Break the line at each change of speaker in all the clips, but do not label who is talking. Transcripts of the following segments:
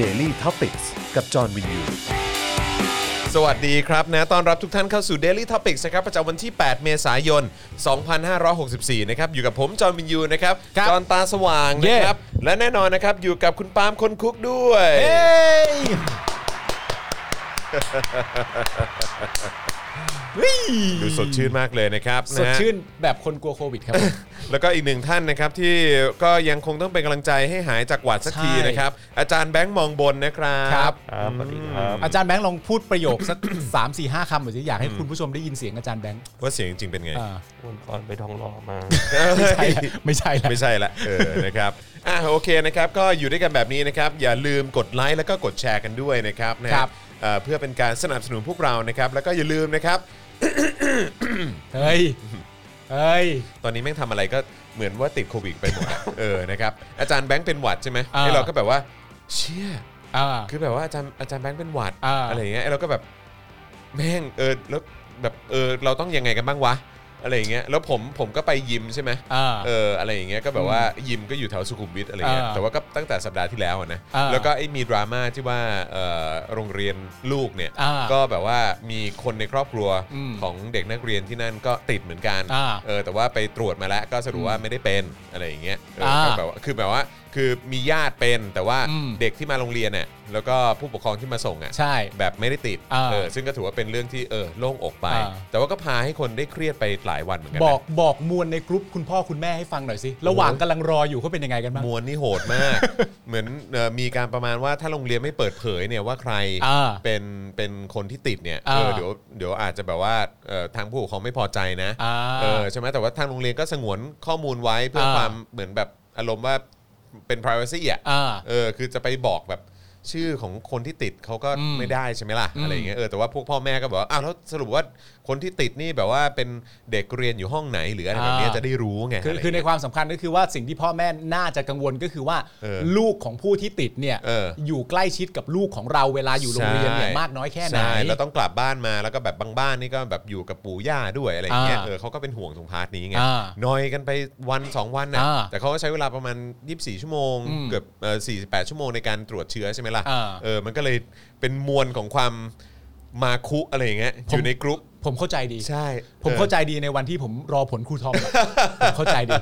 Daily t o p i c กกับจอห์นวินยู
สวัสดีครับนะต้อนรับทุกท่านเข้าสู่ Daily Topics นะครับประจำวันที่ 8 เมษายน 2564 นะครับ อยู่กับผม จอห์นวินยูนะครับ
ครับ
จอห์นตาสว่างนะครับ และแน่นอนนะครับ อยู่กับคุณปาล์มคนคุกด้วย เฮ้ ยดูสดชื่นมากเลยนะครับะ
ส
ฮะ
ดชื่นแบบคนกลัวโควิดครับ
แล้วก็อีกหนึ่งท่านนะครับที่ก็ยังคงต้องเป็นกำลังใจให้หายจากหวัดสักที
ใช่
นะครับ อาจารย์แบงค์มองบนนะครับ
ครับสวัสดีครับ
อาจารย์แบงค์ลองพูดประโยคสัก 3 4 5คำหน่อยสิอยากให้คุณผู้ชมได้ยินเสียงอาจารย์แบงค์
ว่าเสียงจริงๆเป็นไง
อ่า
วันก่อนไปทองหล่อมา
ไม่ใช่ละไม่ใช่ละ
ไม่ใช่ละเออ นะครับอ่ะโอเคนะครับ ก็อยู่ด้วยกันแบบนี้นะครับ อย่าลืมกดไลค์แล้วก็กดแชร์กันด้วยนะครับนะครับ เอ่อเพื่อเป็นการสนับสนุนพวกเรานะครับ แล้วก็อย่าลืมนะครับ
เฮ้ยเฮ้ย
ตอนนี้แม่งทำอะไรก็เหมือนว่าติดโควิดไปหมดอะ เออนะครับอาจารย์แบงค์เป็นหวัดใช่ไหม
อ่า
ไอ้เราก็แบบว่า เชี่ย
อ่า
คือแบบว่าอาจารย์อาจารย์แบงค์เป็นหวัด
อ่า
อะไรอย่างเงี้ยแล้วก็แบบแม่งเออแล้วแบบเออเราต้องยังไงกันบ้างวะอะไรอย่างเงี้ยแล้วผมผมก็ไปยิมใช่ไหม
อ่า
เอออะไรอย่างเงี้ยก็แบบว่ายิมก็อยู่แถวสุขุมวิทอะไรเงี้ย
อ่า
แต่ว่าก็ตั้งแต่สัปดาห์ที่แล้วอะนะ
อ่า
แล้วก็ไอ้มีดราม่าที่ว่าเออโรงเรียนลูกเนี่ย
อ่า
ก็แบบว่ามีคนในครอบครัว
อืม
ของเด็กนักเรียนที่นั่นก็ติดเหมือนกัน
อ่า
เออแต่ว่าไปตรวจมาแล้วก็สรุปว่าไม่ได้เป็นอะไรอย่างเงี้ยเออ
อ่า
ก็แบบว่าคือแบบว่าคือมีญาติเป็นแต่ว่า
อืม
เด็กที่มาโรงเรียนเนี่ยแล้วก็ผู้ปกครองที่มาส่งอ่ะ
ใช่
แบบไม่ได้ติด
อ่า
เออซึ่งก็ถือว่าเป็นเรื่องที่เออโล่งอกไป
อ่า
แต่ว่าก็พาให้คนได้เครียดไปหลายวันเหมือนกันนะ
บอกบอกมวลในกรุ๊ปคุณพ่อคุณแม่ให้ฟังหน่อยสิ ระหว่างกำลังรออยู่เขาเป็นยังไงกันบ้าง
มวลนี่โหดมาก เหมือนเอ่อมีการประมาณว่าถ้าโรงเรียนไม่เปิดเผยเนี่ยว่าใคร
อ่า
เป็นเป็นคนที่ติดเนี่ย
อ่า
เออเดี๋ยวเดี๋ยวอาจจะแบบว่าเอ่อทางผู้ปกครองไม่พอใจนะ
อ่า
เออใช่ไหมแต่ว่าทางโรงเรียนก็สงวนข้อมูลไว้เพื่ออา ความเหมือนแบบอารมณ์ว่าเป็น privacy อ่ะ
อ่า
เออคือจะไปบอกแบบชื่อของคนที่ติดเขาก็
อืม
ไม่ได้ใช่ไหมล่ะ
อืม
อะไรอย่างเงี้ยเออแต่ว่าพวกพ่อแม่ก็บอกว่าอ้าวแล้วสรุปว่าคนที่ติดนี่แบบว่าเป็นเด็กเรียนอยู่ห้องไหนหรืออะไรแบบเนี้ย
อ่า
จะได้รู้ไง
คือ
อะไร
คือใน
เงี้ย
ความสำคัญก็คือว่าสิ่งที่พ่อแม่น่าจะกังวลก็คือว่า
เออ
ลูกของผู้ที่ติดเนี่ย
เอออ
ยู่ใกล้ชิดกับลูกของเราเวลาอยู่โรงเรียนเนี่ย
ใช่
มากน้อยแค่ไหน
ใช่แล้วต้องกลับบ้านมาแล้วก็แบบบางบ้านนี่ก็แบบอยู่กับปู่ย่าด้วยอะไรอย่างเงี้ย
อ่า
เออเขาก็เป็นห่วงตรงพาร์ทนี้ไง
อ่าน
อยกันไปวันสองวันนะ
อ่า
แต่เขาก็ใช้เวลาประมาณ 24 ชั่วโมง
อืม
เกือบเอ่อ48 ชั่วโมงในการตรวจเชื้อใช่ไหมล่ะ
อ่า
เออมันก็เลยเป็นมวลของความมาคุอะไรอย่างเงี้ยอยู่ในกรุ๊ป
ผมเข้าใจดี
ใช่
ผมเข้าใจดีในวันที่ผมรอผลครูทอม อะ ผมเข้าใจดี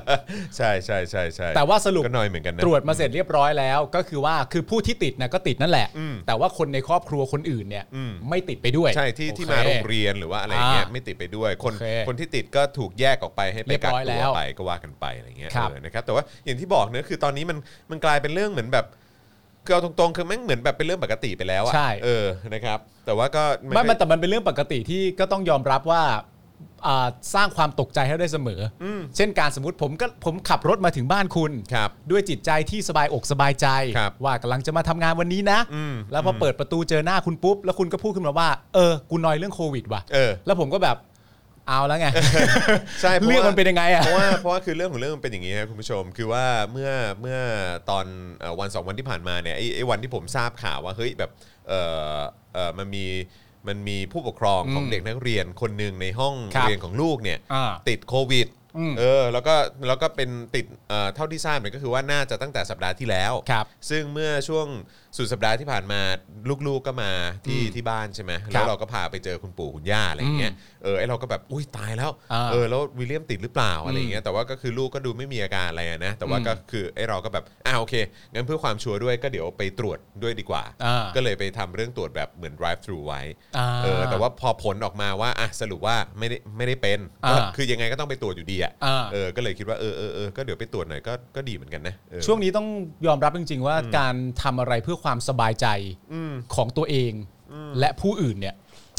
ใช่ใช่ใช่ใช่
แต่ว่าสรุป
ก็น้อยเหมือนกันนะ
ตรวจมาเสร็จเรียบร้อยแล้ว ก็คือว่าคือผู้ที่ติดนะก็ติดนั่นแหละ
อืม
แต่ว่าคนในครอบครัวคนอื่นเนี่ย
อืม
ไม่ติดไปด้วย
ใช่ที่
โอค
ที่มาโรงเรียนหรือว่าอะไรเงี้ย
อ่า
ไม่ติดไปด้วยคน
โอเค
คนที่ติดก็ถูกแยกออกไปให้ไป
เรียบ
กัก
ร้อยแล้
ตัว
ว
ไปก็ว่ากันไปอะไรเงี้ย
ครับ
เออนะครับแต่ว่าอย่างที่บอกเนอะคือตอนนี้มันมันกลายเป็นเรื่องเหมือนแบบคือเอาตรงๆคือแม่งเหมือนแบบเป็นเรื่องปกติไปแล้วอะ
ใช่
เออนะครับแต่ว่าก็
ไม่
ก็
มันแต่มันเป็นเรื่องปกติที่ก็ต้องยอมรับว่าอ่าสร้างความตกใจให้ได้เสมออ
ม
เช่นการสมมติผมก็ผมขับรถมาถึงบ้านคุณ
ครับ
ด้วยจิตใจที่สบายอกสบายใจ
ครับ
ว่ากำลังจะมาทำงานวันนี้นะ
อืม
แล้วพออเปิดประตูเจอหน้าคุณปุ๊บ แล้วคุณก็พูดขึ้นมาว่า เออกูนอยเรื่องโควิดว่ะ
เออ
แล้วผมก็แบบเอาแล้วไง
ใช่พาะว่า
เรื่องมันเป็นยังไงอะ
เพราะว่าเพราะว่าคือเรื่องของเรื่องมันเป็นอย่างนี้ครับคุณผู้ชม คือว่าเมื่อเมื่อตอนเอ่อวันสองวันที่ผ่านมาเนี่ยไอ้ไอ้วันที่ผมทราบข่าวว่าเฮ้ยแบบเออเออมันมีมันมีผู้ปกครองของ
อืม
เด็กนักเรียนคนหนึ่งในห้อง
ครับ
เรียนของลูกเนี่ย
อ่า
ติดโควิด
อืม
เออ แล้วก็ แล้วก็เป็นติดเอ่อเท่าที่ทราบเนี่ยก็คือว่าน่าจะตั้งแต่สัปดาห์ที่แล้ว
ครับ
ซึ่งเมื่อช่วงสุดสัปดาห์ที่ผ่านมา ลูกๆก็มาที่ที่บ้านใช่ไหม
ครั
แล้
บ
วเราก็พาไปเจอคุณปู่คุณย่าอะไรอย่างเงี้ย เออ ไอเราก็แบบ อุ้ยตายแล้ว
อ่า
เออ แล้ววิลเลียมติดหรือเปล่าอะไรอย่างเงี้ย แต่ว่าก็คือลูกก็ดูไม่มีอาการอะไรอะนะ แต่ว่า
อืม
ก็คือไอเราก็แบบ อ่าโอเค งั้นเพื่อความชัวร์ด้วยก็เดี๋ยวไปตรวจด้วยดีกว่า
อ่า
ก็เลยไปทำเรื่องตรวจแบบเหมือน drive thru ไว้
อ่า
เออแต่ว่าพอผลออกมาว่าอ่ะสรุปว่าไม่ได้ไม่ได้เป็น
อ่า
ก็คือยังไงก็ต้องไปตรวจอยู่ดีอ่ะ
อ่า
เออก็เลยคิดว่าเออเออเออก็เดี๋ยวไปตรวจหน่อยก็ก็ดีเหมือนกันนะเออ
ช่วงนี้ต้องยอมรับจริง ๆ ว่าการทำอะไรเพื่อความสบายใจของตัวเอง และผู้อื่นเนี่ย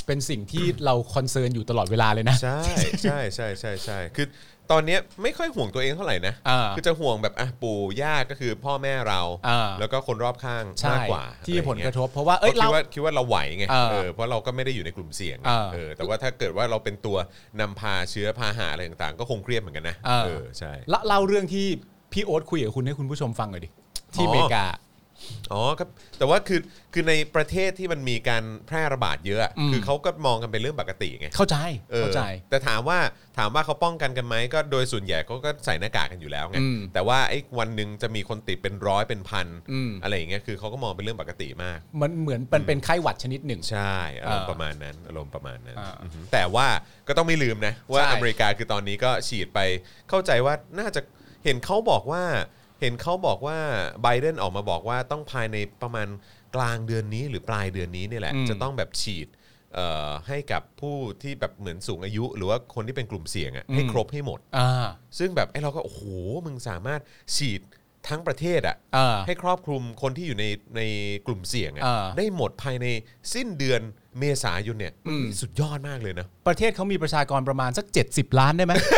เป็นสิ่งที่เราคอนเซิร์นอยู่ตลอดเวลาเลยนะ
ใช่ใช่ใช่ใช่ใช่คือตอนเนี้ยไม่ค่อยห่วงตัวเองเท่าไหร่นะ
อ่า
คือจะห่วงแบบอ่ะปู่ย่าก็คือพ่อแม่เรา
อ่า
แล้วก็คนรอบข้าง
ใช่
มากกว่า
ที่
อไอ
ผ
ย่าง
ล
เงี้ย
กระทบ เพราะว่าเอ้ย
คิด
เรา
ว่าคิดว่าเราไหวไง
อ่า
เออเพราะเราก็ไม่ได้อยู่ในกลุ่มเสี่ยงไง
อ่า
เออแต่ว่าถ้าเกิดว่าเราเป็นตัวนำพาเชื้อพาหาอะไรต่างๆ ก็คงเครียดเหมือนกันนะ
อ่า
เออใช่
เล่าเล่าเรื่องที่พี่โอ๊ตคุยกับคุณให้คุณผู้ชมฟังหน่อยดิที่อเมริกา
อ๋อครับแต่ว่าคือคือในประเทศที่มันมีการแพร่ระบาดเยอะอะ
อืม
คือเขาก็มองกันเป็นเรื่องปกติไง
เข้าใจ
ออ
เข้าใจ
แต่ถามว่าถามว่าเขาป้องกันกันไหมก็โดยส่วนใหญ่เขาก็ใส่หน้ากากกันอยู่แล้วไง
อืม
แต่ว่าไอ้วันหนึ่งจะมีคนติดเป็นร้อยเป็นพัน
อืม
อะไรอย่างเงี้ยคือเขาก็มองเป็นเรื่องปกติมาก
มันเหมือนมันเป็นไข้หวัดชนิดหนึ่ง
ใช่อารมณ์
อ่า
ประมาณนั้นอารมณ์ประมาณนั้น
อ่า
อือหือแต่ว่าก็ต้องไม่ลืมนะ ว่า
ใช่
อเมริกาคือตอนนี้ก็ฉีดไปเข้าใจว่าน่าจะเห็นเขาบอกว่า เห็นเขาบอกว่าไบเดนออกมาบอกว่าต้องภายในประมาณกลางเดือนนี้หรือปลายเดือนนี้เนี่ยแหละ
อืม
จะต้องแบบฉีดเอ่อให้กับผู้ที่แบบเหมือนสูงอายุ หรือว่าคนที่เป็นกลุ่มเสี่ยงอะให้ครบให้หมด
อ่า
ซึ่งแบบไอ้เราก็โอ้โหมึงสามารถฉีดทั้งประเทศอะ
อ่า
ให้ครอบคลุมคนที่อยู่ในในกลุ่มเสี่ยงอะ
อ่า
ได้หมดภายในสิ้นเดือนเมษายนเนี่ย
อืม
สุดยอดมากเลยนะ
ประเทศเขามีประชากรประมาณสัก 70 ล้านได้ไหม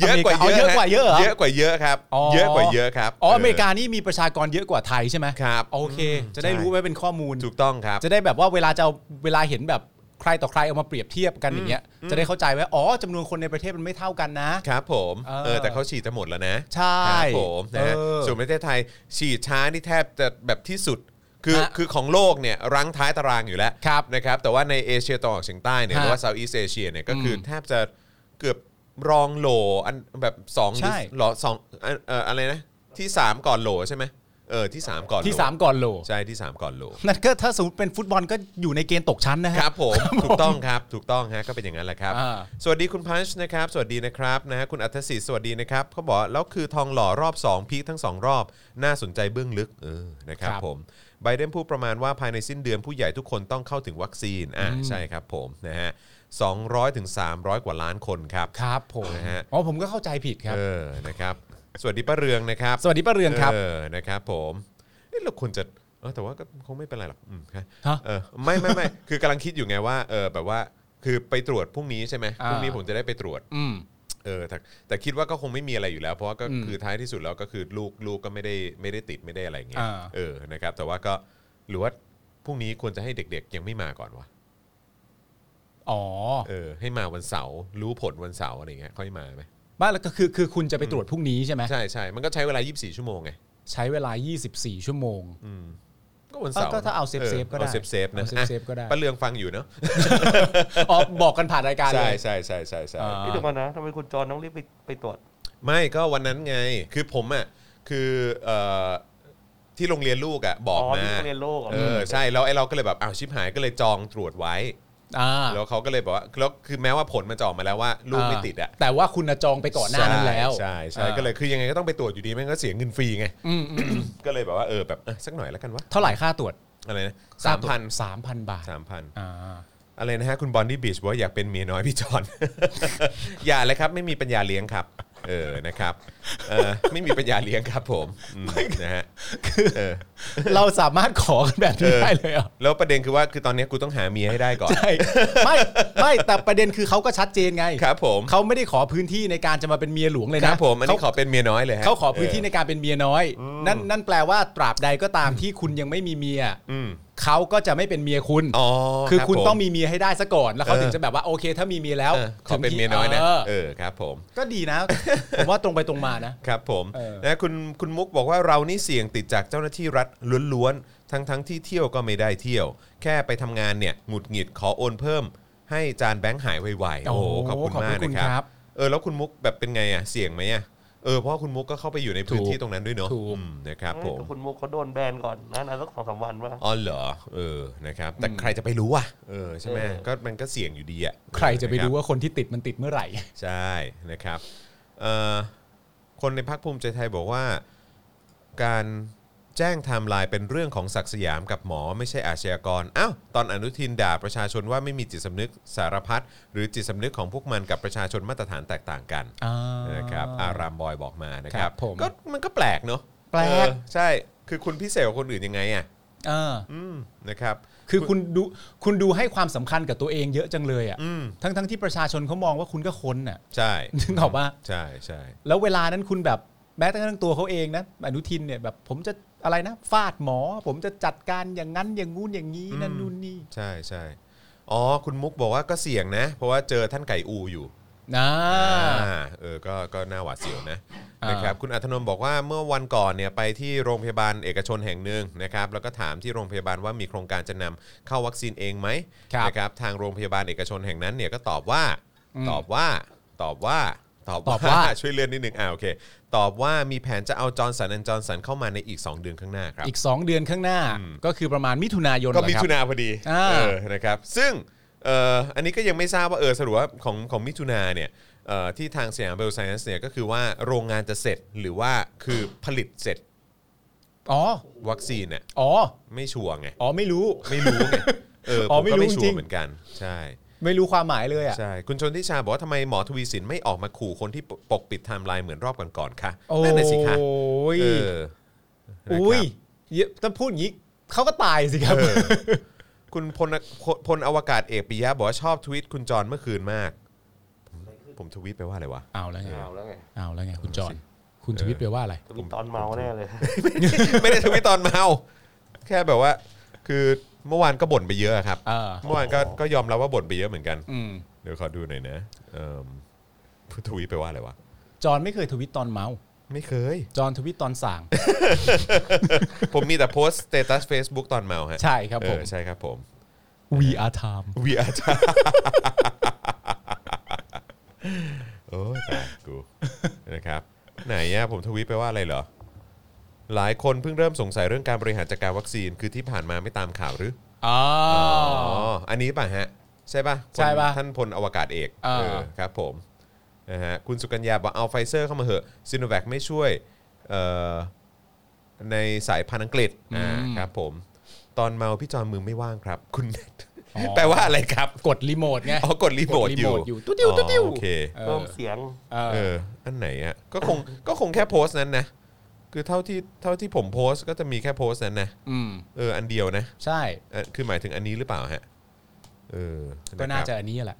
เยอะกว่า
เยอะ
ฮ
กว่าเยอะเหรอ
เยอะกว่าเยอะครับ
อ๋อ
เยอะกว่าเยอะครับ
อ๋ออเมริกานี่มีประชากรเยอะกว่าไทยใช่ไหม
ครับ
โอเค จะได้รู้ไว้เป็นข้อมูล
ถูกต้องครับ
จะได้แบบว่าเวลาจะเอาเวลาเห็นแบบใครต่อใครเอามาเปรียบเทียบกันอย่างเงี้ยจะได้เข้าใจว่าอ๋อจำนวนคนในประเทศมันไม่เท่ากันนะ
ครับผม
เออ
เออแต่เขาฉีดจะหมดแล้วนะ
ใช่
ครับผมนะฮะ
เออ
ส่วนประเทศไทยฉีดช้านี่แทบจะแบบที่สุด คือ
ฮะ
คือของโลกเนี่ยรั้งท้ายตารางอยู่แล้ว
ครับ
นะครับแต่ว่าในเอเชียตะวันออกเฉียงใต้เนี่ย
ฮะ
หรือว่าเซาท์อีสเอเชียเนี่ยก็คืออ
ม
แทบจะเกือบรองโหลอันแบบสองหรื
ใช่
หรอสองเอ่อเอ่ออะไรนะที่สามก่อนโหลใช่ไหมเออที่สามก่อนโหล
ที่ 3 ก่อนโหล
ใช่ที่สามก่อนโหล
นั่นก็ถ้าสมมติเป็นฟุตบอลก็อยู่ในเกณฑ์ตกชั้นนะฮะ
ครับผมถูกต้องครับถูกต้องฮะก็เป็นอย่างนั้นแหละครับ
อ่า
สวัสดีคุณพันช์นะครับ สวัสดีนะครับนะฮะคุณอัธศิษย์สวัสดีนะครับเขาบอกแล้วคือทองหล่อรอบ2พีคทั้ง 2 รอบ น่าสนใจเบื้องลึกเออนะครับ
ครับ
ผมไบเดนพูดประมาณว่าภายในสิ้นเดือนผู้ใหญ่ทุกคนต้องเข้าถึงวัคซีนอ่าใช่ครับผมนะฮะ200ถึง300 กว่าล้านคนครับ
ครับผม
นะฮะ
อ๋อผมก็เข้าใจผิดครับ
เออนะครับสวัสดีป้าเรืองนะครับ
สวัสดีป้าเรืองครับ
เออนะครับผมเอ๊ะเราควรจะเออแต่ว่าก็คงไม่เป็นไรหรอกอืมครับ
ฮะ
เออไม่ไม่ ไม่คือกำลังคิดอยู่ไงว่าเออแบบว่าคือไปตรวจพรุ่งนี้ใช่ไหม
อ่า
พรุ่งนี้ผมจะได้ไปตรวจ
อืม
เออแต่แต่คิดว่าก็คงไม่มีอะไรอยู่แล้ว เพราะว่าก็
อืม
คือท้ายที่สุดแล้วก็คือลูกลูกก็ไม่ได้ไม่ได้ติดไม่ได้อะไรอย่างเงี้ย
อ่า
เออนะครับแต่ว่าก็หรือว่าพรุ่งนี้ควรจะให้เด็กๆ ยังไม่มาก่อนวะ
อ๋อ
เออให้มาวันเสาร์รู้ผลวันเสาร์อะไรเงี้ยค่อยมาไหม
บ้านแล้วก็คือคือคุณจะไปตรวจพรุ่งนี้ใช่ไหม
ใช่ใช่มันก็ใช้เวลา 24 ชั่วโมงไง
ใช้เวลา 24 ชั่วโมง
ก็วันเสาร์
ก็ถ้าเอาเซฟเซฟก็ได้
อาเซฟเซฟนะ
เอาเซฟเซฟก็ได้
อ่ะป้าเลืองฟังอยู่เนาะ
อ๋อบอกกันผ่านรายการเล
ใช่
ย
ใช่ใช่ใช่ใช่
อ่า
นี่เดี๋ยวก่อนนะทำไมคุณจอนต้องรีบไปไปตรวจ
ไม่ก็วันนั้นไงคือผมอ่ะคือเอ่อที่โรงเรียนลูกอ่ะบอก
อ๋อ
มา
ที่โรงเรียนลูกอ่ะ
เออใช่แล้วไอ้เราก็เลยแบบอ้าวชิบหายก็เลยจองตรวจไว้
อ่า
แล้วเขาก็เลยบอกว่าแล้วคือแม้ว่าผลมันจะออกมาแล้วว่าลูกไม่ติดอ่ะ
แต่ว่าคุณน่ะจองไปก่อนหน้านั้นแล้ว
ใช่ใช่
อ่า
ก็เลยคือยังไงก็ต้องไปตรวจอยู่ดีแม่งก็เสียเงินฟรีไง
อืมอืม
ก็เลยแบบว่าเออแบบเออสักหน่อยแล้วกันวะ
เท่าไหร่ค่าตรวจ
อะไรนะสามพัน
สามพันบาท
สามพัน
อ่า
อะไรนะฮะคุณบอนดี้บีชบอกว่าอยากเป็นเมียน้อยพี่จอน อย่าเลยครับไม่มีปัญญาเลี้ยงครับ เออนะครับเออไม่มีปัญญาเลี้ยงครับผมอืมนะฮะเออ
เราสามารถขอกันแบบนี้
เออ
ได้เลยเหรอ่ะ
แล้วประเด็นคือว่าคือตอนนี้กูต้องหาเมียให้ได้ก่อน
ใช่ไม่ไม่แต่ประเด็นคือเขาก็ชัดเจนไง
ครับผม
เขาไม่ได้ขอพื้นที่ในการจะมาเป็นเมียหลวงเลย
ค
นะ
รับผมอันนี้ข
เขา
อเป็นเมียน้อยเลยฮะ
เขาขอพื้นที่ในการเป็นเมียน้อย นั่นนั่นแปลว่าตราบใดก็ตามที่คุณยังไม่มีเมีย
อืม
เขาก็จะไม่เป็นเมียคุณ
อ๋อ
คือ
รับ
คุณ
ผม
ต้องมีเมียให้ได้ซะก่อน แล้วเขา
เออ
ถึงจะแบบว่าโอเค ถ้ามีเมียแล้ว
เออขอเป็นเมียน้อยนะ
เ
เออครับผม
ก็ดีนะ ผมว่าตรงไปตรงมานะ
ครับผม
เออ
นะคุณคุณมุกบอกว่าเรานี่เสี่ยงติดจากเจ้าหน้าที่รัฐล้วนๆ ทั้งทั้งที่เที่ยวก็ไม่ได้เที่ยว แค่ไปทำงานเนี่ยหงุดหงิดขอโอนเพิ่ม ให้จานแบงค์หายไวๆ โอ้โห
โอ้
ขอบคุณ
ขอบพ
มา
ระ
ก
คุ
นะ
ณ
ค
ครั
รับบ เออแล้วคุณมุกแบบเป็นไงอ่ะเสี่ยงไหมอ่ะเออเพราะว่าคุณมุกก็เข้าไปอยู่ในพื้น
ถูก
ที่ตรงนั้นด้วยเนาะ
ถู
อื
ก
มนะครับผ
เอ้ย
ม
แต่คุณมุกเขาโดนแบนก่อนนะนะสักสองสามวันว่า
อ๋อเหรอเออนะครับแต่ใครจะไปรู้อ่ะเออใช่ไหม
เออ
ก็มันก็เสี่ยงอยู่ดีอ่ะ
ใครจะไป
นคบ
รู้ว่าคนที่ติดมันติดเมื่อไหร่
ใช่นะครับเอ่อคนในพักภูมิใจไทยบอกว่า การแจ้งไทม์ไลน์เป็นเรื่องของศักดิ์สยามกับหมอไม่ใช่อาชญากรอ้าวตอนอนุทินด่าประชาชนว่าไม่มีจิตสำนึกสารพัดหรือจิตสำนึกของพวกมันกับประชาชนมาตรฐานแตกต่างกัน
อ่า
นะครับอารามบอยบอกมานะครับ
ครับผม
ก็มันก็แปลกเนาะ
แปลก
เออใช่คือคุณพิเศษกว่าคนอื่นยังไงอ่ะ
อ่า
อืมนะครับ
คือคุณดูคุณดูให้ความสำคัญกับตัวเองเยอะจังเลยอ่ะ
อืม
ทั้งทั้งที่ประชาชนเขามองว่าคุณก็คนน่ะ
ใช่
นึกออกปะ
ใช่ใช่
แล้วเวลานั้นคุณแบบแม้แต่กระทั่งตัวเขาเองนะอนุทินเนี่ยแบบผมจะอะไรนะฟาดหมอ ผมจะจัดการอย่างนั้นอย่างงู้นอย่างนี้นั่นนู่นนี่
ใช่ใช่อ๋อ คุณมุกบอกว่าก็เสี่ยงนะ เพราะว่าเจอท่านไก่อูอยู่
นะ
อ่าเออก็ก็น่าหวาดเสียวนะ
อ่าน
นะครับคุณอัธนนท์บอกว่าเมื่อวันก่อนเนี่ยไปที่โรงพยาบาลเอกชนแห่งหนึ่งนะครับแล้วก็ถามที่โรงพยาบาลว่ามีโครงการจะนำเข้าวัคซีนเองไหมนะครับทางโรงพยาบาลเอกชนแห่งนั้นเนี่ยก็ตอบว่า ตอบว่าตอบว่าตอบ
ตอบว่า
ช่วยเลื่อนนิดนึงอ่าโอเค ตอบว่ามีแผนจะเอาจอร์นสันจอร์นสันเข้ามาในอีก 2 เดือนข้างหน้าครับ
อีก 2 เดือนข้างหน้า ก็คือประมาณมิถุนายน
ก็
เหรอ
มิ
ครับ
ถุนาพอดี
อ่า
เออนะครับซึ่งเอ่ออันนี้ก็ยังไม่ทราบว่าเออสรุปว่าของของมิถุนาเนี่ยเอ่อที่ทางสยามเบลไซน์เนี่ยก็คือว่าโรงงานจะเสร็จหรือว่าคือผลิตเสร็จ
อ๋อ
วัคซีนเนี่ย
อ๋อ
ไม่ชัวร์ไง
อ๋อไม่รู้
ไม่รู้ไงเออ ผ
อ๋อ
ม
ไม่
ก็
รู้
ไม่ชัว
จริ
ร์
ง
เหมือนกัน ใช่
ไม่รู้ความหมายเลยอ่ะ
ใช่คุณชนทิชาบอกว่าทำไมหมอทวีสินไม่ออกมาขู่คนที่ปปกปิดไทม์ไลน์เหมือนรอบก่อนๆคะ
โอ้
นั่นน่ะสิคะ
ย
เออนะครับ
อุ้ยเยอะถ้าพูดอย่างนี้เขาก็ตายสิครับ
เออคุณพลพลพลอวกาศเอกปิยะบอกว่าชอบทวิตคุณจรเมื่อคืนมาก ผมผมทวิตไปว่าอะไรวะ
เอาแล้วไง
เอาแล้วไง
เอาแล้วไงคุณจอนคุณทวิตไปว่าอะไร
จะมีตอนเมาแน่เลย
ไม่ได้ทวิตตอนเมาแค่แบบว่า คือเมื่อวานก็บ่นไปเยอะอะครับ
เออ
เมื่อวานก็ก็ยอมรับว่าบ่นไปเยอะเหมือนกัน
อืม
เดี๋ยวขอดูหน่อยนะเอิ่มทวิตไปว่าอะไรวะ
จอนไม่เคยทวิตตอนเมา
ไม่เคย
จอนทวิตตอนสั่ง
ผมมีแต่โพสต์สเตตัส Facebook ตอนเมาฮะ
ใช่ครับ
เอ
ผ
อ
ม
ใช่ครับผม
We are time
วีอาจา โอ้ยตายกูนะครับ ไหนอะผมทวีตไปว่าอะไรเหรอ หลายคนเพิ่งเริ่มสงสัยเรื่องการบริหารจัดการวัคซีนคือที่ผ่านมาไม่ตามข่าวหรือ
อ๋อ
อันนี้ป่ะฮะ ใช่ป่ะ
ใช่ป่ะ
ท่านพลอวกาศเอก
อ่า
เออครับผมนะฮะคุณสุกัญญาบอกเอาไฟเซอร์เข้ามาเหอะซิโนแวคไม่ช่วยเอ่อในสายพันธุ์อังกฤษอ่าครับผมตอนเมาพี่จอนมือไม่ว่างครับ คุณเน็ตแปลว่าอะไรครับ
กดรีโมทไง
อ๋อกดรีโมทอยู่
กดรีโมทอยู่ตุ๊ดดิ้วตุ๊ดดิ้ว
อ๋อโอเค
เออ
เพิ่มเสียง
เออ
เอออันไหนอ่ะก็คงก็คงแค่โพสต์นั้นนะคือเท่าที่เท่าที่ผมโพสต์ก็จะมีแค่โพสต์นั้นนะ
อืม
เอออันเดียวนะ
ใช่
เอ่อคือหมายถึงอันนี้หรือเปล่าฮะเออ
ก็น่า
ครับ
จะอันนี้แหละ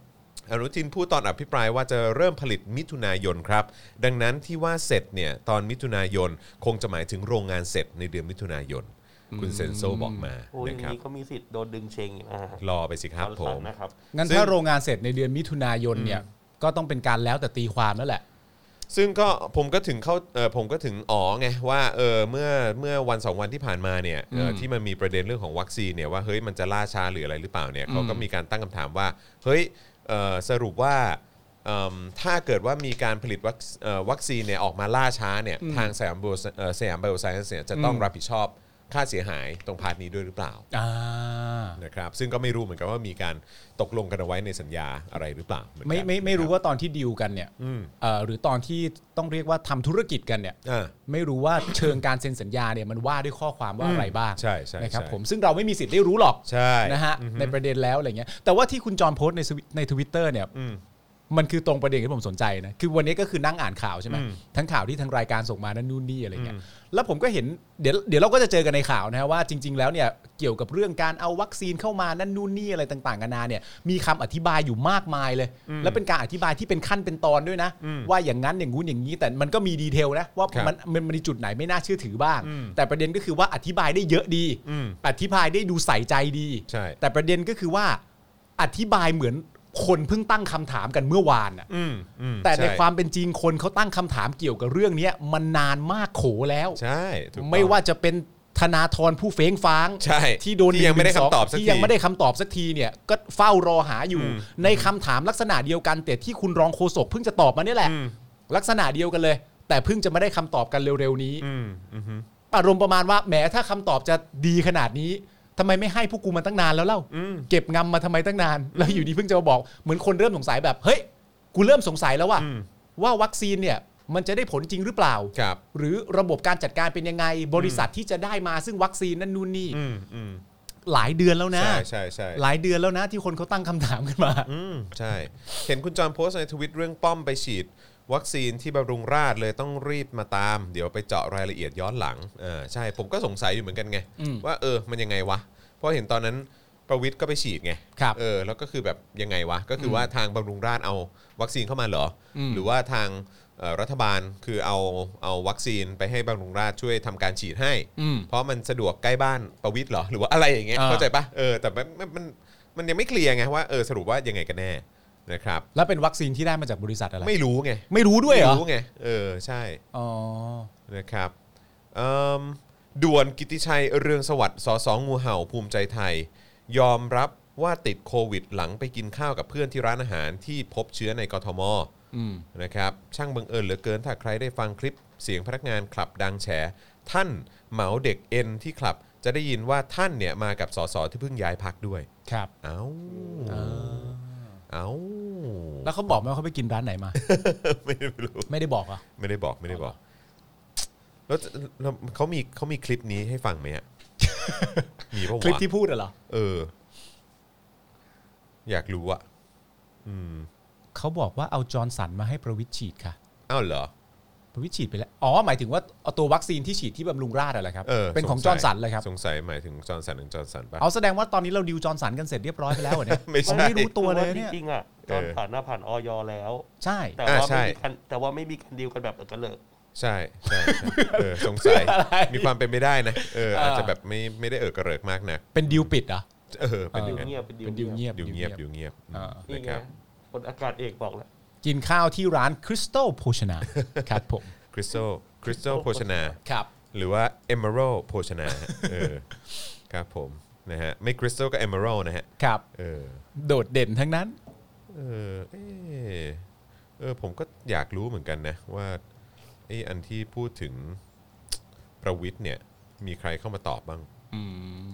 อนุทินพูดตอนอภิปรายว่าจะเริ่มผลิตมิถุนายนครับ ดังนั้นที่ว่าเสร็จเนี่ยตอนมิถุนายนคงจะหมายถึงโรงงานเสร็จในเดือนมิถุนายน คุณเซนโซบอกมา
โอ้ยอ
นะ
ย่าง
ครับ
นี้ก็มีสิทธิ์โดนดึงเชงอีกนะฮะ
รอไปสิครับ
ตอน
ผ
สั่ง
ม
นะครับ
งั้น
ซึ่ง
ถ้าโรงงานเสร็จในเดือนมิถุนายนเนี่ย ก็ต้องเป็นการแล้วแต่ตีความแล้วแหละ
ซึ่งก็ผมก็ถึงเข้าเออผมก็ถึงอ๋อไงว่าเออเมื่อเมื่อวันสองวันที่ผ่านมาเนี่ยเออ
อืม
ที่มันมีประเด็นเรื่องของวัคซีนเนี่ยว่าเฮ้ยมันจะล่าช้าหรืออะไรหรือเปล่าเนี่ยเขาก็มีการตั้งคำถามว่าเฮ้ยเออสรุปว่าเอิ่มถ้าเกิดว่ามีการผลิตวัคเอ่อวัคซีนเนี่ยออกมาล่าช้าเนี่ยทางสยามบิโอเอ่อสยามไบโอไซเอนซ์เนี่ยจะต้อง
อืม
รับผิดชอบค่าเสียหายตรงพาร์ทนี้ด้วยหรือเปล่า
อ่า
นะครับซึ่งก็ไม่รู้เหมือนกันว่ามีการตกลงกันเอาไว้ในสัญญาอะไรหรือเปล่าเหอนกัน
ไม่ไม่ไม่รู้ว่าตอนที่ดีลกันเนี่ย
อืม
เอ่อหรือตอนที่ต้องเรียกว่าทำธุรกิจกันเนี่ย
อ่า
ไม่รู้ว่าเชิงการเซ็นสัญญาเนี่ยมันว่าด้วยข้อความว่าอะไรบ้าง
ใช่ใช่
นะครับ
ใช่
ผมซึ่งเราไม่มีสิทธิ์ได้รู้หรอก
ใช่
นะฮะในประเด็นแล้วอะไรเงี้ยแต่ว่าที่คุณจอมโพสต์ใน Twi- ในทวิตเตอร์เนี่ย
อืม
มันคือตรงประเด็นที่ผมสนใจนะคือวันนี้ก็คือนั่งอ่านข่าวใช่ไหม
อืม
ทั้งข่าวที่ทางรายการส่งมานั่นนู่นนี่อะไรเงี้ยแล้วผมก็เห็นเดี๋ยวเดี๋ยวเราก็จะเจอกันในข่าวนะฮะว่าจริง ๆ แล้วเนี่ยเกี่ยวกับเรื่องการเอาวัคซีนเข้ามานั่นนู่นนี่อะไรต่างๆกันานาเนี่ยมีคำอธิบายอยู่มากมายเลย และเป็นการอธิบายที่เป็นขั้นเป็นตอนด้วยนะ
อืม
ว่าอย่างนั้นอย่างงู้นอย่างนี้แต่มันก็มีดีเทลนะว่า
ครับ
มันมันมีจุดไหนไม่น่าเชื่อถือบ้าง
อืม
แต่ประเด็นก็คือว่าอธิบายได้เยอะดี
อืม
อธิบายได้ดูใส่ใจดี
ใช่
แต่ประเด็นก็คือว่า อธิบายเหมือนคนเพิ่งตั้งคำถามกันเมื่อวานน่ะ
อืมอืม
แต่ใน
ช่
ความเป็นจริงคนเขาตั้งคำถามเกี่ยวกับเรื่องเนี้ยมันนานมากโขแล้ว
ใช่ถูกต้อง
ไม่ว่าจะเป็นธนาธรผู้เฟ้งฟ้าง
ใช่
ที่โดน
ที่ยังไม่ได้คำตอบสักที
ที่ยังไม่ได้คำตอบสักทีเนี่ยก็เฝ้ารอหาอยู่
อืม
ในคำถามลักษณะเดียวกันแต่ที่คุณรองโฆษกเพิ่งจะตอบมาเนี่ยแหละ
อืม
ลักษณะเดียวกันเลย แต่เพิ่งจะไม่ได้คำตอบกันเร็วๆนี้
อืมอืมฮึ
อารมณ์ประมาณว่าแหมถ้าคำตอบจะดีขนาดนี้ทำไมไม่ให้พวกกูมาตั้งนานแล้วเล่า
อืม
เก็บงำมาทำไมตั้งนาน แล้วอยู่ดีเพิ่งจะมาบอกเหมือนคนเริ่มสงสัยแบบเฮ้ยกูเริ่มสงสัยแล้วว่า
อืม
ว่าวัคซีนเนี่ยมันจะได้ผลจริงหรือเปล่า
ครับ
หรือระบบการจัดการเป็นยังไง บริษัทที่จะได้มาซึ่งวัคซีนนั่นนู่นนี่
อืมอืม
หลายเดือนแล้วนะ
ใช่ใช่ใช่
หลายเดือนแล้วนะที่คนเขาตั้งคำถามกันมา
อืมใช่ เห็นคุณจอห์นโพสต์ในทวิตเรื่องป้อมไปฉีด วัคซีนที่บำรุงราษฎร์เลยต้องรีบมาตาม เดี๋ยวไปเจาะรายละเอียดย้อนหลังเออใช่ผมก็สงสัยอยู่เหมือนกันไง
อืม
ว่าเออมันยังไงวะ เพราะเห็นตอนนั้นประวิทย์ก็ไปฉีดไง
ครับ
เออแล้วก็คือแบบยังไงวะ ก็คือว่าทางบำรุงราษฎร์เอาวัคซีนเข้ามาเหรออ
ม
หรือว่าทางเอ่อรัฐบาลคือเอาเอาวัคซีนไปให้บำรุงราษฎร์ช่วยทำการฉีดให้
อืม
เพราะมันสะดวกใกล้บ้านประวิทย์เหรอ หรือว่าอะไรอย่างเงี้ย
อ่า
เข้าใจปะเออแต่มันมันมันมันยังไม่เคลียร์ไงว่าเออสรุปว่ายังไงกันแน่ นะครับ
แล้วเป็นวัคซีนที่ได้มาจากบริษัทอะไร
ไม่รู้ไง
ไม่รู้ด้วยเหรอ
ไม่รู้ไงเออใช่
อ๋อ
นะครับเอิ่มด่วนกิติชัยเรืองสวัสดิ์สสงูเห่าภูมิใจไทย ยอมรับว่าติดโควิดหลังไปกินข้าวกับเพื่อนที่ร้านอาหารที่พบเชื้อในกทม
อืม
นะครับช่างบังเอิญเหลือเกินถ้าใครได้ฟังคลิปเสียงพนักงานคลับดังแฉ ท่านเหมาเด็กเอ็นที่คลับ จะได้ยินว่าท่านเนี่ยมากับสสที่เพิ่งย้ายพักด้วย
ครับ
เอ้า
อ่า
เอ้า
แล้วเขาบอกไหมว่าเขาไปกินร้านไหนมา
ไม่รู้
ไม่ได้บอกเหรอ่ะ
ไม่ได้บอกไม่ได้บอก แล้วจะแล้วเขามีเขามีคลิปนี้ให้ฟังไหม อะ มีปะ
คลิป
วะ
ที่พูดอะเหรอ
เออ อยากรู้อะอืม
เขาบอกว่าเอาจอร์นสันมาให้ประวิทย์ฉีดค่ะ
อ้าวเหรอ
ประวิทย์ฉีดไปแล้วอ๋อหมายถึงว่าเอาตัววัคซีนที่ฉีดที่บำรุงราษฎร์อะไรอครับ
เออ
เป็นของ
ส
จ
สั
อร์นสันเลยครับ
สงสัยหมายถึงจอร์นสันถึงจอร์นสันปะ
เอาแสดงว่าตอนนี้เราดิวจอร์นสันกันเสร็จเรียบร้อยไปแล้วเหรอเนี่ย
ไม่ใช่
ผมไม่รู้ตัวเลย
จ
เนี่ย
ริงๆอ่ะ
เอ
ตอ
อ
นผ่านหน้าผ่านออยแล้ว
ใช่
แต่ว่า
อ่าใช่
ไม่มีการแต่ว่าไม่มีการดีลกันแบบเออกันเลิก
ใช่ใช่ใช่เออสงสัย มีความเป็นไปได้นะเอออาจจะแบบไม่ไม่ได้เออกระเริกมากนะ
เป็นดิวปิดเหรอ่ะ
เออเป็นอ
ดีล
ย่างนั้น
เงียบเป็นดีล
เป็นดิวเงียบ
อยู่เงียบอยู่เงียบ
อ่า
นี่
นะค
ไง
รับ
คนอากาศเอกบอก แล้ว
กินข้าวที่ร้านคริสตัลโภชนาครับผม
คริสโตคริสโตโภชนา
ครับ
หรือว่า Emerald โภชนาเออครับผมนะฮะไม่คริสตัลก็ Emerald นะฮะ
ครับ
เออ
โดดเด่นทั้งนั้น
เออเอ๊ะเออผมก็อยากรู้เหมือนกันนะ ว่าไอ้อันที่พูดถึงประวิทย์เนี่ย มีใครเข้ามาตอบบ้าง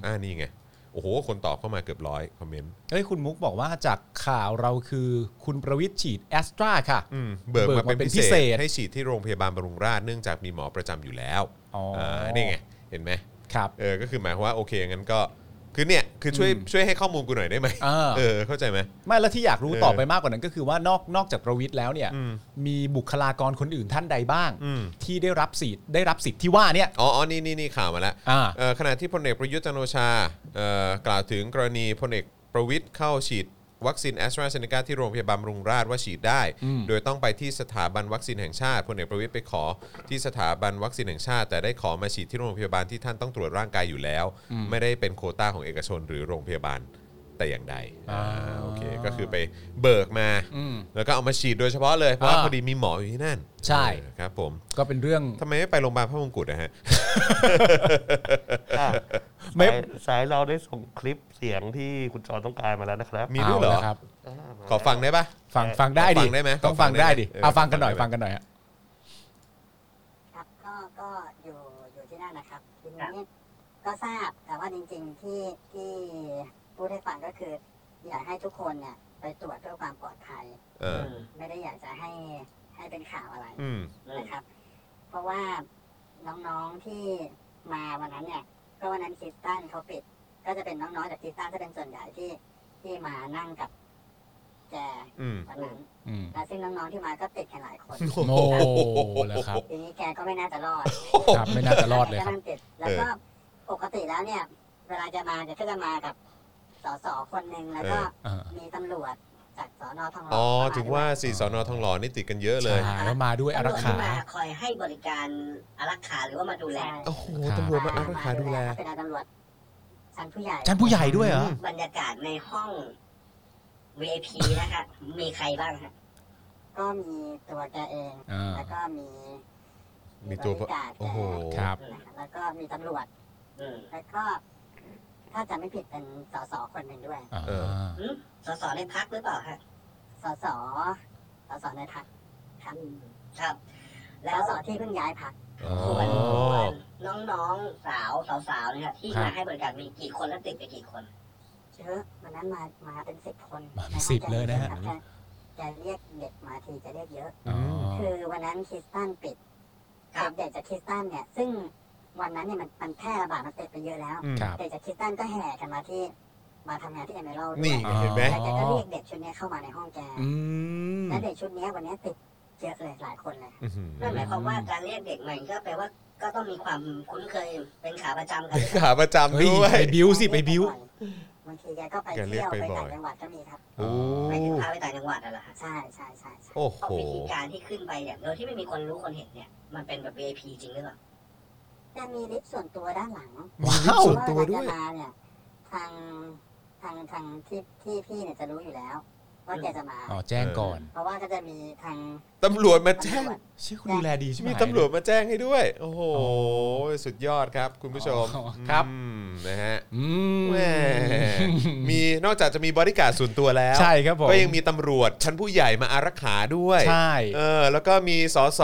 อ่านี่ไง โอ้โห คนตอบเข้ามาเกือบร้อยคอมเมนต์
เอ้ยคุณมุกบอกว่าจากข่าวเราคือคุณประวิทย์ฉีดแอสตราค่ะ
อืมเบิก
เบิก
มา
มาเป็
เป็นนพิ
พิ
เศ
เศ
ษ
ษ
ให้ฉีดที่โรงพยาบาลบำรุงราษฎร์เนื่องจากมีหมอประจำอยู่แล้ว
อ๋ออ่
านี่ไง เห็นไหม
ครับ
เออก็คือหมายความว่าโอเคงั้นก็คือเนี่ยคือช่วยช่วยให้ข้อมูลกูหน่อยได้ไหม
เออ
เออเข้าใจไหม
ไม่แล้วที่อยากรู้
เออ
ต่อไปมากกว่านั้นก็คือว่านอกนอกจากประวิทย์แล้วเนี่ย มีบุคลากรคนอื่นท่านใดบ้าง
อืม
ที่ได้รับสิทธิ์ได้รับสิทธิ์ที่ว่าเนี่ย
อ๋ออ๋อนี่นี่นี่ข่าวมาแล้ว
อ่า
เอ่อขณะที่พลเอกประยุทธ์จันทร์โอชาเอ่อกล่าวถึงกรณีพลเอกประวิทย์เข้าฉีดวัคซีนแอสตราเซเนกาที่โรงพยาบาลบำรุงราษฎร์ว่าฉีดได้ โดยต้องไปที่สถาบันวัคซีนแห่งชาติพลเอกประวิทย์ไปขอที่สถาบันวัคซีนแห่งชาติ แต่ได้ขอมาฉีดที่โรงพยาบาลที่ท่านต้องตรวจร่างกายอยู่แล้ว ไม่ได้เป็นโควต้าของเอกชนหรือโรงพยาบาลแต่อย่างใดอ่าโอเคก็คือไปเบิกมาแล้วก็เอามาฉีดโดยเฉพาะเลยเพราะว่า
อ่า
พอดีมีหมออยู่ที่นั่น
ใช่
เออครับผม
ก็เป็นเรื่อง
ทำไมไม่ไปโรงพยาบาลพระมงกุฎนะฮะ
อ่ะ
ไม่
สายสายเราได้ส่งคลิปเสียงที่คุณจอต้องการมาแล้วนะครับ
มีด้วยเหรอ
าละครับ
อ่ามา
ขอฟังได้ปะ
ฟังฟังได้
ฟั
ดิ
งได้ไหม
ต้อง
ฟั
ฟั
ง
ง
ได้
ได้
ไหม
ดิ
เออ
เอาฟังกันหน่อย
ฟั
ฟั
ง
ง
ได้
กัน
ไหม
หน่อยฮะ
ครับก็ก็อยู่อยู่ที่นั่นนะครับทีนี้ก็ทราบแต่ว่าจริงๆที่ที่พูดให้ฟังก็คือ อยากให้ทุกคนเนี่ยไปตรวจเพื่อความปลอดภัย
เออ
ไม่ได้อยากจะให้ให้เป็นข่าวอะไร
อืม
นะครับ เพราะว่าน้องๆที่มาวันนั้นเนี่ย ก็วันนั้นคริสตันเขาปิด ก็จะเป็นน้องๆจากคริสตันจะเป็นส่วนใหญ่ที่ที่มานั่งกับแก
อืม
วันนั้น
อืม
และซึ่งน้องๆที่มาก็ติดกันหลายคน
โมแล้วครับ
ทีนี้แกก็ไม่น่าจะรอด
ครับไม่น่าจะรอดเลยครับ
แกนั่งติดแล้วก็ปกติแล้วเนี่ย เวลาจะมาเนี่ยก็จะมากับสสคนหนึ่งแล้วก็
เออ
มีตำรวจจากสนทองหล่
อ๋อ
ประมณ
ถึงว่าสี่สอนอทองหล่อนี่ติดกันเยอะเลย
ใช่แล้วมาด้วยอารักขา
คอยให้บริการอารักขาหรือว่ามาดูแล
โอ้โห
ครับ
ตำรวจมาอารักขาดูแล
เป็นตำรวจชั้นผู้ใหญ่
ชั้นผู้ใหญ่ด้วยเหรอ
บรรยากาศในห้อง VIP นะคะมีใครบ้างคะก็มีตัวแกเอง
อ่า
แล้วก็มี
มีตัว
บริการแก
โอ้โห
ครับ
แล้วก็มีตำรวจ แล้วก็ ถ้าจะไม่ผิดเป็นสสคนหนึ่งด้วย
อ่า
สสในพักหรือเปล่าฮะ สส สสในพักครับ ครับ แล้วสสที่เพิ่งย้ายพัก
อ๋อ
น้องๆ สาวสาวๆเนี่ยที่
ครับ
มาให้บริการมีกี่คนและติดไปกี่คนเยอะวันนั้นมามาเป็นสิบคน
มาเป็นสิบเลยนะฮะ
แกแกเรียกเด็กมาทีจะเรียกเยอะ
อ๋อ
คือวันนั้นคริสตันปิดเด็กจากคริสตันเนี่ย ซึ่งวันนั้นเนี่ยมันมันแพร่ระบาดมันติดไปเยอะแล้ว
อืม
ครับ
เด็กจากคริสตันก็แห่กันมาที่มาทำงานที่เอเมอรัลด์ด้
นี่
วย
ไงเห็นไหม
อ๋
แล้ว
อ
แกก็เรียกเด็กชุดเนี้ยเข้ามาในห้องแก
อืม
และเด็กชุดเนี้ยวันเนี้ยติดเยอะเลยหลายคนเลย
อื้อหือ
นั่นหมายความว่าการเรียกเด็กใหม่ก็แปลว่าก็ต้องมีความคุ้นเคยเป็นขาประจำกัน
ขาประจำด้ว
เฮ้
ย
ไปบิ้วสิไปบิ้ว
บางทีแกก็ไป
แกเรียก
เที่
ไป
ยวไป
บ่
ต่า
อย
งจังหวัดก็มีครับ
โอ้
หมายถึงพาไปต่างจังหวัดน่ะเหรอฮะ
ใช่ใช่ใช่ใช่
โอ้โห
วิธีการที่ขึ้นไปเนี่ยโดยที่ไม่มีคนรู้คนเห็นเนี่ยมันเป็นแบบ VIP จริงหรือเปล่า
แกมีลิฟต์ส่วนตัวด้านหลัง
ว้าว
เพระเาแกมาเนี่ยทางทางทางที่ที่พี่เนี่ยจะรู้อยู่แล้ว ว่าแกจะมา
อ๋อแจ้งก่อน
เพราะว่าก็จะมีทาง
ตำรวจมาแจ้ง
เชื่อคุณดูแลดีใช่ไหม
มีตำรวจมาแจ้งให้ด้วย โอ้โห สุดยอดครับ คุณผู้ชม
อ๋อครับ
อืมนะฮะ
อืม
แหมมีนอกจากจะมีบริการดส่วนตัวแล้ว
ใช่ครับผม
ก็ยังมีตำรวจชั้นผู้ใหญ่มาอารักขาด้วย
ใช่
เออแล้วก็มีสส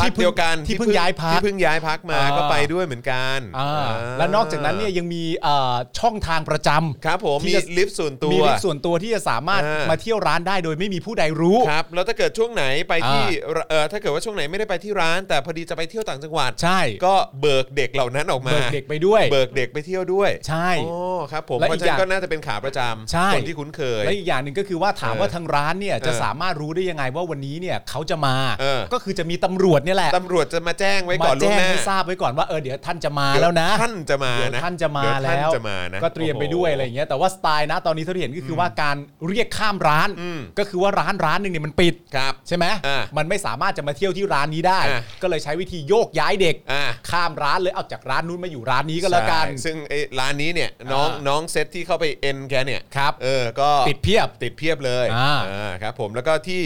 ที่
พัก
เพิ่ง
เดียวกัน
ที่เพิ่งย้ายพรรค
ที่เพิ่งย้ายพักมา
อ่า
ก็ไปด้วยเหมือนกัน
อ่า
อ่า
และนอกจากนั้นเนี่ยยังมีเอ่อช่องทางประจำ
ครับผม
ที่
มี
จะ
ลิฟต์ส่วนตัว
มีลิฟต์ส่วนตัวที่จะสามารถ
อ่าม
มาเที่ยวร้านได้โดยไม่มีผู้ใดรู้
ครับแล้วถ้าเกิดช่วงไหนไป
อ่า
ที่เออถ้าเกิดว่าช่วงไหนไม่ได้ไปที่ร้าน แต่พอดีจะไปเที่ยวต่างจังหวัด
ใช่
ก็เบิกเด็กเหล่านั้นออกมา
เบิกเด็กไปด้วย
เบิกเด็กไปเที่ยวด้วย
ใช่
โอ้ครับผม
และ
เพราะ
อี
ฉะ
กอ
นั้นก็
ย่าง
น่าจะเป็นขาประจำ
ใช่
คนที่คุ้นเคย
และอีกอย่างหนึ่งก็คือว่าถาม
เออ
ว่าทางร้านเนี่ยจะ
เออ
สามารถรู้ได้ยังไงว่าวันนี้เนี่ยเขาจะมา
เออ
ก็คือจะมีตำรวจเนี่ยแหละ
ตำรวจจะมาแจ้งไว้ก่อ
มาน
ล่วง
แจ้ง
หน้า
ให้ทราบไว้ก่อนว่าเออเดี๋ยวท่านจะมา
เดี๋ย
แล้วนะ
ท่านจะมา
เดี๋ยว
นะ
ท่านจะมา
เดี๋ย
แล้ว
ท่านจะมานะ
ก็เตรียมไปด้วยอะไรอย่าง
โโห
เงี้ยแต่ว่าสไตล์นะตอนนี้เท่าที่เห็นก็คือว่าการเรียกข้ามร้าน
อืม
ก็คือว่าร้านร้านหนึ่งเนี่ยมันปิด
ครับ
ใช่ไหม
อ่า
มันไม่สามารถจะมาเที่ยวที่ร้านนี้ได้
อ่า
ก็เลยใช้วิธีโยกย้ายเด็ก
อ่ะ
ข้ามร้านเลยเอาจากร้านนู้นมาอยู่ร้านนี้ก็แล้วกัน
ใช่ซึ่งไอ้ร้านนี้เนี่ยน้อง
อ่า
น้องเซตที่เข้าไปเอ็นแกเนี่ย
ครับ
เออก็
ติดเพียบ
ติดเพียบเลย
อ่า
อ่าครับผมแล้วก็ที่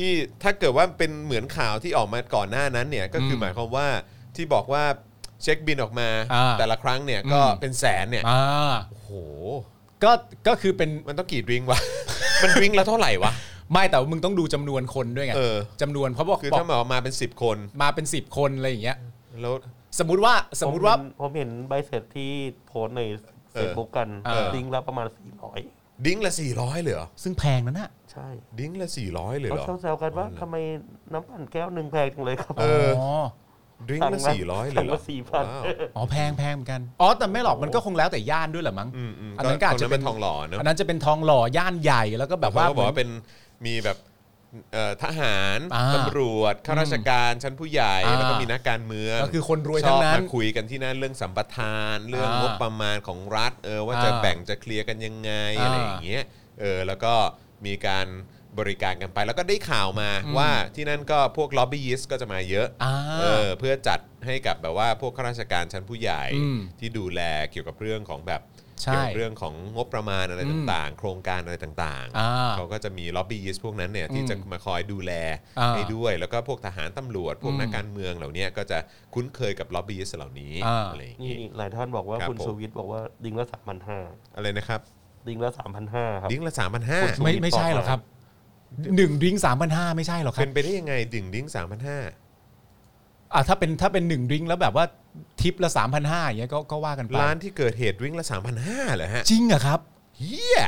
ที่ถ้าเกิดว่าเป็นเหมือนข่าวที่ออกมาก่อนหน้านั้นเนี่ยก็คืออ
ม
หมายความว่าที่บอกว่าเช็คบินออกมา
อ่า
แต่ละครั้งเนี่ยก็
อืม
เป็นแสนเนี่ย
อ่า
โอ้โห
ก็ก็คือเป็น
มันต้องกี่ดริงก์วะ มันดริงก์ละเท่าไหร่วะ
ไม่แต่ว่ามึงต้องดูจำนวนคนด้วยไง
เออ
จำนวนเพราะบอก
คือ
บอก
ถ้ามามาเป็น 10 คน
มาเป็น 10 คนอะไรอย่างเงี้ย
แล้ว
สมมุติว่าสมมุติว่า
ผเห็นผมเห็นใบเสร็จที่โพสต์ใน
เอ
เฟ
อ
ซบุ๊กกัน
เออ
ลิงก์ละประมาณ 400
ดริงก์ละ 400เลยเหรอ
ซึ่งแพงนะน่ะ
ใช่
ดริงก์ละ 400เลยเหรอ
เขาแซวๆกันว่าทำไมน้ำปั่นแก้วหนึ่งแพงจังเลยครับ
เออ
อ๋อ
ดริงก์ละ 400เลยเหรอ
สั่งมา4,000
ว้าว
อ๋อแพงแพงเหมือนกันอ๋อแต่ไม่หรอกมันก็คงแล้วแต่ย่านด้วยแหละมั้ง
อืมอืม
อันนั้นก็อาจจะ
เป็นทองหล่อเนอะ
อันนั้นจะเป็นทองหล่อย่านใหญ่แล้วก็แบบว่า
เขก็บอกว่าเป็นมีแบบเอ่อทหาร
อ่า
ตำรวจข้าราชการชั้นผู้ใหญ่
อ่า
แล้วก็มีนักการเมือง
ก็คือคนรวยทั้งนั้
ช
น
อบมาคุยกันที่นั่นเรื่องสัมปทาน เรื่อง
อ่าง
งบประมาณของรัฐ เออว่าจะ
อ่า
แบ่งจะเคลียร์กันยังไง
อ่า
อะไรอย่างเงี้ยเออแล้วก็มีการบริการกันไป แล้วก็ได้ข่าวมา
อืม
ว่าที่นั่นก็พวกล็อบบี้ยิสก็จะมาเยอะ
อ่า
เออเพื่อจัดให้กับแบบว่าพวกข้าราชการชั้นผู้ใหญ่
อืม
ที่ดูแลเกี่ยวกับเรื่องของแบบ
ใช่
เกี่ยวกับเรื่องของงบประมาณอะไร
อืม
ต่างๆ โครงการอะไรต่าง
อ่า
เขาก็จะมีล็อบบี้ยิสพวกนั้นเนี่ยที่
อืม
จะมาคอยดูแล
อ่า
ให้ด้วย แล้วก็พวกทหารตำรวจ พวก
อืม
นักการเมืองเหล่าเนี้ยก็จะคุ้นเคยกับล็อบบี้ยิสเหล่านี้
อ่า
อะไรอย่าง
นี่
งี้
หลายท่านบอกว่า
ครับ
คุณ
ผม
ชูวิทย์บอกว่าลิงก์ละ
อะไรนะครับ
3,500ลิงก์ละ 3,500ครับ
ดิ้งละสามพันห้า
คุณชู
ไม่ไม่ใช่หรอกครับหนึ่งดริงสามพันห้าไม่ใช่หรอกครั
เป็
บ
นไปได้ยังไงดิ่งดิ้งสามพันห้า
อ่ะถ้าเป็นถ้าเป็นหนึ่งดริงแล้วแบบว่าทิปละสามพันห้าอย่างเงี้ยก็ก็ว่ากันไป
ร้านที่เกิดเหตุดิ้งละสามพันห้าเหรอฮะ
จริงเหรอะครับ
เฮีย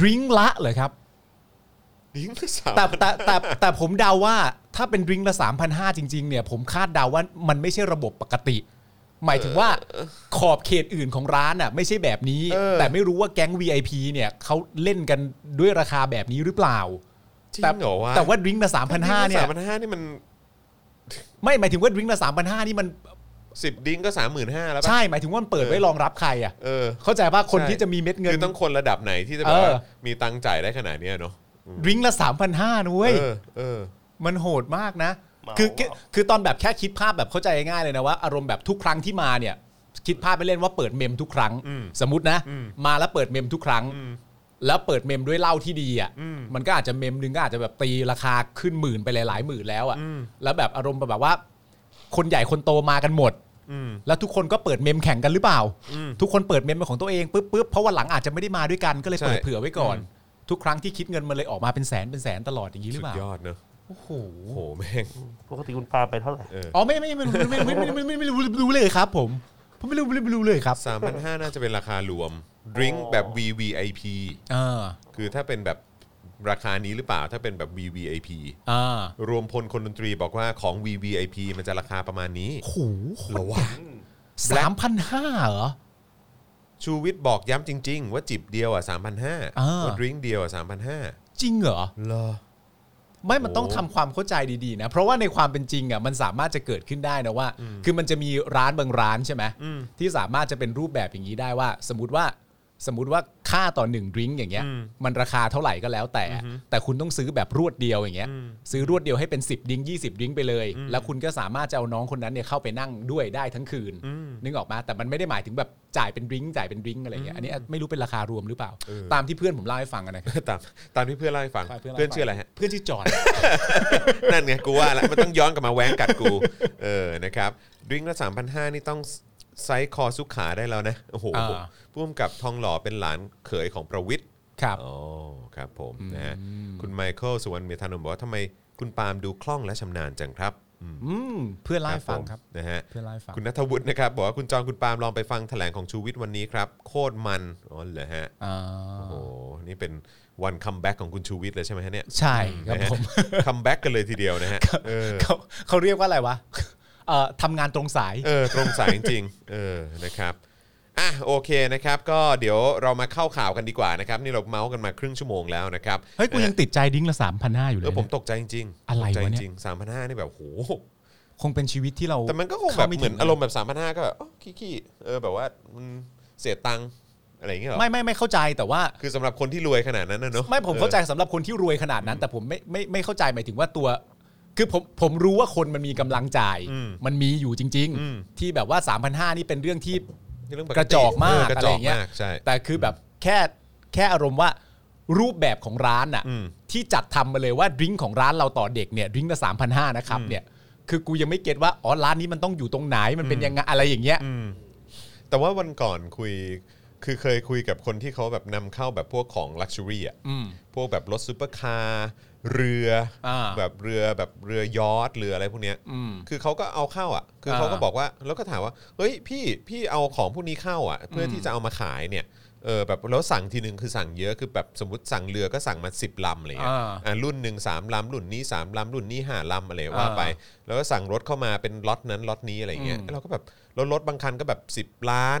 ดริงละเหรอครับ
ดิ้งละสาม
แต่แต่แต่แต่ผมเดาว่าถ้าเป็นดริงละ3,500 จริง ๆ เนี่ย ผมคาดเดาว่ามันไม่ใช่ระบบปกติ หมายถึงว่าขอบเขตอื่นของร้านอ่ะไม่ใช่แบบนี้ แต่ไม่รู้ว่าแก๊ง VIP เนี่ยเขาเล่นกันด้วยราคาแบบนี้หรือเปล่า
จริ
แต่
งเหรอวะ
แต่ว่าดริงละ3,500เนี่ย
สามพันห้านี่มัน
ไม่หมายถึงว่าดริงละ3,500นี่มัน
สิบดิ้งก็สามหมื่นห้าแล้วป่ะ
ใช่หมายถึงว่ามันเปิดไว้
เออ
รองรับใครอ่ะ
เออ
เข้าใจว่าคน
ใช่
ที่จะมีเม็ดเงิน
คือต้องคนระดับไหนที่จะแบบ
เออ
ว่ามีตังค์จ่ายได้ขนาดเนี้ยเนาะ
ดริงละ3,500นุ้ย
เออเออ
มันโหดมากนะ
เมา
คือคือ
เมา
คือตอนแบบแค่คิดภาพแบบเข้าใจง่ายๆเลยนะว่าอารมณ์แบบทุกครั้งที่มาเนี่ย คิดภาพไปเล่นว่าเปิดเมมทุกครั้ง
อืม
สมมตินะ
อืม
มาแล้วเปิดเมมทุกครั้ง
อืม
แล้วเปิดเมมด้วยเหล้าที่ดีอ่ะ
อืม
มันก็อาจจะเมมหนึงก็อาจจะแบบตีราคาขึ้นหมื่นไปหลายๆหมื่นแล้วอ่ะ
อืม
แล้วแบบอารมณ์แบบว่า คนใหญ่คนโตมากันหมด
อืม
แล้วทุกคนก็เปิดเมมแข่งกันหรือเปล่า
อืม
ทุกคนเปิดเมมเป็นของตัวเองปุ๊บปุ๊บเพราะวันหลังอาจจะไม่ได้มาด้วยกันก็เลยเปิด
ใช่
เผื่อไว้ก่อน ทุกครั้งที่คิดเงินมันเลยออกมาเป็นแสนเป็นแสนตลอดอย่างนี้หรื
สุ
อ
ด
เปล่าย
อดเนอะ
โอ้โห
โอ้โหแม่ง
ปกติคุณปาไปเท่าไหร่
เออ
อ๋อไม่ไม่ไม่รู้ไม่ไม่ไม่ไม่ไม่ไม่รู้ไม่รู้เลยครับ ผมผมไม่รู้ไม่รู้ไม่รู้เลยครับ
สามพันห้าน่าจะเป็นราคารวมดิ้ง
อ๋อ
แบบ VVIP
เออ
คือถ้าเป็นแบบราคานี้หรือเปล่าถ้าเป็นแบบ VVIP
เออ
รวมพลคนดนตรีบอกว่าของ VVIP มันจะราคาประมาณนี้
โอ้โห
เหรอวะ
สามพันห้าเหรอ
ชูวิทย์บอกย้ำจริง ๆ ว่าจิบเดียวอ่ะ3,500
อ่า
ว่าดริงก์เดียวอ่ะ3,500
จริงเหรอ
เหรอ
ไม่มันต้องทำความเข้าใจดีๆนะ เพราะว่าในความเป็นจริงอ่ะมันสามารถจะเกิดขึ้นได้นะว่า คือมันจะมีร้านบางร้านใช่ไหมที่สามารถจะเป็นรูปแบบอย่างนี้ได้ว่า สมมติว่า สมมุติว่าค่าต่อหนึ่งดริงก์อย่างเงี้ย
อืม
มันราคาเท่าไหร่ก็แล้วแต่
อือฮึ
แต่คุณต้องซื้อแบบรวดเดียวอย่างเงี้ย
อืม
ซื้อรวดเดียวให้เป็น 10 ดิ้ง20 ดิ้งไปเลย
อืม
แล้วคุณก็สามารถจะเอาน้องคนนั้นเนี่ยเข้าไปนั่งด้วยได้ทั้งคืน
อืม
นึกออกมาแต่มันไม่ได้หมายถึงแบบจ่ายเป็นดิ้งจ่ายเป็นดิ้งอะไรเงี้ยอันนี้ไม่รู้เป็นราคารวมหรือเปล่า
เออ
ตามที่เพื่อนผมเล่าให้ฟังอะนะครับ
ตามตามที่เพื่อนเล่าให้ฟัง
ใช่เพื่อนเล่าให้ฟัง
เพื่อนชื่ออะไรฮะ
เพื่อนชื่อจอน
นั่นไงกูว่าละมันต้องย้อนกลับมาแว้งกัดกู เออนะครับดริงก์ละสามพันห้านี่ต้องไซส์คอสุขาได้แล้วนะ โอ้โห
อ่า
พุ่มกับทองหล่อเป็นหลานเขยของประวิทย์
ครับ
อ๋อครับผม
อืม
นะฮะคุณไมเคิลสุวรรณเมธานนท์บอกว่าทำไมคุณปาล์มดูคล่องและชำนาญจังครับอืม
อืมเพื่อนเล่าให้ฟัง
ผม
ครับ
นะฮะ
เพื่อนเล่าให้ฟัง
คุณนัทวุฒินะครับบอกว่าคุณจองคุณปาล์มลองไปฟังแถลงของชูวิทย์วันนี้ครับ โคตรมันอ๋อเหรอฮะ
อ่า
โอ้โหนี่เป็นวันคัมแบ็กของคุณชูวิทย์เลยใช่ไหมฮะเนี่ย
ใช่ครับผม
คัมแบ็กกันเลยทีเดียวนะฮะเออ
เขาเขาเรียกว่าอะไรวะ เอ่อทำงานตรงสาย
เออตรงสายจริงๆเออนะครับอ่ะโอเคนะครับ ก็เดี๋ยวเรามาเข้าข่าวกันดีกว่านะครับ นี่เราเมาส์กันมาครึ่งชั่วโมงแล้วนะครับ
เฮ้ย กูยังติดใจดิ้งละสามพันห้าอยู่เล
เอย อผม
นะ
ตกใจจริงๆ
อะไร
ตกใจ
วะเนี่ย
จริงสามพันห้านี่แบบโห
คงเป็นชีวิตที่เรา
แต่มันก็คงแบบเหมือน
ข้ไถึ
อารมณ์แบบสามพันห้าก็แบบอ๋อขี้ๆเออแบบว่ามันเสียตังค์อะไรอย่างเงี้ยเหรอ
ไม่ไม่ไม่เข้าใจแต่ว่า
คือสำหรับคนที่รวยขนาดนั้นนะเนอะ
ไม่ผมเข้าใจ
ออ
สำหรับคนที่รวยขนาดนั้น แต่ผมไม่ไม่ไม่เข้าใจหมายถึงว่าตัว คือผมผมรู้ว่าคนมันมีกำลังจ่าย
อืม
มันมีอยู่จริง
อืม
ๆ ที่แบบว่า 3,500 นี่เป็นเรื่องที่
นี่เรื่องปติ
กระจอกมาก
เกระจอก
อะไรเงี้ย
มากใช่
แต่คือแบบแค่แค่อารมณ์ว่ารูปแบบของร้านอ่ะ
อืม
ที่จัดทำมาเลยว่าดริงก์ของร้านเราต่อเด็กเนี่ยดริงก์ละสามพันห้านะครับ
อืม
เนี่ยคือกูยังไม่เก็ตว่าอ๋อร้านนี้มันต้องอยู่ตรงไหนมันเป็นยังไงอะไรอย่างเงี้ย
อืมแต่ว่าวันก่อนคุยคือเคยคุยกับคนที่เขาแบบนำเข้าแบบพวกของลักชัวรี่อ่ะ
อืม
พวกแบบรถซูเปอร์คาร์เรืออา แบบเรือแบบเรือยอทเรืออะไรพวกเนี้ย
อืม
คือเขาก็เอาเข้าอ่ะ คือเขาก็บอกว่าแล้วก็ถามว่าเฮ้ยพี่พี่เอาของพวกนี้เข้าอ่ะ เพื่อที่จะเอามาขายเนี่ยเออแบบแล้วสั่งทีหนึ่งคือสั่งเยอะคือแบบสมมติสั่งเรือก็สั่งมา10ลำอะไรเลย
อ่า
อ่ะรุ่นหนึ่งสามลำรุ่นนี้สามลำรุ่นนี้ห้าลำอะไรว่าไป แล้วก็สั่งรถเข้ามาเป็นล็อตนั้นล็อตนี้อะไรเงี้ย
อืม
เราก็แบบแล้วรถบางคันก็แบบ 10 ล้าน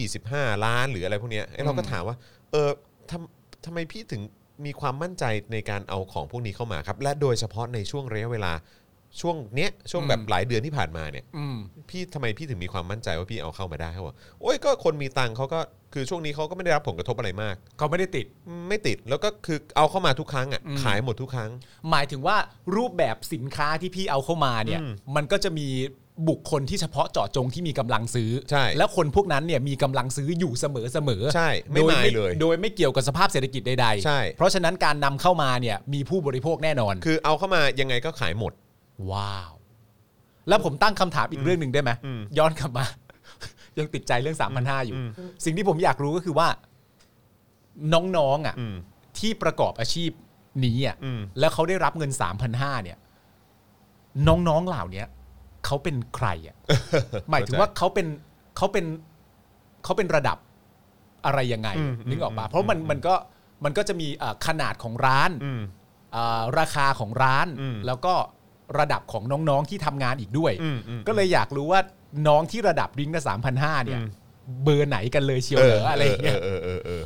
25 ล้านหรืออะไรพวกเนี้ยเอ้ยเราก็ถามว่า เออทำทำไมพี่ถึงมีความมั่นใจในการเอาของพวกนี้เข้ามาครับ และโดยเฉพาะในช่วงระยะเวลาช่วงเนี้ยช่วงแบบ
อืม
หลายเดือนที่ผ่านมาเนี่ย
อืม
พี่ทำไมพี่ถึงมีความมั่นใจว่าพี่เอาเข้ามาได้เขาบอกโอ้ยก็คนมีตังค์เขาก็คือช่วงนี้เขาก็ไม่ได้รับผลกระทบอะไรมาก
เขาไม่ได้ติด
ไม่ติดแล้วก็คือเอาเข้ามาทุกครั้งอ่ะ
อืม
ขายหมดทุกครั้ง
หมายถึงว่ารูปแบบสินค้าที่พี่เอาเข้ามาเนี่ย
อืม
มันก็จะมีบุคคลที่เฉพาะเจาะจงที่มีกำลังซื้อ
ใช่
แล้วคนพวกนั้นเนี่ยมีกำลังซื้ออยู่เสมอเสมอๆ
ใช่ไม่
โด
มายเลย
โดยไม่เกี่ยวกับสภาพเศรษฐกิจใดๆ
ใช่
เพราะฉะนั้นการนำเข้ามาเนี่ยมีผู้บริโภคแน่นอน
คือเอาเข้ามายังไงก็ขายหมด
ว้าว แล้วผมตั้งคำถามอีกเรื่องหนึ่งได้ไหม
อืม
ย้อนกลับมา ยังติดใจเรื่อง 3,500 อยู่
อืม
สิ่งที่ผมอยากรู้ก็คือว่า น้องๆอ่ะ
อืม
ที่ประกอบอาชีพนี้อ่ะ
อืม
แล้วเขาได้รับเงิน 3,500 เนี่ย น้องๆเหล่าเนี้ยเขาเป็นใคร อ่ะ หมายถึงว่าเขาเป็นเขาเป็นเขาเป็นระดับอะไรยังไง
อืม
นึกออกปะ
อืม
เพราะมันมันก็มันก็จะมีเอ่อขนาดของร้าน
อืม
เอ่อราคาของร้าน
อืม
แล้วก็ระดับของน้องๆที่ทำงานอีกด้วย
อืมอืม
ก็เลยอยากรู้ว่าน้องที่ระดับดิ้งละสามพันห้าเนี่ย
อืม
เบอร์ไหนกันเลยเชียวเหรออะไรอย่างเงี้ย
เออเออเออเออ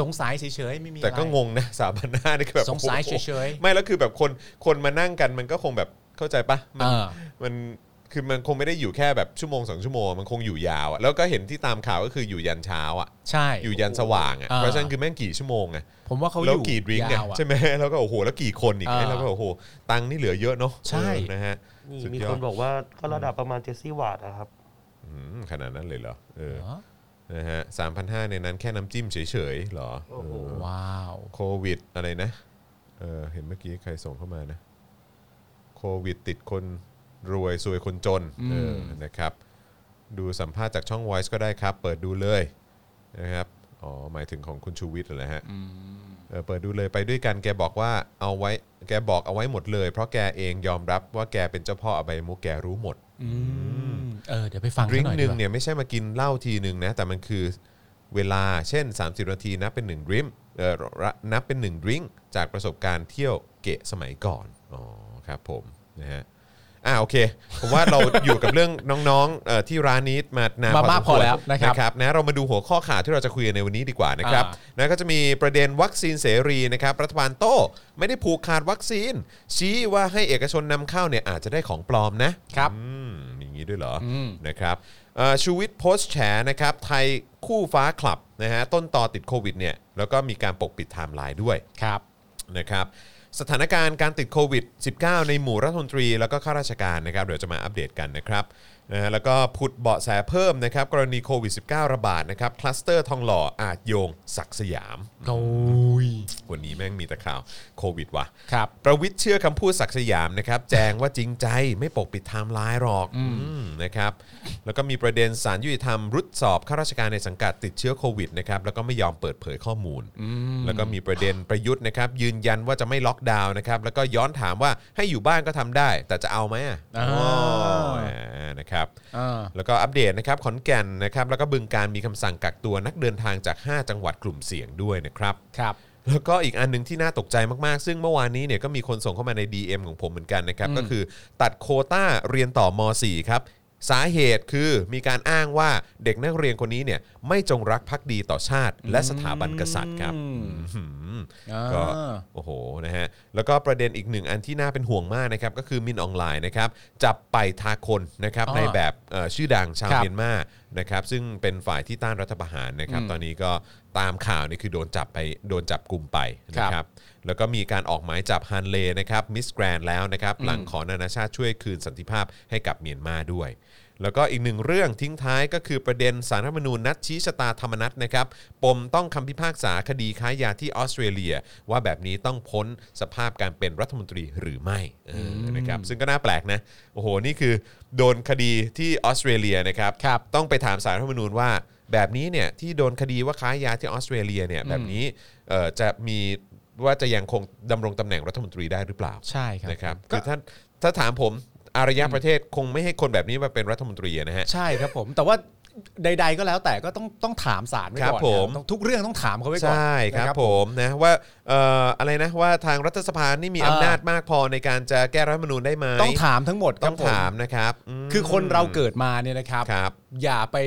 สงสัยเฉยๆไม่มี
แต่ก็
อะไร
งงนะสามพันห้านี่คือแบบ
สงสัย
โอ้โห
เฉยๆ
ไม่แล้วคือแบบคนคนมานั่งกันมันก็คงแบบเข้าใจปะมั
เอน อ
มันคือมันคงไม่ได้อยู่แค่แบบชั่วโมงสองชั่วโมงมันคงอยู่ยาวอะแล้วก็เห็นที่ตามข่าวก็คืออยู่ยันเช้าอะ
ใช่
อยู่ยันสว่างอะ
เออ
เพราะฉะนั้นคือแม่งกี่ชั่วโมงอะ
ผมว่าเขาอ
แล้ว
ยู่
กี่ดริงก์อะ
ยาวอะ
ใช่ไหม แล้วก็โอ้โหแล้วกี่คนอีก
เออ
แล้วก็โอ้โหตังค์นี่เหลือเยอะเนาะ
ใช่
เออนะฮะ
นี่
สุดยอด
มีคนบอกว่าก็ระดับประมาณเจสซี่วาดนะครับ
อืมขนาดนั้นเลยเหรอเออ
เหรอ
นะฮะสามพันห้าในนั้นแค่น้ำจิ้มเฉยๆเหรอ
โอ้โห
เออ
ว้าว
โควิดอะไรนะ เออเห็นเมื่อกี้ใครส่งเข้ามานะ โควิดติดคนรวยซวยคนจน
อืม
เออ นะครับ ดูสัมภาษณ์จากช่อง Voice ก็ได้ครับ เปิดดูเลยนะครับ อ๋อ หมายถึงของคุณชูวิทย์เหรอฮะ เออเปิดดูเลยไปด้วยกันแกบอกว่าเอาไว้แกบอกเอาไว้หมดเลย เพราะแกเองยอมรับว่าแกเป็นเจ้าพ่ออบายมุกแกรู้หมด
อืมเออ เดี๋ยวไปฟัง
ดริง
เขาหน่อย
หนึ่ง
ดีกว่า
เนี่ยไม่ใช่มากินเหล้าทีหนึ่งนะ แต่มันคือเวลาเช่น 30 นาทีนับเป็น1ดริมเออระนับเป็น1ดริงจากประสบการณ์เที่ยวเกะสมัยก่อน อ๋อครับผมนะฮะอ่าโอเค ผมว่าเรา อยู่กับเรื่อง น้องๆเอ่อที่ร้านนี้มานาน
มามากพอ
สควร
แล้วนะครับ
นะครับนะเรามาดูหัวข้อข่าวที่เราจะคุยกันในวันนี้ดีกว่านะครับ
อ่า
นะก็จะมีประเด็นวัคซีนเสรีนะครับรัฐบาลโต้ไม่ได้ผูกขาดวัคซีน ชี้ว่าให้เอกชนนำเข้าเนี่ยอาจจะได้ของปลอมนะครับ อืมอย่างนี้ด้วยเหรออ
ม
นะครับเอ่อชูวิทย์โพสต์แฉนะครับไทยคู่ฟ้าคลับ นะฮะต้นตอติดโควิดเนี่ยแล้วก็มีการปกปิดไทม์ไลน์ด้วย
ครับ
นะครับสถานการณ์การติดโควิด -19 ในหมู่รัฐมนตรี แล้วก็ข้าราชการนะครับเดี๋ยวจะมาอัปเดตกันนะครับนะฮะแล้วก็ผุดเบาะแสเพิ่มนะครับกรณีโควิด -19 ระบาดนะครับคลัสเตอร์ทองหล่ออาจโยงศักดิ์สยาม
โอ้ย
วันนี้แม่งมีแต่ข่าวโควิดว่ะ
ครับ
ประวิทย์เชื่อคำพูดศักดิ์สยามนะครับ แจงว่าจริงใจไม่ปกปิดไทม์ไลน์หรอกอืมนะครับ แล้วก็มีประเด็นสารยุติธรรมรุดสอบข้าราชการในสังกัดติดเชื้อโควิดนะครับแล้วก็ไม่ยอมเปิดเผยข้อมูล แล้วก็มีประเด็นประยุทธ์นะครับยืนยันว่าจะไม่ล็อกดาวน์นะครับแล้วก็ย้อนถามว่าให้อยู่บ้านก็ทำได้ แต่จะเอาไหมอ่ะ
อ่า
โอ้ยนะครับ
อ่า
แล้วก็อัปเดตนะครับขอนแก่นนะครับแล้วก็บึงการมีคำสั่งกักตัวนักเดินทางจาก 5 จังหวัดกลุ่มเสี่ยงด้วยนะครับ
ครับ
แล้วก็อีกอันหนึ่งที่น่าตกใจมาก ๆ ซึ่งเมื่อวานนี้เนี่ยก็มีคนส่งเข้ามาใน DM ของผมเหมือนกันนะครับ ก็คือตัดโควต้าเรียนต่อม .4 ครับ สาเหตุคือมีการอ้างว่าเด็กนักเรียนคนนี้เนี่ยไม่จงรักภักดีต่อชาติ และสถาบันกษัตริย์ครับ
อืม
อื้อหือ
อ่า
ก็โอ้โหนะฮะแล้วก็ประเด็นอีกหนึ่งอันที่น่าเป็นห่วงมากนะครับก็คือมินออนไลน์นะครับจับไปทาคนนะครับ
อ๋อ
ในแบบเอ่อชื่อดังชาว
ครับ
เมียนมานะครับซึ่งเป็นฝ่ายที่ต้านรัฐประหารนะครับ
อืม
ตอนนี้ก็ตามข่าวนี่คือโดนจับไปโดนจับกลุ่มไปนะค
ครั
รับบ แล้วก็มีการออกหมายจับฮันเลนะครับมิสแกรนแล้วนะครับหลังขอนานาชาติช่วยคืนสันติภาพให้กับเมียนมาด้วย แล้วก็อีกหนึ่งเรื่องทิ้งท้ายก็คือประเด็นสารรัฐธรรมนูญนัดชี้ชะตาธรรมนัตนะครับ ปมต้องคำพิพากษาคดีค้ายาที่ออสเตรเลีย ว่าแบบนี้ต้องพ้นสภาพการเป็นรัฐมนตรีหรือไม่เอออ
ม
นะครับซึ่งก็น่าแปลกนะ โอ้โห นี่คือโดนคดีที่ออสเตรเลียนะครับ ต้องไปถามสารรัฐธรรมนูญว่าแบบนี้เนี่ยที่โดนคดีว่าค้ายาที่ออสเตรเลียเนี่ยแบบนี้เอ่อจะมีว่าจะยังคงดำรงตำแหน่งรัฐมนตรีได้หรือเปล่า
ใช่ครับ
นะครับ
ก็
คือถ้าถ้าถามผมอารยะประเทศคงไม่ให้คนแบบนี้มาเป็นรัฐมนตรีอะนะฮะ
ใช่ครับผม แต่ว่าใด ๆ ก็แล้วแต่ก็ต้องต้องถามศาลไว้
ครั
ก่อน
บผม
นะต้องทุกเรื่องต้องถามเขาไว้ก่อน
ใช่ครับ
นะ
ผมนะว่าเอ่ออะไรนะว่าทางรัฐสภานี่มี
เอ่ออ
อำนาจมากพอในการจะแก้รัฐธรรมนูญได้ไหม
ต้องถามทั้งหมดครับ
ต้องถาม
ผ
นะครับม
มคือคนเราเกิดมาเนี่ยนะครับ
ครับ
อย่าไป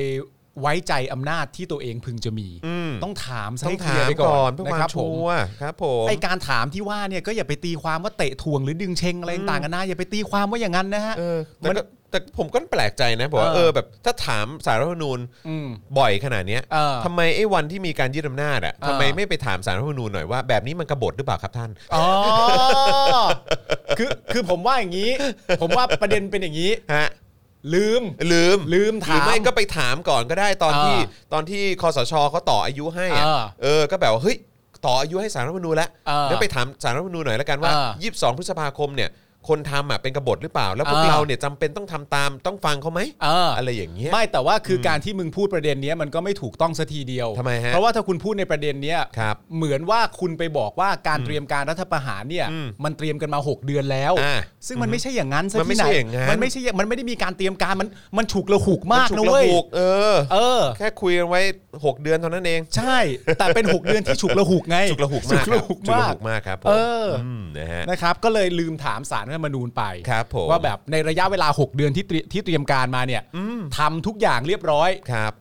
ไว้ใจอำนาซะให้เคลียร์ไปก่อนนาจที่ตัวเองพึงจะมี
อืม
ต้องถาม
ต้องถามก่อนเพื่อความชัวร์ครับผม
ไอการถามที่ว่าเนี่ยก็อย่าไปตีความว่าเตะทวงหรือดึงเชงอะไรต่างๆกันนะอย่าไปตีความว่าอย่างนั้นนะฮะ
เออแต่
มัน
ก็แต่ผมก็แปลกใจนะบอกว่า
เอ
เอ
อ
อแบบถ้าถามสารรัฐธรรมนูญ
อืม
บ่อยขนาดเนี้ย
เออ
ทำไมไอ้วันที่มีการยึดอำนาจอ่ะ
เออ
ทำไมไม่ไปถามสารรัฐธรรมนูญหน่อยว่าแบบนี้มันกบฏหรือเปล่าครับท่าน
อ๋อคือคือผมว่าอย่างนี้ ผมว่าประเด็นเป็นอย่างนี้
ฮะ
ลืม
ลืม
ลืมถาม
หรือไม่ก็ไปถามก่อนก็ได้ตอน
เออ
ที่ตอนที่คอสชเขาต่ออายุให้อะ
เออ
เออก็แบบว่าเฮ้ยต่ออายุให้สารรัฐธรรมนูญแล้ว
เออ
แล้วไปถามสารรัฐธรรมนูญหน่อยแล้วกันว่า
เอ
ยี่สิบสองพฤษภาคมเนี่ยคนทำอ่ะเป็นกบฏหรือเปล่า แล้วพวก
เออ
เราเนี่ยจำเป็นต้องทำตามต้องฟังเขาไหม
เออ
อะไรอย่างเงี้ย
ไม่แต่ว่าคือการที่มึงพูดประเด็นเนี้ยมันก็ไม่ถูกต้องสัทีเดียว
ทำไมฮะ
เพราะว่าถ้าคุณพูดในประเด็นเนี้ย
ครับ
เหมือนว่าคุณไปบอกว่าการเตรียมการรัฐประหารเนี่ย
อืม
มันเตรียมกันมา 6 เดือนแล้ว
อ่า
ซึ่งมันไม่ใช่อย่างนั้นซะ
มันไม่
ที่ไหน
ใช่อย่างนั้น
มันไม่ใช่อย่างมันไม่ได้มีการเตรียมการมันมันฉุกระหุกมากนะเว้ย
มัฉุกรหุกเออ
เออ
แค่คุยกันไว้ 6 เดือนเท่านั้นเอง
ใช่ แต่เป็น 6 เดือนที่ฉุกระหุก ไง
จุกระหุก
ฉุ
มากครับ
กระหุก
จุกระ
มาก
หุกมากครับผม
เอออื
มนะฮะ
นะครับ ก็เลยลืมถามสารรัฐธรรมนูญไป
ครับผม
ว่าแบบในระยะเวลา 6 เดือนที่เตรียที่เตรียมการมาเนี่ยทำทุกอย่างเรียบร้อย
ครับ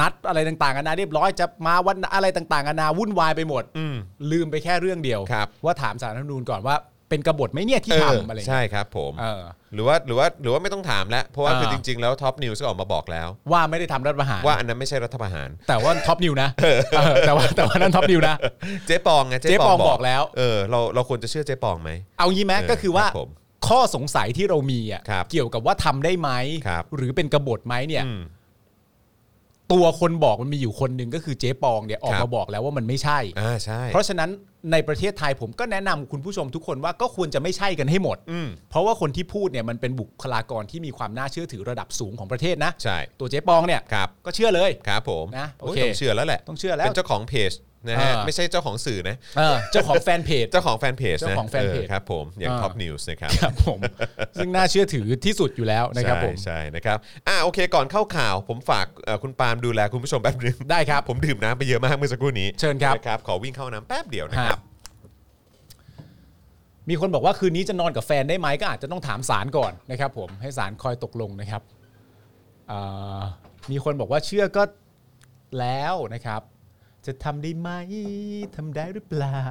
นัดอะไรต่างๆกันานาเรียบร้อยจะมาวันอะไรต่างๆกันานาวุ่นวายไปหมด
อืม
ลืมไปแค่เรื่องเดียว
ครับ
ว่าถามสารรัฐธรรมนูญก่อนว่าเป็นกบฏไหมเนี่ยที่
เออ
ทำอะไรอย่างเงี้ย
ใช่ครับผม
เออ
หรือว่าหรือว่าหรือว่าไม่ต้องถามแล้ว เพราะว่า
อ่า
คือจริง ๆ แล้วท็อปนิวส์ก็ออกมาบอกแล้ว
ว่าไม่ได้ทำรัฐประหาร
ว่าอันนั้นไม่ใช่รัฐประหาร
แต่ว่าท็อปนิวนะเออแต่ว่าแต่ว่านั่นท็อปนิวนะ
เจ๊ปองไง
เจ๊ปองบอกแล้ว
เออเราเราควรจะเชื่อเจ๊ปองไหม
เอางี้ไหม
เออ
ก็คือว่า
ครับผม
ข้อสงสัยที่เรามีอ่ะ
ครับ
เกี่ยวกับว่าทำได้ไหม
ครับ
หรือเป็นกบฏไหมเนี่ย
อืม
ตัวคนบอกมันมีอยู่คนหนึ่งก็คือเจ๊ปองเนี่ยออก
ครั
มา
บ
บอกแล้วว่ามันไม่ใช่
อ่าใช่
เพราะฉะนั้นในประเทศไทยผมก็แนะนำคุณผู้ชมทุกคนว่าก็ควรจะไม่ใช่กันให้หมด
อืม
เพราะว่าคนที่พูดเนี่ยมันเป็นบุคลากรที่มีความน่าเชื่อถือระดับสูงของประเทศนะ
ใช่
ตัวเจ๊ปองเนี่ย
ครับ
ก็เชื่อเลย
ครับผม
นะโอ
โอ้ย
เค
ต้องเชื่อแล้วแหละ
ต้องเชื่อแล้ว
เป็นเจ้าของเพจนะฮะ
เออ
ไม่ใช่เจ้าของสื่อนะ
เออเจ้าของแฟนเพจ
เจ้าของแฟนเพจนะ
เจ้าของแฟนเพจ
ครับผมอย่าง
เออ
ท็อปนิวส์นะครับ
ครับผม ซึ่งน่าเชื่อถือที่สุดอยู่แล้วนะครับผม
ใช่ใช่นะครับอ่าโอเคก่อนเข้าข่าวผมฝากเอ่อคุณปาล์มดูแลคุณผู้ชมแป๊บนึง
ได้ครับ
ผมดื่มน้ำไปเยอะมากเมื่อสักครู่นี้
เชิญครับ
นะครับขอวิ่งเข้าน้ำแป๊บเดียวนะครับ
มีคนบอกว่าคืนนี้จะนอนกับแฟนได้ไหมก็อาจจะต้องถามศาลก่อนนะครับผมให้ศาลคอยตกลงนะครับเอ่อมีคนบอกว่าเชื่อก็แล้วนะครับ จะทำได้ไหมทำได้หรือเปล่า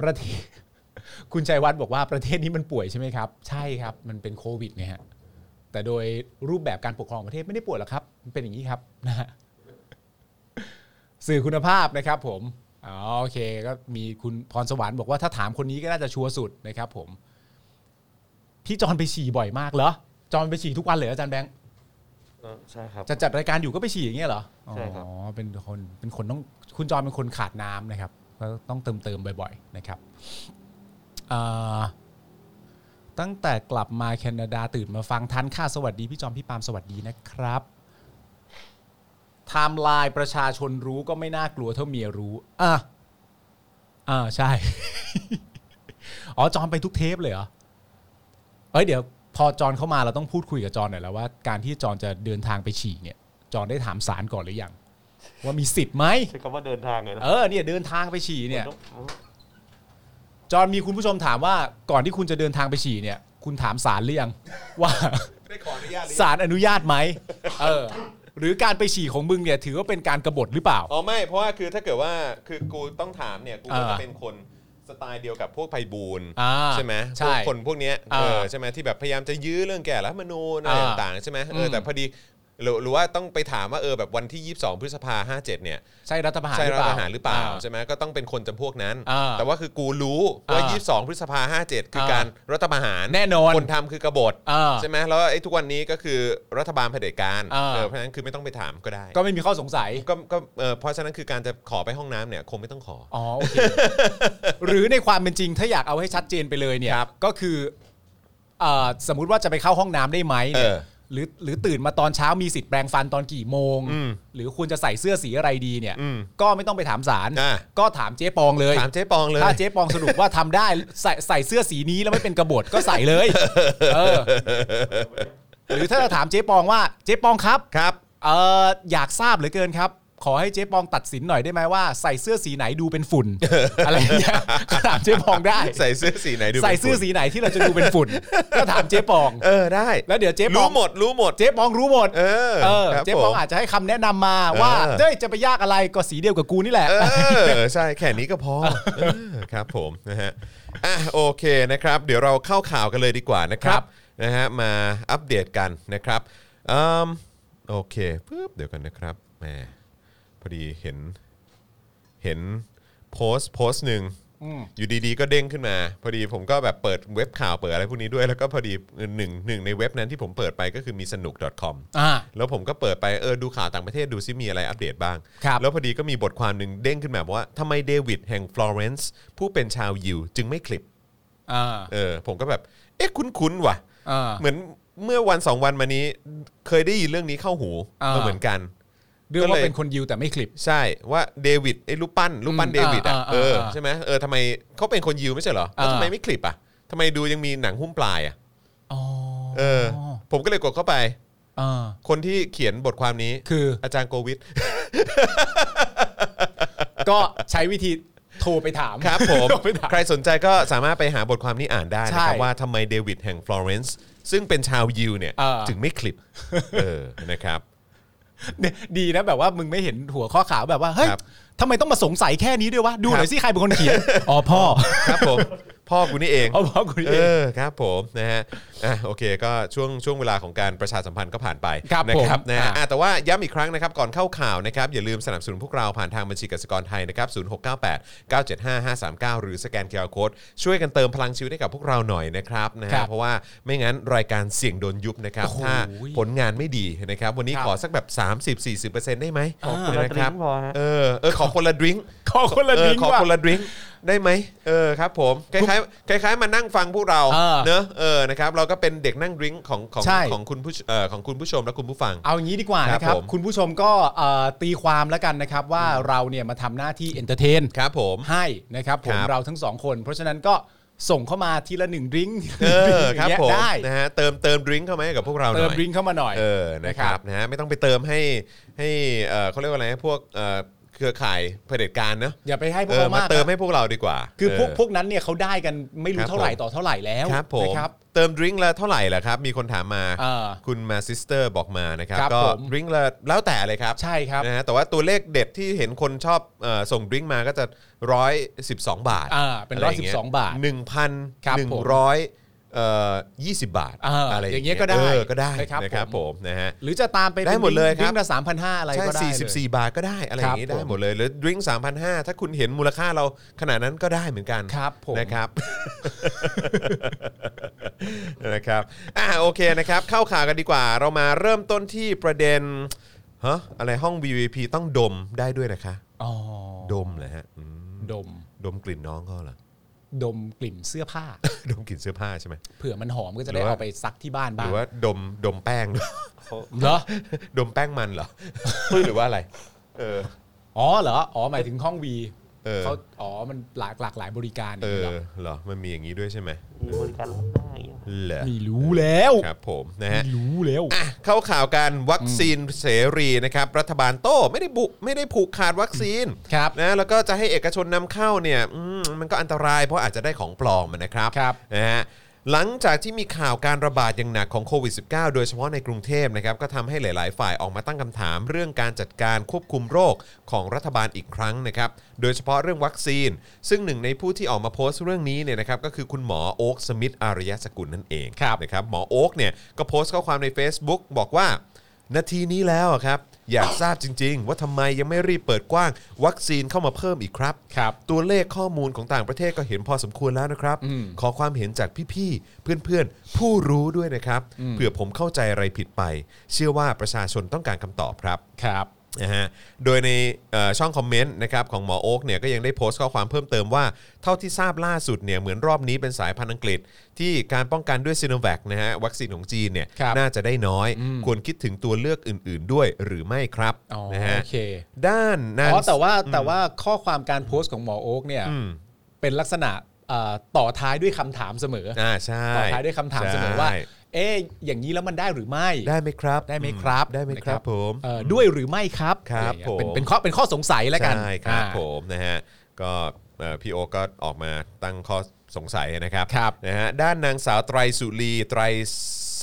ประเทศ คุณชัยวัฒน์บอกว่าประเทศนี้มันป่วยใช่ไหมครับ ใช่ครับ มันเป็นโควิดเนี่ยฮะแต่โดยรูปแบบการปกครองของประเทศไม่ได้ป่วยหรอกครับ มันเป็นอย่างนี้ครับนะฮะ สื่อคุณภาพนะครับผมอ๋อโอเคก็มีคุณพรสวรรค์บอกว่าถ้าถามคนนี้ก็น่าจะชัวร์สุดนะครับผม พี่จอนไปฉี่บ่อยมากเหรอจอนไปฉี่ทุกวันเลยอาจารย์แบงค์
เออใช่ครับ
จะจัดรายการอยู่ก็ไปฉี่อย่างเงี้ยเหรอ
ใช่ครับ
อ๋อเป็นคนเป็นคนต้องคุณจอนเป็นคนขาดน้ำนะครับก็ต้องเติมเติมๆบ่อย ๆ นะครับอ่าตั้งแต่กลับมาแคนาดาตื่นมาฟังทันค่าสวัสดีพี่จอมพี่ปาล์มสวัสดีนะครับ ไทม์ไลน์ประชาชนรู้ก็ไม่น่ากลัวเท่าเมียรู้ อ่ะ อ่าใช่ อ๋อ จอนไปทุกเทปเลยเหรอ เอ้ยเดี๋ยว พอจอนเข้ามาเราต้องพูดคุยกับจอนหน่อยแล้วว่าการที่จอนจะเดินทางไปฉี่เนี่ย จอนได้ถามสารก่อนหรือยัง ว่ามีสิทธิ์ไหม
ใช้คำว่าเดินทางเลยนะ
เออเนี่ยเดินทางไปฉี่เนี่ย
ต้อง
จอนมีคุณผู้ชมถามว่าก่อนที่คุณจะเดินทางไปฉี่เนี่ย คุณถามสารหรือยังว่า
ได้ขออนุญาตหรือ
สารอนุญาตไหมเออ หรือการไปฉี่ของมึงเนี่ย ถือว่าเป็นการกบฏหรือเปล่า
อ๋อไม่เพราะว่าคือถ้าเกิดว่าคือกูต้องถามเนี่ยกูก็
อ่า
จะเป็นคนสไตล์เดียวกับพวกไพบูลย์
อ่า
ใช่ไหม
ใช่
พวกคนพวกเนี้ย
อ่า
เออใช่ไหมที่แบบพยายามจะยื้อเรื่องแก่รัฐธรรมนูญอะไร
อ่า
ต่างๆใช่ไหมเอออ
ม
แต่พอดีหรือหรือว่าต้องไปถามว่าเออแบบวันที่ 22 พฤษภา57เนี่ย
ใช่รัฐประหาร
ใช่
หรือ
รั
เป
ฐป
ล่า
ระหารหรือเปล่า
า
ใช่ไหมก็ต้องเป็นคนจำพวกนั้น
อ่า
แต่ว่าคือกูรู้ว่า
อ่า
22 พฤษภา57 คืออา การรัฐประหาร
แน่นอน
คนทำคือกบฏ
อ่า
ใช่ไหมแล้วไอ้ทุกวันนี้ก็คือรัฐบาลเผด็จการ
อ่า
เออเพราะฉะนั้นคือไม่ต้องไปถามก็ได้
ก็ไม่มีข้อสงสัย
ก็ก็เออเพราะฉะนั้นคือการจะขอไปห้องน้ำเนี่ยคงไม่ต้องขอ
อ๋อโอเค หรือในความเป็นจริงถ้าอยากเอาให้ชัดเจนไปเลยเนี่ย
ครับ
ก็คือเอ่อสมมุติว่าจะไปเข้าห้องน้ำได้ไหมเนี่ย
เออ
หรือหรือตื่นมาตอนเช้ามีสิทธิ์แปรงฟันตอนกี่โมง
อืม
หรือควรจะใส่เสื้อสีอะไรดีเนี่ย
อืม
ก็ไม่ต้องไปถามศาล
อ่ะ
ก็ถามเจ๊ปองเลย
ถามเจ๊ปองเลย
ถ้าเจ๊ปองสรุปว่าทำได้ใส่ใส่เสื้อสีนี้แล้วไม่เป็นกบฏก็ใส่ เลยเออหรือถ้าจะถามเจ๊ปองว่าเจ๊ปองครับ
ครับ
เอออยากทราบเหลือเกินครับ ขอให้เจ๊ปองตัดสินหน่อยได้ไหมว่าใส่เสื้อสีไหนดูเป็น ฝุ่น อะไรอย่างเงี้ยก็ถามเจ๊ปองได้
ใส่เสื้อสีไหนดู
ใส่เสื้อสีไหนที่เราจะดูเป็น ฝุ่น ก็ถามเจ๊ปอง
เออได้
แล้วเดี๋ยวเจ๊ปอ
รู้
ง
หมดรู้หมด
เจ๊ปองรู้หมด
เออ
เออ
ครับ
เจ๊ปอง
ผม
อาจจะให้คำแนะนำมาว่า
เออ
เฮ้ยจะไปยากอะไรก็สีเดียวกับกูนี่แหละ
เออ ใช่แค่นี้ก็พอเออครับผมนะฮะอ่ะโอเคนะครับ เดี๋ยวเราเข้าข่าวกันเลยดีกว่านะครั
ครับ บ
นะฮะมาอัปเดตกันนะครับอืมโอเคปึ๊บเดี๋ยวกันนะครับแหมพอดีเห็นเห็นโพสต์โพสต์หนึ่งอยู่ดีๆ ก็เด้งขึ้นมา พอดีผมก็แบบเปิดเว็บข่าวเปิดอะไรพวกนี้ด้วยแล้วก็พอดีหนึ่งหนึ่งในเว็บนั้นที่ผมเปิดไปก็คือมีสนุก .com
อ่า
แล้วผมก็เปิดไปเออดูข่าวต่างประเทศดูซิมีอะไรอัปเดตบ้าง
ครับ
แล้วพอดีก็มีบทความหนึ่งเด้งขึ้นมาบอกว่าทำไมเดวิดแห่งฟลอเรนซ์ผู้เป็นชาวยิวจึงไม่คลิป
อ่า
เออผมก็แบบ เอ๊ะคุ้นๆว่ะ
อ่า
เหมือนเมื่อวันสองวันมานี้ เคยได้ยินเรื่องนี้เข้าหู
อ่าม
มาเหมือนกัน
เรื่อง
ก็
ว่า
เลย
เป็นคนยิวแต่ไม่คลิป
ใช่ว่าเดวิดไอ้รูปปั้นรูปปั้น
อืม
เดวิดอ่ะ
อ่าอ่า
เออ
อ่า
ใช่ไหมเออทำไมเขาเป็นคนยิวไม่ใช่เหรอแล้ว
อ่า
ทำไมไม่คลิปอ่ะทำไมดูยังมีหนังหุ้มปลายอ่ะ
อ๋อ
เออ ผมก็เลยกดเข้าไป
อ่า
คนที่เขียนบทความนี้
คือ
อาจารย์โกวิท
ก็ใช้วิธีโทรไปถาม
ครับผม
โทร ไปถาม
ใครสนใจก็สามารถไปหาบทความนี้อ่านได้นะครับ
ใช่
ว่าทำไมเดวิดแห่งฟลอเรนซ์ซึ่งเป็นชาวยิวเนี่ย
เออ
ถึงไม่คลิป เออนะครับ
เนี่ยดีนะแบบว่ามึงไม่เห็นหัวข้อข่าวแบบว่าเฮ้ย
ครับ
ทำไมต้องมาสงสัยแค่นี้ด้วยวะดูห
ค
น่อ
รั
ย
บ
สิใครเป็นคนเขียน อ๋อพ่อ
ครับผม พ่อกูนี่เอง
อ๋อพ่อกูนี่เอง
อครับผมนะฮะอ่ะโอเคก็ช่วงช่วงเวลาของการประชาสัมพันธ์ก็ผ่านไป
ครับ
นะ
ผม
นะฮะ
อ่ะ
อ่ะแต่ว่าย้ำอีกครั้งนะครับ ก่อนเข้าข่าวนะครับ อย่าลืมสนับสนุนพวกเราผ่านทางบัญชีกสิกรไทยนะครับศูนย์หกเก้หรือสแกนเคอร์โค้ดช่วยกันเติมพลังชีวิตให้กับพวกเราหน่อยนะครับนะ
ครั
ฮะ
บ
เพราะว่าไม่งั้นรายการเสี่ยงโดนยุบนะครับ
โอ้โห
ถ้าผลงานไม่ดีนะครับ วันนี้
ครับ
ขอสักแบบ 30-40%ได้ไหม
ขอคนละ
นะ
ดริ้งก์พอฮะ
เออเออขอคนละดริง
ขอคนละ
เออ
ลิงก์
ขอ
ว่า
คนละดริงก์ได้ไหมเออครับผมคล้ายๆคล้ายๆมานั่งฟังพวกเรา
เออ
เนอะเออนะครับเราก็เป็นเด็กนั่งดริงก์ของของ
ใช่
ของคุณผู้ชเอ่อของคุณผู้ชมและคุณผู้ฟัง
เอาอย่างนี้ดีกว่า
ครับ
นะครับ
ผม
คุณผู้ชมก็เอ่อตีความแล้วกันนะครับ ว่าเราเนี่ยมาทำหน้าที่เอนเตอร์เทน
ครับผม
ให้นะครับผม
ครับ
เราทั้งสองคน เพราะฉะนั้นก็ส่งเข้ามาทีละหนึ่งดริงก์
เออ ครับผม
ได้
นะฮะเติมเติมดริงก์เข้ามาให้กับพวกเราหน่อย
เติมดริงก์เข้ามาหน่อย
เออนะครับนะฮะไม่ต้องไปเติมให้ให้เอ่อเขาเรียกว่าอะไรนะพวกเอ่อเครือข่ายเผด็จการเนอะ
อย่าไปให้พ
เออ
วก
มาม
เขาาก
เติม
นะ
ให้พวกเราดีกว่า
คือพวก
เ
พวกนั้นเนี่ยเขาได้กันไม่รู้
ครับ
เท่าไหร่
ผม
ต่อเท่าไหร่แล้ว
ครับผม
นะครับ
เติมดริงก์ละเท่าไหร่ล่ะครับ มีคนถามมา
เออ
คุณมาซิสเตอร์บอกมานะครับ
ครับ
ก็
ผม
ดริงก์ละแล้วแต่เลยครับ
ใช่ครับ
นะฮะแต่ว่าตัวเลขเด็ดที่เห็นคนชอบเอ่อส่งดริงก์มาก็จะ 112 บาท
อ่าเป็น
อะไรย่างเงี้ย
112บาท
1,000
ครับ
หนึ่ง
ผม
ร้อย เอ่อยี่สิบบาท
เออ
อะไร
อย่างเงี้ยก็ได้
เออก็ได้
นะครับ
นะครับ
ผ
ผม มนะฮะ
หรือจะตามไป
ได้หมดเลยครับ
วิ่งละสามพันห้าอะไร
ใช่
ก็ได้
สี่
เล
สิบ
ย
สี่บาทก็ได้อะไรอย่างงี้
ครับ
ได้
ผม
หมดเลย หรือดริงก์สามพันห้าถ้าคุณเห็นมูลค่าเราขนาดนั้นก็ได้เหมือนกัน
ครับผม
นะครับ นะครับ อ่าโอเคนะครับ เข้าข่าวกันดีกว่า เรามาเริ่มต้นที่ประเด็นฮะอะไรห้อง VVP ต้องดมได้ด้วยนะคะ
อ๋อ
ดมเหรอฮะอืม
ดม
ดมกลิ่นน้องเขาเหรอ
ดมกลิ่นเสื้อ ผ้า
ดมกลิ่นเสื้อผ้าใช่ไหม
เผื่อมันหอมก็จะ
หรื
ได้
อว่า
เอาไปซักที่บ้าน
ห
บ้า
รื
ง
อว่าดมดมแป้ง
เหรอ
ดมแป้งมันเหรอ หรือว่าอะไร เออ
อ๋อเหรออ๋อหมายถึงห้องวี
เออ
เขาอ๋อมันหลากหลากหลายบริการ
เออ
หรอ
เหรอ มันมีอย่างนี้ด้วยใช่ไหม
มีบริการล้างหน้าอย่างเงี้ย
เหรอ
ไมีรู้แล้ว
ครับผมนะฮะ
ไมีรู้แล้ว
อ่ะเข้าข่าวการวัคซีนเสรีนะครับ รัฐบาลโต้ไม่ได้บุไม่ได้ผูกขาดวัคซีน
ครับ
นะแล้วก็จะให้เอกชนนำเข้าเนี่ยอืมมันก็อันตรายเพราะอาจจะได้ของปลอมอะนะครับ
ครับ
นะฮะหลังจากที่มีข่าวการระบาดอย่างหนักของโควิด -19 โดยเฉพาะในกรุงเทพนะครับก็ทำให้หลาย ๆ ฝ่ายออกมาตั้งคำถาม เรื่องการจัดการควบคุมโรคของรัฐบาลอีกครั้งนะครับโดยเฉพาะเรื่องวัคซีน ซึ่งหนึ่งในผู้ที่ออกมาโพสต์เรื่องนี้เนี่ยนะครับก็คือคุณหมอโอ๊คสมิธอารยสกุลนั่นเอง
ครับ
นะครับหมอโอ๊คเนี่ยก็โพสต์ข้อความใน Facebook บอกว่า นาทีนี้แล้วอะครับ อยากทราบจริง ๆ ว่าทำไมยังไม่รีบเปิดกว้าง วัคซีนเข้ามาเพิ่มอีกครับ
ครับ
ตัวเลขข้อมูลของต่างประเทศก็เห็นพอสมควรแล้วนะครับ
อืม
ขอความเห็นจากพี่ๆ เพื่อนๆ ผู้รู้ด้วยนะครับ
อืม
เผื่อผมเข้าใจอะไรผิดไป เชื่อว่าประชาชนต้องการคำตอบครับ
ครับ
นะฮะ โดยในเอ่อช่องคอมเมนต์นะครับของหมอโอ๊กเนี่ยก็ยังได้โพสต์ข้อความเพิ่มเติมว่า เท่าที่ทราบล่าสุดเนี่ยเหมือนรอบนี้เป็นสายพันธุ์อังกฤษ ที่การป้องกันด้วยซีโนแวคนะฮะวัคซีนของจีนเนี่ย
ครับ
น่าจะได้น้อย
อืม
ควรคิดถึงตัวเลือกอื่นๆด้วยหรือไม่ครับ
อ๋อ
นะฮะ
โอเค
ด้านนา
อ๋
น
อแต่ว่าแต่ว่าข้อความการโพสต์ของหมอโอ๊กเนี่ย
อืม
เป็นลักษณะเอ่อต่อท้ายด้วยคำถามเสมอ
อ่าใช่
ต่อท้ายด้วยคำถามเสมอว่า
ใช่
เอ๊ะอย่างนี้แล้วมันได้หรือไม่
ได้ไหมครับ
ได้ไหมครับ
ได้ไหม
นะครับ
ผม
เอ่อด้วยหรือไม่ครับ
ครับ
อะไอย่า
ผ
งเงี้ย
ม
เป็นเป็นข้อเป็นข้อสงสัยแล้วกัน
ใช่ครับ
อ่า
ผมนะฮะก็เอ่อพี่โอคก็ออกมาตั้งข้อสงสัยนะครับ
ครับ
นะฮะด้านนางสาวไตรสุรีไตร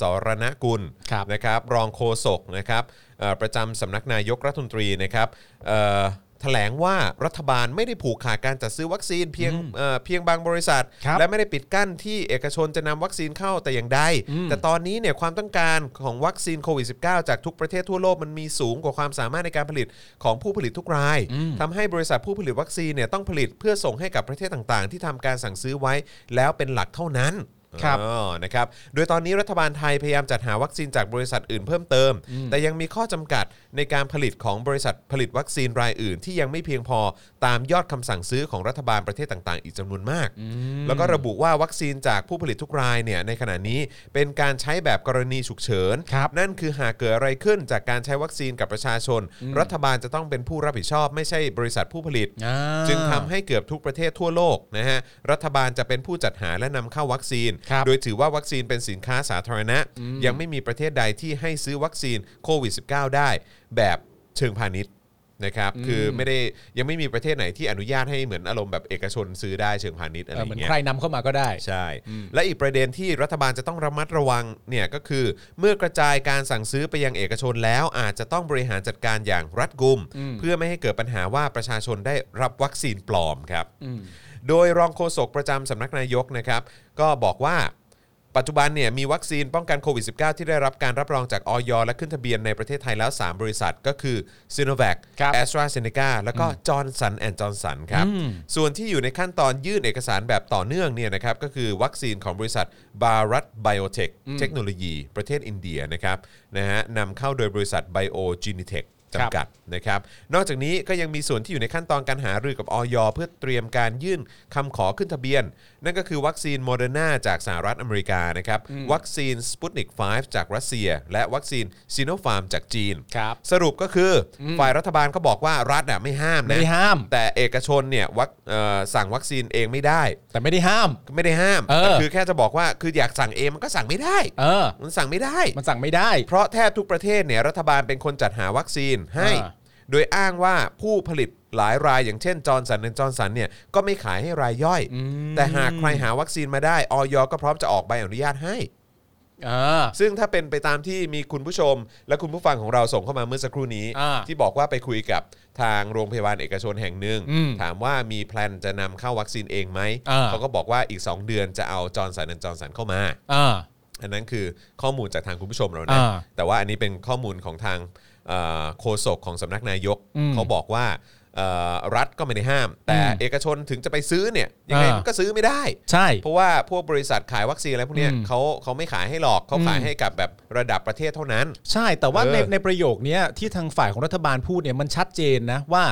สรณกุล
ครับ
นะครับรองโฆษกนะครับเอ่อประจำสำนักนายกรัฐมนตรีนะครับเอ่อแถลงว่ารัฐบาลไม่ได้ผูกขาดการจัดซื้อวัคซีนเพียงเอ่อเพียงบางบริษัท
ครับ
และไม่ได้ปิดกั้นที่เอกชนจะนำวัคซีนเข้าแต่อย่างใดแต่ตอนนี้เนี่ยความต้องการของวัคซีนโควิด -19 จากทุกประเทศทั่วโลกมันมีสูงกว่าความสามารถในการผลิตของผู้ผลิตทุกรายทำให้บริษัทผู้ผลิตวัคซีนเนี่ยต้องผลิตเพื่อส่งให้กับประเทศต่างๆ ที่ทำการสั่งซื้อไว้แล้วเป็นหลักเท่านั้น
ครับ
อ๋อนะครับโดยตอนนี้รัฐบาลไทยพยายามจัดหาวัคซีนจากบริษัทอื่นเพิ่มเติม แต่ยังมีข้อจำกัดในการผลิตของบริษัทผลิตวัคซีนรายอื่น ที่ยังไม่เพียงพอตามยอดคำสั่งซื้อของรัฐบาลประเทศต่าง ๆ อีกจำนวนมาก
ม
แล้วก็ระบุว่าวัคซีนจากผู้ผลิตทุกรายเนี่ยในขณะนี้เป็นการใช้แบบกรณีฉุกเฉิน
ครับ
นั่นคือหากเกิดอะไรขึ้นจากการใช้วัคซีนกับประชาชน รัฐบาลจะต้องเป็นผู้รับผิดชอบ ไม่ใช่บริษัทผู้ผลิต
อ่า
จึงทำให้เกือบทุกประเทศทั่วโลกนะฮะรัฐบาลจะเป็นผู้จัดหาและนำเข้าวัคซีน
ครับ
โดยถือว่าวัคซีนเป็นสินค้าสาธารณะ ยังไม่มีประเทศใดที่ให้ซื้อวัคซีนโควิด -19 ได้ แบบเชิงพาณิชย์นะครับ
อืม
คือไม่ได้ยังไม่มีประเทศไหนที่อนุญาตให้เหมือนอารมณ์แบบเอกชนซื้อได้เชิงพาณิชย์อะไรอ
เออย่าง เหมือน
เงี้ย
ใครนำเข้ามาก็ได้
ใช่ และอีกประเด็นที่รัฐบาลจะต้องระมัดระวังเนี่ยก็คือ เมื่อกระจายการสั่งซื้อไปยังเอกชนแล้วอาจจะต้องบริหารจัดการอย่างรัดกุม
อืม
เพื่อไม่ให้เกิดปัญหาว่าประชาชนได้รับวัคซีนปลอมครับ
อืม
โดยรองโฆษกประจำสำนักนายกนะครับ ก็บอกว่าปัจจุบันเนี่ยมีวัคซีนป้องกันโควิด -19 ที่ได้รับการรับรองจากออยและขึ้นทะเบียนในประเทศไทยแล้ว 3 บริษัทก็คือ s i n o v a c
ครับ
a s t r a z e ซ e c a แล้วก็ Johnson Johnson ครับ
อืม
ส่วนที่อยู่ในขั้นตอนยื่นเอกสารแบบต่อเนื่องเนี่ยนะครับก็คือวัคซีนของบริษัทบารัตไบโอเทคเทคโนโลยีประเทศอินเดียนะครับนะฮะนำเข้าโดยบริษัทไบโอจีนิเทคจำกัดนะครับนอกจากนี้ก็ยังมีส่วนที่อยู่ในขั้นตอนการหารือกับออยเพื่อเตรียมการยื่นคำขอขึ้นทะเบียน นั่นก็คือวัคซีนโมเดอร์นาจากสหรัฐอเมริกานะครับวัคซีนสปุตนิก 5 จากรัสเซีย และวัคซีนซีโนฟาร์มจากจีน
ครับ
สรุปก็คืออฝ่ายรัฐบาลก็บอกว่ารัฐน่ะไม่ห้ามนะ
ไม่ได้ห้าม
แต่เอกชนเนี่ยวัคเอ่อสั่งวัคซีนเองไม่ได้
แต่ไม่ได้ห้าม
ไม่ได้ห้าม
เออ
แต่คือแค่จะบอกว่าคืออยากสั่งเองมันก็สั่งไม่ได้
เออ
มันสั่งไม่ได้
มันสั่งไม่ได้
เพราะแทบทุกประเทศเนี่ยรัฐบาลเป็นคนจัดหาวัคซีนให้
อ่า
โดยอ้างว่าผู้ผลิตหลายรายอย่างเช่นจอร์นสันและจอร์นสันเนี่ยก็ไม่ขายให้รายย่อย แต่หากใครหาวัคซีนมาได้ออยก็พร้อมจะออกใบอนุญาตให้
เออ
ซึ่งถ้าเป็นไปตามที่มีคุณผู้ชม และคุณผู้ฟังของเราส่งเข้ามาเมื่อสักครู่นี้
อ่า
ที่บอกว่าไปคุยกับทางโรงพยาบาลเอกชนแห่งหนึ่ง
อืม
ถามว่ามีแพลนจะนำเข้าวัคซีนเองไหม
อ่า
เขาก็บอกว่าอีก 2 เดือนจะเอาจอร์นสันและจอร์นสันเข้ามา
อ่า
อันนั้นคือข้อมูลจากทางคุณผู้ชมเรานะ
อ่า
แต่ว่าอันนี้เป็นข้อมูลของทางเอ่อโฆษกของสำนักนายก
อืม
เขาบอกว่าเอ่อรัฐก็ไม่ได้ห้าม แต่
อืม
เอกชนถึงจะไปซื้อเนี่ยยังไง
อ่ามั
มันก็ซื้อไม่ได้
ใช่
เพราะว่าพวกบริษัทขายวัคซีนอะไรพวกเนี้ย
อืม
เขาเขาไม่ขายให้หรอกเขาขาย
อืม
ให้กับแบบระดับประเทศเท่านั้น
ใช่ แต่ว่า
เออ
ในในประโยคเนี้ยที่ทางฝ่ายของรัฐบาลพูดเนี่ยมันชัดเจนนะว่า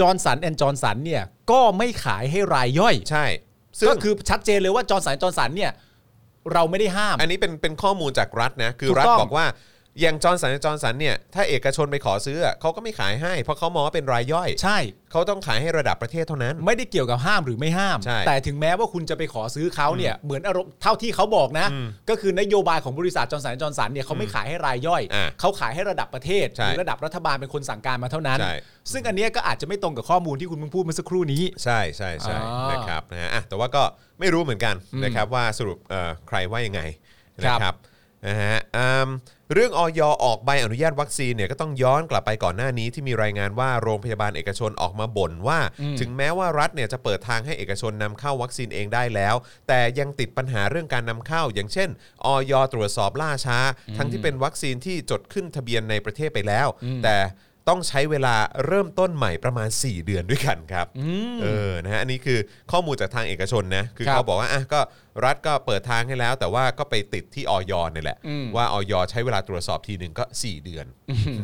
จอร์นสันแอนจอร์นสันเนี่ยก็ไม่ขายให้รายย่อย
ใช่ ซึ่
ก็
ง
คือชัดเจนเลยว่าจอร์นสันจอร์นสันเนี่ยเราไม่ได้ห้าม
อันนี้เป็นเป็นข้อมูลจากรัฐนะคือ
ถูก
รัฐ
ต้อง
บอกว่าอย่างจอร์นสันจอร์นสันเนี่ยถ้าเอกชนไปขอซื้ออะเขาก็ไม่ขายให้ เพราะเขามองว่าเป็นรายย่อย
ใช่
เขาต้องขายให้ระดับประเทศเท่านั้น
ไม่ได้เกี่ยวกับห้ามหรือไม่ห้าม
ใช่
แต่ถึงแม้ว่าคุณจะไปขอซื้อเขาเนี่ยเหมือนอารมณ์เท่าที่เขาบอกนะ
อืม
ก็คือนโยบายของบริษัทจอร์นสันจอร์นสันเนี่ยเขาไม่ขายให้รายย่อย
อ่ะ
เขาขายให้ระดับประเทศ
ใช่
หรือระดับรัฐบาลเป็นคนสั่งการมาเท่านั้น
ใช่
ซึ่งอันเนี้ยก็อาจจะไม่ตรงกับข้อมูลที่คุณเพิ่งพูดเมื่อสักครู่นี้
ใช่ใช่ใช่
อ่าน
นะครับนะฮะอ่ะแต่ว่าก็ไม่รู้เหมือนกัน
อืม
นะครับว่าสรุปเอ่อใครว่ายังไง
ค
นะ
รับ
ครับนะฮะอืมเรื่องออยออกใบอนุญาตวัคซีนเนี่ยก็ต้องย้อนกลับไปก่อนหน้านี้ที่มีรายงานว่าโรงพยาบาลเอกชนออกมาบ่นว่า
อืม
ถึงแม้ว่ารัฐเนี่ยจะเปิดทางให้เอกชนนำเข้าวัคซีนเองได้แล้ว แต่ยังติดปัญหาเรื่องการนำเข้า อย่างเช่นออยตรวจสอบล่าช้า ทั้งที่เป็นวัคซีนที่จดขึ้นทะเบียนในประเทศไปแล้ว
อืม
แต่ต้องใช้เวลาเริ่มต้นใหม่ประมาณ 4 เดือนด้วยกันครับ
อืม
เออ นะฮะ อันนี้คือข้อมูลจากทางเอกชนนะ คือ
ครับ
เขาบอกว่า อ่ะ ก็รัฐก็เปิดทางให้แล้ว แต่ว่าก็ไปติดที่ออยนี่แหละ
อืม
ว่าออยใช้เวลาตรวจสอบทีหนึ่งก็ 4 เดือน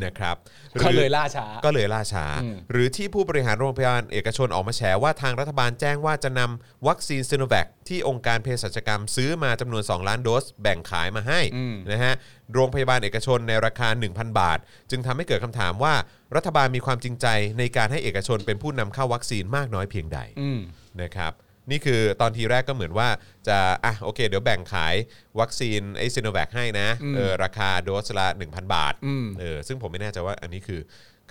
นะครับ
ก็
ห
เลย
รือ
ล่าช้า
ก็เลยล่าช้า
อืม
หรือที่ผู้บริหารโรงพยาบาลเอกชนออกมาแฉว่าทางรัฐบาลแจ้งว่าจะนำวัคซีนซ i โนแวคที่องค์การเภสัชกรรมซื้อมาจำนวน 2 ล้านโดส แบ่งขายมาให้
อืม
นะฮะโรงพยาบาลเอกชนในราคา 1,000 บาท จึงทำให้เกิดคำถามว่ารัฐบาลมีความจริงใจในการให้เอกชนเป็นผู้นำเข้าวัคซีนมากน้อยเพียงใด
อืม
นะครับนี่คือตอนทีแรกก็เหมือนว่าจะอ่ะโอเค เดี๋ยวแบ่งขายวัคซีนไอซิโนแวคให้นะ
อืม
เออราคาโดสละ 1,000 บาท
อืม
เออซึ่งผมไม่แน่ใจว่าอันนี้คือ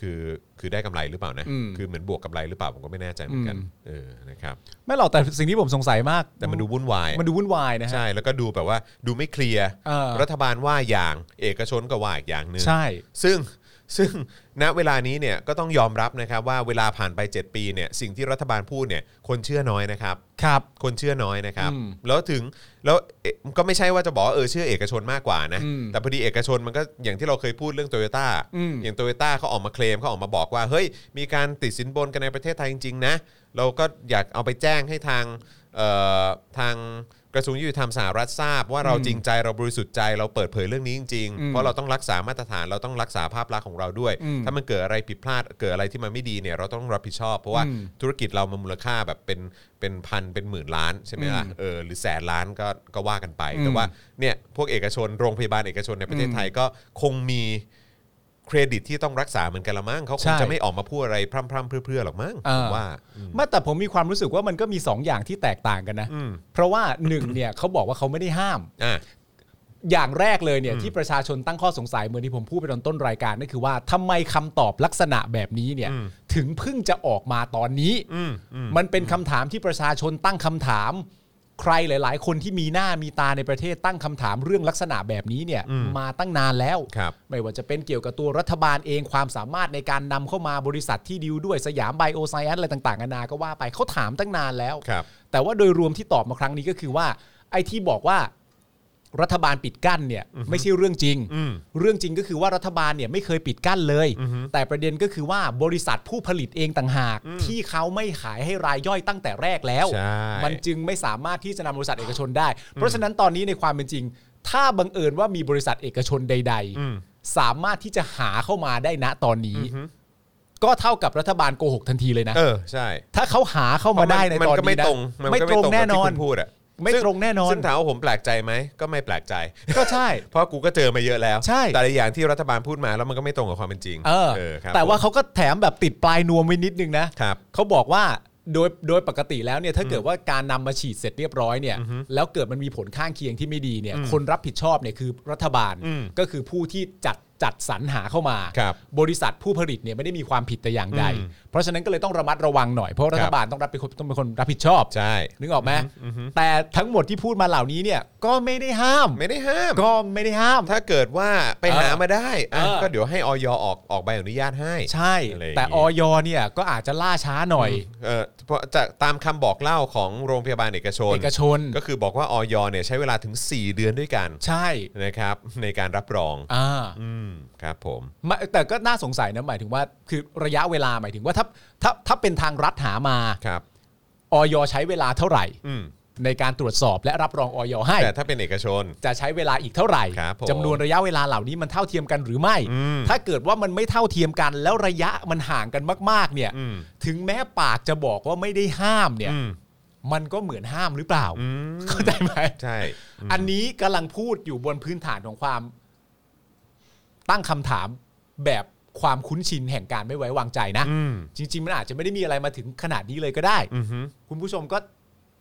คือคือได้กำไรหรือเปล่านะ
อืม
คือเหมือนบวกกำไรหรือเปล่าผมก็ไม่แน่ใจเหมือนกัน
อืม
เออนะครับ
ไม่หรอกแต่สิ่งที่ผมสงสัยมาก
แต่มันดูวุ่นวาย
มันดูวุ่นวายนะฮะ
ใช่ แล้วก็ดูแบบว่าดูไม่เคลียร์
เออ
รัฐบาลว่าอย่างเอกชนก็ว่าอีกอย่างหนึ่ง
ใช่
ซึ่งซึ่งณเวลานี้เนี่ยก็ต้องยอมรับนะครับว่าเวลาผ่านไป 7 ปีเนี่ยสิ่งที่รัฐบาลพูดเนี่ยคนเชื่อน้อยนะครับ
ครับ
คนเชื่อน้อยนะครับ
อืม
แล้วถึงแล้วเอ๊ะก็ไม่ใช่ว่าจะบอกว่าเออเชื่อเอกชนมากกว่านะ
อืม
แต่พอดีเอกชนมันก็อย่างที่เราเคยพูดเรื่องโตโยต้า
อืม
อย่างโตโยต้าเขาออกมาเคลมเขาออกมาบอกว่าเฮ้ยมีการติดสินบนกันในประเทศไทยจริงๆนะ เราก็อยากเอาไปแจ้งให้ทางเอ่อทางกระทรวงยุติธรรมสหรัฐทราบ ว่าเรา
อืม
จริงใจเราบริสุทธิ์ใจเราเปิดเผยเรื่องนี้จริง
อื
ๆ
ม
เพราะเราต้องรักษามาตรฐานเราต้องรักษาภาพลักษณ์ของเราด้วย
อืม
ถ้ามันเกิดอะไรผิดพลาดเกิดอะไรที่มันไม่ดีเนี่ยเราต้องรับผิดชอบเพราะว่า
อืม
ธุรกิจเรามันมูลค่าแบบเป็นเป็นพันเป็นหมื่นล้านใช่ไหมล่ะ
อืม
เออหรือแสนล้านก็ก็ว่ากันไป
อืม
แต่ว่าเนี่ยพวกเอกชนโรงพยาบาลเอกชนในประเทศ
อืม
ไทยก็คงมีเครดิตที่ต้องรักษาเหมือนกันละมั้งเขาค
ใช่
งจะไม่ออกมาพูดอะไรพร่ำพร่ำๆเพรื่อๆหรอกมั้ง
อ่า
ผมว่า
ไม่แต่ผมมีความรู้สึกว่ามันก็มีสองอย่างที่แตกต่างกันนะ
อืม
เพราะว่าหนึ่งเนี่ยเขาบอกว่าเขาไม่ได้ห้าม
อ่ะ
อย่างแรกเลยเนี่ย
อืม
ที่ประชาชนตั้งข้อสงสัยเหมือนที่ผมพูดไปตอนต้นรายการนั่นคือว่าทำไมคำตอบลักษณะแบบนี้เนี่ย
อืม
ถึงเพิ่งจะออกมาตอนนี้
อืมอืม
มันเป็นคำถามที่ประชาชนตั้งคำถาม ใครหลาย ๆ คนที่มีหน้ามีตาในประเทศตั้งคำถามเรื่องลักษณะแบบนี้เนี่ย
อืม
มาตั้งนานแล้ว
ครับ
ไม่ว่าจะเป็นเกี่ยวกับตัวรัฐบาลเองความสามารถในการนำเข้ามาบริษัทที่ดิวด้วยสยามไบโอไซแอนอะไรต่างๆนานาก็ว่าไปเขาถามตั้งนานแล้ว
ครับ
แต่ว่าโดยรวมที่ตอบมาครั้งนี้ก็คือว่า ไอ้ที่บอกว่ารัฐบาลปิดกั้นเนี่ยไม่ใช่เรื่องจริง
อืม
เรื่องจริงก็คือว่ารัฐบาลเนี่ยไม่เคยปิดกั้นเลย
อือฮึ
แต่ประเด็นก็คือว่าบริษัทผู้ผลิตเองต่างหาก ที่เขาไม่ขายให้รายย่อยตั้งแต่แรกแล้ว
ใช่
มันจึงไม่สามารถที่จะนำบริษัทเอกชนได้ เพราะฉะนั้นตอนนี้ในความเป็นจริง ถ้าบังเอิญว่ามีบริษัทเอกชนใด
อืม
ๆ สามารถที่จะหาเข้ามาได้ณตอนนี้
อือฮึ
ก็เท่ากับรัฐบาลโกหกทันทีเลยนะ
เออใช่
ถ้าเขาหาเข้ามาได้ใน
มั
ตอน
ก็
นี้
ไม่
นะ
ตรงมัน
ไม่
ก็
ตรง
กับ
แน่นอน
ที่คุณพูดอะ
ไม่ตรงแน่นอน
ซึ่งถามว่าผมแปลกใจไหมก็ไม่แปลกใจ
ก็ใช่
เพราะกูก็เจอมาเยอะแล้ว
ใช่
แต่ละอย่างที่รัฐบาลพูดมาแล้วมันก็ไม่ตรงกับความเป็นจริง
เออ
ครับ
แต่ว่า
ผม
เขาก็แถมแบบติดปลายนวมไว้นิดนึงนะ
ครับ
เขาบอกว่าโดยโดยปกติแล้วเนี่ยถ้าเกิดว่าการนำมาฉีดเสร็จเรียบร้อยเนี่ยแล้วเกิดมันมีผลข้างเคียงที่ไม่ดีเนี่ยคนรับผิดชอบเนี่ยคือรัฐบาล
อืม
ก็คือผู้ที่จัด จัดสรรหาเข้ามา
ครับ
บริษัทผู้ผลิตเนี่ยไม่ได้มีความผิดแต่อย่างใด
อืม
เพราะฉะนั้นก็เลยต้องระมัดระวังหน่อยเพราะ
ค
รั
รั
ฐ
บ
บาลต้องรับเป็นคนต้องเป็นคนรับผิดชอบ
ใช่
นึกออกไหม
อือฮึ
แต่ทั้งหมดที่พูดมาเหล่านี้เนี่ยก็ไม่ได้ห้าม
ไม่ได้ห้าม
ก็ไม่ได้ห้าม
ถ้าเกิดว่าไปหามาได้อ่ะ
เออ
ก็เดี๋ยวให้ออยออกออกใบอนุญาตให้
ใช่
อะไรอย่างงี้
แต่ออยเนี่ยก็อาจจะล่าช้าหน่อย
เออเพราะจากตามคำบอกเล่าของโรงพยาบาลเอกชน
เอกชน
ก็คือบอกว่าออยเนี่ยใช้เวลาถึง 4 เดือนด้วยกัน
ใช่
นะครับ ในการรับรอง
อ่า
อืมครับผม
ไม่แต่ก็น่าสงสัยนะหมายถึงว่าคือระยะเวลาหมายถึงว่าถ้าถ้าถ้าเป็นทางรัฐหามา
ครับ
ออยใช้เวลาเท่าไหร่
อืม
ในการตรวจสอบและรับรองออยให้
แต่ถ้าเป็นเอกชน
จะใช้เวลาอีกเท่าไหร่
ครับผม
จำนวนระยะเวลาเหล่านี้มันเท่าเทียมกันหรือไม่
อืม
ถ้าเกิดว่ามันไม่เท่าเทียมกัน แล้วระยะมันห่างกันมาก ๆ เนี่ย
อืม
ถึงแม้ปากจะบอกว่าไม่ได้ห้ามเนี่ย
อืม
มันก็เหมือนห้ามหรือเปล่า
อืม
เข้าใจไหม
ใช่ม
อันนี้กำลังพูดอยู่บนพื้นฐานของความ ตั้งคำถามแบบความคุ้นชินแห่งการไม่ไว้วางใจนะ
อืม
จริง ๆ มันอาจจะไม่ได้มีอะไรมาถึงขนาดนี้เลยก็ได้
อือฮึ
คุณผู้ชมก็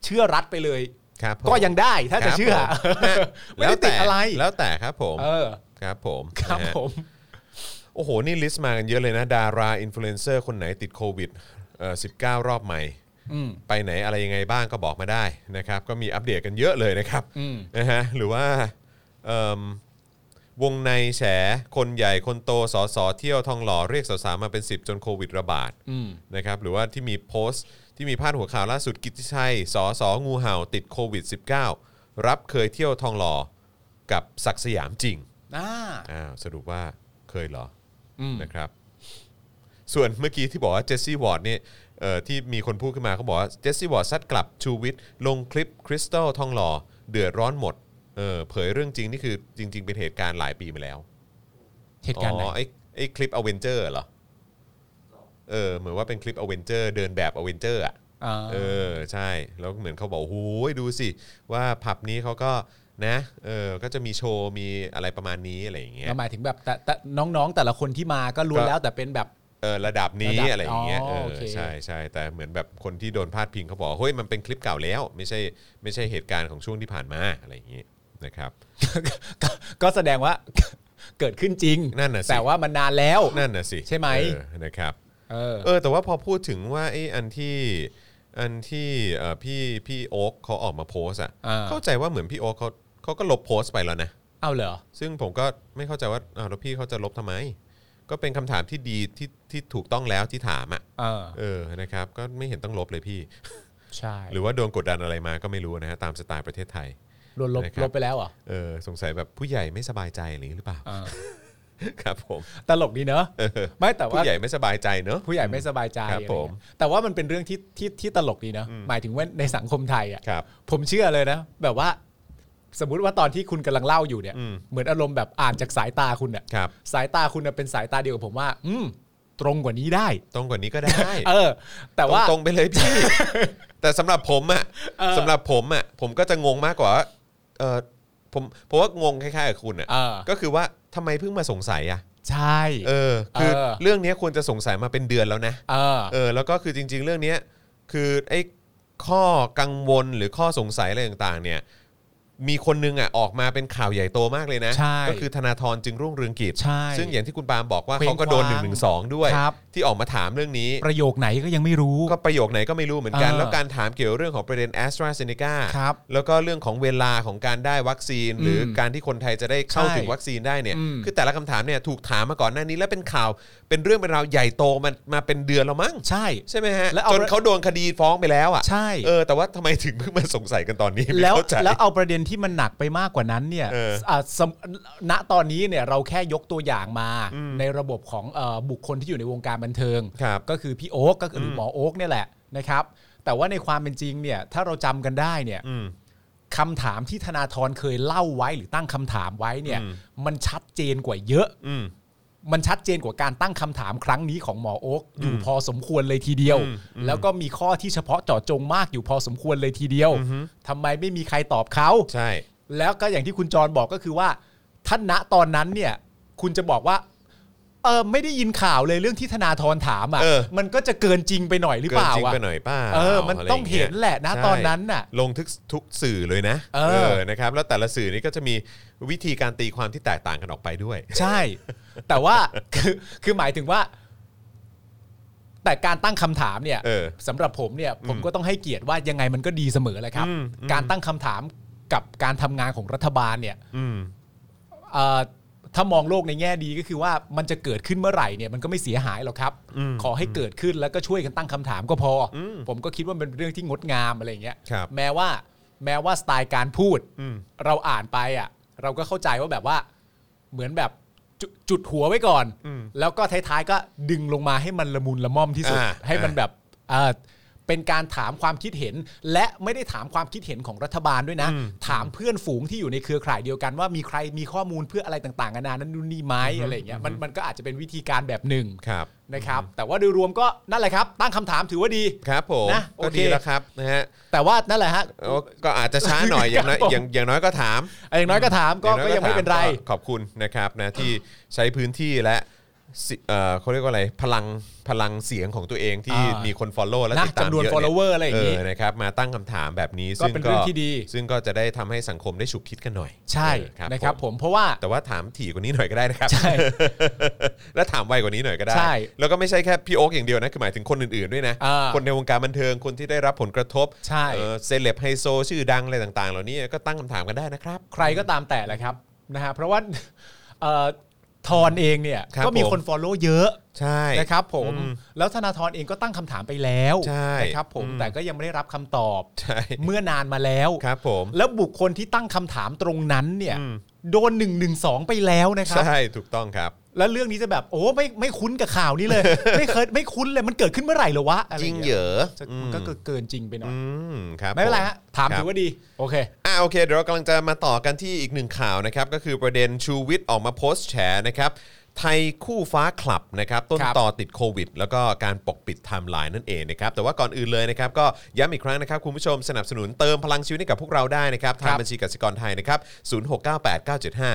เชื่อรัฐไปเลย
ครับผม
ก็ยังได้ถ้าจะเชื่อ
ครับผมนะ
ไม่ได้ติดอะไร
แล้วแต่ครับผม
เออ
ครับผม
ครับ
นะฮะ
ผม
โอ้โห นี่ลิสต์มากันเยอะเลยนะ ดาราอินฟลูเอนเซอร์คนไหนติดโควิดเอ่อ19 รอบใหม่
อืม
ไปไหนอะไรยังไงบ้างก็บอกมาได้นะครับ ก็มีอัปเดตกันเยอะเลยนะครับ
อืม
นะฮะหรือว่าเอิ่มวงในแฉ คนใหญ่คนโตสอสอเที่ยวทองหล่อเรียกสาวๆมาเป็น 10 จนโควิดระบาด
อืม
นะครับหรือว่าที่มีโพสต์ที่มีพาดหัวข่าวล่าสุดกิตติชัยสอสองูเห่าติดโควิด -19 รับเคยเที่ยวทองหล่อกับศักดิ์สยามจริง
อ่า
อ้าวสรุปว่าเคยเหรออ
ม
นะครับ ส่วนเมื่อกี้ที่บอกว่าเจสซี่วอร์ดเนี่ยเอ่อที่มีคนพูดขึ้นมาเขาบอกว่าเจสซี่วอร์ดซัดกลับชูวิทย์ลงคลิปคริสตัลทองหล่อเดือดร้อนหมดเออเผยเรื่องจริงนี่คือจริง ๆ เป็นเหตุการณ์หลายปีมาแล้ว
เหตุ
อ๋
การณ์ไหน
อไอ้ไอ้คลิปอเวนเจอร์เหรอเออเหมือนว่าเป็นคลิปอเวนเจอร์เดินแบบอเวนเจอร์อ่ะ
อ่า
เออใช่แล้วเหมือนเขาบอกโอ้ยดูสิ ว่าผับนี้เขาก็นะเออก็จะมีโชว์มีอะไรประมาณนี้อะไรอย่างเงี้ย
ก็หมายถึงแบบแต่แต่น้องๆ แต่ละคนที่มาก็ล้วน
ก็
แล้วแต่เป็นแบบ
เออระดับนี้
ระดับ
อะไรอย่างเงี้ย
อ๋อ
เออ
โอเค
ใช่ใช่แต่เหมือนแบบคนที่โดนพาดพิงเขาบอกเฮ้ยมันเป็นคลิปเก่าแล้ว ไม่ใช่ไม่ใช่เหตุการณ์ของช่วงที่ผ่านมาอะไรอย่างเงี้ยนะครับ
ก็ก็แสดงว่า เกิดขึ้นจริง
นั่นน่ะสิ
แต่ว่ามันนานแล้ว
นั่นน่ะสิ
ใช่ไหม
เออนะครับ
เออ
เออแต่ว่าพอพูดถึงว่าไอ้อันที่อันที่เอ่อพี่พี่โอ๊คเขาออกมาโพสต์อ่ะ
อ่า
เข้าใจว่าเหมือนพี่โอ๊คเขาเขาก็ลบโพสต์ไปแล้วนะ
เอาเหรอ
ซึ่งผมก็ไม่เข้าใจว่าอ้าวแล้วพี่เขาจะลบทำไม ก็เป็นคำถามที่ดีที่ที่ถูกต้องแล้วที่ถามอ่ะ
เออ
เออนะครับ ก็ไม่เห็นต้องลบเลยพี่
ใช่
หรือว่าโดนกดดันอะไรมาก็ไม่รู้นะฮะตามสไตล์ประเทศไทย
ลดลบ
นะครับ
ลบไปแล้วเหรอ
เออสงสัยแบบผู้ใหญ่ไม่สบายใจอะไรอย่างนี้หรือเปล่า
เอ อ
ครับผม
ตลกดีเนอะ
เออ
ไม่แต่ว่า
ผู้ใหญ่ไม่สบายใจเนอะ
ผู้ใหญ่ไม่สบายใจ
ครับ
อะไรเงี้ย
ผม
แต่ว่ามันเป็นเรื่องที่ที่ที่ตลกดีเนอะ
อืม
หมายถึงว่าในสังคมไทยอ่ะ
ครับ
ผมเชื่อเลยนะ แบบว่า สมมติว่าตอนที่คุณกำลังเล่าอยู่เนี่ย
อืม
เหมือนอารมณ์แบบอ่านจากสายตาคุณอ่ะ
ครับ
สายตาคุณน่ะเป็นสายตาเดียวกับผมว่า อืม ตรงกว่านี้ได้
ตรงกว่านี้ก็ได้
เออ แต่ว่า
ตรงๆไปเลย พี่ แต่สำหรับผมอ่ะ
เออ
สำหรับผมอ่ะผมก็จะงงมากกว่าว่าเออผมผมว่างงคล้ายๆกับคุณอ่ะ
เออ
ก็คือว่าทำไมเพิ่งมาสงสัยอ่ะ
ใช่
เออคือ
เออ
เรื่องเนี้ยควรจะสงสัยมาเป็นเดือนแล้วนะ
เออ
เออแล้วก็คือจริง ๆ เรื่องเนี้ยคือไอ้ข้อกังวลหรือข้อสงสัยอะไรต่างๆ เนี่ย มีคนนึงอ่ะออกมาเป็นข่าวใหญ่โตมากเลยนะ
ใช่
ก็คือธนาธรจึงรุ่งเรืองกิจ
ใช่
ซึ่งอย่างที่คุณปาล์มบอกว่า
เคว้ง
เขาก็โดน1
ค
นึ
ว้าง
งหนึ่งสองด้วย
ครับ
ที่ออกมาถามเรื่องนี้
ประโยคไหนก็ยังไม่รู้
ก็ประโยคไหนก็ไม่รู้เหมือนกัน
เออ
แล้วการถามเกี่ยวเรื่องของประเด็น a s t r a z เซ e c a
ครับ
แล้วก็เรื่องของเวลาของการได้วัคซีน
อืม
หรือการที่คนไทยจะได้เข้า
ใช่
ถึงวัคซีนได้เนี่ย
อืม
คือแต่ละคำถามเนี่ยถูกถามมาก่อนหน้านี้แล้วเป็นข่าว เป็นเรื่องเป็นราวใหญ่โตมันมาเป็นเดือนแล้วมั้ง
ใช่
ใช่ไหมฮะ
แล้วเอา
จนเขาโดนคดีฟ้องไปแล้วอ่ะ
ใช่
เออแต่ว่าทำไมถึงเพิ่งมาสงสัยกันตอนนี้ไม่
แล้ว
เข้าใจ
แล้วเอาประเด็นที่มันหนักไปมากกว่านั้นเนี่ย
เอออ่
ะสมณตอนนี้เนี่ยเราแค่ยกตัวอย่างมาในระบบของเออบุคคลที่อยู่ในวงการบันเทิง
ครับ
ก็คือพี่โอ๊กก็คือหรือหมอโอ๊กเนี่ยแหละนะครับ แต่ว่าในความเป็นจริงเนี่ยถ้าเราจำกันได้เนี่ย
อืม
คำถามที่ธนาธรเคยเล่าไว้หรือตั้งคำถามไว้เนี่ย
อืม
มันชัดเจนกว่าเยอะ
อืม
มันชัดเจนกว่าการตั้งคำถามครั้งนี้ของหมอโอ๊กอยู่
อืม
พอสมควรเลยทีเดียว
อืมอืม
แล้วก็มีข้อที่เฉพาะเจาะจงมากอยู่พอสมควรเลยทีเดียว
อือฮึ
ทำไมไม่มีใครตอบเขา
ใช่
แล้วก็อย่างที่คุณจรบอกก็คือว่าท่านณตอนนั้นเนี่ย คุณจะบอกว่า เออไม่ได้ยินข่าวเลยเรื่องที่ธนาธรถาม
เออ
อะ่ะมันก็จะเกินจริงไปหน่อยหรือเปล่า
กินจริง
อ่ะ
ไปหน่อยป้า
เออ มันต้องเห็นแหละนะตอนนั้นน่ะ
ลงทุกทุกสื่อเลยนะ
เออ
นะครับ แล้วแต่ละสื่อนี่ก็จะมีวิธีการตีความที่แตกต่างกันออกไปด้วย
ใช่ แต่ว่า คือคือหมายถึงว่า แต่การตั้งคำถามเนี่ย
เออ
สำหรับผมเนี่ย ผมก็ต้องให้เกียรติว่ายังไงมันก็ดีเสมอแหละครับ
อืมอืม
การตั้งคำถามกับการทำงานของรัฐบาลเนี่ย
อืม
เอ่อถ้ามองโลกในแง่ดีก็คือว่ามันจะเกิดขึ้นเมื่อไหร่เนี่ยมันก็ไม่เสียหายหรอกครับ
อืม
ขอให้เกิดขึ้นแล้วก็ช่วยกันตั้งคำถามก็พออ
ม
ผมก็คิดว่ามันเป็นเรื่องที่งดงามอะไรอย่างเงี้ย
ครับ
แม้ว่า แม้ว่าสไตล์การพูด
อืม
เราอ่านไปอ่ะ เราก็เข้าใจว่าแบบว่าเหมือนแบบจจุดหัวไว้ก่อน
อืม
แล้วก็ท้ายๆก็ดึงลงมาให้มันละมุนละม่อมที่สุด
อ่า
ให้มันแบบเอ่อเป็นการถามความคิดเห็น และไม่ได้ถามความคิดเห็นของรัฐบาลด้วยนะ
อืม
ถามเพื่อนฝูงที่อยู่ในเครือข่ายเดียวกันว่ามีใครมีข้อมูลเพื่ออะไรต่างๆนานานั้นนู่นนี่ไหมอะไรอย่างเงี้ยมันมันก็อาจจะเป็นวิธีการแบบหนึ่ง
ครับ
นะครับ แต่ว่าโดยรวมก็นั่นแหละครับ ตั้งคำถามถือว่าดี
ครับผม
นะโอ
ก็
เค
ดีแล้วครับนะฮะ
แต่ว่านั่นแหละฮะ
โอ้ก็อาจจะช้าหน่อยอย่างน้อย
ครับผม
อย่างอย่างน้อยก็ถาม
อย่างน้อยก็ถามก็
อา
ก็
อ
ยังไม่เป็นไร
ถาก็ขอบคุณนะครับนะที่ใช้พื้นที่และสิเอ่อเขาเรียกว่าอะไรพลังพลังเสียงของตัวเองที่
อ่ามี
มีคน follow และ
นะ
ติดตาม
จำนวน
เยอะ
follower อะไรอย่างงี้
เนะครับมาตั้งคำถามแบบนี้
ก็เป็นเรื่องที่ดี
ซึ่งก็จะได้ทำให้สังคมได้ฉุกคิดกันหน่อย
ใช่
เออ
นะครับผมเพราะ ว่า
แต่ว่าถามถี่กว่านี้หน่อยก็ได้นะครับ
ใช่
และถามไวกว่านี้หน่อยก็ได้
ใช่
แล้วก็ไม่ใช่แค่พี่โอ๊กอย่างเดียวนะ คือหมายถึงคนอื่นๆด้วยนะ
อ่า
คนในวงการบันเทิง คนที่ได้รับผลกระทบ
ใช่
เออเซเลบไฮโซชื่อดังอะไรต่างๆ เหล่านี้ก็ตั้งคำถามกันได้นะครับ
ใครก็ตามแต่แหละครับนะฮะเพราะว่าเอ่อทอนเองเนี่ย
ครับ
ก็มี
ผม
คน Follow เยอะ
ใช่
นะครับผม
อืม
แล้วธนาธรเองก็ตั้งคำถามไปแล้ว
ใช่
นะครับผม
อืม
แต่ก็ยังไม่ได้รับคำตอบ
ใช่
เมื่อนานมาแล้ว
ครับผม
แล้วบุคคลที่ตั้งคำถามตรงนั้นเนี่ย
อืม
โดน1นึไปแล้วนะครับ
ใช่ถูกต้องครับ
แล้วเรื่องนี้จะแบบโอ้ไม่ไม่คุ้นกับข่าวนี้ เลย ไม่เคยไม่คุ้นเลยมันเกิดขึ้นเมื่อไหร่เหรอวะอะไร
จริง
อา
เหย
ย
อะ
จะมันก็เกินจริงไปหน่อย
อืมครับ
ไม่เป็นไร
ผ
ฮะถาม
ครับ
ถือว่าดีโอเค
อ่ะโอเคเดี๋ยวเรากำลังจะมาต่อกันที่อีกหนึ่งข่าวนะครับ ก็คือประเด็นชูวิทย์ออกมาโพสต์แฉนะครับ ไทยคู่ฟ้าคลับนะครับ ต้น
ครับ
ต่อติดโควิด แล้วก็การปกปิดไทม์ไลน์นั่นเองนะครับ แต่ว่าก่อนอื่นเลยนะครับ ก็ย้ำอีกครั้งนะครับ คุณผู้ชมสนับสนุนเติมพลังชีวิตให้กับพวกเราได้นะครับ ทาง
ครับ
บัญชีกสิกรไทยนะครับ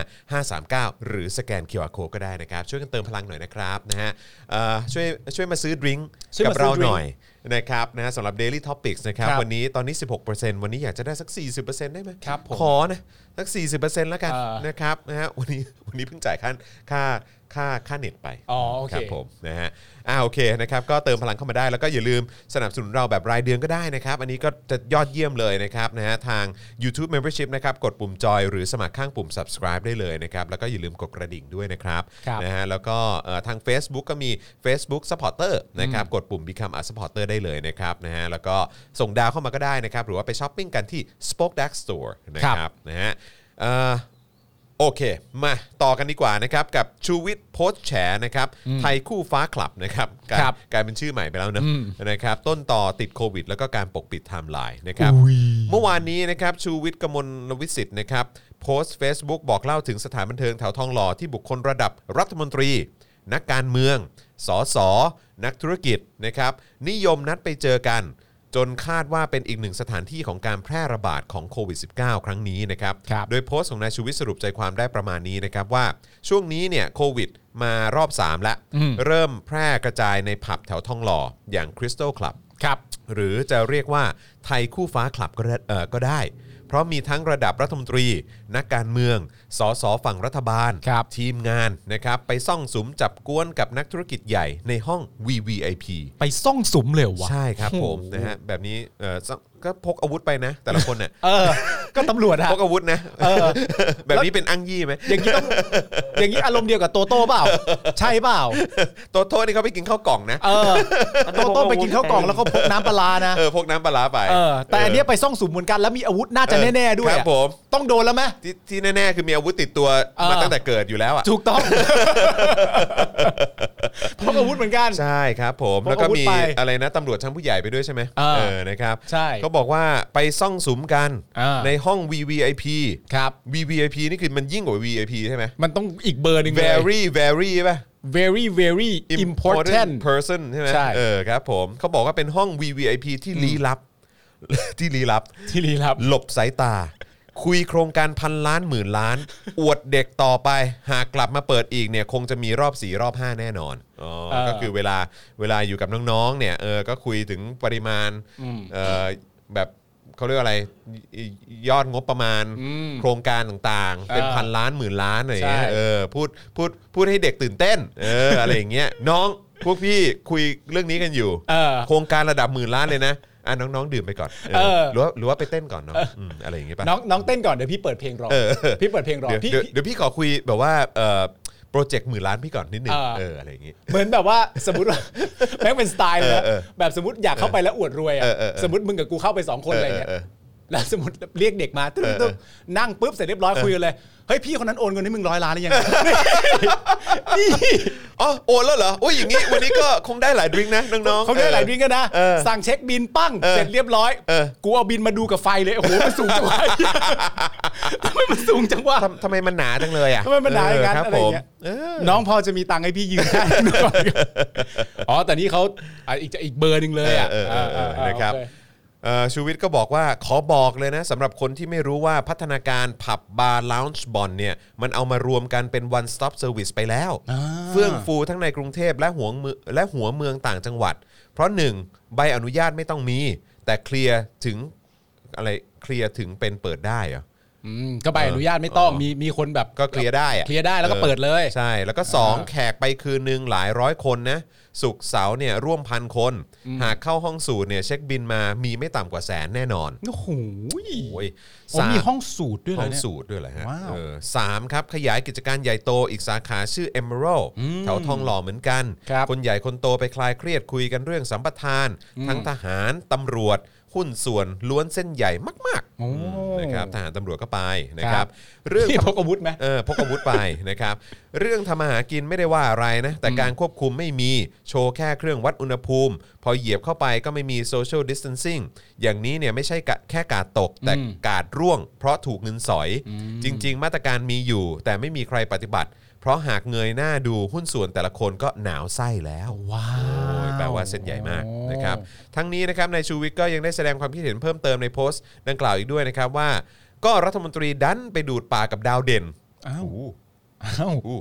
0698975539 หรือสแกน QR Code ก็ได้นะครับ ช่วยกันเติมพลังหน่อยนะครับนะฮะเอ่อช่วยช่วยมาซื้อดริงก์
ช่วย
กั
มา
บ
ซื้
เรา
อ
ห
drink
น่อยนะครับนะฮะสำหรับ Daily Topics นะครับ
ครับ
วันนี้ตอนนี้ 16%วันนี้อยากจะได้สัก 40%ได้ไหม
ครับผม
ขอนะสัก 40%แล้วกัน
เออ
นะครับนะฮะวันนี้วันนี้เพิ่งจ่ายค่าค่าค่าค่าเน็ตไป
อ๋อโอเค
ครับผมนะฮะอ่าโอเคนะครับก็เติมพลังเข้ามาได้แล้วก็อย่าลืมสนับสนุนเราแบบรายเดือนก็ได้นะครับ อันนี้ก็จะยอดเยี่ยมเลยนะครับนะฮะทาง YouTube Membership นะครับกดปุ่มจอยหรือสมัครข้างปุ่ม subscribe ได้เลยนะครับ แล้วก็อย่าลืมกดกระดิ่งด้วยนะครับ
ครับ
นะฮะแล้วก็เอ่อทาง Facebook ก็มี Facebook Supporter นะครับกดปุ่ม Become a supporter ได้เลยนะครับนะฮะแล้วก็ส่งดาวเข้ามาก็ได้นะครับหรือว่าไปช้อปปิ้งกันที่ Spoke Dark Store นะ นะค
ครั
รับบ นะฮะเอ่อโอเค มาต่อกันดีกว่านะครับ กับชูวิทย์โพสต์แฉนะครับ ไทยคู่ฟ้าคลับนะครับกลาย
ครับ
กลายเป็นชื่อใหม่ไปแล้วเนอะนะครับ ต้นต่อติดโควิด แล้วก็การปกปิดไทม์ไลน์นะครับ เมื่อวานนี้นะครับ ชูวิทย์กมลวิสิทธิ์นะครับ โพสต์ Facebook บอกเล่าถึงสถานบันเทิงแถวทองหล่อที่บุคคลระดับรัฐมนตรี นักการเมือง สส นักธุรกิจนะครับ นิยมนัดไปเจอกัน จนคาดว่าเป็นอีกหนึ่งสถานที่ของการแพร่ระบาดของโควิด -19 ครั้งนี้นะครับ
ครับ
โดยโพสต์ของนายชูวิทย์สรุปใจความได้ประมาณนี้นะครับว่าช่วงนี้เนี่ยโควิดมารอบ 3 แล้ว เริ่มแพร่กระจายในผับแถวทองหล่ออย่างคริสตัลคลับ
ครับ
หรือจะเรียกว่าไทยคู่ฟ้าคลับก็ได้เอ่อก็ได้ เพราะมีทั้งระดับรัฐมนตรี นักการเมือง สสฝั่งรัฐบาล
ครับ
ทีมงานนะครับ ไปซ่องสุมจับกวนกับนักธุรกิจใหญ่ในห้อง VVIP
ไปซ่องสุมเลยเหรอวะ
ใช่ครับผม
โอ้โห
นะฮะแบบนี้เออซ่องก็พกอาวุธไปนะ แต่ละคนเนี่ย
เออ ก็ตำรวจอะ
พกอาวุธนะ
เออ
แบบนี้เป็นอังยี่ไหม
อย่างนี้ต้อง อย่างนี้อารมณ์เดียวกับโตโต้เปล่า ใช่เปล่า
ตัวโทษนี่เขาไปกินข้าวกล่องนะ
เออ โตโต้ไปกินข้าวกล่องแล้วก็พกน้ำปลาร้านะ
เออพกน้ำปลาร้าไป
เออ แต่อันเนี้ยไปซ่องสุมเหมือนกันแล้วมีอาวุธน่าจะแน่ ๆ ด้วย
ค
อะ
รับผม
ต้องโดนแล้วไหม
ที่ที่แน่ๆคือมีอาวุธติดตัว
เออ
มาตั้งแต่เกิดอยู่แล้วอ่ะ
ถูกต้อง พกอาวุธเหมือนกัน
ใช่ครับผม
พก
แล้วก็
อาวุธ
มี
ไป
อะไรนะตำรวจชั้นผู้ใหญ่ไปด้วยใช่ไหม
เออ
เออนะครับ
ใช่
เขาบอกว่าไปซ่องสุมกัน
อ่า
ในห้อง VVIP
ครับ
VVIP นี่คือมันยิ่งกว่า VIP ใช่ไหม
มันต้องอีกเบอร์หนึ่งเลย
Very very ป่ะ
very very important
person ใช่ไหม
ใช่
เออครับผมเขาบอกว่าเป็นห้อง VVIP ที่ลี้ลับ ที่ลี้ลับ
ที่ลีลับ
หลบสายตา คุยโครงการพันล้านหมื่นล้าน อวดเด็กต่อไป หากกลับมาเปิดอีกเนี่ยคงจะมีรอบ 4 รอบ 5 แน่นอนอ๋อ
เออ
ก็คือเวลาเวลาอยู่กับน้องๆเนี่ยเออก็คุยถึงปริมาณ
อืม
เอ่อแบบเขาเรียกว่าอะไรยยอดงบประมาณ
อืม
โครงการต่างๆ
เออ
เป็นพันล้านหมื่นล้านอะไรอย่างเงี้ย
ใช่
เออพูดพูดพูดให้เด็กตื่นเต้นเออ อะไรอย่างเงี้ยน้องพวกพี่คุยเรื่องนี้กันอยู่
เออ
โครงการระดับหมื่นล้านเลยนะอ่ะน้องๆ ดื่มไปก่อนเออ
เออ
หรือว่าหรือว่าไปเต้นก่อนเนาะมอะไรอย่างเงี้ยป่ะ
น้องน้องเต้นก่อนเดี๋ยวพี่เปิดเพลงรอ
เออ
พี่เปิดเพลงรอ
เดี๋ยว
พี่
เดี๋ยว
พี่
เดี๋ยวพี่ขอคุยแบบว่าเอ่อโปรเจกต์หมื่นล้านพี่ก่อนนิดนึง
เออ
เอออะไรอย่างงี้
เหมือนแบบว่าสมมติว่า แม่งเป็นสไตล์เลยนะ
เออเออ
แบบสมมติอยากเข้าไปแล้วอวดรวยอะ
เออเออเออ
สมมติมึงกับกูเข้าไปสองคนอะไรเงี้ย
เออ
แล้วสมมติเรียกเด็กมาตึ้ง
เออเอ
ตึ้
อ
งนั่งปุ๊บเสร็จเรียบร้อยคุยกันเลยเฮ้ยพี่คนนั้นโอนเงินให้มึงร้อยล้านหรือยัง นี่
อ๋อโอนแล้วเหรอโอ้ยอย่างงี้วันนี้ก็คงได้หลายดริงก์นะน้องๆ
เขาได้หลาย
ออ
บินกันนะ
เออ
สั่งเช็คบินปั้ง
เออ
เสร็จเรียบร้อย
เออ
กูเอาบินมาดูกับไฟเลยโอ้โหมันสูง จังวะ ทำไมมันสูงจังวะ
ทำทำไมมันหนาจังเลยอ่ะ
ทำไมมันหนาอย่างนั้น
เครับ
อะไรอย่างเงี้ย
ผมเออ
น้องพอจะมีตังค์ให้พี่ยืมได้หรือเปล่าอ๋อแต่นี่เขาอ่ะอีกอีกเบอร์หนึ่งเลยอ่ะ
เออเออเออเออนะครับ
โอเ
เอ่อชูวิทย์ก็บอกว่าขอบอกเลยนะสำหรับคนที่ไม่รู้ว่าพัฒนาการผับบาร์ล u ว g ์บอลเนี่ย มันเอามารวมกันเป็น one stop service ไปแล้ว
อ่า
เฟื่องฟูทั้งในกรุงเทพและหัวเมืองและหัวเมืองต่างจังหวัด เพราะหนึ่งใบอนุญาตไม่ต้องมี แต่เคลียร์ถึงอะไรเคลียร์ถึงเป็นเปิดได้เหรอ
อืมก็ใบอนุญาตไม่ต้อง
เออ
มีมีคนแบบ
ก็เคลียร์ได้อะ
เคลียร์ได้แล้วก็เปิดเลย
ใช่ แล้วก็ 2 แขกไปคืนหนึ่งหลายร้อยคนนะสุกร์เสาร์เนี่ยร่วมพันคน หากเข้าห้องสูตรเนี่ยเช็คบินมามีไม่ต่ำกว่าแสนแน่นอน
โอ้โห
โอ้ย
อ๋อ
สาม
มีห้องสูตรด้วยเหร
ห้
อ
อง
เนี่ย
สูตรด้วยเหรอฮะ
ว้าว
เออสามครับ ขยายกิจการใหญ่โตอีกสาขาชื่อ Emerald แถวทองหล่อเหมือนกัน
ครับ
คนใหญ่คนโตไปคลายเครียดคุยกันเรื่องสัมปทาน ทั้งทหารตำรวจ หุ้นส่วนล้วนเส้นใหญ่มาก
โอ้
ๆนะครับทหารตำรวจก็ไปนะค
ครั
รับ
บ
เรื่อง
พี่พกอาวุธไหม
เออพกอาวุธไป นะครับ เรื่องทำมาหากินไม่ได้ว่าอะไรนะ แต่การควบคุมไม่มีโชว์แค่เครื่องวัดอุณหภูมิ พอเหยียบเข้าไปก็ไม่มีโซเชียลดิส a ทนซิ่งอย่างนี้เนี่ยไม่ใช่กะแค่กาดตก แต่
อืม
กาดร่วง เพราะถูกเงินสอย จริง ๆ มาตรการมีอยู่ แต่ไม่มีใครปฏิบัติ เพราะหากเงยหน้าดูหุ้นส่วนแต่ละคนก็หนาวไส้แล้ว
ว้า
โอ้ยแปลว่าเส้นใหญ่มากนะครับ ทั้งนี้นะครับนายชูวิทย์ก็ยังได้แสดงความคิดเห็นเพิ่มเติมในโพสต์ดังกล่าวอีกด้วยนะครับว่า ก็รัฐมนตรีดันไปดูดปากกับดาวเด่น
อ้าว
อู้
อ้าว
อู้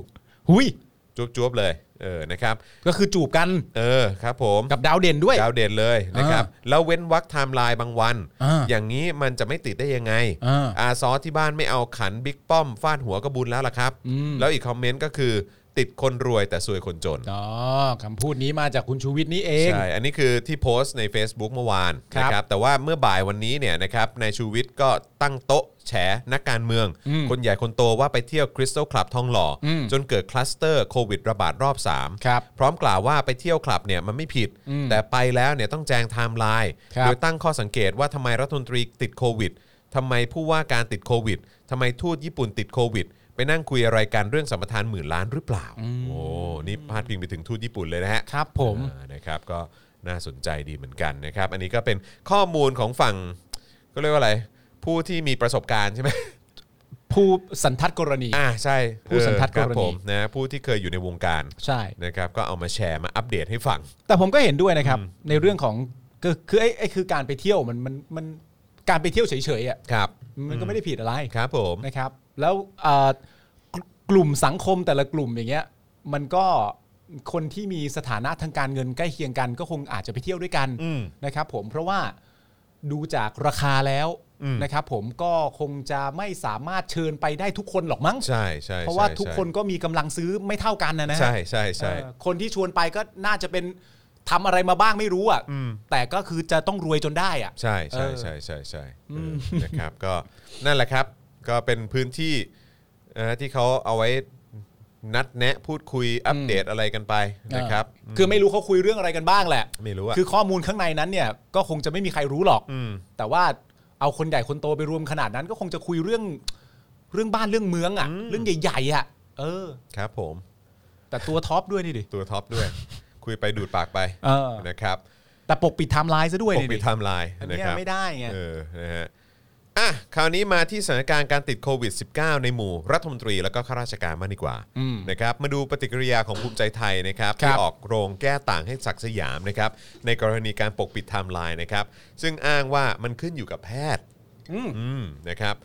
หุย
จวบๆเลยเออนะครับ
ก็คือจูบกัน
เออครับผม
กับดาวเด่นด้วย
ดาวเด่นเลยนะครับแล้วเว้นวักไทม์ไลน์บางวัน
อ่า
อย่างนี้มันจะไม่ติดได้ยังไง
อ่า
อาซอที่บ้านไม่เอาขันบิ๊กป้อมฟาดหัวก็บุญแล้วล่ะครับ
อืม
แล้วอีกคอมเมนต์ก็คือติดคนรวยแต่ซวยคนจน
อ๋อคำพูดนี้มาจากคุณชูวิทย์นี่เอง
ใช่ อันนี้คือที่โพสต์ใน Facebook เมื่อวาน
ครับ
นะครับ แต่ว่าเมื่อบ่ายวันนี้เนี่ยนะครับ นายชูวิทย์ก็ตั้งโต๊ะแฉนักการเมือง
อืม
คนใหญ่คนโตว่าไปเที่ยวคริสตัลคลับทองหล่ออ
ม
จนเกิดคลัสเตอร์โควิดระบาดรอบ 3
ครับ
พร้อมกล่าวว่าไปเที่ยวคลับเนี่ยมันไม่ผิด
อืม
แต่ไปแล้วเนี่ยต้องแจงไทม์ไลน์
ครับ
โดยตั้งข้อสังเกตว่าทำไมรัฐมนตรีติดโควิดทำไมผู้ว่าการติดโควิดทำไมทูตญี่ปุ่นติดโควิด ไปนั่งคุยอะไรกันเรื่องสัมปทานหมื่นล้านหรือเปล่า
อืม
โอ้ นี่พาดพิงไปถึงทูตญี่ปุ่นเลยนะฮะ
ครับผม
อ่านะครับก็น่าสนใจดีเหมือนกันนะครับ อันนี้ก็เป็นข้อมูลของฝั่งก็เรียกว่าอะไร ผู้ที่มีประสบการณ์ใช่ไหม
ผู้สันทัดกรณี
อ่าใช่
ผู้สันทัด
เออครับ
กรณี
ผมนะผู้ที่เคยอยู่ในวงการ
ใช่
นะครับ ก็เอามาแชร์มาอัปเดตให้ฟัง
แต่ผมก็เห็นด้วยนะครับ ในเรื่องของคือคือไอ้ไอ้คือการไปเที่ยวมันมันมันการไปเที่ยวเฉยๆอ่ะ
ครับ
มันก็ไม่ได้ผิดอะไร
ครับผม
นะครับแล้วเอ่อกลุกลุ่มสังคมแต่ละกลุ่มอย่างเงี้ยมันก็คนที่มีสถานะทางการเงินใกล้เคียงกัน ก็คงอาจจะไปเที่ยวด้วยกัน
อืม
นะครับผมเพราะว่าดูจากราคาแล้ว
อืม
นะครับผมก็คงจะไม่สามารถเชิญไปได้ทุกคนหรอกมั้ง
ใช่ใช่
เพราะว่า
ใช่
ทุก
ใช่
คนก็มีกำลังซื้อไม่เท่ากันนะนะฮะ
ใช่ใช่ใช่
เอ่อคนที่ชวนไปก็น่าจะเป็นทำอะไรมาบ้างไม่รู้อ่ะ
อืม
แต่ก็คือจะต้องรวยจนได้อ่ะ
ใช่ใช่
เออ
ใช่ใช่ใช่เออนะครับก็นั่นแหละครับก็เป็นพื้นที่เอ่อที่เขาเอาไว้นัดแนะพูดคุยอัปเดตอะไรกันไปนะครับ
าคือไม่รู้เขาคุยเรื่องอะไรกันบ้างแหละ
ไม่รู้อะ
คือข้อมูลข้างในนั้นเนี่ยก็คงจะไม่มีใครรู้หรอก
อืม
แต่ว่าเอาคนใหญ่คนโตไปรวมขนาดนั้นก็คงจะคุยเรื่องเรื่องบ้านเรื่องเมืองอะ่ะ เรื่องใหญ่ๆอะ่ะ เออ
ครับผม
แต่ตัวท็อปด้วยนี่ดิ
ตัวท็อป ด้วย คุยไปดูดปากไป
เออ
นะครับ
แต่ปกปิดไทม์ไลน์ซะด้วย
ปก
นี่
ปิ
ดิ
ดไทม์ไลน์
อัน
นะ
เนี้ย
ครับ
ไม่ได้ไง
เออนะฮะอ่ะคราวนี้มาที่สถานการณ์การติดโควิด -19 ในหมู่รัฐมนตรีแล้วก็ข้าราชการมากดีกว่า
อ
นะครับมาดูปฏิกิริยาของภูมิใจไทยนะครับ
ครั
ที่
บ
ออกโรงแก้ต่างให้ศักดิ์สยามนะครับในกรณีการปกปิดไทม์ไลน์นะครับซึ่งอ้างว่ามันขึ้นอยู่กับแพทย์
อืม
อืมนะครับ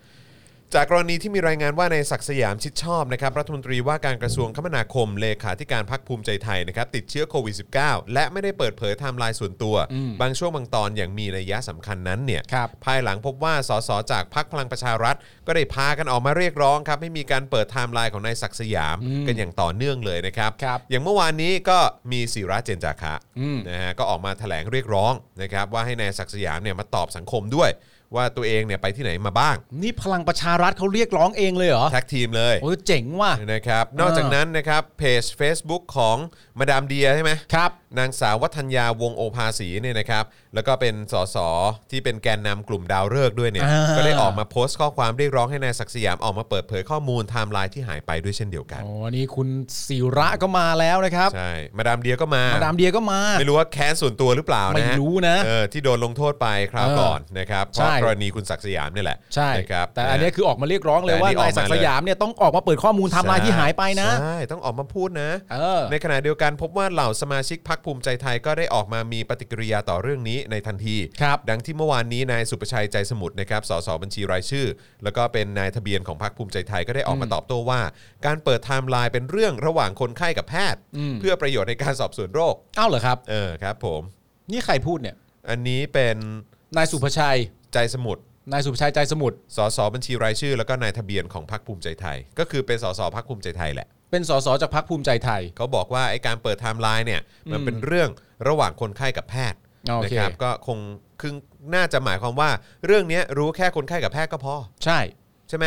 จากกรณีที่มีรายงานว่าในศักดิ์สยามชิดชอบนะครับรัฐมนตรีว่าการกระทรวงคมนาคมเลขาธิการพักภูมิใจไทยนะครับติดเชื้อโควิด -19 และไม่ได้เปิดเผยไทม์ไลน์ส่วนตัว
อืม
บางช่วงบางตอนอย่างมีนัยยะสำคัญนั้นเนี่ย
ครับ
ภายหลังพบว่าสสจากพักพลังประชารัฐ ก็ได้พากันออกมาเรียกร้องครับให้มีการเปิดไทม์ไลน์ของนายศักดิ์สยามกันอย่างต่อเนื่องเลยนะครับ
ครับ
อย่างเมื่อวานนี้ก็มีศิระเจนจาคะ
อืม
นะฮะก็ออกมาแถลงเรียกร้องนะครับว่าให้นายศักดิ์สยามเนี่ยมาตอบสังคมด้วย ว่าตัวเองเนี่ยไปที่ไหนมาบ้าง
นี่พลังประชารัฐเขาเรียกร้องเองเลยเหรอ
แท็กทีมเลย
โอ้ยเจ๋งว่ะ
นะครับนอกจากนั้นนะครับเพจ Facebook ของมาดามเดียใช่ไหม
ครับ
นางสาววัฒนยาวงศ์โอภาสีเนี่ยนะครับแล้วก็เป็นสสที่เป็นแกนนำกลุ่มดาวฤกษ์ด้วยเนี่ย
อ่า
ก็ได้ออกมาโพสต์ข้อความเรียกร้องให้นายศักดิ์สยามออกมาเปิดเผยข้อมูลไทม์ไลน์ที่หายไปด้วยเช่นเดียวกัน
โอ้นี่คุณศิระก็มาแล้วนะครับ
ใช่ มาดามเดียก็มา
มาดามเดียก็มา
ไม่รู้ว่าแค้นส่วนตัวหรือเปล่านะฮะ
ไม่รู้นะ
เออที่โดนลงโทษไปคราว
เออ
ก่อนนะครับเพ
ใช่
ราะกรณีคุณศักดิ์สยามเนี่ยแหละ
ใช่
นะครับ
แต่อันเนี้ยคือออกมาเรียกร้องเลย
แต่อั
ว่าน
นี้ออย กมา
นาศักดิ์สยามเนี่ยต้องออกมาเปิดข้อมูลไทม์ไลน์ที่หายไปนะ
ใช่ ต้องออกมาพูดนะ
เออ
ในขณะเดียวกันพบว่าเหล่าสมาชิกพักภูมิใจไทยก็ได้ออกมามีปฏิกิริยาต่อเรื่องนี้ในทันที
ครับ
ดังที่เมื่อวานนี้นายสุประชัยใจสมุทรนะครับสสบัญชีรายชื่อ แล้วก็เป็นนายทะเบียนของพักภูมิใจไทยก็ได้ออกมาตอบโต้ว่า การเปิดไทม์ไลน์เป็นเรื่องระหว่างคนไข้กับแพทย์
อืม
เพื่อประโยชน์ในการสอบสวนโรค
เอ้าเหรอครับ
เออครับผม
นี่ใครพูดเนี่ย
อันนี้เป็น
นายสุภชัย
ใจสมุทร
นายสุภชัยใจสมุทร
สสบัญชีรายชื่อ แล้วก็นายทะเบียนของพรรคภูมิใจไทย ก็คือเป็นสสพรรคภูมิใจไทยแหละ
เป็นสสจากพรรคภูมิใจไทย
เขาบอกว่าไอ้การเปิดไทม์ไลน์เนี่ยมันเป็นเรื่องระหว่างคนไข้กับแพทย์
โอเค
นะครับก็คงคือน่าจะหมายความว่า เรื่องเนี้ยรู้แค่คนไข้กับแพทย์ก็พอ
ใช่
ใช่ไหม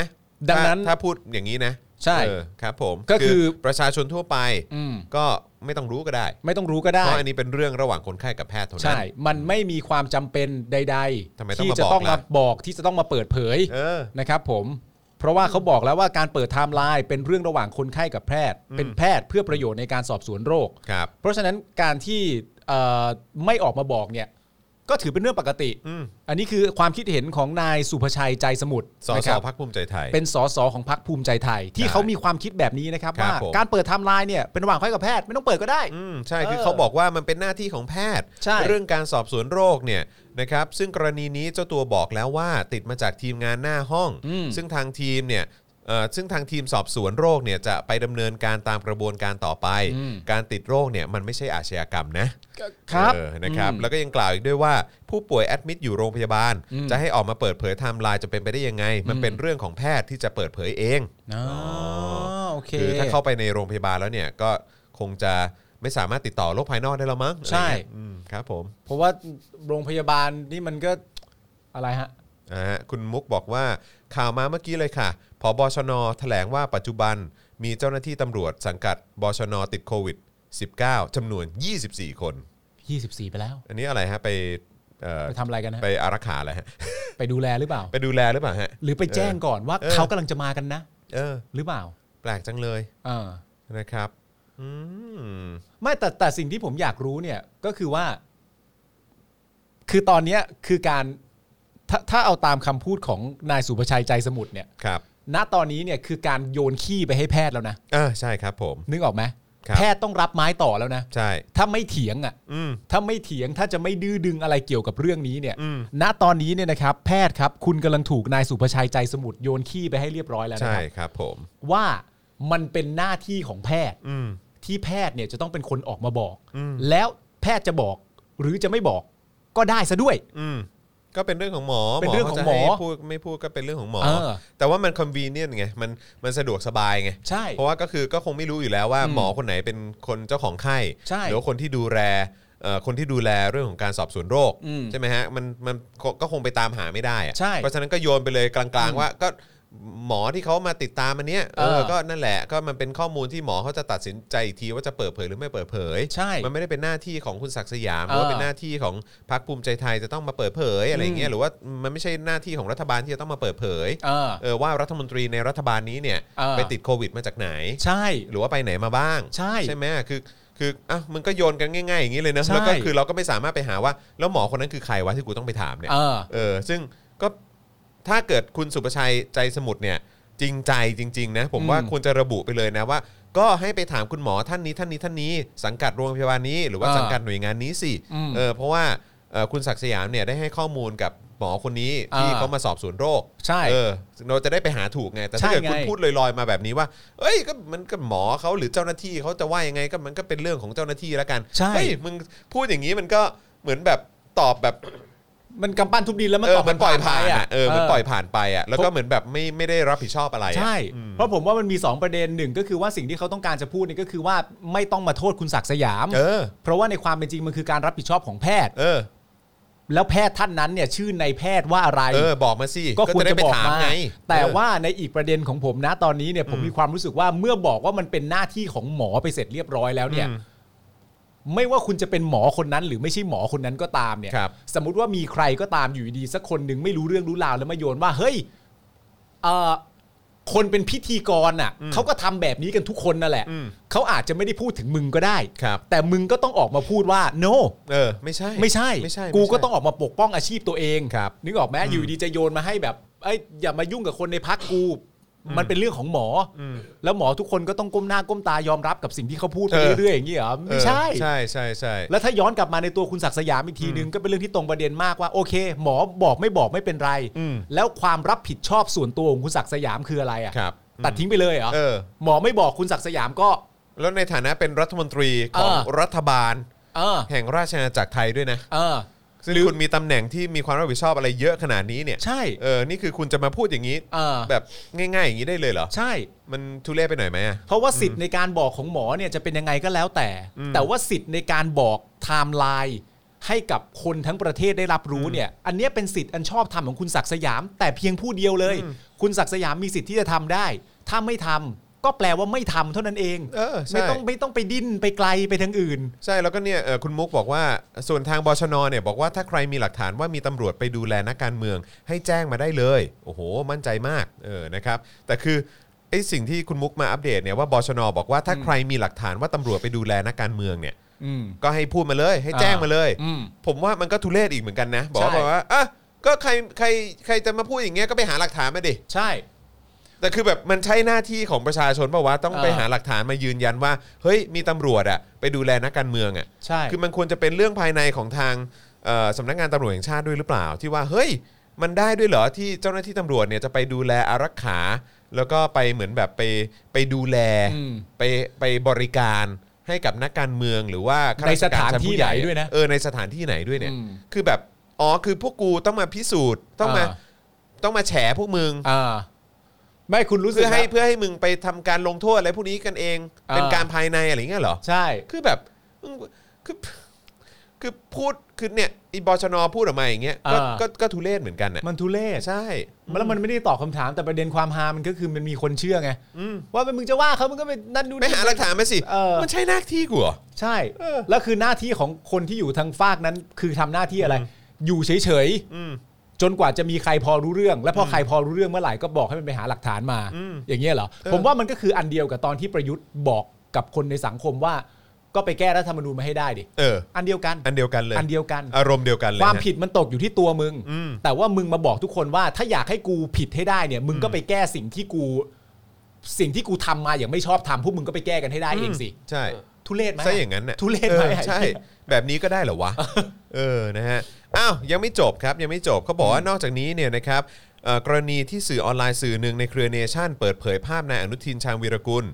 ดังนั้น
ถ้าถ้าพูดอย่างนี้นะ
ใช่
เออครับผม
ก็คือ
ประชาชนทั่วไป
อืม
ก็ไม่ต้องรู้ก็ได้
ไม่ต้องรู้ก็ได้
เพราะอันนี้เป็นเรื่องระหว่างคนไข้กับแพทย์เท่านั้น
ใช่ มันไม่มีความจำเป็นใด
ทำไม
ๆ
ต้อง
ที่
มา
จะ
บอก
ต้องมา
ล่ะ
บอกที่จะต้องมาเปิดเผย
เออ
นะครับผม เพราะว่าเขาบอกแล้วว่าการเปิดไทม์ไลน์เป็นเรื่องระหว่างคนไข้กับแพทย์ เป็นแพทย์เพื่อประโยชน์ในการสอบสวนโรค
ครับ
เพราะฉะนั้นการที่เอ่อไม่ออกมาบอกเนี่ย ก็ถือเป็นเรื่องปกติ
อืม
อันนี้คือความคิดเห็นของนายสุภชัยใจสมุทร
ส
นะ
ส
ครับ
พรรคภูมิใจไทย
เป็นสสของพรรคภูมิใจไทย ที่
ใช่
เขามีความคิดแบบนี้นะครับ
ครับ
ว่า
ผม
การเปิดไทม์ไลน์เนี่ยเป็นระหว่างค่อยกับแพทย์ไม่ต้องเปิดก็ได้
อืมใช่คือ
เออ
เขาบอกว่ามันเป็นหน้าที่ของแพทย์
ใช่
เรื่องการสอบสวนโรคเนี่ยนะครับซึ่งกรณีนี้เจ้าตัวบอกแล้วว่าติดมาจากทีมงานหน้าห้อง
อืม
ซึ่งทางทีมเนี่ยเอ่อซึ่งทางทีมสอบสวนโรคเนี่ยจะไปดำเนินการตามกระบวนการต่อไป
อืม
การติดโรคเนี่ยมันไม่ใช่อาชญากรรมนะ
ครับ
เออนะครับ
อืม
แล้วก็ยังกล่าวอีกด้วยว่าผู้ป่วยแอดมิดอยู่โรงพยาบาล
อืม
จะให้ออกมาเปิดเผยไทม์ไลน์จะเป็นไปได้ยังไง มันเป็นเรื่องของแพทย์ที่จะเปิดเผยเอง
อ๋อโอเค
คือถ้าเข้าไปในโรงพยาบาลแล้วเนี่ยก็คงจะไม่สามารถติดต่อโรคภายนอกได้แล้วมั้ง
ใช่
อะไรเงี้ยอืมครับผม
เพราะว่าโรงพยาบาลนี่มันก็อะไรฮะ
นะฮะคุณมุกบอกว่าข่าวมาเมื่อกี้เลยค่ะผบชนแถลงว่าปัจจุบันมีเจ้าหน้าที่ตำรวจสังกัดบชนติดโควิด -19 จำนวน 24 คน
24 ไปแล้ว
อันนี้อะไรฮะไปเอ่อ
ไปทำอะไรกันฮะ
ไปอารักขาอะไรอฮะ
ไปดูแลหรือเปล่า
ไปดูแลหรือเปล่าฮะ
หรือไปแจ้งก่อนว่า
เออ
เขากำลังจะมากันนะ
เออ
หรือเปล่า
แปลกจังเลย
เออ
นะครับ อืม
ไม่แต่แต่สิ่งที่ผมอยากรู้เนี่ยก็คือว่า คือตอนเนี้ยคือการถ้าถ้าเอาตามคำพูดของนายสุภชัยใจสมุทรเนี่ย
ครับ
ณตอนนี้เนี่ยคือการโยนขี้ไปให้แพทย์แล้วนะ
อ่าใช่ครับผม
นึกออกไหม
ครับ
แพทย์ต้องรับไม้ต่อแล้วนะ
ใช่
ถ้าไม่เถียงอ่ะ
อืม
ถ้าไม่เถียงถ้าจะไม่ดื้อดึงอะไรเกี่ยวกับเรื่องนี้เนี่ย
อืม
ณตอนนี้เนี่ยนะครับ แพทย์ครับ คุณกำลังถูกนายสุภชัยใจสมุทรโยนขี้ไปให้เรียบร้อยแล้วนะ
ใช่
ครับ
ครับผม
ว่ามันเป็นหน้าที่ของแพทย์
อืม
ที่แพทย์เนี่ยจะต้องเป็นคนออกมาบอก
อืม
แล้วแพทย์จะบอกหรือจะไม่บอกก็ได้ซะด้วย
อืม ก็เป็นเรื่องของหมอ
เป็นเรื่องของหมอ
เขาจะให้พูดไม่พูดก็เป็นเรื่องของหมอ
เออ
แต่ว่ามัน convenient ไง มัน มันสะดวกสบายไง
ใช่
เพราะว่าก็คือก็คงไม่รู้อยู่แล้วว่า
อืม
หมอคนไหนเป็นคนเจ้าของไข้
ใช่
หรือว่าคนที่ดูแลเอ่อคนที่ดูแลเรื่องของการสอบสวนโรค
อืม
ใช่ไหมฮะมันมันก็ก็คงไปตามหาไม่ได้อะ
ใช่
เพราะฉะนั้นก็โยนไปเลยกลางๆว่าก็หมอที่เขามาติดตามอันเนี้ยเอ
เอ
อ
อ
ก็นั่นแหละก็มันเป็นข้อมูลที่หมอเขาจะตัดสินใจอีกทีว่าจะเปิดเผยหรือไม่เปิดเผย
ใช่
มันไม่ได้เป็นหน้าที่ของคุณศักดิ์สยามห
เออ
รือว่าเป็นหน้าที่ของพรรคภูมิใจไทยจะต้องมาเปิดเผยอะไรอย่างเงี้ยหรือว่ามันไม่ใช่หน้าที่ของรัฐบาลที่จะต้องมาเปิดเผย
เออ
เออว่ารัฐมนตรีในรัฐบาลนี้เนี่ย
เออ
ไปติดโควิดมาจากไหน
ใช่
หรือว่าไปไหนมาบ้าง
ใช่
ไหมคือคืออ่ะมันก็โยนกันง่ายๆอย่างนี้เลยนะ
ใช่
แล้วก็คือเราก็ไม่สามารถไปหาว่า แล้วหมอคนนั้นคือใครวะที่กูต้องไปถามเนี่ย
เออ
เออซึ่งก็ถ้าเกิดคุณสุประชัยใจสมุทรเนี่ยจริงใจจริง ๆ นะ ผม
อืม
ว่าควรจะระบุไปเลยนะว่า ก็ให้ไปถามคุณหมอท่านนี้ท่านนี้ท่านนี้ สังกัดโรงพยาบาลนี้หรือว่า
เออ
สังกัดหน่วยงานนี้สิ
อืม
เออเพราะว่าเอ่อคุณศักดิ์สยามเนี่ยได้ให้ข้อมูลกับ หมอคนนี้ที่
อ่า
เขามาสอบสวนโรค
ใช่
เออเราจะได้ไปหาถูกไง แต่ถ้า
ใช่
เกิดคุณ
ไง
พูดลอยๆมาแบบนี้ว่า เอ้ยก็มันก็หมอเขาหรือเจ้าหน้าที่เขาจะว่ายังไงก็มันก็เป็นเรื่องของเจ้าหน้าที่แล้วกัน
ใช่
เฮ้ยมึงพูดอย่างนี้มันก็เหมือนแบบตอบแบบ
มันกำปั้นทุบดินแล้วมัน
เออ
ตบ
เหมือนปล่อยผ่าน
ไป
อะเออเหมือนปล่อย
เ
ผ่านไปอ่ะแล้วก็เหมือนแบบไม่ไม่ได้รับผิดชอบอะไรอะ
ใช่
อืม
เพราะผมว่ามันมี 2 ประเด็นหนึ่งก็คือว่าสิ่งที่เขาต้องการจะพูดเนี่ยก็คือว่าไม่ต้องมาโทษคุณศักดิ์สยาม
เออ
เพราะว่าในความเป็นจริงมันคือการรับผิดชอบของแพทย์
เออ
แล้วแพทย์ท่านนั้นเนี่ยชื่อในายแพทย์ว่าอะไร
เออ บอกมาสิ
ก็ควรจะบอก
ได้ไปถ
มา
ไง
แต่
เออ
ว่าในอีกประเด็นของผมนะตอนนี้เนี่ยผมมีความรู้สึกว่าเมื่อบอกว่ามันเป็นหน้าที่ของหมอไปเสร็จเรียบร้อยแล้วเนี่ย
อืม
ไม่ว่าคุณจะเป็นหมอคนนั้น หรือไม่ใช่หมอคนนั้นก็ตามเนี่ย
ครับ
สมมติว่ามีใครก็ตามอยู่ดีๆสักคนหนึ่งไม่รู้เรื่องรู้ราวแล้วมาโยนว่า เฮ้ยเอ่อคนเป็นพิธีกรน่ะเขาก็ทำแบบนี้กันทุกคนนั่นแหละ
อืม
เขาอาจจะไม่ได้พูดถึงมึงก็ได้
ครับ
แต่มึงก็ต้องออกมาพูดว่า no
เออ ไม่ใช่
ไม่ใช่
ไม่ใช่
กูก็
ไม่ใช่
ต้องออกมาปกป้องอาชีพตัวเอง
ครับ
นึกออกไหมอยู่ดีจะโยนมาให้แบบเอ้ยอย่ามายุ่งกับคนในพักกู มันเป็นเรื่องของหมออ
ม
แล้วหมอทุกคนก็ต้องก้มหน้าก้มตายอมรับกับสิ่งที่เขาพูดไป
เออ
เรื่อยๆอย่างนี้เหรอ
เออ
ไม่ใช่
ใช่ใช่ใช่
แล้วถ้าย้อนกลับมาในตัวคุณศักดิ์สยามอีกทีนึงก็เป็นเรื่องที่ตรงประเด็นมากว่าโอเค หมอบอกไม่บอกไม่เป็นไร
อืม
แล้วความรับผิดชอบส่วนตัวของคุณศักดิ์สยามคืออะไร
ค
อะ่ะ
รับ
ตัดทิ้งไปเลยเหรอ
เออ
หมอไม่บอกคุณศักดิ์สยามก็
แล้วในฐานะเป็นรัฐมนตรีของ
เออ
รัฐบาล
เออ
แห่งราชอาณาจักรไทยด้วยนะ
เออ
ซึ่ง
หรือ
คุณมีตำแหน่งที่มีความรับผิดชอบอะไรเยอะขนาดนี้เนี่ย
ใช่
เออ นี่คือคุณจะมาพูดอย่างนี้
เออ
แบบง่ายๆอย่างนี้ได้เลยเหรอ
ใช่
มันทุเรศไปหน่อยไหมอะ
เพราะว่าสิทธิ์ในการบอกของหมอเนี่ยจะเป็นยังไงก็แล้วแต่
อืม
แต่ว่าสิทธิ์ในการบอกไทม์ไลน์ให้กับคนทั้งประเทศได้รับรู้เนี่ย อันเนี้ยเป็นสิทธิ์อันชอบธรรมของคุณศักดิ์สยาม แต่เพียงผู้เดียวเลย
อืม
คุณศักดิ์สยามมีสิทธิ์ที่จะทำได้ ถ้าไม่ทำก็แปลว่าไม่ทำเท่านั้นเอง
เออใช่
ไม่ต้องไม่ต้องไปดิ้นไปไกลไปทางอื่น
ใช่แล้วก็เนี่ยเอ่อคุณมุกบอกว่าส่วนทางบชนเนี่ยบอกว่าถ้าใครมีหลักฐานว่ามีตำรวจไปดูแลนักการเมือง ให้แจ้งมาได้เลย โอ้โห มั่นใจมากเออนะครับแต่คือไอ้สิ่งที่คุณมุกมาอัปเดตเนี่ยว่าบชนบอกว่าถ้าใครมีหลักฐานว่าตำรวจไปดูแลนักการเมืองเนี่ย
อืม
ก็ให้พูดมาเลยให้แจ้งมาเลย
อ่าอืม
ผมว่ามันก็ทุเรศอีกเหมือนกันนะ บอกว่า
ใช่
บอกว่าอ่ะก็ใครใครใครจะมาพูดอย่างเงี้ยก็ไปหาหลักฐานมาดิ
ใช่
แต่คือแบบมันใช่หน้าที่ของประชาชนป่าวะต้องไป
เออ
หาหลักฐานมายืนยันว่า เฮ้ยมีตำรวจอะไปดูแลนักการเมืองอะ
ใช่
คือมันควรจะเป็นเรื่องภายในของทางเอ่อสำนักงานตำรวจแห่งชาติด้วยหรือเปล่า ที่ว่าเฮ้ยมันได้ด้วยเหรอที่เจ้าหน้าที่ตำรวจเนี่ยจะไปดูแลอารักขา แล้วก็ไปเหมือนแบบไปไปดูแล
ม
ไปไปบริการให้กับนักการเมืองหรือว่าข้รชกรชั้ผู้ใญ่
ในสถานที่ไหนด้วยนะ
เออในสถานที่ไหนด้วยเนี่ย
อืม
คือแบบอ๋อคือพวกกูต้องมาพิสูจน์ต้องมาต้องมาแฉพวกมึง
อ่าไม่คุณรู้สึก
เพื่อให้
นะ
เพื่อให้มึงไปทำการลงโทษอะไรพวกนี้กันเอง เป็น
เออ
การภายในอะไรอย่างเงี้ยเหรอ
ใช่
คือแบบมึงคือคือพูดคือเนี่ยอีบชนพูดออกมาอย่างเงี้ยก็
อ่า
ก็ก็ทุเรศเหมือนกันน่ะ
มันทุเรศ
ใช่
แล้วมันไม่ได้ตอบคำถามแต่ประเด็นความฮามันก็คือมันมีคนเชื่อไงว่าเป็นมึงจะว่าเขามึงก็ไปนั่นนู่น
ไป
นี่
หาหลักฐานมาสิ
เออ
มันใช่หน้าที่กูเหรอ
ใช่
เออ
แล้วคือหน้าที่ของคนที่อยู่ทางฝากนั้น คือทำหน้าที่อะไร อยู่เฉย
อืม
ๆ จนกว่าจะมีใครพอรู้เรื่อง และพอใครพอรู้เรื่องเมื่อไหร่ก็บอกให้มันไปหาหลักฐานมา
อืม
อย่างเงี้ยเหรอ
เออ
ผมว่ามันก็คืออันเดียวกับตอนที่ประยุทธ์บอกกับคนในสังคมว่า ก็ไปแก้รัฐธรรมนูญมาให้ได้ดิ
เออ
อันเดียวกัน
อันเดียวกันเลย
อันเดียวกัน
อารมณ์เดียวกันเลย
ความ
ฮะ
ผิดมันตกอยู่ที่ตัวมึง
อืม
แต่ว่ามึงมาบอกทุกคนว่าถ้าอยากให้กูผิดให้ได้เนี่ย มึงก็ไปแก้สิ่งที่กู สิ่งที่กูทำมาอย่างไม่ชอบทำพวกมึงก็ไปแก้กันให้ได้เองสิ
ใช่
ทุเรศไหม
ใช่อย่างนั้นน่ะ
ทุเรศไหม
ออใช่ แบบนี้ก็ได้เหรอวะ เออนะฮะอ้าวยังไม่จบครับยังไม่จบเขาบอกว่านอกจากนี้เนี่ยนะครับเอ่อกรณีที่สื่อออนไลน์สื่อหนึ่งในเครือเนชั่น เปิดเผยภาพนายอนุทินชาญวีรกุล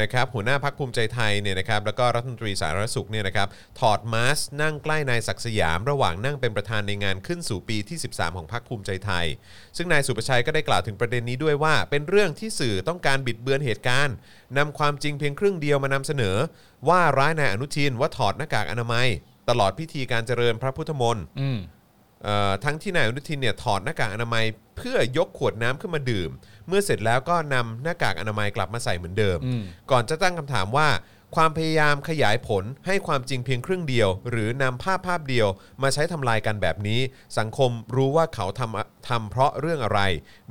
นะครับหัวหน้าพักภูมิใจไทยเนี่ยนะครับแล้วก็รัฐมนตรีสาธารณสุขเนี่ยนะครับถอดมาสก์นั่งใกล้นายศักดิ์สยาม ระหว่างนั่งเป็นประธานในงานขึ้นสู่ปีที่ 13 ของพักภูมิใจไทย ซึ่งนายสุประชัยก็ได้กล่าวถึงประเด็นนี้ด้วยว่า เป็นเรื่องที่สื่อต้องการบิดเบือนเหตุการณ์นำความจริงเพียงครึ่งเดียวมานำเสนอ ว่าร้ายนายอนุทินว่าถอดหน้ากากอนามัย ตลอดพิธีการเจริญพระพุทธมนต์
อืม
เอ่อทั้งที่นายอนุทินเนี่ยถอดหน้ากากอนามัยเพื่อยกขวดน้ำขึ้นมาดื่ม เมื่อเสร็จแล้วก็นำหน้ากากอนามัยกลับมาใส่เหมือนเดิม
อืม
ก่อนจะตั้งคำถามว่า ความพยายามขยายผลให้ความจริงเพียงครึ่งเดียว หรือนำภาพภาพเดียวมาใช้ทำลายกันแบบนี้ สังคมรู้ว่าเขาทำทำเพราะเรื่องอะไร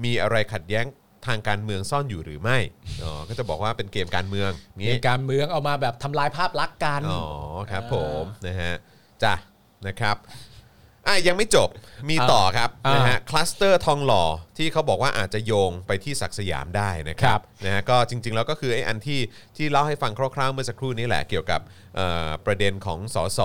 มีอะไรขัดแย้งทางการเมืองซ่อนอยู่หรือไม่อ๋อก็จะบอกว่าเป็นเกมการเมือง
เรื่
งี้
องการเมืองเอามาแบบทำลายภาพลักษณ์กัน
อ๋อครับผมนะฮะจ้ะนะครับอ่ะยังไม่จบมีต่อครับ
อ่าน
นะฮะคลัสเตอร์ทองหล่อ ที่เขาบอกว่าอาจจะโยงไปที่ศักดิ์สยามได้นะค
ครั
รับบ นะฮะก็จริง ๆ แล้วก็คือไอ้อันที่ที่เล่าให้ฟังคร่าวๆเมื่อสักครู่นี้แหละเกี่ยวกับเอ่อประเด็นของสส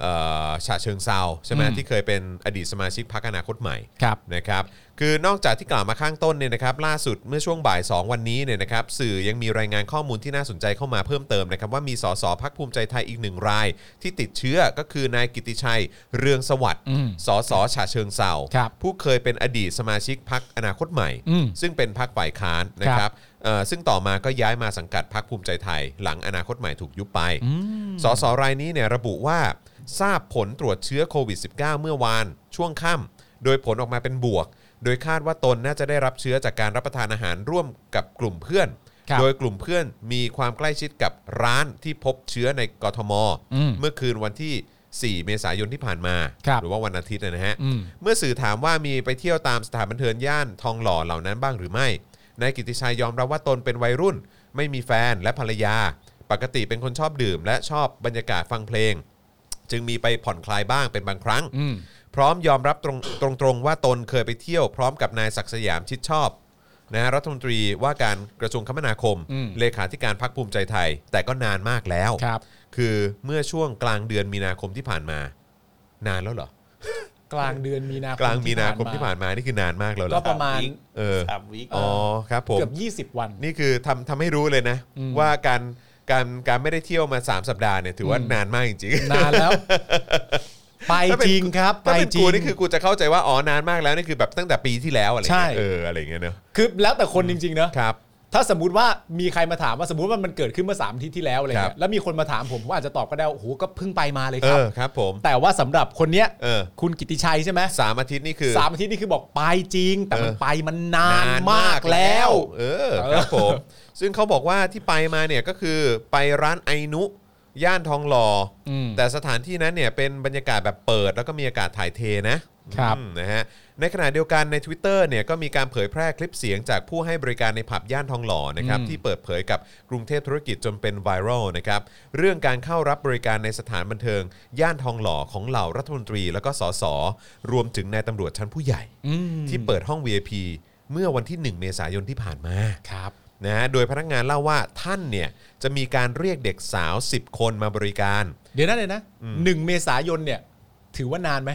เอ่อฉะเชิงเซาใช่ไหมที่เคยเป็นอดีตสมาชิกพรรคอนาคตใหม่
ครับ
นะครับคือนอกจากที่กล่าวมาข้างต้นเนี่ยนะครับล่าสุดเมื่อช่วงบ่าย 2 วันนี้เนี่ยนะครับสื่อยังมีรายงานข้อมูลที่น่าสนใจเข้ามาเพิ่มเติมนะครับว่ามีสสพักภูมิใจไทยอีกหนึ่งราย ที่ติดเชื้อก็คือนายกิติชัย เรืองสวัสดิ์
อืม
สสฉะเชิงเซา
ครับ
ผู้เคยเป็นอดีตสมาชิกพักอนาคตใหม่
อืม
ซึ่งเป็นพักฝ่ายค้านนะครับเอ่อซึ่งต่อมาก็ย้ายมาสังกัดพักภูมิใจไทย หลังอนาคตใหม่ถูกยุบไป
อืม
สสรายนี้เนี่ยระบุว่าทราบผลตรวจเชื้อโควิด -19 เมื่อวาน ช่วงค่ำโดยผลออกมาเป็นบวก โดยคาดว่าตนน่าจะได้รับเชื้อจากการรับประทานอาหารร่วมกับกลุ่มเพื่อน
ครับ
โดยกลุ่มเพื่อนมีความใกล้ชิดกับร้านที่พบเชื้อในกทม
อืม
เมื่อคืนวันที่ 4 เมษายนที่ผ่านมา
ครับ
หรือว่าวันอาทิตย์นะฮะ
อืม
เมื่อสื่อถามว่ามีไปเที่ยวตามสถานบันเทิงย่านทองหล่อเหล่านั้นบ้างหรือไม่ นายกิติชัยยอมรับว่าตนเป็นวัยรุ่น ไม่มีแฟนและภรรยา ปกติเป็นคนชอบดื่ม และชอบบรรยากาศฟังเพลง จึงมีไปผ่อนคลายบ้างเป็นบางครั้ง
อืม
พร้อมยอมรับตรงตรงๆว่าตนเคยไปเที่ยวพร้อมกับนายศักดิ์สยามชิดชอบนะฮะรัฐมนตรีว่าการกระทรวงคมนาคม
อืม
เลขาธิการพักภูมิใจไทย แต่ก็นานมากแล้ว
ครับ
คือเมื่อช่วงกลางเดือนมีนาคมที่ผ่านมา นานแล้วเหรอ
กลางเดือนมีนาคม
กลางมีนาคมที่ผ่านมานี่คือนานมากแล้วเหร
ก็
อ
ประมาณ
เออ
สามวิค
อ๋อครับผม
เกือบ 20 วัน
นี่คือทำทำให้รู้เลยนะ
อืม
ว่าการการการไม่ได้เที่ยวมา 3 สัปดาห์เนี่ยถือว่านานมากจริงๆ
นานแล้ว ไป
ถ้าเป็น
จริงครับ ไป
ถ้าเป็น
จริ
กู
ง
นี่คือกูจะเข้าใจว่าอ๋อนานมากแล้วนี่คือแบบตั้งแต่ปีที่แล้วอะไร
ใช่
เงี้ยเอออะไรเงี้ยเนอะ
คือแล้วแต่คนจริงๆเนอะ
ครับ
ถ้าสมมติว่ามีใครมาถามว่าสมมติว่ามันเกิดขึ้นเมื่อสามอาทิตย์ที่แล้วอะไร
ครั
เงี้
บ
ยแล้วมีคนมาถามผมผมอาจจะตอบก็ได้ว่าโอ้โหก็เพิ่งไปมาเลย
เอ
ครับ
อครับผม
แต่ว่าสำหรับคนเนี้ย
เออ
คุณกิติชัยใช่ไหม
สามอาทิตย์นี่คือ
สามอาทิตย์นี่คือบอกไปจริง แต่มัน
เออ
ไปมันนานมากแล้ว
เออครับผม ซึ่งเขาบอกว่าที่ไปมาเนี่ยก็คือไปร้านไอนุย่านทองหล่ออ
ม
แต่สถานที่นั้นเนี่ยเป็นบรรยากาศแบบเปิด แล้วก็มีอากาศถ่ายเทนะครับ อืมนะฮะในขณะเดียวกันใน Twitter เนี่ยก็มีการเผยแพร่คลิปเสียงจากผู้ให้บริการในผับย่านทองหล่อนะครับที่เปิดเผยกับกรุงเทพธุรกิจจนเป็นไวรัลนะครับเรื่องการเข้ารับบริการในสถานบันเทิง ย่านทองหล่อของเหล่ารัฐมนตรี แล้วก็สสรวมถึงนายตำรวจชั้นผู้ใหญ่
อืม
ที่เปิดห้อง VIP เมื่อวันที่ 1 เมษายนที่ผ่านมา
ครับ
นะฮะโดยพนักงานเล่าว่าท่านเนี่ยจะมีการเรียกเด็กสาว 10 คนมาบริการ
เดี๋ยวนะเดี๋ยวนะหนึ่งเมษายนเนี่ย ถือว่านานไหม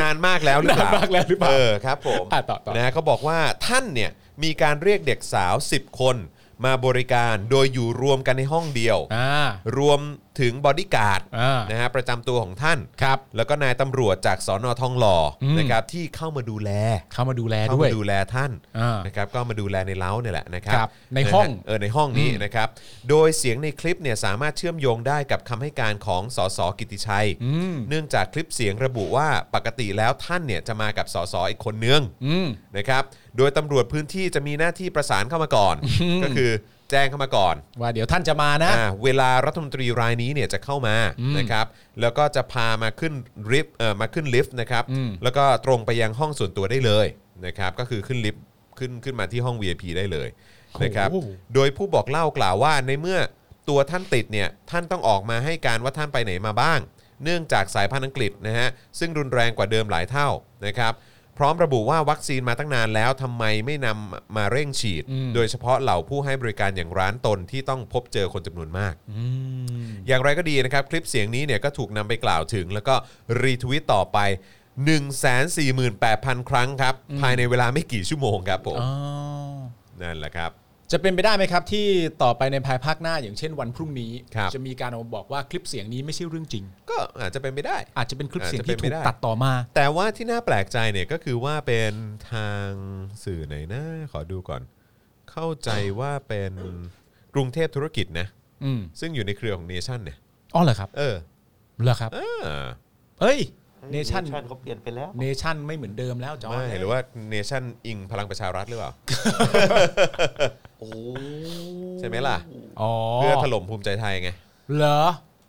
นานมากแล้วหรือเปล่าน
านมากแล้วหรือเปล่า
เออครับผม
อ่ะต่อต่อ
นะฮะเขาบอกว่าท่านเนี่ยมีการเรียกเด็กสาว 10 คนมาบริการโดยอยู่รวมกันในห้องเดียว
อ่าร
วมถึงบอดี้การ์ด
อ่า
นะฮะประจำตัวของท่าน
ครับ
แล้วก็นายตำรวจจากสอนอทองหล่ออ
ม
นะครับที่เข้ามาดูแล
เข้ามาดูแล
เข้า
ด้วย
มาดูแลท่าน
อ่าน
นะครับ ก็มาดูแลในเล้าเนี่ยแหละนะครับ
ครับใน
นะฮะ
ห้อง
เออในห้องนี้
อืม
นะครับ โดยเสียงในคลิปเนี่ยสามารถเชื่อมโยงได้กับคำให้การของสสกิติชัย
อืม
เนื่องจากคลิปเสียงระบุว่าปกติแล้วท่านเนี่ยจะมากับสสอีกคนนึง
อืม
นะครับ โดยตำรวจพื้นที่จะมีหน้าที่ประสานเข้ามาก่อน ก็คือแจ้งเข้ามาก่อน
ว่าเดี๋ยวท่านจะมานะ
อ่าเวลารัฐมนตรีรายนี้เนี่ยจะเข้ามา
อืม
นะครับ แล้วก็จะพามาขึ้นลิฟต์เอ่อมาขึ้นลิฟต์นะครับ
อืม
แล้วก็ตรงไปยังห้องส่วนตัวได้เลยนะครับ ก็คือขึ้นลิฟต์ขึ้นขึ้นมาที่ห้อง VIP ได้เลยนะครับ
โอ้โห
โดยผู้บอกเล่ากล่าวว่าในเมื่อตัวท่านติดเนี่ยท่านต้องออกมาให้การว่าท่านไปไหนมาบ้าง เนื่องจากสายพันธุ์อังกฤษนะฮะซึ่งรุนแรงกว่าเดิมหลายเท่านะครับ พร้อมระบุว่าวัคซีนมาตั้งนานแล้วทำไมไม่นำมาเร่งฉีด
อืม
โดยเฉพาะเหล่าผู้ให้บริการอย่างร้านตนที่ต้องพบเจอคนจำนวนมาก
อืม
อย่างไรก็ดีนะครับ คลิปเสียงนี้เนี่ยก็ถูกนำไปกล่าวถึง แล้วก็รีทวิตต่อไป 148,000 ครั้งครับ ภายในเวลาไม่กี่ชั่วโมงครับผม
อ๋อ
นั่นแหละครับ
จะเป็นไปได้ไหมครับ ที่ต่อไปในภายภาคหน้าอย่างเช่นวันพรุ่งนี้
ครับ
จะมีการออกมาบอกว่าคลิปเสียงนี้ไม่ใช่เรื่องจริง
ก็อาจจะเป็นไปได้
อาจจะเป็นคลิปเสียงที่
อาจจะเป็น
ถู
ไป
ก
ได้
ตัดต่อมา
แต่ว่าที่น่าแปลกใจเนี่ยก็คือว่าเป็นทางสื่อไหนนะ ขอดูก่อน เข้าใจว่าเป็นกรุงเทพธุรกิจนะ
อืม
ซึ่งอยู่ในเครือของเนชั่นเนี่ย
อ๋อเหรอครับ
เออ
เหรอครับ
เออ
เอ้ย
ฮ้ย
เนชั่น
ชั่นเขาเปลี่ยนไปแล้ว
เนชั่นไม่เหมือนเดิมแล้วจอ
ไม่หรือว่าเนชั่นอิงพลังประชารัฐหรือเปล่า
โอ้
ใช่ไหมล่ะ
อ๋อ
เพื่อถล่มภูมิใจไทยไง
เหรอ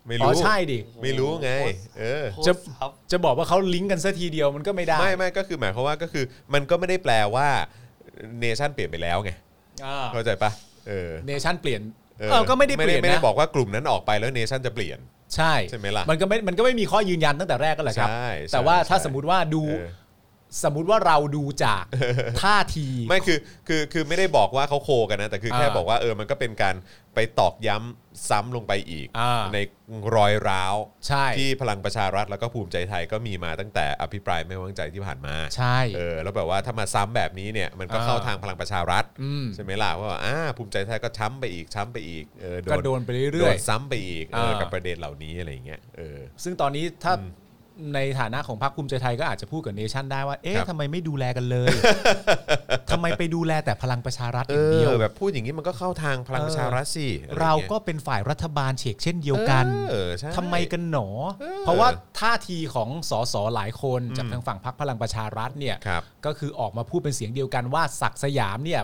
ไม่รู้
อ๋อใช่ดิ
ไม่รู้ไง เออ
จะ
จะครับ
จะบอกว่าเขาลิงก์กันซะทีเดียวมันก็ไม่ได้
ไม่ไม่ก็คือหมายความว่าก็คือมันก็ไม่ได้แปลว่าเนชั่นเปลี่ยนไปแล้วไง เข้าใจปะเออ
เนชั่นเปลี่ยน
ออ
เออก็ไม่ได้เปลี่ยน
ไม่ได้
นะ
บอกว่ากลุ่มนั้นออกไปแล้วเนชั่นจะเปลี่ยน
ใช่
ใช่ไหมล่ะ
มันก็ไม่มันก็ไม่มีข้อยืนยันตั้งแต่แรกก็แหละครับ
ใช่ใช่
แต่ว่าถ้า
ใช่
สมมติว่าดู
เออ
สมมุติว่าเราดูจากท่าที
ไม่คือคือคือไม่ได้บอกว่าเขาโคกันนะ แต่คือแค่
อ่า
บอกว่าเออมันก็เป็นการไปตอกย้ำซ้ำลงไปอีก
อ่า
ในรอยร้าว
ใช่
ที่พลังประชารัฐแล้วก็ภูมิใจไทยก็มีมาตั้งแต่อภิปรายไม่ไว้วางใจที่ผ่านมา
ใช่
เออแล้วแบบว่าถ้ามาซ้ำแบบนี้เนี่ยมันก็
อ่า
เข้าทางพลังประชารัฐ
อืม
ใช่ไหมล่ะว่าแบบอ่าภูมิใจไทยก็ช้ำไปอีกช้ำไปอีกเออ
ก็โดนไป
โด
เรื่อย
นซ้ำไปอีกเออ
อ่า
กับประเด็นเหล่านี้อะไรอย่างเงี้ยเออ
ๆ ซึ่งตอนนี้ถ้า
อืม
ในฐานะของพรรคภูมิใจไทยก็อาจจะพูดกับเนชั่นได้ว่า
ครั
เอ๊ะ
บ
ทำไมไม่ดูแลกัน เลย ทำไมไปดูแลแต่พลังประชารัฐ
เอ
อย่างเดียว
อแบบพูดอย่างนี้มันก็เข้าทางพลังประชารัฐสิอะไอย่ง
เรา
งี้ย
ก็เป็นฝ่ายรัฐบาลเฉกเช่นเดียวกัน
เออใช่
ทำไมกันหนอ
เออ
เพราะว่าท่าทีของสสหลายคนจากทางฝั่งพรรคพลังประชารัฐเนี่ย
ครับ
ก็คือออกมาพูดเป็นเสียงเดียวกันว่าศักดิ์สยามเนี่ย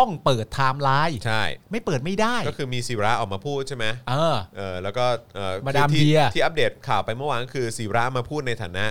ต้องเปิดไทม์ไลน์
ใช่
ไม่เปิดไม่ได้
ก็คือมีศิระออกมาพูดใช่ไหม
เออ
เออแล้วก็เออ
มาดาม
ที่
เดีย
ที่ที่อัปเดตข่าวไปเมื่อวานก็คือศิระมาพูดในฐานะ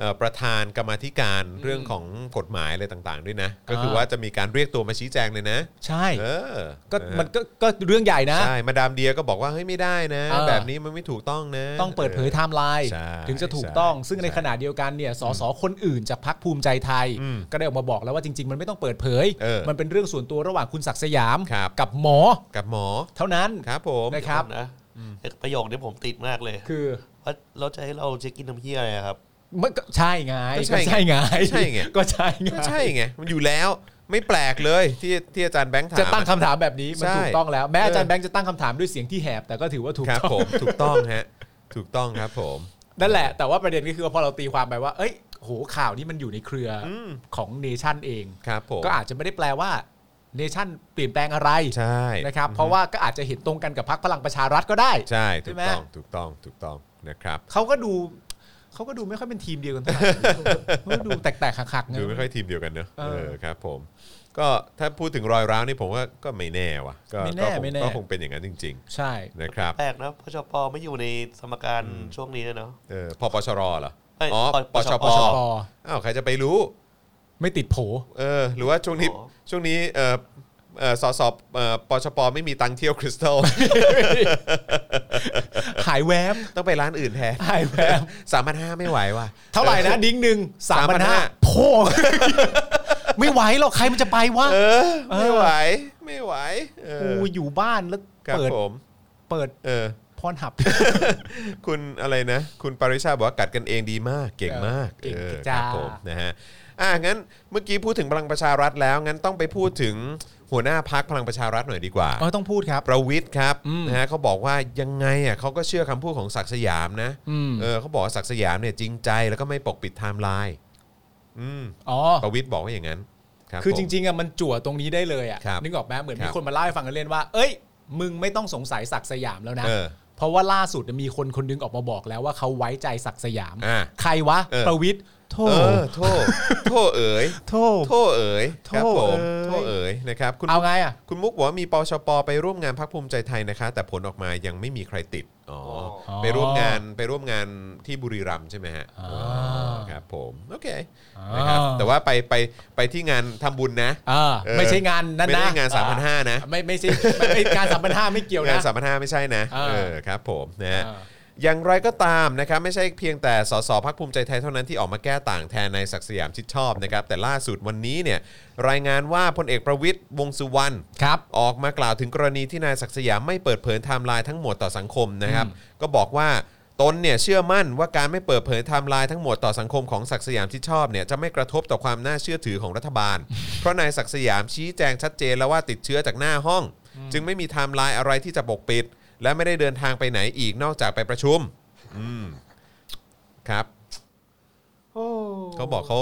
เอ่อประธานกรรมาธิการเรื่องของกฎหมายอะไรต่างๆ ด้วยนะ ก็คือว่าจะมีการเรียกตัวมาชี้แจงเลยนะ
ใช่
เออ
ก็
ะฮะ
มันก็ก็เรื่องใหญ่นะ
ใช่ มาดามเดียก็บอกว่าเฮ้ยไม่ได้นะ
เออ
แบบนี้มันไม่ถูกต้องนะ
ต้องเปิดเผยไทม์ไลน์
ใช่
ถึงจะถูก
ใช่
ต้อง ซึ่งใน
ใช่
ขณะเดียวกันเนี่ยสสคนอื่นจากพักภูมิใจไทย
อืม
ก็ได้ออกมาบอกแล้วว่าจริง ๆ มันไม่ต้องเปิดเผย
เออ
มันเป็นเรื่องส่วนตัวระหว่างคุณศักดิ์สยาม
ครับ
กับหมอ
กับหมอ
เท่านั้น
ครับผม
นะครับ
นะแต่ประโยคนี้ผมติดมากเลย
คือ
ว่าเราจะให้เราเช็คอินทำเพี้ยอะไรอะครับ
มันก็ใช่ไง
ก็
ก็
ใช่ไง
ใช่ไง
ก็ใช่ไง
ก็ใช่ไง
ก็ใช่ไง มันอยู่แล้วไม่แปลกเลย ที่ที่อาจารย์แบงค์ถาม
จะตั้งคำถามแบบนี้มัน
ใช่
ถูกต้องแล้วแม้อาจาร
เอ
ย์
อ
แบงค์จะตั้งคำถามด้วยเสียงที่แหบแต่ก็ถือว่าถูก
ครับ
ต้อง
ผมถูกต้องฮะถูกต้องครับผม
นั่นแหละ แต่ว่าประเด็นก็คือว่าพอเราตีความไปว่า เอ้ยโหข่าวนี้มันอยู่ในเครืออ
ม
ของเนชั่นเอง
ครับผม
ก็อาจจะไม่ได้แปลว่าเนชั่นเปลี่ยนแปลงอะไร
ใช่
นะครับเพราะว่าก็อาจจะเห็นตรงกันกับพรรคพลังประชารัฐก็ได้
ใช่ถู
ใช่
ก
ไหม
ต้องถูกต้องถูกต้องนะครับ
เขาก็ดูเขาก็ดูไม่ค่อยเป็นทีมเดียวกันเท่าไหร่ เขาก็ดูแตกๆหักๆเงี้
ดูไม่ค่อย
ย
ทีมเดียวกันเนอะ
เอ
เอ
อ
อครับผมก็ถ้าพูดถึงรอยร้าวนี่ผมว่าก็ไม่แน่ว่ะก็
ไม่แน่
ก็คง
ไม่แน่
ก็คงเป็นอย่างนั้นจริง
ใช่
ๆ นะครับ
แปลกนะพชปไม่อยู่ในสมการช่วงนี้เลยเนาะ
เออพปชรเหรอ
ไม่
อ๋อป
ป
ช
ช
ป
ป
ปอ
อ้าวใครจะไปรู้
ไม่ติดโผ
เออหรือว่าช่วงนี้
อ๋อ
ช่วงนี้เออเออสอสอบเออปชปไม่มีตังค์เที่ยวคริส ตัล
หายแว บ
ต้องไปร้านอื่นแท น
หายแวบ
สามพันห้าไม่ไหวว่ะ
เท่าไหร่นะ ดิ้งหนึ่งสามพันห้า
3,500
โผ ไม่ไหวหรอกใครมันจะไปวะ
เออ
เออ
ไม่ไหว ไม่ไหวเออ
กูอยู่บ้านแล้ว
ครับ
เปิด
ผม
เปิด
เออ
พรหับ
คุณอะไรนะ คุณปริชาบอกว่ากัดกันเองดีมาก เก่งมาก
เออเก่ง
ออ
จ้า
ครับผมนะฮะอ่ะงั้นเมื่อกี้พูดถึงพลังประชารัฐแล้ว งั้นต้องไปพูดถึงหัวหน้าพักพลังประชารัฐหน่อยดีกว่า
เออต้องพูดครับ
ประวิทย์ครับ
อืม
นะฮะเขาบอกว่ายังไงอ่ะเขาก็เชื่อคำพูดของศักดิ์สยามนะ
อืม
เออเขาบอกว่าศักดิ์สยามเนี่ยจริงใจแล้วก็ไม่ปกปิดไทม์ไลน์อืม
อ๋อ
ประวิทย์บอกว่าอย่างนั้นครับ
คือ
ผม
จริงๆอ่ะมันจั่วตรงนี้ได้เลยอ่ะ
ครับ
นึกออกไหมเหมือน
ครั
มี
บ
คนมาเล่าให้ฟังกันเล่นว่า เอ้ย มึงไม่ต้องสงสัยศักดิ์สยามแล้วนะ
เออ
เพราะว่าล่าสุดมีคนคนนึงออกมาบอกแล้วว่าเขาไว้ใจศักดิ์สยาม
อ่ะ
ใครวะ
เออ
ประวิทย์โท
เออโทษโทษเอ๋ย
โท
โทษเอ๋ยครับผมโท
โถ่เอ๋ย
ษเอ๋ยนะครับคุณ
เอาไงอ่ะ
คุณมุกบอกว่ามีปชปไปร่วมงานพักภูมิใจไทยนะคะ แต่ผลออกมายังไม่มีใครติดอ๋ออ
อ
ไปร่วมงานไปร่วมงานที่บุรีรัมย์ใช่ไหมฮะ
อ่า
ครับผมโอเคนะครับแต่ว่าไปไปไปที่งานทำบุญนะ
อ่า
เออ
ไม่ใช่งานนั้น
ไม่
นะ
ได้งาน 3,500 นะ
ไม่ไม่ใช่ไม่ไม่การสามพันห้าไม่เกี่ยว
งา
นะ
นสามพันห้าไม่ใช่นะ
อ่า
เออครับผมนะฮะ
อ่า
อย่างไรก็ตามนะครับไม่ใช่เพียงแต่สสพักภูมิใจไทยเท่านั้นที่ออกมาแก้ต่างแทนนายศักดิ์สยามชิดชอบนะครับแต่ล่าสุดวันนี้เนี่ยรายงานว่าพลเอกประวิทย์วงษ์สุวรรณ
ครับ
ออกมากล่าวถึงกรณีที่นายศักดิ์สยามไม่เปิดเผยไทม์ไลน์ทั้งหมดต่อสังคมนะครับก็บอกว่าตนเนี่ยเชื่อมั่นว่าการไม่เปิดเผยไทม์ไลน์ทั้งหมดต่อสังคมของศักดิ์สยามชิดชอบเนี่ยจะไม่กระทบต่อความน่าเชื่อถือของรัฐบาล เพราะนายศักดิ์สยามชี้แจงชัดเจนแล้วว่าติดเชื้อจากหน้าห้อง จึงไม่มีไทม์ไลน์อะไรที่จะปกปิด และไม่ได้เดินทางไปไหนอีกนอกจากไปประชุมอืมครับเขาบอกเขา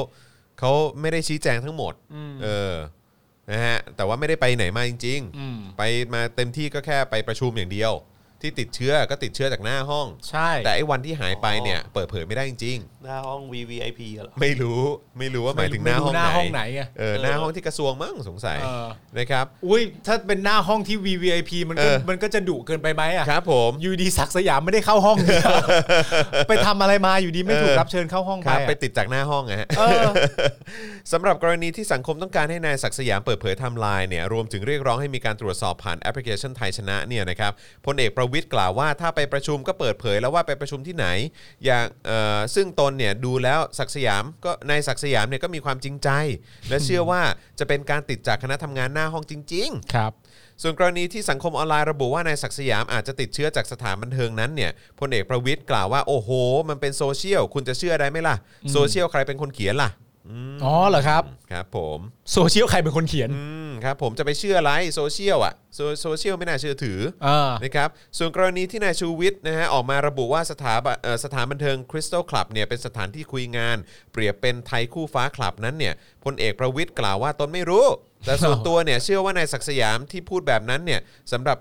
เขาไม่ได้ชี้แจงทั้งหมดเออนะฮะแต่ว่าไม่ได้ไปไหนมาจริง
อืม
ๆ ไปมาเต็มที่ก็แค่ไปประชุมอย่างเดียว ที่ติดเชื้อก็ติดเชื้อจากหน้าห้อง
ใช่
แต่ไอ้วันที่หายไปเนี่ยเปิดเผยไม่ได้จริง
หน้าห้อง VVIP เหรอ
ๆ ไม่รู้ไม่รู้ว่าหมายถึงห
ไม่
น้า
รู้
ห้อง
หน้าห้อง
ไห
ไห
น
นไง
เออหน้าห้องที่กระทรวงมั้งสงสัย
เออ
นะครับ
อุ้ยถ้าเป็นหน้าห้องที่ VVIP มัน
เอ
ก็
อ
มันก็จะดุเกินไปไหมอ่ะ
ครับผม
อยู่ดีศักดิ์สยามไม่ได้เข้าห้อง ไปทำอะไรมาอยู่ดีไม่ถูกรับเชิญเข้าห้อง
ค
ไป
รับ
อะ
ไปติดจากหน้าห้องนะฮะ
เออ
สำหรับกรณีที่สังคมต้องการให้นายศักดิ์สยามเปิดเผยไทม์ไลน์เนี่ยรวมถึงเรียกร้องให้มีการตรวจสอบผ่านแอปพลิเคชันไทยชนะเนี่ยนะครับพลเอกประวิทย์กล่าวว่าถ้าไปประชุมก็เปิดเผยแล้วว่าไปประชุมที่ไหน อย่างเอ่อซึ่งตน เนี่ยดูแล้วศักดิ์สยามก็นายศักดิ์สยามเนี่ยก็มีความจริงใจ และเชื่อว่าจะเป็นการติดจากคณะทำงานหน้าห้องจริง ๆ
ครับ
ส่วนกรณีที่สังคมออนไลน์ระบุว่านายศักดิ์สยามอาจจะติดเชื้อจากสถานบันเทิงนั้นเนี่ยพลเอกประวิทย์กล่าวว่าโอ้โห มันเป็นโซเชียล คุณจะเชื่อได้ไหมล่ะ
อืม
โซเชียลใครเป็นคนเขียนล่ะ
อ๋อเหรอครับ
ครับ ผม
โซเชียลใครเป็นคนเขียน
อืมครับ ผมจะไปเชื่ออะไรโซเชียลอ่ะโซโซเชียลไม่น่าเชื่อถืออ
อ่า
นะครับส่วนกรณีที่นายชูวิทย์นะฮะออกมาระบุว่าสถาบันเอ่อสถานบันเทิงคริสตัลคลับเนี่ยเป็นสถานที่คุยงาน เปรียบเป็นไทยคู่ฟ้าคลับนั้นเนี่ยพลเอกประวิทย์กล่าวว่าตนไม่รู้ แต่ส่วนตัวเนี่ยเชื่อว่านายศักดิ์สยามที่พูดแบบนั้นเนี่ยสำหรับ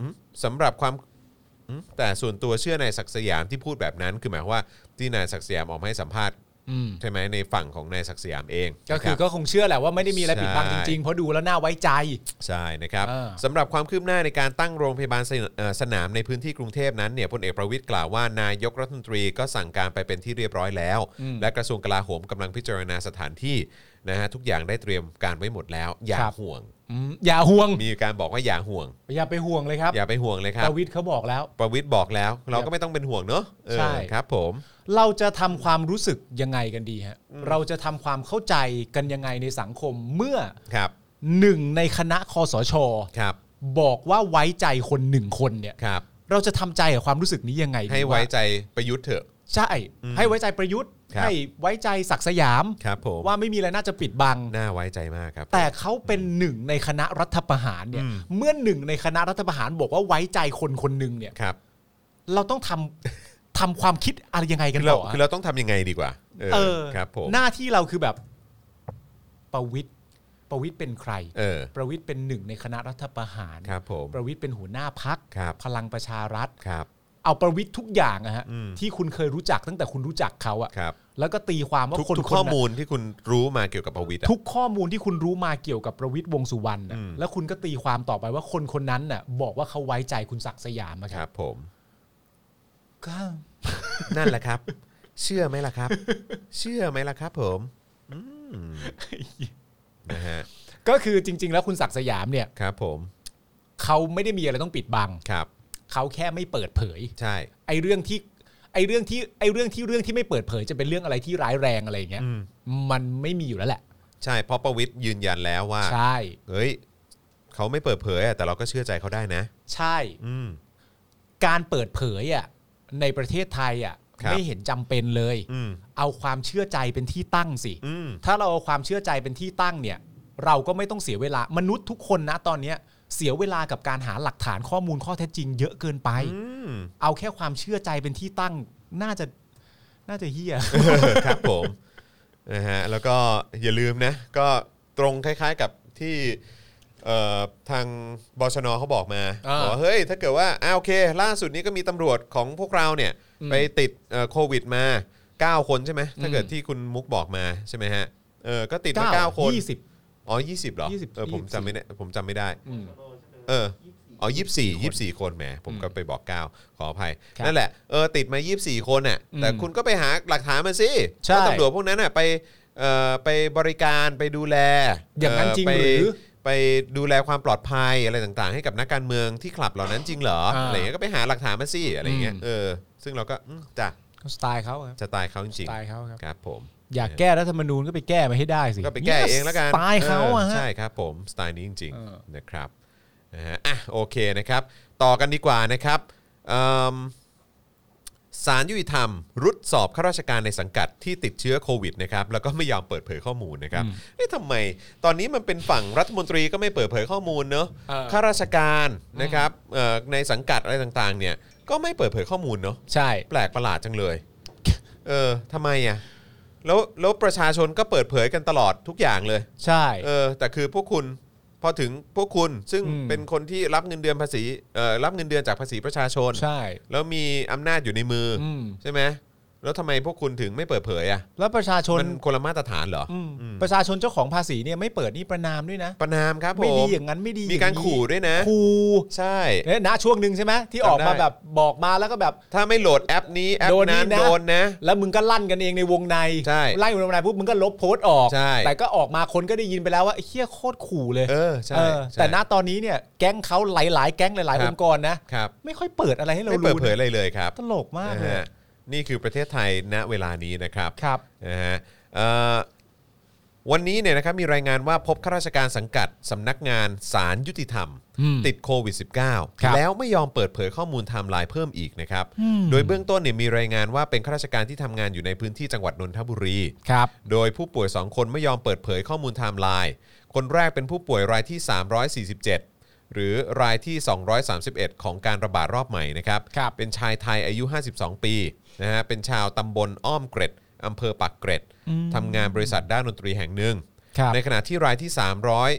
อืมสำหรับความอืมแต่ส่วนตัวเชื่อนายศักดิ์สยามที่พูดแบบนั้น คือหมายความว่าที่นายศักดิ์สยามออกมาให้สัมภาษณ์
อืม
ใช่ไหมในฝั่งของนายศักดิ์สยามเอง
ก็คือ
นะรับ
ก็คงเชื่อแหละว่าไม่ได้มีอะไรปิดบัง
ใช่
จริงๆ เพราะดูแล้วน่าไว้ใจ
ใช่นะครับ
อ่า
สำหรับความคืบหน้าในการตั้งโรงพยาบาลสนเอ่อสนามในพื้นที่กรุงเทพนั้นเนี่ยพลเอกประวิทย์กล่าวว่านายกรัฐมนตรีก็สั่งการไปเป็นที่เรียบร้อยแล้ว และกระทรวงกลาโหมกำลังพิจารณาสถานที่นะฮะทุกอย่างได้เตรียมการไว้หมดแล้ว อย่าห่วง
อืมอย่าห่วง
มีการบอกว่าอย่าห่วง
อย่าไปห่วงเลยครับ
อย่าไปห่วงเลยค
ป
รับ
ระวิทย์เขาบอกแล้ว
ประวิทย์บอกแล้ว เราก็ไม่ต้องเป็นห่วงเนอะเออ
ใช่
ครับผม
เราจะทำความรู้สึกยังไงกันดีฮะเราจะทำความเข้าใจกันยังไงในสังคมเมื่อ
ครับ
หนึ่งในคณะคอสช
ครับ
บอกว่าไว้ใจคนหนึ่งคนเนี่ย
ครับ
เราจะทำใจกับความรู้สึกนี้ยังไงดี
ให้ไว้
า
ใจประยุทธ์เถอะ
ใช่ ให้ไว้ใจประยุทธ์
ครับ
ให้ไว้ใจศักดิ์สยาม
ครับผม
ว่าไม่มีอะไรน่าจะปิดบัง
น่าไว้ใจมากครับ
แต่เขาเป็นหนึ่งในคณะรัฐประหารเนี่ย
อืม
เมื่อหนึ่งในคณะรัฐประหารบอกว่าไว้ใจคนคนหนึ่งเนี่ย
ครับ
เราต้องทำ ทำความคิดอะไรยังไงกั
คื
น
อเรา
ต่อ
คือเราต้องทำยังไงดีกว่า
เออ
ครับผม
หน้าที่เราคือแบบประวิทย์ประวิทย์เป็นใคร
เออ
ประวิทย์เป็นหนึ่งในคณะรัฐประหาร
ครับผม
ประวิทย์เป็นหัวหน้าพัก
ครับ
พลังประชารัฐ
ครับ
เอาประวิทย์ทุกอย่างอะฮะ
อืม
ที่คุณเคยรู้จักตั้งแต่คุณรู้จักเขาอะ
ครับ
แล้วก็ตีความว่า
ทุก
คน
ทุก
คน
ข้อ
นั้น
มูลที่คุณรู้มาเกี่ยวกับประวิทย์อะ
ทุกข้อมูลที่คุณรู้มาเกี่ยวกับประวิทย์วงษ์สุวรรณน่ะ
อืม
แล้วคุณก็ตีความต่อไปว่าคนคนนั้นน่ะ บอกว่าเขาไว้ใจคุณศักดิ์สยามอะ
ค
ค
รั
รับบ
ผม
ก็
นั่นแหละครับ เชื่อไหมล่ะครับ เชื่อไหมล่ะครับ ผมอืมนะฮะ
ก็คือจริง ๆ แล้วคุณศักดิ์สยามเนี่ย
ครับผม
เขาไม่ได้มีอะไรต้องปิดบัง
ครับ
เขาแค่ไม่เปิดเผย
ใช่
ไอ้เรื่องที่ไอ้เรื่องที่ไอ้เรื่องที่เรื่องที่ไม่เปิดเผยจะเป็นเรื่องอะไรที่ร้ายแรงอะไรอย่างเงี้ย
อืม
มันไม่มีอยู่แล้วแหละ
ใช่เพราะประวิทย์ยืนยันแล้วว่า
ใช่
เฮ้ยเขาไม่เปิดเผยอะแต่เราก็เชื่อใจเขาได้นะ
ใช่
อืม
การเปิดเผยอ่ะในประเทศไทยอ่ะ
ครับ
ไม่เห็นจำเป็นเลย
อืม
เอาความเชื่อใจเป็นที่ตั้งสิ
อืม
ถ้าเราเอาความเชื่อใจเป็นที่ตั้งเนี่ย เราก็ไม่ต้องเสียเวลามนุษย์ทุกคนนะตอนเนี้ยเสียเวลากับการหาหลักฐานข้อมูลข้อเท็จจริงเยอะเกินไป
อืม
เอาแค่ความเชื่อใจเป็นที่ตั้งน่าจะน่าจะเฮีย
ครับผมนะฮะแล้วก็อย่าลืมนะ ก็ตรงคล้ายๆกับที่เอ่อทางบชนเขาบอกมา
อ่า
บอกว่าเฮ้ยถ้าเกิดว่าอ่าโอเค ล่าสุดนี้ก็มีตำรวจของพวกเราเนี่ย
อืม
ไปติดเอ่อโควิดมา 9 คนใช่ไหมถ้าเกิด
อืม
ที่คุณมุกบอกมาใช่ไหมฮะเออก็ติดมา
เก้า
9 คน
ยี่สิบ
อ๋อ 20เหรอ
20
เออผม
24
จำไม่ได้ผมจำไม่ได้
อืม
เออ อ๋อยี่สี่ยี่สี่คนแหม ผมก็ไปบอกเก้าขออภัย
ครับ
นั่นแหละ เออ ติดมายี่สี่คนน่ะ
อืม
แต่คุณก็ไปหาหลักฐานมาสิ
ใช่
ว่าตำรวจพวกนั้นน่ะไป เอ่อ ไปบริการ ไปดูแล
อย่างนั้นจริง
เห
รือ
ไปดูแลความปลอดภัยอะไรต่างๆ ให้กับนักการเมืองที่คลับเหล่านั้นจริงเหรอ
อ่า
อะไรเงี้ย ก็ไปหาหลักฐานมาสิ อะไรเงี้ย
อืม
เออ ซึ่งเราก็อืมจ้ะ
ก็สไตล์เขาครับ
จะตายเขาจริ
ส
ง
ไตล์เขาครับ
ๆครับผม
อยากแก้รัฐธรรมนูญก็ไปแก้มาให้ได้สิ
ก็ไปแก้เองแล้วกัน
สไตล์เขา
ออ
อะฮะ
ใช่ครับผมสไตล์นี้จริง
เออ
ๆนะครับนะฮะอ่ะโอเคนะครับ ต่อกันดีกว่านะครับเอิ่มสารยุติธรรม รุดสอบข้าราชการในสังกัดที่ติดเชื้อโควิดนะครับแล้วก็ไม่ยอมเปิดเผยข้อมูลนะครับเอ๊ะทำไมตอนนี้มันเป็นฝั่งรัฐมนตรีก็ไม่เปิดเผยข้อมูลเนอะ
เออ
ข้าราชการนะครับเอ่อในสังกัดอะไรต่างๆเนี่ยก็ไม่เปิดเผยข้อมูลเนอะ
ใช่
แปลกประหลาดจังเลย เออทำไมอ่ะ แล้วแล้วประชาชนก็เปิดเผยกันตลอดทุกอย่างเลย
ใช่
เออ แต่คือพวกคุณ พอถึงพวกคุณซึ่ง
อืม
เป็นคนที่รับเงินเดือนภาษี เอ่อ รับเงินเดือนจากภาษีประชาชน
ใช่
แล้วมีอำนาจอยู่ในมืออ
อืม
ใช่ไหม แล้วทำไมพวกคุณถึงไม่เปิดเผยอ่ะ
แล้วประชาชน
มันคนละมาตรฐานเหรอ
อืม
อืม
ประชาชนเจ้าของภาษีเนี่ยไม่เปิดนี่ประนามด้วยนะ
ประนามครับผ
ไม่ดี
ม
อย่างนั้นไม่ดี
มีการ
อย่งนี้
ขู่ด้วยนะ
ขู่
ใช่
เนี่ยนะช่วงหนึ่งใช่ไหมที่ออกมา
จำได้
แบบบอกมาแล้วก็แบบ
ถ้าไม่โหลดแอปนี้แอป
โดนนี่
นั้น
นะ
โดนนะ
แล้วมึงก็ลั่นกันเองในวงใน
ใช่
ไล่อยู่ในวงในปุ๊บมึงก็ลบโพสต์ออก
ใช่
แต่ก็ออกมาคนก็ได้ยินไปแล้วว่าไอ้เฮี้ยโคตรขู่เลย
เออ ใช่
เออ
ใช่
แต่ณตอนนี้เนี่ยแก๊งเขาหลายๆ แก๊งหลาย
ครับ
ๆองค์กรนะ
ครับ
ไม่ค่อยเปิดอะไรให้เรา
ไม่เปิด
รู้
เผย
นะ
อะไรเลยครับ
ตลกมาก
นะ
เลย
ฮะ นี่คือประเทศไทยณเวลานี้นะครับ
ครับ
นะฮะเอ่อวันนี้เนี่ยนะครับมีรายงานว่าพบข้าราชการสังกัดสำนักงานสารยุติธรรม
อืม
ติดโควิด
ครับ
-19 แล้วไม่ยอมเปิดเผยข้อมูลไทม์ไลน์เพิ่มอีกนะครับ โดยเบื้องต้นเนี่ยมีรายงานว่าเป็นข้าราชการที่ทำงานอยู่ในพื้นที่จังหวัดนนทบุรี
ครับ
โดยผู้ป่วย 2 คนไม่ยอมเปิดเผยข้อมูลไทม์ไลน์ คนแรกเป็นผู้ป่วยรายที่ 347 หรือรายที่ 231 ของการระบาดรอบใหม่นะครับ
ครับ
เป็นชายไทยอายุ 52 ปีนะฮะ เป็นชาวตำบลอ้อมเกร็ดอำเภอปากเกร็ดทำงานบริษัทด้านดนตรีแห่งหนึ่ง
ครับ
ในขณะที่รายที่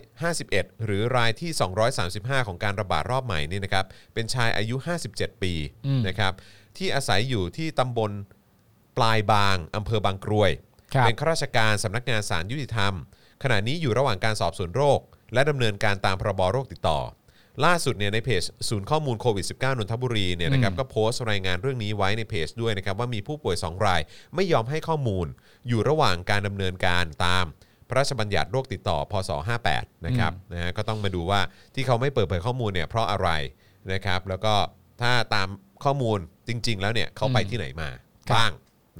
351 หรือรายที่ 235 ของการระบาดรอบใหม่นี่นะครับ เป็นชายอายุ 57 ปี
อืม
นะครับ ที่อาศัยอยู่ที่ตำบลปลายบางอำเภอบางกรวย
ครับ
เป็นข้าราชการสำนักงานสารยุติธรรม ขณะนี้อยู่ระหว่างการสอบสวนโรค และดำเนินการตามพรบโรคติดต่อ ล่าสุดเนี่ยในเพจศูนย์ข้อมูลโควิด -19 นนทบุรีเนี่ยนะครับก็โพสต์รายงานเรื่องนี้ไว้ในเพจด้วยนะครับว่ามีผู้ป่วย 2 รายไม่ยอมให้ข้อมูล อยู่ระหว่างการดำเนินการตามพระราชบัญญัติโรคติดต่อพศ 58 นะครับนะฮะก็ต้องมาดูว่าที่เขาไม่เปิดเผยข้อมูลเนี่ยเพราะอะไรนะครับแล้วก็ถ้าตามข้อมูลจริง ๆ แล้วเนี่ยเขาไปที่ไหนมา
ครับ
บ้าง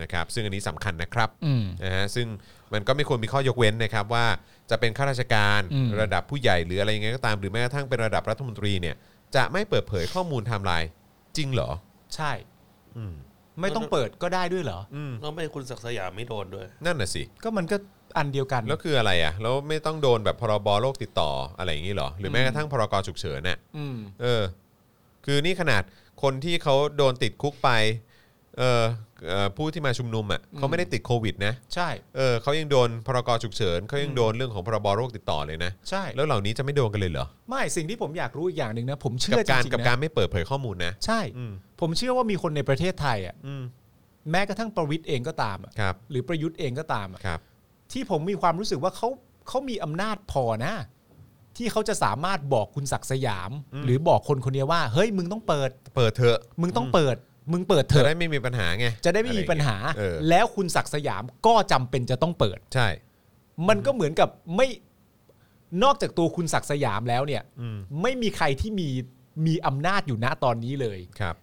นะครับซึ่งอันนี้สำคัญนะครับ
อืม
นะฮะซึ่งมันก็ไม่ควรมีข้อยกเว้นนะครับว่าจะเป็นข้าราชการ
อืม
ระดับผู้ใหญ่หรืออะไรยังไงก็ตามหรือแม้กระทั่งเป็นระดับรัฐมนตรีเนี่ยจะไม่เปิดเผยข้อมูลไทม์ไลน์จริงเหรอ
ใช่
อืม
ไม่ต้องเปิดก็ได้ด้วยเหรอ
อืม
แล้วไม่คุณศักดิ์สยามไม่โดนด้วย
นั่นน่ะสิ
ก็มันก็อันเดียวกัน
แล้วคืออะไรอ่ะแล้วไม่ต้องโดนแบบพรบโรคติดต่ออะไรอย่างนี้เหรอ หรือแม้กระทั่งพรกฉุกเฉินน่ะ
อืม
เออ คือนี่ขนาดคนที่เขาโดนติดคุกไปเออเอ่อผู้ที่มาชุมนุมอ่ะเขาไม่ได้ติดโควิดนะ
ใช่
เออเขายังโดนพรกฉุกเฉินเขายังโดนเรื่องของพรบโรคติดต่อเลยนะ
ใช่
แล้วเหล่านี้จะไม่โดนกันเลยเหรอ
ไม่สิ่งที่ผมอยากรู้อีกอย่างหนึ่งนะ ผม
กั
เชื่อบ จ
การ
ริง
กับ
ๆ
การ
นะ
ไม่เปิดเผยข้อมูลนะ
ใช่
อืม
ผมเชื่อว่ามีคนในประเทศไทยอ่ะ
อืม
แม้กระทั่งประวิทย์เองก็ตามอะ
ครับ
หรือประยุทธ์เองก็ตามอะ
ครับ
ที่ผมมีความรู้สึกว่าเขาเขามีอำนาจพอนะ ที่เขาจะสามารถบอกคุณศักดิ์สยาม
อืม
หรือบอกคนคนเนี้ยว่า เฮ้ยมึงต้องเปิด
เปิดเถอะ
มึงต้องเปิด มึงเปิดเถ
จะ
อะ
ได้ไม่มีปัญหาไง
จะได้ไม่มีปัญหา
เออ
แล้วคุณศักดิ์สยามก็จำเป็นจะต้องเปิด
ใช่
มันก็เหมือนกับไม่นอกจากตัวคุณศักดิ์สยามแล้วเนี่ย
อืม
ไม่มีใครที่มีมีอำนาจอยู่ณตอนนี้เลย
ครับ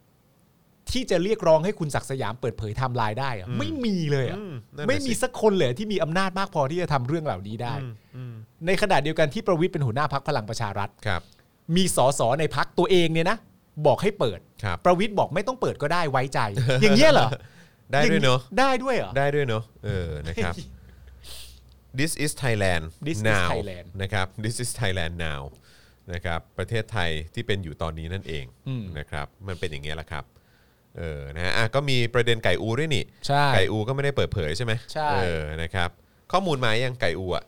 ที่จะเรียกร้องให้คุณศักดิ์สยามเปิดเผยไทม์ไลน์ได้อะ
อืม
ไม่มีเลยอะ
อืมนั่นน่ะ
ไม่มี
สิ
สักคนเลยที่มีอำนาจมากพอที่จะทำเรื่องเหล่านี้ได้
อืมอืม
ในขณะเดียวกันที่ประวิทย์เป็นหัวหน้าพักพลังประชารัฐ
ครับ
มีสสในพักตัวเองเนี่ยนะบอกให้เปิด
ครับ
ประวิทย์บอกไม่ต้องเปิดก็ได้ไว้ ใจ อย่างเงี้ยเหรอ
ได้ด้วยเนอะ
ได้ด้วยเหรอ
ได้ด้วยเนอะเออนะครับ This is Thailand
This is
now
Thailand
นะครับ This is Thailand now นะครับประเทศไทยที่เป็นอยู่ตอนนี้นั่นเอง
อืม
นะครับมันเป็นอย่างเงี้ยแหละครับเออนะฮะอ่ะก็มีประเด็นไก่อูด้วยนี่
ใช่
ไก่อูก็ไม่ได้เปิดเผยใช่ไหม
ใช่
เออ นะครับ ข้อมูลมายังไก่อูอ่ะ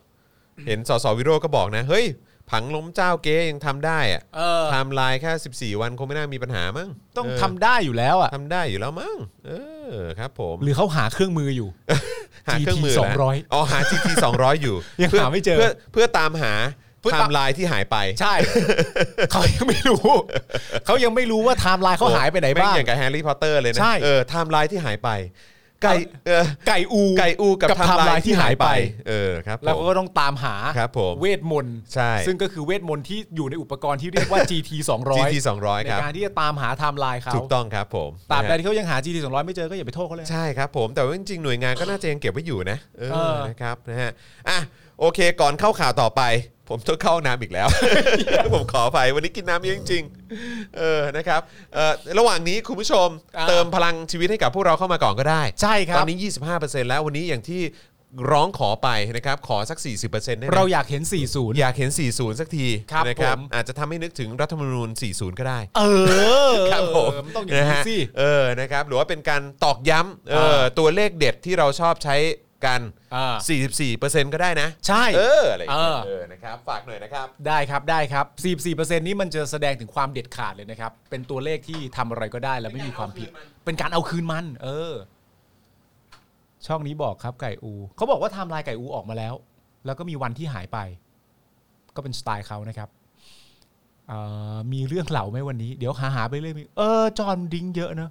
เห็นสสวิโรจน์ก็บอกนะ เฮ้ย ผังล้มเจ้าเก๊ยังทำได้อ่ะ
เออ
ไทำลายแค่ 14 วันคงไม่น่ามีปัญหามั้ง
ต้อง
เ
ทำได้อยู่แล้วอ่ะ
ทำได้อยู่แล้วมั้ง เออ ครับผม
หรือเขาหาเครื่องมืออยู่
หาเครื่องมือแล้ว
GT 200
อ๋อ หา GT 200 อยู่
ยัง
พื่
หาไม่เจอ
พื่เพื่อตามหา
เพื่อ
ไท
ตาม
ม์ไลน์ที่หายไป
ใช่ เขายังไม่รู้ เขายังไม่รู้ว่าไทม์ไลน์เขาหายไปไหนบ้าง
แม่อย่างกับแฮร์รี่พอตเตอร์เลยนะ
ใช่
เออ ไทม์ไลน์ที่หายไป ไก่ เออ
ไก่อู
ไก่อูกับ
กับ
ไทม์ไลน์ที่หายไป
ไทม์ไลน์ที่หายไป
เออ ครับผม
แล้วก็ต้องตามหา
ครับผม
เวทมนต์
ใช่
ซึ่งก็คือเวทมนต์ที่อยู่ในอุปกรณ์ที่เรียกว่า GT 200
GT 200
ใน
ครับ
การที่จะตามหาไทม์ไลน์เขา
ถูกต้องครับผม
ตราบใด
นะฮะ
ที่เขายังหา GT 200 ไม่เจอก็อย่าไปโทษเขาเลย
ใช่ครับผมแต่ว่าจริงๆหน่วยงานก็น่าจะยังเก็บไว้อยู่นะเออ
เออ
นะครับนะฮะอ่ะโอเคก่อนเข้าข่าวต่อไป ผมต้องเข้าห้องน้ำอีกแล้ว ผมขอไปวันนี้กินน้ำเยอะจริงๆเออนะครับเออระหว่างนี้คุณผู้ชมเติมพลังชีวิตให้กับพวกเราเข้ามาก่อนก็ได้
ใช่ค
ต
รั
อบ นนี้ 25%แล้ววันนี้อย่างที่ร้องขอไปนะครับขอสัก 40%ได้ไหม
เราอยากเห็น 40
อยากเห็น 40 สักที
ครับ
นะครับ
ผม
อาจจะทำให้นึกถึงรัฐธรรมนูญ 40 ก็ได้
เออ
ครับผม
นต้องอย่าง
นะ
นี้
ฮะ
สิ
เออนะครับหรือว่าเป็นการตอกย้ำเอ
เอ
อ
อ
ตัวเลขเด็ดที่เราชอบใช้กัน
อ่า
44%ก็ได้นะ
ใช่
เอออะไรอย่างเงี้ย
เออ
เออนะครับฝากหน่อยนะครับ
ได้ครับได้ครับ 44%นี้มันจะแสดงถึงความเด็ดขาดเลยนะครับ เป็นตัวเลขที่ทำอะไรก็ได้และไม่มีความผิด เป็นการเอาคืนมัน เออ ช่องนี้บอกครับไก่อู เขาบอกว่าไทม์ไลน์ไก่อูออกมาแล้ว แล้วก็มีวันที่หายไป ก็เป็นสไตล์เขานะครับเอ่อมีเรื่องเหล่าไหมวันนี้ เดี๋ยวหาหาไปเรื่อยมีเออ จอห์นดิ้งเยอะเนอะ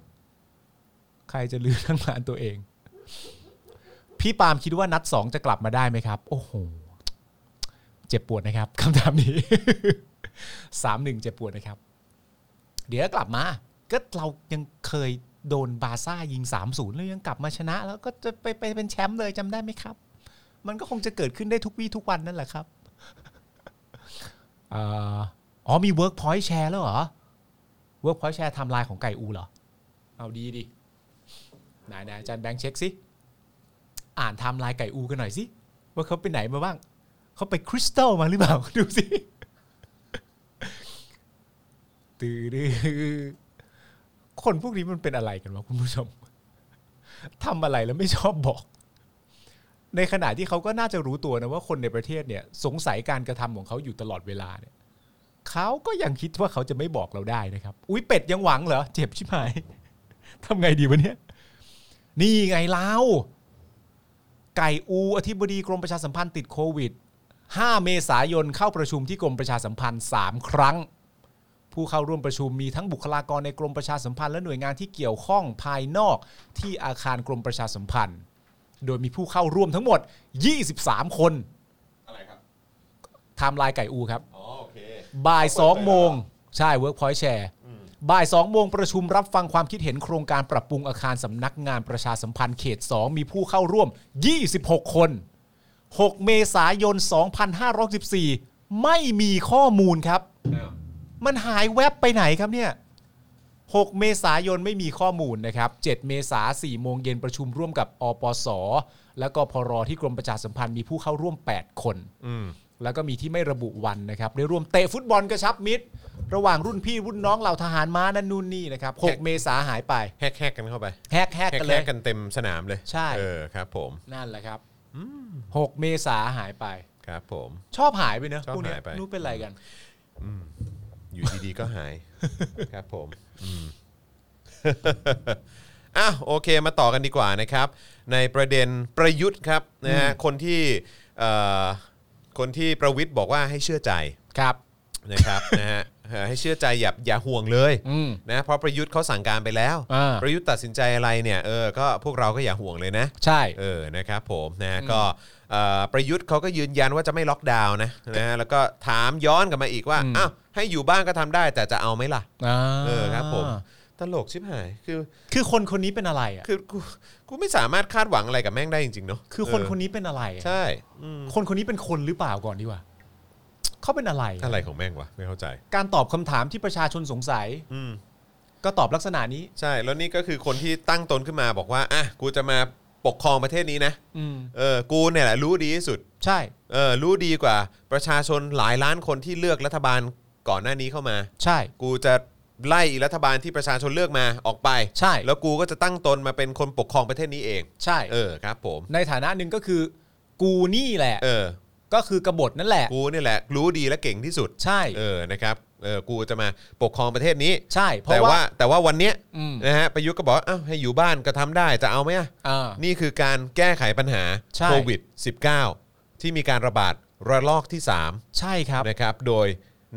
ใครจะลืมทั้งงานตัวเอง พี่ปาล์มคิดว่านัดสองจะกลับมาได้ไหมครับ โอ้โห เจ็บปวดนะครับ คำถามนี้ สามหนึ่งเจ็บปวดนะครับ เดี๋ยวกลับมา ก็เรายังเคย โดนบาร์ซ่ายิง 3-0 แล้วยังกลับมาชนะ แล้วก็จะไปไปเป็นแชมป์เลยจำได้ไหมครับ มันก็คงจะเกิดขึ้นได้ทุกวี่ทุกวันนั่นแหละครับ เอ่ออ๋อมี work point share แล้วเหรอ work point share ไทม์ไลน์ของไก่อูเหรอ เอาดีดิไหนไหนอาจารย์แบงค์เช็คสิ อ่านไทม์ไลน์ไก่อูกันหน่อยสิ ว่าเขาไปไหนมาบ้าง เขาไปคริสตัลมาหรือเปล่า ดูสิตือดื้อคนพวกนี้มันเป็นอะไรกันวะคุณผู้ชมทำอะไรแล้วไม่ชอบบอก ในขณะที่เขาก็น่าจะรู้ตัวนะว่าคนในประเทศเนี่ย สงสัยการกระทำของเขาอยู่ตลอดเวลาเนี่ยเขาก็ยังคิดว่าเขาจะไม่บอกเราได้นะครับ อุ้ยเป็ดยังหวังเหรอ เจ็บชิบหาย ทำไงดีวะเนี่ย นี่ไงเล่า ไก่อูอธิบดีกรมประชาสัมพันธ์ติดโควิด 5 เมษายนเข้าประชุมที่กรมประชาสัมพันธ์ 3 ครั้ง ผู้เข้าร่วมประชุมมีทั้งบุคลากรในกรมประชาสัมพันธ์และหน่วยงานที่เกี่ยวข้องภายนอกที่อาคารกรมประชาสัมพันธ์ โดยมีผู้เข้าร่วมทั้งหมด 23 คน
อะไรครับ
ไทม์ไลน์ไก่อูครับ
อ๋อโอเค
บ่าย
เปิดเลยเหรอ
2 โมง ใช่ Workpoint Share บ่าย 2 โมงประชุมรับฟังความคิดเห็นโครงการปรับปรุงอาคารสำนักงานประชาสัมพันธ์เขต 2 มีผู้เข้าร่วม 26 คน 6 เมษายน 2564 ไม่มีข้อมูลครับ
อ้าว
มันหายแวบไปไหนครับเนี่ย 6 เมษายนไม่มีข้อมูลนะครับ 7 เมษา4โมงเย็นประชุมร่วมกับอปส และก็พรที่กรมประชาสัมพันธ์มีผู้เข้าร่วม 8 คน
อืม
แล้วก็มีที่ไม่ระบุวันนะครับได้ร่วมเตะฟุตบอลกระชับมิตร ระหว่างรุ่นพี่รุ่นน้องเหล่าทหารม้านั่นนู่นนี่นะครับ
แฮก
6 เมษาหายไป
แฮกแฮกกันเข้าไป
แฮกแฮก
แฮก
กัน
แฮ
เลย
กกันเต็มสนามเลย
ใช่
เออครับผม
นั่นแหละครับ 6 เมษาหายไป
ครับผม
ชอบหายไปเนอะ
ชอบ
พวกเนี้
หายไป
รู้เป็นไรกัน
อยู่ดีๆก็ หาย ครับผมอืม อ่ะโอเคมาต่อกันดีกว่านะครับ ในประเด็นประยุทธ์ครับนะฮะคนที่เอ่อคนที่ประวิทย์บอกว่าให้เชื่อใจ
ครับ
นะครับ นะฮะเอ่อให้เชื่อใจอย่าอย่าห่วงเลย
อืม
นะเพราะประยุทธ์เขาสั่งการไปแล้ว
อ่า
ประยุทธ์ตัดสินใจอะไรเนี่ยเออก็พวกเราก็อย่าห่วงเลยนะ
ใช่
เออ นะครับผมนะ ก็เอ่อประยุทธ์เขาก็ยืนยันว่าจะไม่ล็อกดาวน์นะนะ แล้วก็ถามย้อนกลับมาอีกว่า
อืม
อ้าว ให้อยู่บ้านก็ทำได้แต่จะเอาไหมล่ะ
า
เออครับผม ตลกชิบหาย คือ
คือคนคนนี้เป็นอะไรอ่ะ
คือ กู กูไม่สามารถคาดหวังอะไรกับแม่งได้จริงๆเนาะ
คือคน
เ
คนนี้เป็นอะไรอะ
ใช่อืม
คนคนนี้เป็นคนหรือเปล่าก่อนดีกว่าเขาเป็นอะไรอะ
อะไรของแม่งวะ ไม่เข้าใจ
การตอบคำถามที่ประชาชนสงสัย
อืม
ก็ตอบลักษณะนี้
ใช่ แล้วนี่ก็คือคนที่ตั้งตนขึ้นมาบอกว่า อ่ะ กูจะมาปกครองประเทศนี้นะ
อืม
เออ กูเนี่ยแหละรู้ดีที่สุด
ใช่
เออ รู้ดีกว่าประชาชนหลายล้านคนที่เลือกรัฐบาลก่อนหน้านี้เข้ามา
ใช่
กูจะไล่รัฐบาลที่ประชาชนเลือกมาออกไป
ใช่
แล้วกูก็จะตั้งตนมาเป็นคนปกครองประเทศนี้เอง
ใช่
เออครับผม
ในฐานะหนึ่งก็คือ กูนี่แหละ
เออ
ก็คือกบฏนั่นแหละ
กูนี่แหละ รู้ดีและเก่งที่สุด
ใช่
เออนะครับ เออ กูจะมาปกครองประเทศนี้
ใช่ เพ
แต่
ราะว่า
ว่าแต่ว่าวันเนี้ย
อืม
นะฮะประยุทธ์ก็บอกว่าอ้าวให้อยู่บ้านก็ทำได้จะเอาไหมอะ
อ่า
นี่คือการแก้ไขปัญหา
ใช่
โควิด -19 ที่มีการระบาดระลอกที่สาม
ใช่ครับ
นะครับ โดย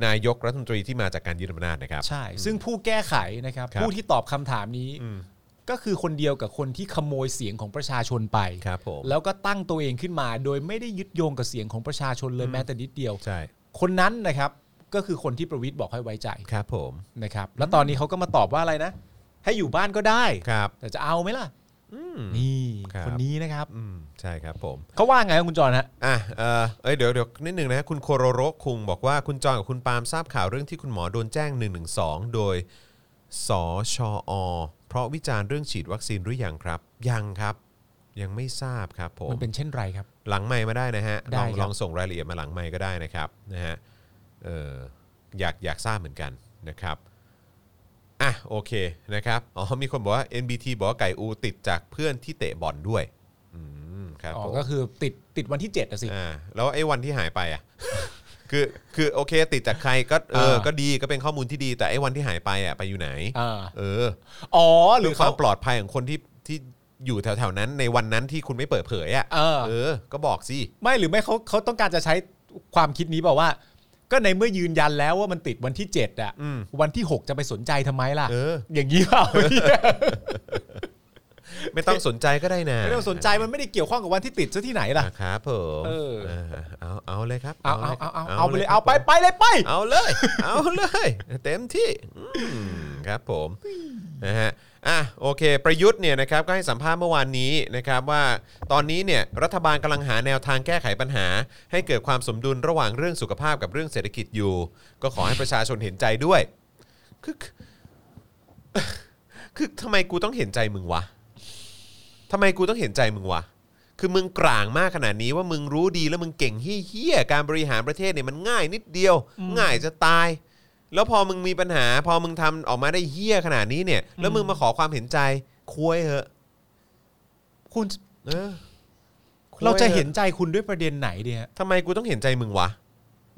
นายกรัฐมนตรีที่มาจากการยึดอำนาจนะครับ
ใช่ ซึ่งผู้แก้ไขนะครับ
ครับ
ผู้ที่ตอบคำถามนี้
อืม
ก็คือคนเดียวกับคนที่ขโมยเสียงของประชาชนไป
ครับผม
แล้วก็ตั้งตัวเองขึ้นมา โดยไม่ได้ยึดโยงกับเสียงของประชาชนเลยแม้แต่นิดเดียว
ใช่
คนนั้นนะครับ ก็คือคนที่ประวิทย์บอกให้ไว้ใจ
ครับผม
นะครับ แล้วตอนนี้เขาก็มาตอบว่าอะไรนะ ให้อยู่บ้านก็ได้
ครับ
แต่จะเอาไหมล่ะ
อืม
นี่
ครับ
คนนี้นะครับ
อืมใช่ครับผม
เขาว่าไงครับคุณจรฮะ
อ่ะเออเอ้ยเดี๋ยวเดี๋ยวนิดนึงนะคุณโคโรโรคุงบอกว่าคุณจอนกับคุณปาล์มทราบข่าวเรื่องที่คุณหมอโดนแจ้ง 112 โดยสชอ เพราะวิจารณ์เรื่องฉีดวัคซีนหรือยังครับ ยังครับ ยังไม่ทราบครับผม
มันเป็นเช่นไรครับ
หลังไมค์มาได้นะฮะล
ได้
อง
ครับ
ลองส่งรายละเอียดมาหลังไมค์ก็ได้นะครับนะฮะเอออยากอยากทราบเหมือนกันนะครับอ่ะโอเคนะครับอ๋อมีคนบอกว่า NBT บอกว่าไก่อูติดจากเพื่อนที่เตะบอลด้วยอืมครับ
อ๋อ
ผม
ก็คือติดติดวันที่7จ็ดอะสิ
อ่าแล้วไอ้วันที่หายไปอ่ะ คือคือโอเค ติดจากใครก็เออ
อ่า
ก็ดีก็เป็นข้อมูลที่ดีแต่ไอ้วันที่หายไปอ่ะไปอยู่ไหน
อ่า
เออ
อ๋อห
หรื
รือ อ
ควา
เขา
มปลอดภัยของคนที่ที่อยู่แถวๆนั้นในวันนั้นที่คุณไม่เปิดเผยอ่ะ
เออ
เออ ก็บอกสิ
ไม่หรือไม่เขาเขาต้องการจะใช้ความคิดนี้บอกว่า ก็ในเมื่อยืนยันแล้วว่ามันติดวันที่ 7 อ่ะ
อืม
วันที่ 6 จะไปสนใจทำไมล่ะ
เออ
อย่างนี้เปล่า
ไม่ต้องสนใจก็ได้นะ
ไม่ต้องสนใจมันไม่ได้เกี่ยวข้องกับวันที่ติดซะที่ไหนล่ะ
นะครับผม
เออ
เอาเอาเลยครับ
เอาเอาเอาเอา
ลย
เอาไปเล
ครับผ
ยเอาไป
ม
ไปเลยไป
เอาเลย เอาเลย เต็มที่อืมครับผม นะฮะอ่ะโอเค ประยุทธ์เนี่ยนะครับก็ให้สัมภาษณ์เมื่อวานนี้นะครับว่าตอนนี้เนี่ยรัฐบาลกำลังหาแนวทางแก้ไขปัญหา ให้เกิดความสมดุลระหว่างเรื่องสุขภาพกับเรื่องเศรษฐกิจอยู่ ก็ขอให้ประชาชนเห็นใจด้วยคือคือทำไมกูต้องเห็นใจมึงวะทำไมกูต้องเห็นใจมึงวะ คือมึงกลางมากขนาดนี้ว่ามึงรู้ดีแล้วมึงเก่งเฮี้ยๆการบริหารประเทศเนี่ยมันง่ายนิดเดียว ง่ายจะตาย แล้วพอมึงมีปัญหา พอมึงทำออกมาได้เฮี้ยขนาดนี้เนี่ย แล้วมึงมาขอความเห็นใจคุยเหอะ
คุณ
เออคุยถอ
เราจะเห็นใจคุณด้วยประเด็นไหนเนี่ย
ทำไมกูต้องเห็นใจมึงวะ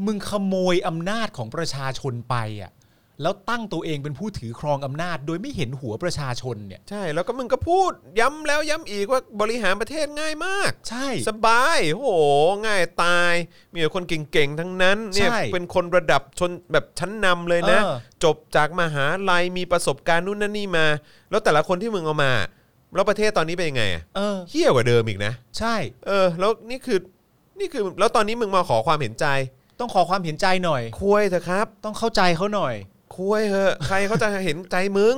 มึงขโมยอำนาจของประชาชนไปอ่ะแล้วตั้งตัวเองเป็นผู้ถือครองอำนาจ โดยไม่เห็นหัวประชาชนเนี่ย
ใช่แล้วก็มึงก็พูด ย้ำแล้วย้ำอีกว่าบริหารประเทศง่ายมาก
ใช่
สบายโอ้โห ง่ายตาย มีแต่คนเก่งๆ ทั้งนั้นเนี่ย
ใช่
เป็นคนระดับชนแบบชั้นนำเลยนะ
เออ
จบจากมหาลัยมีประสบการณ์นู่นนั่นนี่มา แล้วแต่ละคนที่มึงเอามา แล้วประเทศตอนนี้เป็นยังไงอะ
เออ
เฮี้ยกว่าเดิมอีกนะ
ใช่
เออ แล้วนี่คือนี่คือแล้วตอนนี้มึงมาขอความเห็นใจ
ต้องขอความเห็นใจหน่อย
คุยเถอะครับ
ต้องเข้าใจเขาหน่อย
คุยเถอะใครเขาจะเห็นใจมึง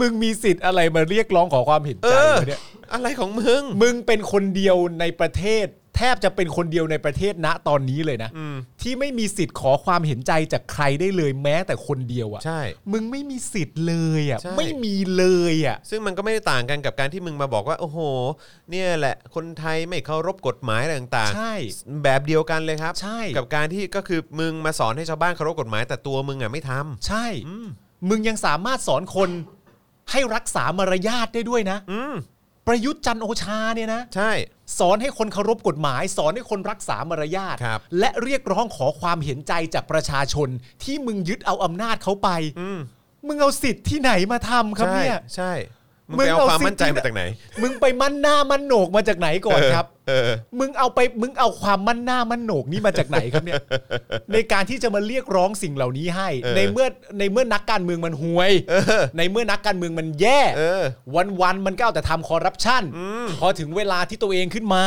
มึงมีสิทธิ์อะไรมาเรียกร้องขอความเห็น
เอ
ใจ
อ
วะเนี่ย
อะไรของมึง
มึงเป็นคนเดียวในประเทศ แทบจะเป็นคนเดียวในประเทศณตอนนี้เลยนะ
อืม
ที่ไม่มีสิทธิ์ขอความเห็นใจจากใครได้เลยแม้แต่คนเดียวอะ
ใช่
มึงไม่มีสิทธิ์เลยอะ
ใช่
ไม่มีเลยอะ
ซึ่งมันก็ไม่ได้ต่างกันกับการที่มึงมาบอกว่า โอ้โห เนี่ยแหละ คนไทยไม่เคารพกฎหมายอะไรต่าง
ใช่
ๆ แบบเดียวกันเลยครับ
ใช่
กับการที่ก็คือมึงมาสอนให้ชาวบ้านเคารพกฎหมาย แต่ตัวมึงอ่ะไม่ทำ
ใช่
อืม
มึงยังสามารถสอนคนให้รักษามารยาทได้ด้วยนะ
อืม
ประยุทธ์จันทร์โอชาเนี่ยนะ
ใช่
สอนให้คนเคารพกฎหมาย สอนให้คนรักษามารยาท
ครับ
และเรียกร้องขอความเห็นใจจากประชาชน ที่มึงยึดเอาอำนาจเขาไป
อืม
มึงเอาสิทธิ์ที่ไหนมาทำครับ
ใช่
เนี่ย
ใช่มึง
มึง
ไปเอา
เอา
ความ
สิ่ง
มั่นใจ
ที่
มาจากไหน
มึงไปมั่นหน้ามั่นโหนกมาจากไหนก่อนครับ
เออ
มึงเอาไปมึงเอาความมั่นหน้ามั่นโหนกนี้มาจากไหนครั บเนี่ย ในการที่จะมาเรียกร้องสิ่งเหล่านี้ให้
เออ
ในเมื่อในเมื่อนักการเมืองมันห่วย
เออ
ในเมื่อนักการเมืองมันแย่
เออ
วันวันๆมันก็เอาแต่ทำคอร์รัปชันพอถึงเวลาที่ตัวเองขึ้นมา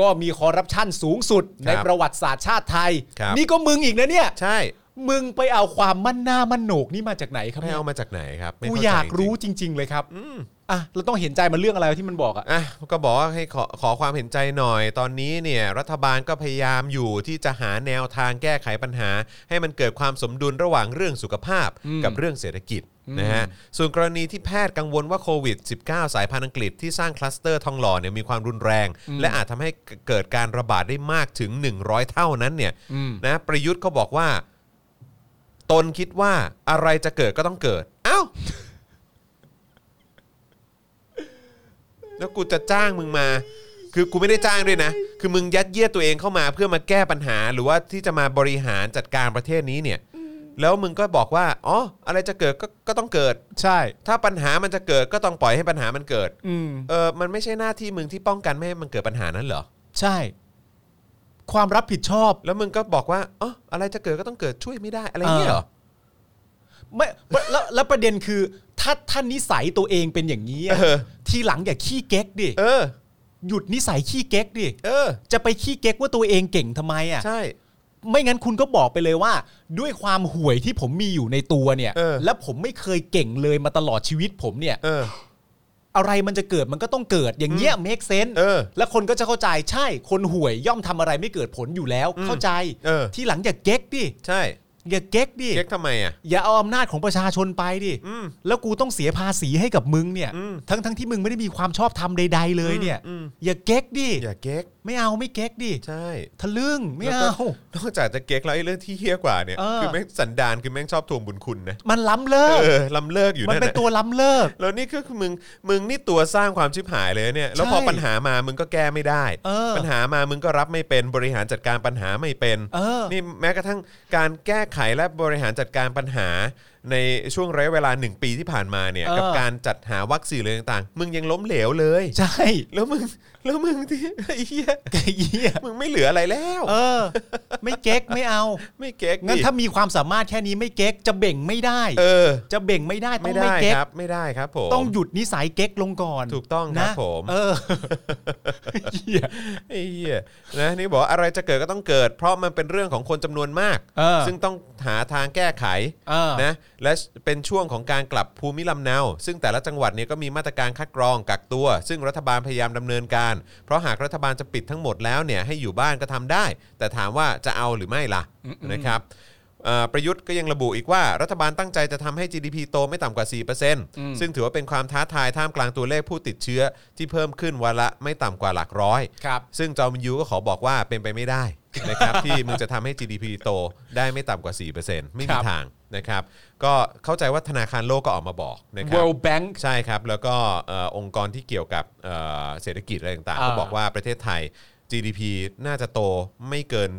ก็มีคอร์รัปชันสูงสุด ในประวัติศาสตร์ชาติไทย
ครับ
นี่ก็มึงอีกนะเนี่ย
ใช่
มึงไปเอาความมั่นหน้ามั่นโหนกนี่มาจากไหนครับ
ไป
เนี่ย
เอามาจากไหนครับไม่
กู
เข้
อ
ใจ
ยาก
จงๆ
รู้จริง ๆ เลยครับ
อืม
อ่ะเราต้องเห็นใจมันเรื่องอะไรที่มันบอกอ่ะ
อ่ะก็บอกว่าให้ขอขอความเห็นใจหน่อย ตอนนี้เนี่ยรัฐบาลก็พยายามอยู่ที่จะหาแนวทางแก้ไขปัญหา ให้มันเกิดความสมดุลระหว่างเรื่องสุขภาพ
อืม
กับเรื่องเศรษฐกิจ
อืม
นะฮะส่วนกรณีที่แพทย์กังวลว่าโควิด -19 สายพันธุ์อังกฤษที่สร้างคลัสเตอร์ทองหล่อเนี่ยมีความรุนแรง และอาจทำให้เกิดการระบาดได้มากถึง 100 เท่านั้นเนี่ย
อืม
นะประยุทธ์ก็บอกว่า ตนคิดว่าอะไรจะเกิดก็ต้องเกิด เอ้า แล้วกูจะจ้างมึงมา คือกูไม่ได้จ้างด้วยนะ คือมึงยัดเยียดตัวเองเข้ามาเพื่อมาแก้ปัญหา หรือว่าที่จะมาบริหารจัดการประเทศนี้เนี่ย แล้วมึงก็บอกว่า อ๋อ อะไรจะเกิดก็ก็ต้องเกิด
ใช่
ถ้าปัญหามันจะเกิดก็ต้องปล่อยให้ปัญหามันเกิด
อืม
เออ มันไม่ใช่หน้าที่มึงที่ป้องกันไม่ให้มันเกิดปัญหานั้นเหรอ
ใช่ ความรับผิดชอบ
แล้วมึงก็บอกว่า อ๋อ อะไรจะเกิดก็ต้องเกิดช่วยไม่ได้อะไรอย่างเงี้ยเหรอ
ไม่แล้วแล้วแล้วประเด็นคือ ถ้าท่านนิสัยตัวเองเป็นอย่างนี้อะ
เออ
ทีหลังอย่าขี้เก๊กดิ
เออ
หยุดนิสัยขี้เก๊กดิ
เออ
จะไปขี้เก๊กว่าตัวเองเก่งทำไมอ่ะ
ใช่
ไม่งั้นคุณก็บอกไปเลยว่า ด้วยความห่วยที่ผมมีอยู่ในตัวเนี่ย
เออ
และผมไม่เคยเก่งเลยมาตลอดชีวิตผมเนี่ย
เออ
อะไรมันจะเกิดมันก็ต้องเกิดอย่างเงี้ย make sense
เออ
แล้วคนก็จะเข้าใจใช่ คนห่วยย่อมทำอะไรไม่เกิดผลอยู่แล้ว
อืม
เข้าใจ
เออ
ที่หลังอย่าเก๊กดิ
ใช่
อย่าเก๊กดิ
เก๊กทำไมอ่ะ
อย่าเอาอำนาจของประชาชนไปดิ
อืม
แล้วกูต้องเสียภาษีให้กับมึงเนี่ย
อืม
ทั้งทั้งที่มึงไม่ได้มีความชอบธรรมใด ๆ เลยเนี่ย
อืม
อย่าเก๊กดิ
อย่าเก๊ก
ไม่เอาไม่เก๊กดิ
ใช่
ทะลึ่งไม่
แล้วก็
เอา
นอกจากจะเก๊กแล้วไอ้เรื่องที่เฮี้ยกว่าเนี่ย
เออ
คือแม่งสันดานคือแม่งชอบทวงบุญคุณนะ
มันล้ำเลิ
เอก อลำเลิกอยู่
มัน
นั่น
เป็น
น่ะ
ตัวล้ำเลิก
แล้วนี่ก็คือมึงมึงนี่ตัวสร้างความชิบหายเลยเนี่ยแล้วพอ
ใช่
ปัญหามามึงก็แก้ไม่ได้
เออ
ปัญหามามึงก็รับไม่เป็นบริหารจัดการปัญหาไม่เป็น
เออ
นี่แม้กระทั่งการแก้ไขและบริหารจัดการปัญหา ในช่วงระยะเวลาหนึ่งปีที่ผ่านมาเนี่ย
เออ
กับการจัดหาวัคซีนอะไรต่างๆ มึงยังล้มเหลวเลย
ใช่
แล้วมึงแล้วมึงที่ไอ้เหี้ย
ไอ้เหี้ย
มึงไม่เหลืออะไรแล้ว
เออ ไม่เก๊กไม่เอา
ไม่เก๊กดิ
งั้นถ้ามีความสามารถแค่นี้ไม่เก๊กจะเบ่งไม่ได้
เออ
จะเบ่งไม่ได้ต้อ
ไม่
งไม่
ได้
เก๊ก
ครับไม่ได้ครับผม
ต้องหยุดนิสัยเก๊กลงก่อน
ถูกต้องครับ
นะ
ผม
เออเหี้ย
ไอ้เหี้ยนะนี่บอกว่าอะไรจะเกิดก็ต้องเกิด เพราะมันเป็นเรื่องของคนจำนวนมาก
เออ
ซึ่งต้องหาทางแก้ไข
เออ
นะ และเป็นช่วงของการกลับภูมิลำเนา ซึ่งแต่ละจังหวัดเนี่ยก็มีมาตรการคัดกรองกักตัว ซึ่งรัฐบาลพยายามดำเนินการ เพราะหากรัฐบาลจะปิดทั้งหมดแล้วเนี่ยให้อยู่บ้านก็ทำได้ แต่ถามว่าจะเอาหรือไม่ล่ะ
อืม
นะครับเอ่อประยุทธ์ก็ยังระบุอีกว่ารัฐบาลตั้งใจจะทำให้ GDP โตไม่ต่ำกว่า 4%ซึ่งถือว่าเป็นความท้าทายท่ามกลางตัวเลขผู้ติดเชื้อ ที่เพิ่มขึ้นวันละไม่ต่ำกว่าหลักร้อย
ครับ
ซึ่งจอมยูก็ขอบอกว่าเป็นไปไม่ได้ นะครับ ที่มึงจะทำให้ GDP โตได้ไม่ต่ำกว่า 4%ไม่มี
ครับ
ทางนะครับ ก็เข้าใจว่าธนาคารโลกก็ออกมาบอกนะครับ
World Bank
ใช่ครับ แล้วก็เอ่อองค์กรที่เกี่ยวกับเอ่อเศรษฐกิจอะไรต่างๆ
อ่า
ก็บอกว่าประเทศไทย GDP น่าจะโตไม่เกิน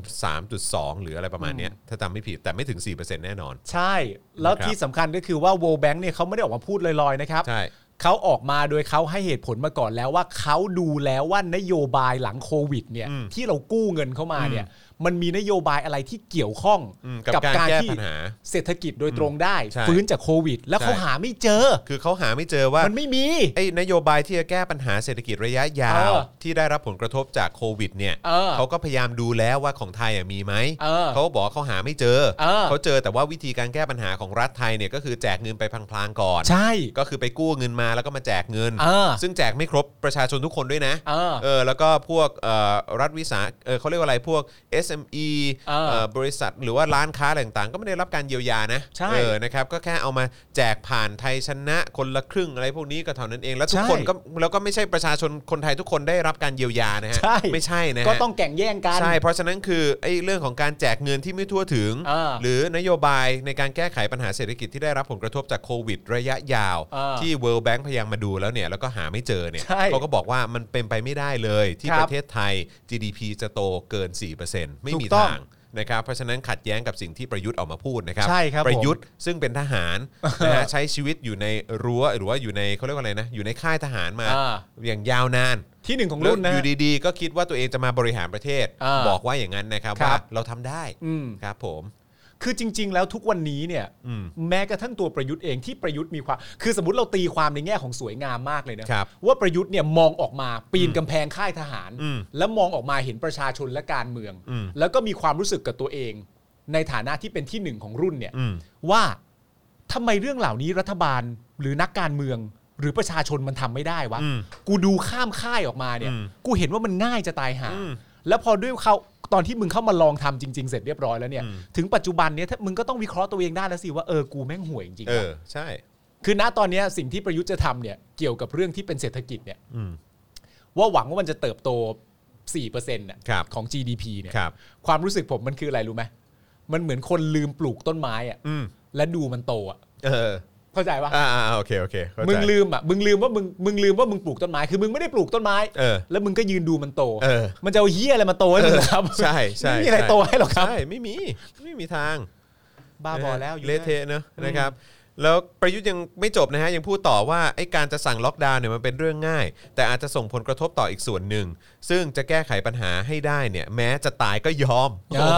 3.2 หรืออะไรประมาณเนี้ยถ้าจำไม่ผิดแต่ไม่ถึง 4%แน่นอน
ใช่ แล้ว
นะครับ
ที่สำคัญก็คือว่า World Bank เนี่ยเขาไม่ได้ออกมาพูดลอยๆนะครับ
ใช่
เขาออกมาโดยเขาให้เหตุผลมาก่อนแล้วว่าเขาดูแล้วว่านโยบายหลังโควิดเนี่ย
อืม
ที่เรากู้เงินเข้ามาเนี่ยมันมีนโยบายอะไรที่เกี่ยวข้อง
อืมกับการแก้ปัญหา
เศรษฐกิจโดยตรงได้
ใช่
ฟื้นจากโควิด แล้ว
ใช่
เขาหาไม่เจอ
คือเขาหาไม่เจอว่า
มันไม่มี
ไอ้นโยบายที่จะแก้ปัญหาเศรษฐกิจระยะยาว
เออ
ที่ได้รับผลกระทบจากโควิดเนี่ย
เออ
ก็พยายามดูแล้วว่าของไทยอะมีไหม
เออ
เขาบอกว่าเขาหาไม่เจอ
เออ
เขาเจอแต่ว่าวิธีการแก้ปัญหาของรัฐไทยเนี่ยก็คือแจกเงินไปพลางๆก่อน
ใช่
ก็คือไปกู้เงินมาแล้วก็มาแจกเงิน
เออ
ซึ่งแจกไม่ครบประชาชนทุกคนด้วยนะ
เออ
แล้วก็พวกเอ่อรัฐวิสาเอ่อเขาเรียกว่าอะไรพวก SME
เออ
เอ่อบริษัทหรือว่าร้านค้าอะไรต่างๆ ก็ไม่ได้รับการเยียวยานะ
ใช่
เออนะครับก็แค่เอามาแจกผ่านไทยชนะคนละครึ่งอะไรพวกนี้ก็เท่านั้นเองแล้วทุกคน
ใช่
ก็แล้วก็ไม่ใช่ประชาชนคนไทยทุกคนได้รับการเยียวยานะฮะ
ใช่
ไม่ใช่นะฮะ
ก็ต้องแข่งแย่งกัน
ใช่ เพราะฉะนั้นคือไอ้เรื่องของการแจกเงินที่ไม่ทั่วถึง
เออ
หรือนโยบายในการแก้ไขปัญหาเศรษฐกิจที่ได้รับผลกระทบจากโควิด ระยะยาว
เออ
ที่ World Bank พยายามมาดูแล้วเนี่ยแล้วก็หาไม่เจอเนี่ย
ใช่
เขาก็บอกว่ามันเป็นไปไม่ได้เลยที่
ค
ป
รับ
ระเทศไทย GDP จะโตเกิน 4%ไม่
ถู
มี
กต้อง
ทางนะครับเพราะฉะนั้นขัดแย้งกับสิ่งที่ประยุทธ์ออกมาพูดนะครับ
ใช่ครับ
ประยุทธ์ซึ่งเป็นท หารนะฮะใช้ชีวิตอยู่ในรั้วหรือว่าอยู่ในเขาเรียกว่าอะไรนะอยู่ในค่ายทหารมา
เออ
อย่างยาวนาน
ที่หนึ่งของรุ่นนะ
แล้วอยู่ดีๆ ก็คิดว่าตัวเองจะมาบริหารประเทศ
อ่า
บอกว่าอย่างนั้นนะครับ
ครับ
ว่าเราทำได้
อืม
ครับผม
คือจริง ๆ แล้วทุกวันนี้เนี่ย
อืม
แม้กระทั่งตัวประยุทธ์เองที่ประยุทธ์มีความ คือสมมติเราตีความในแง่ของสวยงามมากเลยนะครับ ว่าประยุทธ์เนี่ยมองออกมาปีนกำแพงค่ายทหาร
อืม
แล้วมองออกมาเห็นประชาชนและการเมือง
อืม
แล้วก็มีความรู้สึกกับตัวเอง ในฐานะที่เป็นที่หนึ่งของรุ่นเนี่ย
อืม
ว่าทำไมเรื่องเหล่านี้รัฐบาลหรือนักการเมือง หรือประชาชนมันทำไม่ได้วะ
อืม
กูดูข้ามค่ายออกมาเนี่ย
อืม
กูเห็นว่ามันง่ายจะตายหา
อืม
แล้วพอด้วยเขาตอนที่มึงเข้ามาลองทำจริง ๆ เสร็จเรียบร้อยแล้วเนี่ย
อืม
ถึงปัจจุบันเนี่ยถ้ามึงก็ต้องวิเคราะห์ตัวเองได้แล้วสิว่าเออ กูแม่งห่วยจริง
เอ
ๆ
อ
ว่ะ
ใช่
คือณตอนเนี้ยสิ่งที่ประยุทธ์จะทำเนี่ยเกี่ยวกับเรื่องที่เป็นเศรษฐกิจเนี่ย
อืม
ว่าหวังว่ามันจะเติบโต 4%น่ะ
ครับ
ของ GDP เนี่ย
ครับ
ความรู้สึกผมมันคืออะไรรู้ไหมมันเหมือนคนลืมปลูกต้นไม้อะ
อืม
และดูมันโตอะ
เออ
เข้าใจปะ
อ่าอ่าโอเคโอเคเข้าใจ
มึงลืมอ่ะมึงลืมว่ามึงมึงลืมว่ามึงปลูกต้นไม้คือมึงไม่ได้ปลูกต้นไม้
เออ
แล้วมึงก็ยืนดูมันโต
เออ
มันจะเอาเหี้ยอะไรมาโตให้มึงเหรอครับ
ใช่ใช่
ไม่มีอะไร
ใช่
โตให้หรอกครับ
ใช่ไม่มีไม่มีทาง
บ้าบอแล้ว
นะ
อ
ฮะ
ยู่
เละเทะเนอะนะครับแล้วประยุทธ์ยังไม่จบนะฮะยังพูดต่อว่าไอ้การจะสั่งล็อกดาวน์เนี่ยมันเป็นเรื่องง่าย แต่อาจจะส่งผลกระทบต่ออีกส่วนหนึ่ง ซึ่งจะแก้ไขปัญหาให้ได้เนี่ยแม้จะตายก็ยอมโอ้โ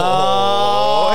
ห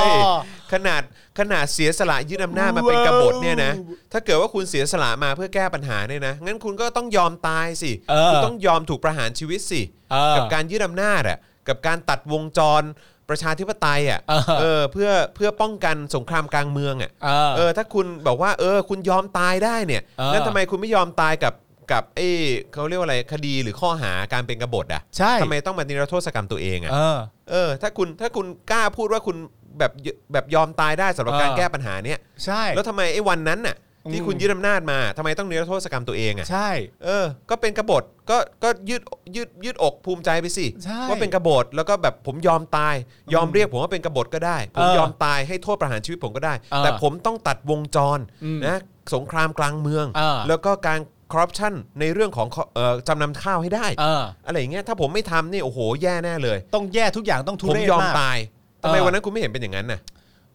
ขนาดขนาดเสียสละยึดอำนาจมาเป็นกบฏเนี่ยนะถ้าเกิดว่าคุณเสียสละมาเพื่อแก้ปัญหาเนี่ยนะงั้นคุณก็ต้องยอมตายสิคุณต้องยอมถูกประหารชีวิตสิ
เออ
กับการยึดอำนาจอ่ะกับการตัดวงจรประชาธิปไตยอ่ะ
เออ
เออเพื่อเพื่อป้องกันสงครามกลางเมืองอ่ะ
เออ
เออถ้าคุณบอกว่าเออคุณยอมตายได้เนี่ย
เออ
แล้วทำไมคุณไม่ยอมตายกับกับเอ้เขาเรียกว่าอะไรคดีหรือข้อหาการเป็นกบฏอ่ะ
ใช่
ทำไมต้องมานิรโทษกรรมตัวเองอ่ะ
เออ
เออถ้าคุณถ้าคุณกล้าพูดว่าคุณแบบยแบบยอมตายได้สำหรับ
เออ
การแก้ปัญหาเนี้ย
ใช่
แล้วทำไมไอ้วันนั้นน่ะที่
อืม
คุณยึดอำนาจมาทำไมต้องนิรโทษกรรมตัวเองอ่ะ
ใช่
เออ ก็เป็นกบฏ ก็ก็ยืดยืดยืดอกภูมิใจไปสิ
ใช่
ว่าเป็นกบฏแล้วก็แบบผมยอมตาย ยอมเรียกผมว่าเป็นกบฏก็ได้ ผม
เออย
อมตายให้โทษประหารชีวิตผมก็ได้
เออ
แต่ผมต้องตัดวงจร
อืม
นะสงครามกลางเมือง
เออ
แล้วก็การคอร์รัปชันในเรื่องของเอ่อจำนำข้าวให้ได้
เออ
อะไรอย่างเงี้ยถ้าผมไม่ทำนี่โอ้โหแย่แน่เลย
ต้องแย่ทุกอย่างต้องทุ
ผม
เรศ
ยอม
มาก
ตายทำไม
เออ
วันนั้นคุณไม่เห็นเป็นอย่างนั้นน่ะ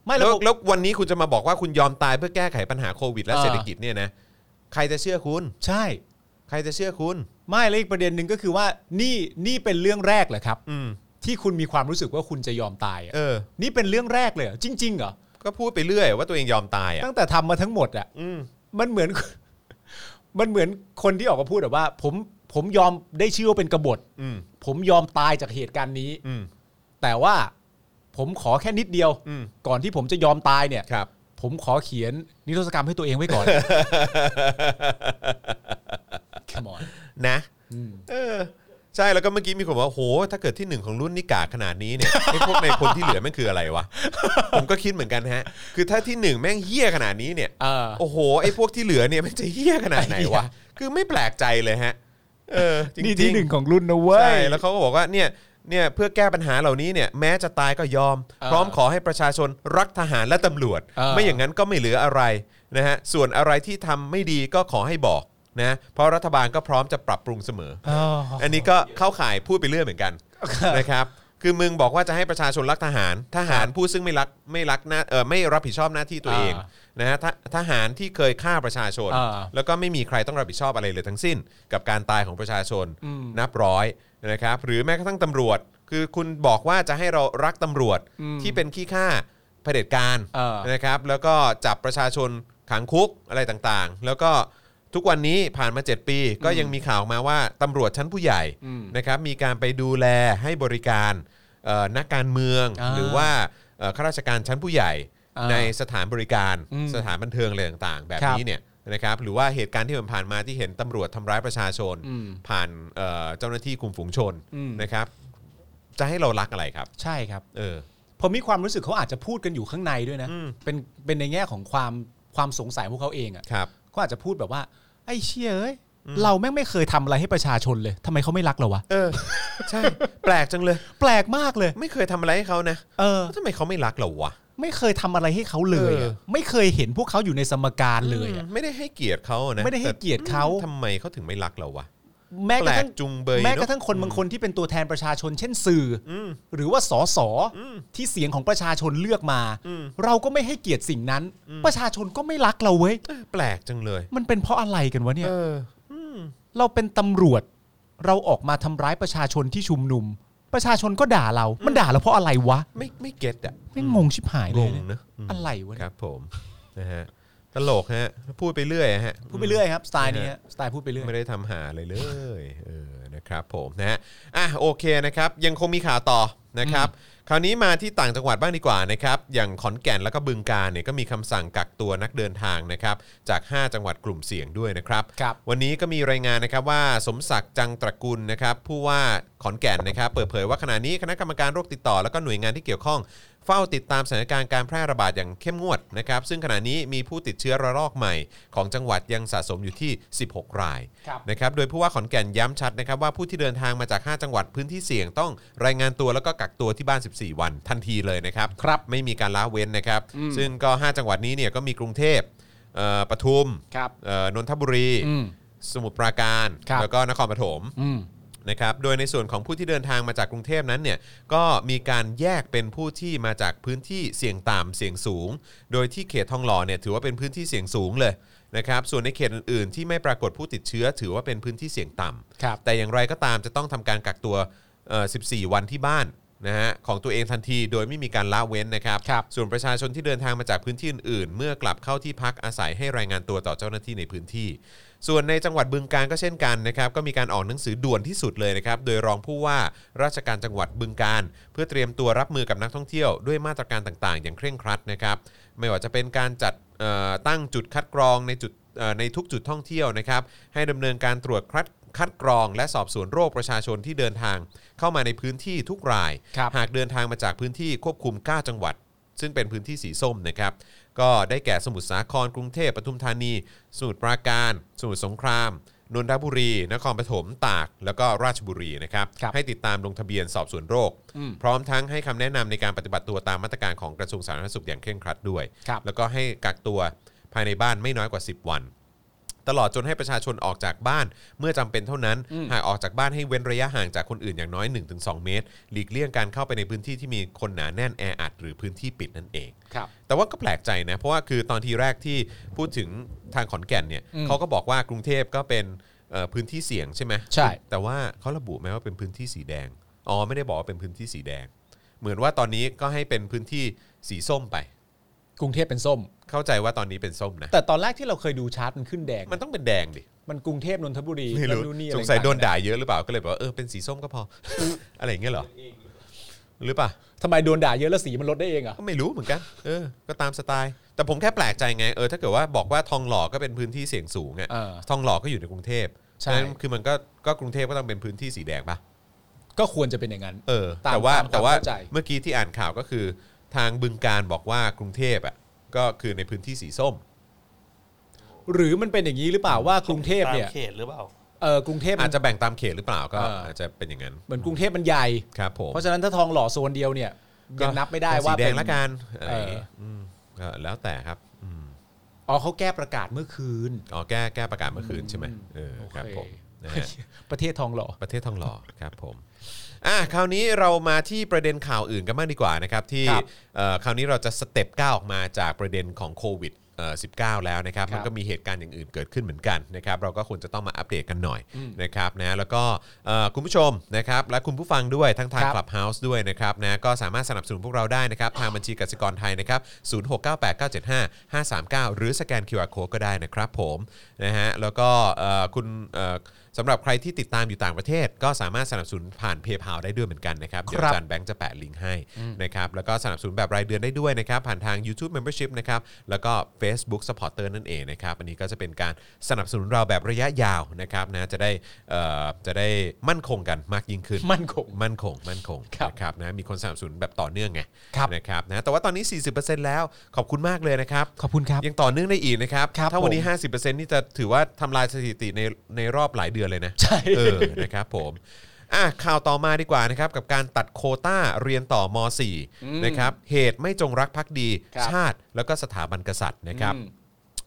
ไม่แล้
แล้ว ว
ผม
แล้ววันนี้คุณจะมาบอกว่าคุณยอมตายเพื่อแก้ไขปัญหาโควิดและ
เออ
เศรษฐกิจเนี่ยนะใครจะเชื่อคุณ
ใช่
ใครจะเชื่อคุณ
ไม่แล้วอีกประเด็นหนึ่งก็คือว่านี่นี่เป็นเรื่องแรกเหรอครับ
อืม
ที่คุณมีความรู้สึกว่าคุณจะยอมตายอะ
เออ
นี่เป็นเรื่องแรกเลยเหรอจริงๆเหรอ
ก็พูดไปเรื่อยว่าตัวเองยอมตายอ่ะ
ตั้งแต่ทำมาทั้งหมดอ่ะ
อืม
มันเหมือน มันเหมือนคนที่ออกมาพูดแบบว่า ผมผมยอมได้ชื่อว่าเป็นกบฏ
อืม
ผมยอมตายจากเหตุการณ์นี้
อืม
แต่ว่าผมขอแค่นิดเดียว
อืม
ก่อนที่ผมจะยอมตายเนี่ย
ครับ
ผมขอเขียนนิรโทษกรรมให้ตัวเองไว้ ก่อน Come on
นะ
อืม
เออใช่แล้วก็เมื่อกี้มีคนบอกว่าโห ถ้าเกิดที่หนึ่งของรุ่นนี่กากขนาดนี้เนี่ย ไอ้พวกในคนที่เหลือแม่งคืออะไรวะ ผมก็คิดเหมือนกันฮะ คือถ้าที่หนึ่งแม่งเฮี้ยขนาดนี้เนี่ย
เออ
โอ้โหไอ้พวกที่เหลือเนี่ยมันจะเฮี้ยขนาดไหนวะคือไม่แปลกใจเลยฮะ เออจริงๆ
นี่ที่หนึ่งของรุ่นนะเว้
ใช่
ย
แล้วเขาก็บอกว่าเนี่ยเนี่ยเพื่อแก้ปัญหาเหล่านี้เนี่ยแม้จะตายก็ยอม
เออ
พร้อมขอให้ประชาชนรักทหารและตำรวจ
เออ
ไม่อย่างนั้นก็ไม่เหลืออะไรนะฮะส่วนอะไรที่ทำไม่ดีก็ขอให้บอกนะเพราะรัฐบาลก็พร้อมจะปรับปรุงเสมอ
อ๋อ
อันนี้ก็เข้าข่ายพูดไปเรื่อยเหมือนกัน นะครับคือมึงบอกว่าจะให้ประชาชนรักทหาร ทหารผู้ซึ่งไม่รักไม่รักหน้าเออไม่รับผิดชอบหน้าที่ตัวเองนะฮะทะทหารที่เคยฆ่าประชาชน
อ่า
แล้วก็ไม่มีใครต้องรับผิดชอบอะไรเลยทั้งสิ้น กับการตายของประชาชนนับร้อยนะครับหรือแม้กระทั่งตำรวจ คือคุณบอกว่าจะให้เรารักตำรวจ
อืม
ที่เป็นขี้ข้าเผด็จการ
เออ
นะครับแล้วก็จับประชาชนขังคุกอะไรต่างๆ แล้วก็ทุกวันนี้ผ่านมา 7 ปี ก็ยังมีข่าวออกมาว่าตำรวจชั้นผู้ใหญ่นะครับมีการไปดูแลให้บริการเอ่อนักการเมือง
อ่า
หรือว่าเอ่อข้าราชการชั้นผู้ใหญ่
อ่า
ในสถานบริการ
อืม
สถานบันเทิงอะไรต่างๆ แบบ
ครับ
นี้ เนี่ยนะครับหรือว่าเหตุการณ์ที่มันผ่านมาที่เห็นตำรวจทำร้ายประชาชน
อืม
ผ่านเอ่อเจ้าหน้าที่คุมฝูงชน
อืม
นะครับ จะให้เรารักอะไรครับ
ใช่ครับ
เออ
ผมมีความรู้สึกเขาอาจจะพูดกันอยู่ข้างในด้วยนะ
อืม
เป็นเป็นในแง่ของความความสงสัยพวกเขาเองอะ
ครับ
เขาอาจจะพูดแบบว่า ไอ้เชี่ยเอ้ยเราแม่งไม่เคยทำอะไรให้ประชาชนเลยทำไมเขาไม่รักเราวะ
เออ ใช่ แปลกจังเลย
แปลกมากเลย
ไม่เคยทำอะไรให้เขานะ
เออ
แล้วทำไมเขาไม่รักเราวะ
ไม่เคยทำอะไรให้เขาเลย
เอ
อะ
อ
ไม่เคยเห็นพวกเขาอยู่ในสมการเลยอะ
ไม่ได้ให้เกียรติเขานะ
ไม่ได้ให้เกียรติเขา
แต่อืมทำไมเขาถึงไม่รักเราวะ
แม้กระทั่ง
แปลกจุงเบยเนอะ
แม้กระทั่งคนบางคนที่เป็นตัวแทนประชาชน เช่นสื่ออ
อืม
หรือว่าสอสออ
ม
ที่เสียงของประชาชนเลือกมา
อืม
เราก็ไม่ให้เกียรติสิ่งนั้น ประชาชนก็ไม่รักเราเว้ย
เออแปลกจังเลย
มันเป็นเพราะอะไรกันวะเนี่ย
เอออืม
เราเป็นตำรวจ เราออกมาทำร้ายประชาชนที่ชุมนุม ประชาชนก็ด่าเรา มันด่าเราเพราะอะไรวะ
ไม่ไม่เก็ตอะ
ไม่งงชิบหายเล
ง
ย
ง
เนี่ย
นะอืม
อะไรวะเนี่ย
ครับ ผมนะฮะตลกฮะพูดไปเรื่อยฮะ
พูดไปเรื่อยครับสไตล์นี้ฮะสไตล์พูดไปเรื่อย
ไม่ได้ทำหาอะไรเลยเออนะครับผมนะฮะอ่ะโอเคนะครับ ยังคงมีข่าวต่อนะครับ คราวนี้มาที่ต่างจังหวัดบ้างดีกว่านะครับ อย่างขอนแก่นแล้วก็บึงการเนี่ยก็มีคำสั่งกักตัวนักเดินทางนะครับ จาก 5 จังหวัดกลุ่มเสี่ยงด้วยนะครับ
ครับ
วันนี้ก็มีรายงานนะครับว่าสมศักดิ์จังตระกูลนะครับผู้ว่าขอนแก่นนะครับ เปิดเผยว่าขณะนี้คณะกรรมการโรคติดต่อ แล้วก็หน่วยงานที่เกี่ยวข้อง เฝ้าติดตามสถานการณ์การแพร่ระบาดอย่างเข้มงวดนะครับ ซึ่งขณะนี้มีผู้ติดเชื้อระลอกใหม่ ของจังหวัดยังสะสมอยู่ที่ 16 ราย
ครับ
นะครับโดยผู้ว่าขอนแก่นย้ำชัดนะครับว่าผู้ที่เดินทางมาจาก 5 จังหวัดพื้นที่เสี่ยงต้องรายงานตัวแล้วก็กักตัวที่บ้าน 14 วันทันทีเลยนะครับ
ครับ
ไม่มีการล้าเว้นนะครับ ซึ่งก็ 5 จังหวัดนี้เนี่ยก็มีกรุงเทพเอ่อปทุม
ครับ
เอ่อนนทบุรี
อืม
สมุทรปราการ
ครับ
แล้วก็นครปฐม
อืม
นะครับโดยในส่วนของผู้ที่เดินทางมาจากกรุงเทพนั้นเนี่ยก็มีการแยกเป็นผู้ที่มาจากพื้นที่เสี่ยงต่ำเสี่ยงสูง โดยที่เขตทองหล่อเนี่ยถือว่าเป็นพื้นที่เสี่ยงสูงเลยนะครับส่วนในเขตอื่นๆ ที่ไม่ปรากฏผู้ติดเชื้อ ถือว่าเป็นพื้นที่เสี่ยงต่ำ
ครับ
แต่อย่างไรก็ตามจะต้องทำการกักตัวเอ่อ14 วันที่บ้านนะฮะของตัวเองทันทีโดยไม่มีการละเว้นนะครับ
ครับ
ส่วนประชาชนที่เดินทางมาจากพื้นที่อื่นๆ เมื่อกลับเข้าที่พักอาศัยให้รายงานตัวต่อเจ้าหน้าที่ในพื้นที่ ส่วนในจังหวัดบึงการก็เช่นกันนะครับ ก็มีการออกหนังสือด่วนที่สุดเลยนะครับ โดยรองผู้ว่าราชการจังหวัดบึงการ เพื่อเตรียมตัวรับมือกับนักท่องเที่ยวด้วยมาตรการต่างๆ อย่างเคร่งครัดนะครับ ไม่ว่าจะเป็นการจัดเอ่อตั้งจุดคัดกรองในจุดเอ่อในทุกจุดท่องเที่ยวนะครับ ให้ดำเนินการตรวจคัดคัดกรอง และสอบสวนโรคประชาชนที่เดินทาง เข้ามาในพื้นที่ทุกราย
ครับ
หากเดินทางมาจากพื้นที่ควบคุม 9 จังหวัด ซึ่งเป็นพื้นที่สีส้มนะครับ ก็ได้แก่สมุทรสาครกรุงเทพปทุมธานี สมุทรปราการ สมุทรสงครามนนทบุรี นครปฐมตาก แล้วก็ราชบุรีนะครับ
ครับ
ให้ติดตามลงทะเบียนสอบสวนโรค
อืม
พร้อมทั้งให้คำแนะนำในการปฏิบัติตัวตามมาตรการของกระทรวงสาธารณสุขอย่างเคร่งครัดด้วย
ครับ
แล้วก็ให้กักตัวภายในบ้านไม่น้อยกว่า 10 วัน ตลอดจนให้ประชาชนออกจากบ้านเมื่อจำเป็นเท่านั้น หากออกจากบ้านให้เว้นระยะห่างจากคนอื่นอย่างน้อย 1-2 เมตร หลีกเลี่ยงการเข้าไปในพื้นที่ที่มีคนหนาแน่นแออัดหรือพื้นที่ปิดนั่นเอง
ครับ
แต่ว่าก็แปลกใจนะ เพราะว่าคือตอนทีแรกที่พูดถึงทางขอนแก่นเนี่ย
อืม
เขาก็บอกว่ากรุงเทพก็เป็นเอ่อพื้นที่เสี่ยงใช่ไหม
ใช่
แต่ว่าเขาระบุไหมว่าเป็นพื้นที่สีแดงอ๋อไม่ได้บอกว่าเป็นพื้นที่สีแดง เหมือนว่าตอนนี้ก็ให้เป็นพื้นที่สีส้มไป
กรุงเทพเป็นส้ม
เข้าใจว่าตอนนี้เป็นส้มนะ
แต่ตอนแรกที่เราเคยดูชาร์ตมันขึ้นแดง
มันต้องเป็นแดงดิ
มันกรุงเทพนนทบุรี
ไม่รู้
นั่นนู่นนี่อะ ไร
สงสัยโดนด่าเยอะหรือเปล่าก็เลยบอกว่าเออเป็นสีส้มก็พอ อะไรอย่างเงี้ยเหรอ หรือเปล่า
ทำไมโดนด่าเยอะแล้วสีมันลดได้เองอ่ะ
ก็ไม่รู้เหมือนกัน เออ ก็ตามสไตล์ แต่ผมแค่แปลกใจไง เออ ถ้าเกิดว่าบอกว่าทองหล่อก็เป็นพื้นที่เสี่ยงสูงอะ
เออ
ทองหล่อก็อยู่ในกรุงเทพ
ใช่
ฉะนั้นคือมันก็ ก็กรุงเทพก็ต้องเป็นพื้นที่สีแดงปะ
ก็ควรจะเป็นอย่างนั้น
เออ
ตาม
แต่ว่า
ตามความ
แต่ว่า
เข้าใจ
เมื่อกี้ที่อ่านข่าวก็คือ ทางบึงการบอกว่ากรุงเทพอ่ะ ก็คือในพื้นที่สีส้ม
หรือมันเป็นอย่างนี้หรือเปล่าว่ากรุงเทพเนี่ย
ตามเขตหรือเปล่า
เออกรุงเทพมัน
อาจจะแบ่งตามเขตหรือเปล่า ก็
เอออ
อาจจะเป็นอย่างนั้น
เหมือนกรุงเทพมันใหญ่
ครับผม
เพราะฉะนั้นถ้าทองหล่อโซนเดียวเนี่ยยังนับไม่ได้ว่า
สีแด
เป็
ง
น
ละกันอะไรอย่างงี้
เอออื
มก็แล้วแต่ครับอืม
อ๋อเขาแก้ประกาศเมื่อคืน
อ๋อ แก้ แก้ประกาศเมื่อคืนใช่ไหม
อืม
เออ ครับ
โอเค
ผมนะฮะ
ประเทศทองหล่อ
ประเทศทองหล่อ ครับผมอ่ะคราวนี้เรามาที่ประเด็นข่าวอื่นกันบ้างดีกว่านะครับที่
ครับ
เอ่อคราวนี้เราจะสเต็ปก้าวออกมาจากประเด็นของโควิดเอ่อ19 แล้วนะครับ
ครับ
มันก็มีเหตุการณ์อย่างอื่นเกิดขึ้นเหมือนกันนะครับเราก็ควรจะต้องมาอัปเดตกันหน่อยนะครับนะแล้วก็เอ่อคุณผู้ชมนะครับและคุณผู้ฟังด้วยทั้งทาง
ครับ
Clubhouse ด้วยนะครับนะก็สามารถสนับสนุนพวกเราได้นะครับทางบัญชีกสิกรไทยนะครับ0698975539 หรือสแกน QR Code ก็ได้นะครับผมนะฮะแล้วก็เอ่อคุณเอ่อสำหรับใครที่ติดตามอยู่ต่างประเทศ ก็สามารถสนับสนุนผ่านเพย์พาได้ด้วยเหมือนกันนะครับเดี๋ยวอาจารย์แบงค์จะแปะลิงก์ให้นะครับแล้วก็สนับสนุนแบบรายเดือนได้ด้วยนะครับผ่านทาง YouTube Membership นะครับแล้วก็ Facebook Supporter นั่นเองนะครับอันนี้ก็จะเป็นการสนับสนุนเราแบบระยะยาวนะครับนะจะได้เอ่อจะได้มั่นคงกันมากยิ่งขึ้น
มั่นคง
มั่นคง มั่นคง
ครับ
นะครับนะมีคนสนับสนุนแบบต่อเนื่องไง
ครับ
นะครับนะแต่ว่าตอนนี้ 40%แล้วขอบคุณมากเลยนะครับ
ขอบคุณครับ
ยังต่อเนื่องได้อีกนะครับ
ครับ
ถ้าวันนี้
ผม
50%นี่จะถือว่าทำลายสถิติในในรอบหลายเดือนเลยนะ
ใช่
เออนะครับผมอ่ะข่าวต่อมาดีกว่านะครับ กับการตัดโควต้าเรียนต่อม .4 นะครับเหตุไม่จงรักภักดี
ครับ
ชาติ แล้วก็สถาบันกษัตริย์นะครับ
อืม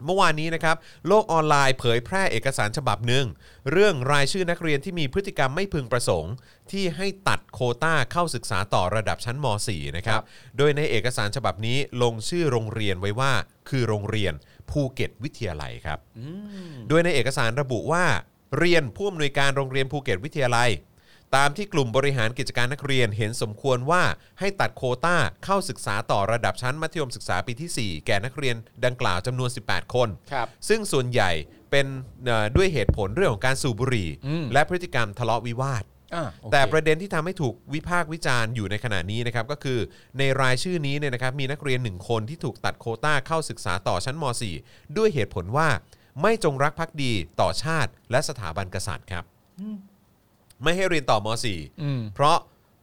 เมื่อวานนี้นะครับโลกออนไลน์เผยแพร่เอกสารฉบับหนึ่ง เรื่องรายชื่อนักเรียนที่มีพฤติกรรมไม่พึงประสงค์ ที่ให้ตัดโควต้าเข้าศึกษาต่อระดับชั้นม .4 นะครับโดยในเอกสารฉบับนี้ลงชื่อโรงเรียนไว้ว่า คือโรงเรียนภูเก็ตวิทยาลัยครับ โดยในเอกสารระบุว่า เรียนผู้อำนวยการโรงเรียนภูเก็ตวิทยาลัย ตามที่กลุ่มบริหารกิจการนักเรียนเห็นสมควรว่าให้ตัดโควต้าเข้าศึกษาต่อระดับชั้นมัธยมศึกษาปีทีสี่ 4 แก่นักเรียนดังกล่าวจำนวน 18 คน
ครับ
ซึ่งส่วนใหญ่เป็นเอ่อด้วยเหตุผลเรื่องของการสูบบุหรี่
อืม
และพฤติกรรมทะเลาะวิวาท
อ่าโอค
แต่ประเด็นที่ทำให้ถูกวิพากษ์วิจารณ์อยู่ในขณะนี้นะครับก็คือในรายชื่อนี้เนี่ยนะครับมีนักเรียนหนึ่งคนที่ถูกตัดโควต้าเข้าศึกษาต่อชั้นม .4 ด้วยเหตุผลว่าไม่จงรักภักดีต่อชาติและสถาบันกษัตริย์ครับไม่ให้เรียนต่อม
อืม
.4 เพราะ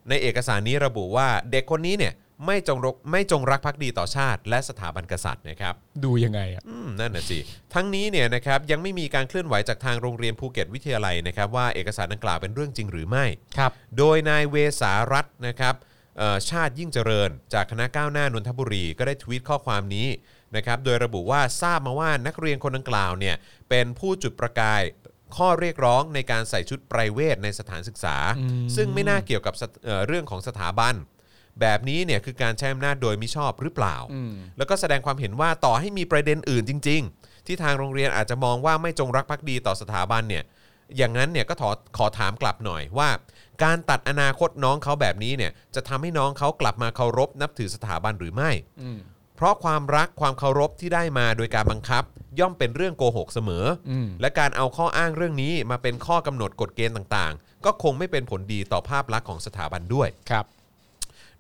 ในเอกสารนี้ระบุว่าเด็กคนนี้เนี่ยไม่จงรักไม่จงรักภักดีต่อชาติ และสถาบันกษัตริย์นะครับ
ดูยังไงอ่ะ
อืมนั่นน่ะสิ ทั้งนี้เนี่ยนะครับยังไม่มีการเคลื่อนไหวจากทางโรงเรียนภูเก็ตวิทยาลัยนะครับว่าเอกสารดังกล่าวเป็นเรื่องจริงหรือไม่
ครับ
โดยนายเวสารัตน์นะครับเอ่อชาติยิ่งเจริญ จากคณะก้าวหน้านนทบุรี ก็ได้ทวีตข้อความนี้นะครับโดยระบุว่าทราบมาว่านักเรียนคนดังกล่าวเนี่ยเป็นผู้จุดประกายข้อเรียกร้องในการใส่ชุดไพรเวทในสถานศึกษา
อืม
ซึ่งไม่น่าเกี่ยวกับสถเอ่อเรื่องของสถาบัน แบบนี้เนี่ยคือการใช้อำนาจโดยมิชอบหรือเปล่า
อืม
แล้วก็แสดงความเห็นว่าต่อให้มีประเด็นอื่นจริง ๆ ที่ทางโรงเรียนอาจจะมองว่าไม่จงรักภักดีต่อสถาบันเนี่ยอย่างนั้นเนี่ยก็ขอขอถามกลับหน่อยว่า การตัดอนาคตน้องเขาแบบนี้เนี่ยจะทำให้น้องเขากลับมาเคารพนับถือสถาบันหรือไม่
อืม
เพราะความรักความเคารพที่ได้มาโดยการบังคับ ย่อมเป็นเรื่องโกหกเสมออ
ม
และการเอาข้ออ้างเรื่องนี้มาเป็นข้อกำหนดกฎเกณฑ์ต่างๆ ก็คงไม่เป็นผลดีต่อภาพลักษณ์ของสถาบันด้วย
ครับ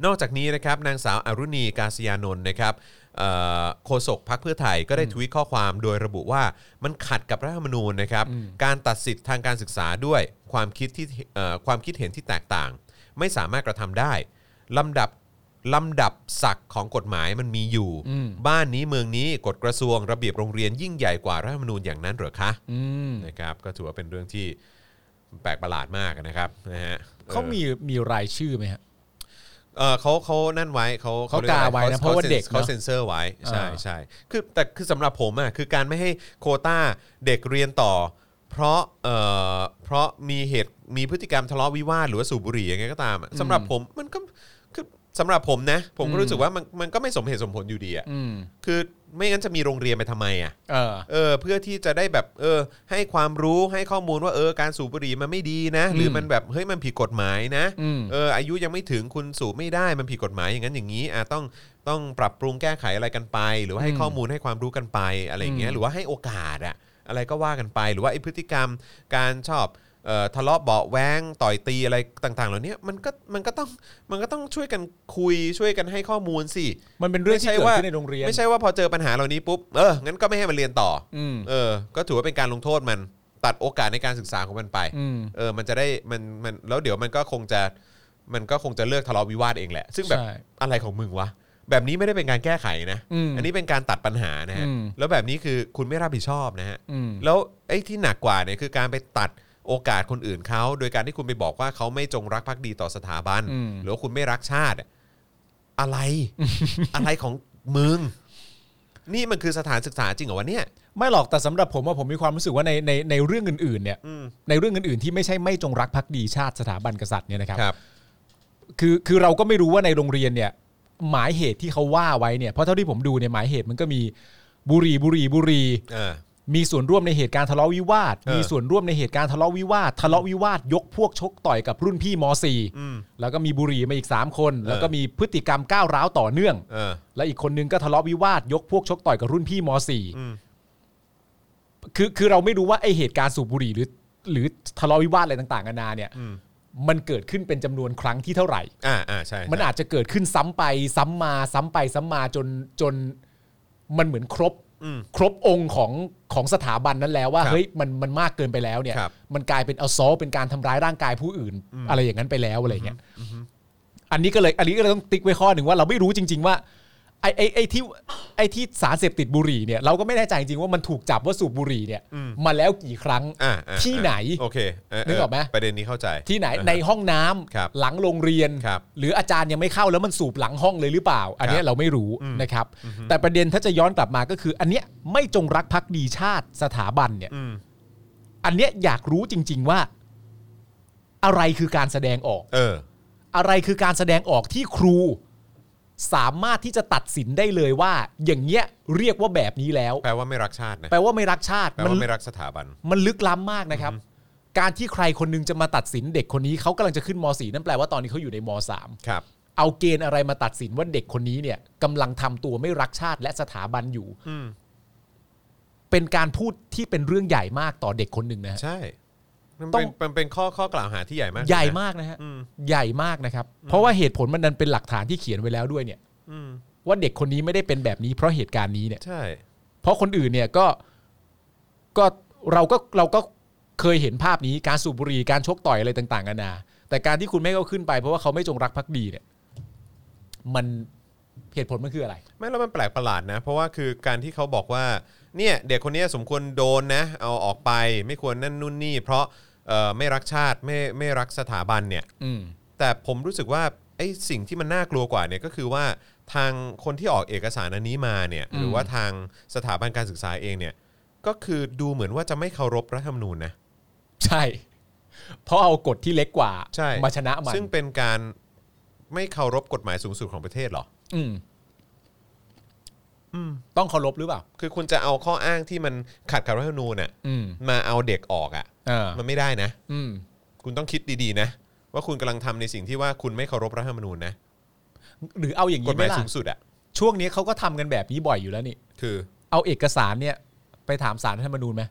นอกจากนี้นะครับนางสาวอรุณีกาศยานนท์นะครับเอ่อโฆษกพักเพื่อไทยก็ได้ทวีตข้อความโดยระบุว่ามันขัดกับรัฐธรรมนูญนะครับ
อืม
การตัดสิทธิ์ทางการศึกษาด้วยความคิดที่เอ่อความคิดเห็นที่แตกต่าง ไม่สามารถกระทำได้ลำดับลำดับศักดิ์ของกฎหมายมันมีอยู่
อืม
บ้านนี้เมืองนี้กฎกระทรวงระเบียบโรงเรียนยิ่งใหญ่กว่ารัฐธรรมนูญอย่างนั้นเหรอคะ
อืม
นะครับก็ถือว่าเป็นเรื่องที่แปลกประหลาดมากนะครับนะฮะ
เขามีมีรายชื่อไหมฮะ
เออเขาเขานั่นไว้เขา
เขา
ยออก
าไว้นะเพราะว่าเด็กเนอะ
เขาเซ็นเซอร์ไว้ใช่
อ่า
ใช่คือแต่คือสำหรับผมอ่ะคือการไม่ให้โควต้าเด็กเรียนต่อ เพราะเอ่อเพราะมีเหตุมีพฤติกรรมทะเลาะวิวาทหรือว่าสูบบุหรี่ยังไงก็ตามอะสำหรับผมมันก็คือสำหรับผมนะ ผมก็รู้สึกว่ามันมันก็ไม่สมเหตุสมผลอยู่ดีอ่ะ
อืม
คือไม่งั้นจะมีโรงเรียนไปทำไมอ่ะ
เออ
เออเพื่อที่จะได้แบบเออให้ความรู้ให้ข้อมูลว่าเออการสูบบุหรี่มันไม่ดีนะ หรืออ
ม
มันแบบเฮ้ยมันผิดกฎหมายนะ
อืม
เอออายุยังไม่ถึงคุณสูบไม่ได้มันผิดกฎหมายอย่างนั้นอย่างนี้อ่ะต้องต้องปรับปรุงแก้ไขอะไรกันไป หรือว่าให้
อืม
ข้อมูลให้ความรู้กันไปอะไรอย่างเงี้ย
อืม
หรือว่าให้โอกาสอะอะไรก็ว่ากันไป หรือว่าไอ้พฤติกรรมการชอบ เอ่อทะเลาะเบาะแว้งต่อยตีอะไรต่าง ๆ เหล่านี้มันก็มันก็ต้องมันก็ต้องช่วยกันคุยช่วยกันให้ข้อมูลสิ
มันเป็นเรื่องที่
ไม่ใช่
เกิด
ว่า
ขึ้นในโรงเรียน
ไม่ใช่ว่าพอเจอปัญหาเหล่านี้ปุ๊บเอองั้นก็ไม่ให้มันเรียนต่ออ
อืม
เออ ก็ถือว่าเป็นการลงโทษมันตัดโอกาสในการศึกษาของมันไป
อืม
เออ มันจะได้มันมันแล้วเดี๋ยวมันก็คงจะมันก็คงจะเลิกทะเลาะวิวาทเองแหละ ซึ่งแบบ
ใช่
อะไรของมึงวะ แบบนี้ไม่ได้เป็นการแก้ไขนะ
อืม
นนี้เป็นการตัดปัญหานะฮะ
อืม
แล้วแบบนี้คือคุณไม่รับผิดชอบนะฮะ
อืม
แล้วไอ้ที่หนักกว่าเนี่ยคือการไปตัดโอกาสคนอื่นเขาโดยการที่คุณไปบอกว่าเขาไม่จงรักภักดีต่อสถาบัน
อืม
หรือว่าคุณไม่รักชาติอะ อะไร อะไรของมึง นี่มันคือสถานศึกษาจริงเหรอวะเนี่ย
ไม่หรอกแต่สำหรับผมว่าผมมีความรู้สึกว่าในในในเรื่องอื่นๆเนี่ย
อืม
ในเรื่องอื่นๆที่ไม่ใช่ไม่จงรักภักดีชาติสถาบันกษัตริย์เนี่ยนะครับ
ครับ
คือคือเราก็ไม่รู้ว่าในโรงเรียนเนี่ย หมายเหตุที่เขาว่าไว้เนี่ยเพราะเท่าที่ผมดูเนี่ยหมายเหตุมันก็มีบุหรีบุหรีบุหรี
เออ
มีส่วนร่วมในเหตุการณ์ทะเลาะวิวาท
เออ
มีส่วนร่วมในเหตุการณ์ทะเลาะวิวาท ทะเลาะวิวาท ยกพวกชกต่อยกับรุ่นพี่ม
อืม
.4 แล้วก็มีบุหรี่มาอีก 3 คน แล้วก็มีพฤติกรรมก้าวร้าวต่อเนื่อง
เออ
และอีกคนนึงก็ทะเลาะวิวาท ยกพวกชกต่อยกับรุ่นพี่ม
อืม
.4 คือคือเราไม่รู้ว่าไอเหตุการณ์สูบบุหรี่หรือ หรือทะเลาะวิวาทอะไรต่างๆนานาเนี่ย
อืม
มันเกิดขึ้นเป็นจำนวนครั้งที่เท่าไหร่
อ่าอ่าใช่
มันอาจจะเกิดขึ้นซ้ำไปซ้ำมาซ้ำไปซ้ำมาจนจนมันเหมือนครบ
อืม
ครบองค์ของของสถาบันนั้นแล้วว่า
ครับ
เฮ้ยมันมันมากเกินไปแล้วเนี่ย
ครับ
มันกลายเป็น assault เป็นการทำร้ายร่างกายผู้อื่น อะไรอย่างนั้นไปแล้วอะไรเงี้ยอันนี้ก็เลยอันนี้ก็เลยต้องติ๊กไว้ข้อหนึ่งว่าเราไม่รู้จริง ๆ ว่าไอ้ไอ้ไอ้ที่ไอ้ที่สารเสพติดบุหรี่เนี่ยเราก็ไม่แน่ใจจริงๆว่ามันถูกจับว่าสูบบุหรี่เนี่ย
อืม
มาแล้วกี่ครั้ง
อ่าอ่า
ที่ไหน
โอเคเเ
นึกออกไหม
ประเด็นนี้เข้าใจ
ที่ไหนในห้องน้ำ
ครับ
หลังโรงเรียน
ครับ
หรืออาจารย์ยังไม่เข้าแล้วมันสูบหลังห้องเลยหรือเปล่า อันเนี้
ครั
ย
บ
เราไม่รู้
อืม
นะครับ แต่ประเด็นถ้าจะย้อนกลับมาก็คือ อันเนี้ยไม่จงรักภักดีชาติสถาบันเนี่ย
อืม
อันเนี้ยอยากรู้จริง ๆ ว่า อะไรคือการแสดงออก
เออ
อะไรคือการแสดงออกที่ครู สามารถที่จะตัดสินได้เลยว่า อย่างเงี้ยเรียกว่าแบบนี้แล้ว
แปลว่าไม่รักชาตินะ
แปลว่าไม่รักชาติ
แปล
มั
ว่าน ไม่รักสถาบัน
มันลึกล้ำมากนะครับ การที่ใครคนนึงจะมาตัดสินเด็กคนนี้เขากำลังจะขึ้นม .4 นั่นแปลว่าตอนนี้เขาอยู่ในม .3
ครับ
เอาเกณฑ์อะไรมาตัดสินว่าเด็กคนนี้เนี่ยกำลังทำตัวไม่รักชาติและสถาบันอยู่
อืม
เป็นการพูดที่เป็นเรื่องใหญ่มากต่อเด็กคนหนึ่งนะฮะ
ใช่มัน
ต้
เป็
อง
นมันเป็นข้อข้อกล่าวหาที่ใหญ่มาก
ใหญ่
นะ
มากนะฮะ
อืม
ใหญ่มากนะครับ เพราะว่าเหตุผลมันนั้นเป็นหลักฐานที่เขียนไว้แล้วด้วยเนี่ย
อืม
ว่าเด็กคนนี้ไม่ได้เป็นแบบนี้เพราะเหตุการณ์นี้เนี่ย
ใช่
เพราะคนอื่นเนี่ยก็ก็เราก็เราก็เคยเห็นภาพนี้การสูบบุหรี่การชกต่อยอะไรต่างๆกันานาแต่การที่คุณไม่ให้เขาขึ้นไป เพราะว่าเขาไม่จงรักภักดีเนี่ย มันเหตุผลมันคืออะไร
ไม่แล้วมันแปลกประหลาดนะ เพราะว่าคือการที่เขาบอกว่า เนี่ยเด็กคนเนี้ยสมควรโดนนะ เอาออกไปไม่ควรนั่นนู่นนี่ เพราะเอ่อไม่รักชาติไม่ไม่รักสถาบันเนี่ย
อืม
แต่ผมรู้สึกว่าไอ้สิ่งที่มันน่ากลัวกว่าเนี่ยก็คือว่าทางคนที่ออกเอกสารอันนี้มาเนี่ย
อืม
หรือว่าทางสถาบันการศึกษาเองเนี่ยก็คือดูเหมือนว่าจะไม่เคารพรัฐธรรมนูญนะ
ใช่ เพราะเอากฎที่เล็กกว่า
ใช่
มาชนะมัน
ซึ่งเป็นการไม่เคารพกฎหมายสูงสุดของประเทศเหรอ
อืมต้องเคารพหรือเปล่า
คือคุณจะเอาข้ออ้างที่มันขัดกับรัฐธรรมนูญน่ะ
อืม
มาเอาเด็กออกอ่ะ
เออ
มันไม่ได้นะ
อืม
คุณต้องคิดดีๆนะ ว่าคุณกำลังทำในสิ่งที่ว่าคุณไม่เคารพรัฐธรรมนูญนะ
หรือเอาอย่าง
กฎ
นี้ไห
ห
ม
มาย
ล่ะ
สูงสุดอ่ะ
ช่วงนี้เขาก็ทำกันแบบนี้บ่อยอยู่แล้วนี่
คือ
เอาเอกสารเนี่ย ไปถามสารรัฐธรรมนูญไหม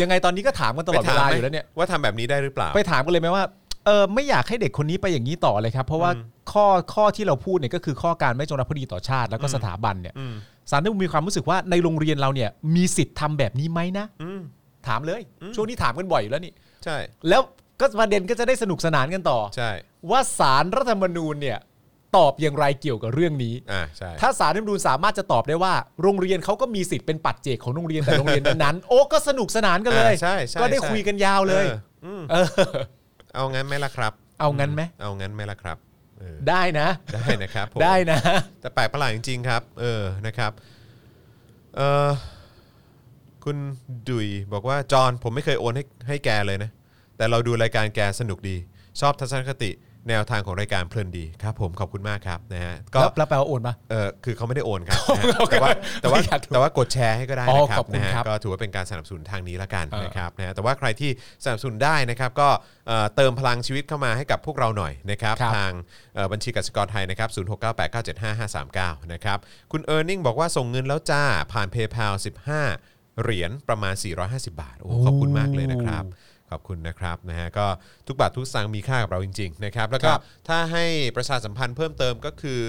ยังไงตอนนี้ก็ถามกันตลอดเวลาอยู่แล้วเนี่ย
ว่าทำแบบนี้ได้หรือเปล่า
ไปถามกันเลยไหมว่าเออไม่อยากให้เด็กคนนี้ไปอย่างนี้ต่อเลยครับ เพราะว่า
อืม
ข้อข้อที่เราพูดเนี่ยก็คือข้อการไม่จงรักภักดีต่อชาติ แล้วก็สถาบันเนี่ย
อืม
สารรัฐธรรมนูญมีความรู้สึกว่าในโรงเรียนเราเนี่ย มีสิทธิ์ทำแบบนี้ไหมนะ
อืม
ถามเลย
อืม
ช่วงนี้ถามกันบ่อยอยู่แล้วนี่
ใช่
แล้วก็ประเด็นก็จะได้สนุกสนานกันต่อ
ใช่
ว่าสารรัฐธรรมนูญเนี่ย ตอบอย่างไรเกี่ยวกับเรื่องนี้
อ่าใช่
ถ้าสารรัฐธรรมนูญสามารถจะตอบได้ว่า โรงเรียนเขาก็มีสิทธิ์เป็นปัจเจกของโรงเรียนแต่โรงเรียนนั้นๆโอ้ก็สนุกสนานกันเลย
อ่าใช่ใช่
ก็ได้
ใช่
คุยกันยาวเลย
อออืม
เออ
เอางั้นไหมล่ะครับ
เอางั้นไหม
เอางั้นไหมล่ะครับเออ
ได้นะ
ได้นะครับผม
ได้นะ
แต่แปลกประหลาดจริงๆครับ เออ นะครับ เออคุณดุยบอกว่า จอห์นผมไม่เคยโอนให้ให้แกเลยนะ แต่เราดูรายการแกสนุกดี ชอบทัศนคติแนวทางของรายการเพลินดีครับผมขอบคุณมากครับนะฮะ ก็
แล้วแล้วแปลว่าโอนปะ
เออคือเขาไม่ได้โอน ครับ
โอเค
แต่ว่าแต่ว่า
ไม่อยากดู
แต่ว่ากดแชร์ให้ก็ได้
อ๋
นะ
อ
ครั
ข
บ
อบคุณ
นะฮะ
ครับ
ก็ถือว่าเป็นการสนับสนุนทางนี้ละกัน
เออ
นะครับนะฮะแต่ว่าใครที่สนับสนุนได้นะครับก็เอ่อเติมพลังชีวิตเข้ามาให้กับพวกเราหน่อยนะครับ
ครับ
ทางเอ่อบัญชีกสิกรไทยนะครับ0 6 9 8 9 7 5 5 3 9นะครับคุณเออร์เน็งบอกว่าส่งเงินแล้วจ้าผ่าน PayPal 15 เหรียญประมาณ 450 บาทโอ้โหขอบคุณมากเลยนะครับ ข ขอบคุณนะครับนะฮะก็ทุกบาททุกสตางค์มีค่ากับเราจริงๆนะครับแล้วก็
ครับ
ถ้าให้ประชาสัมพันธ์เพิ่มเติมก็คือ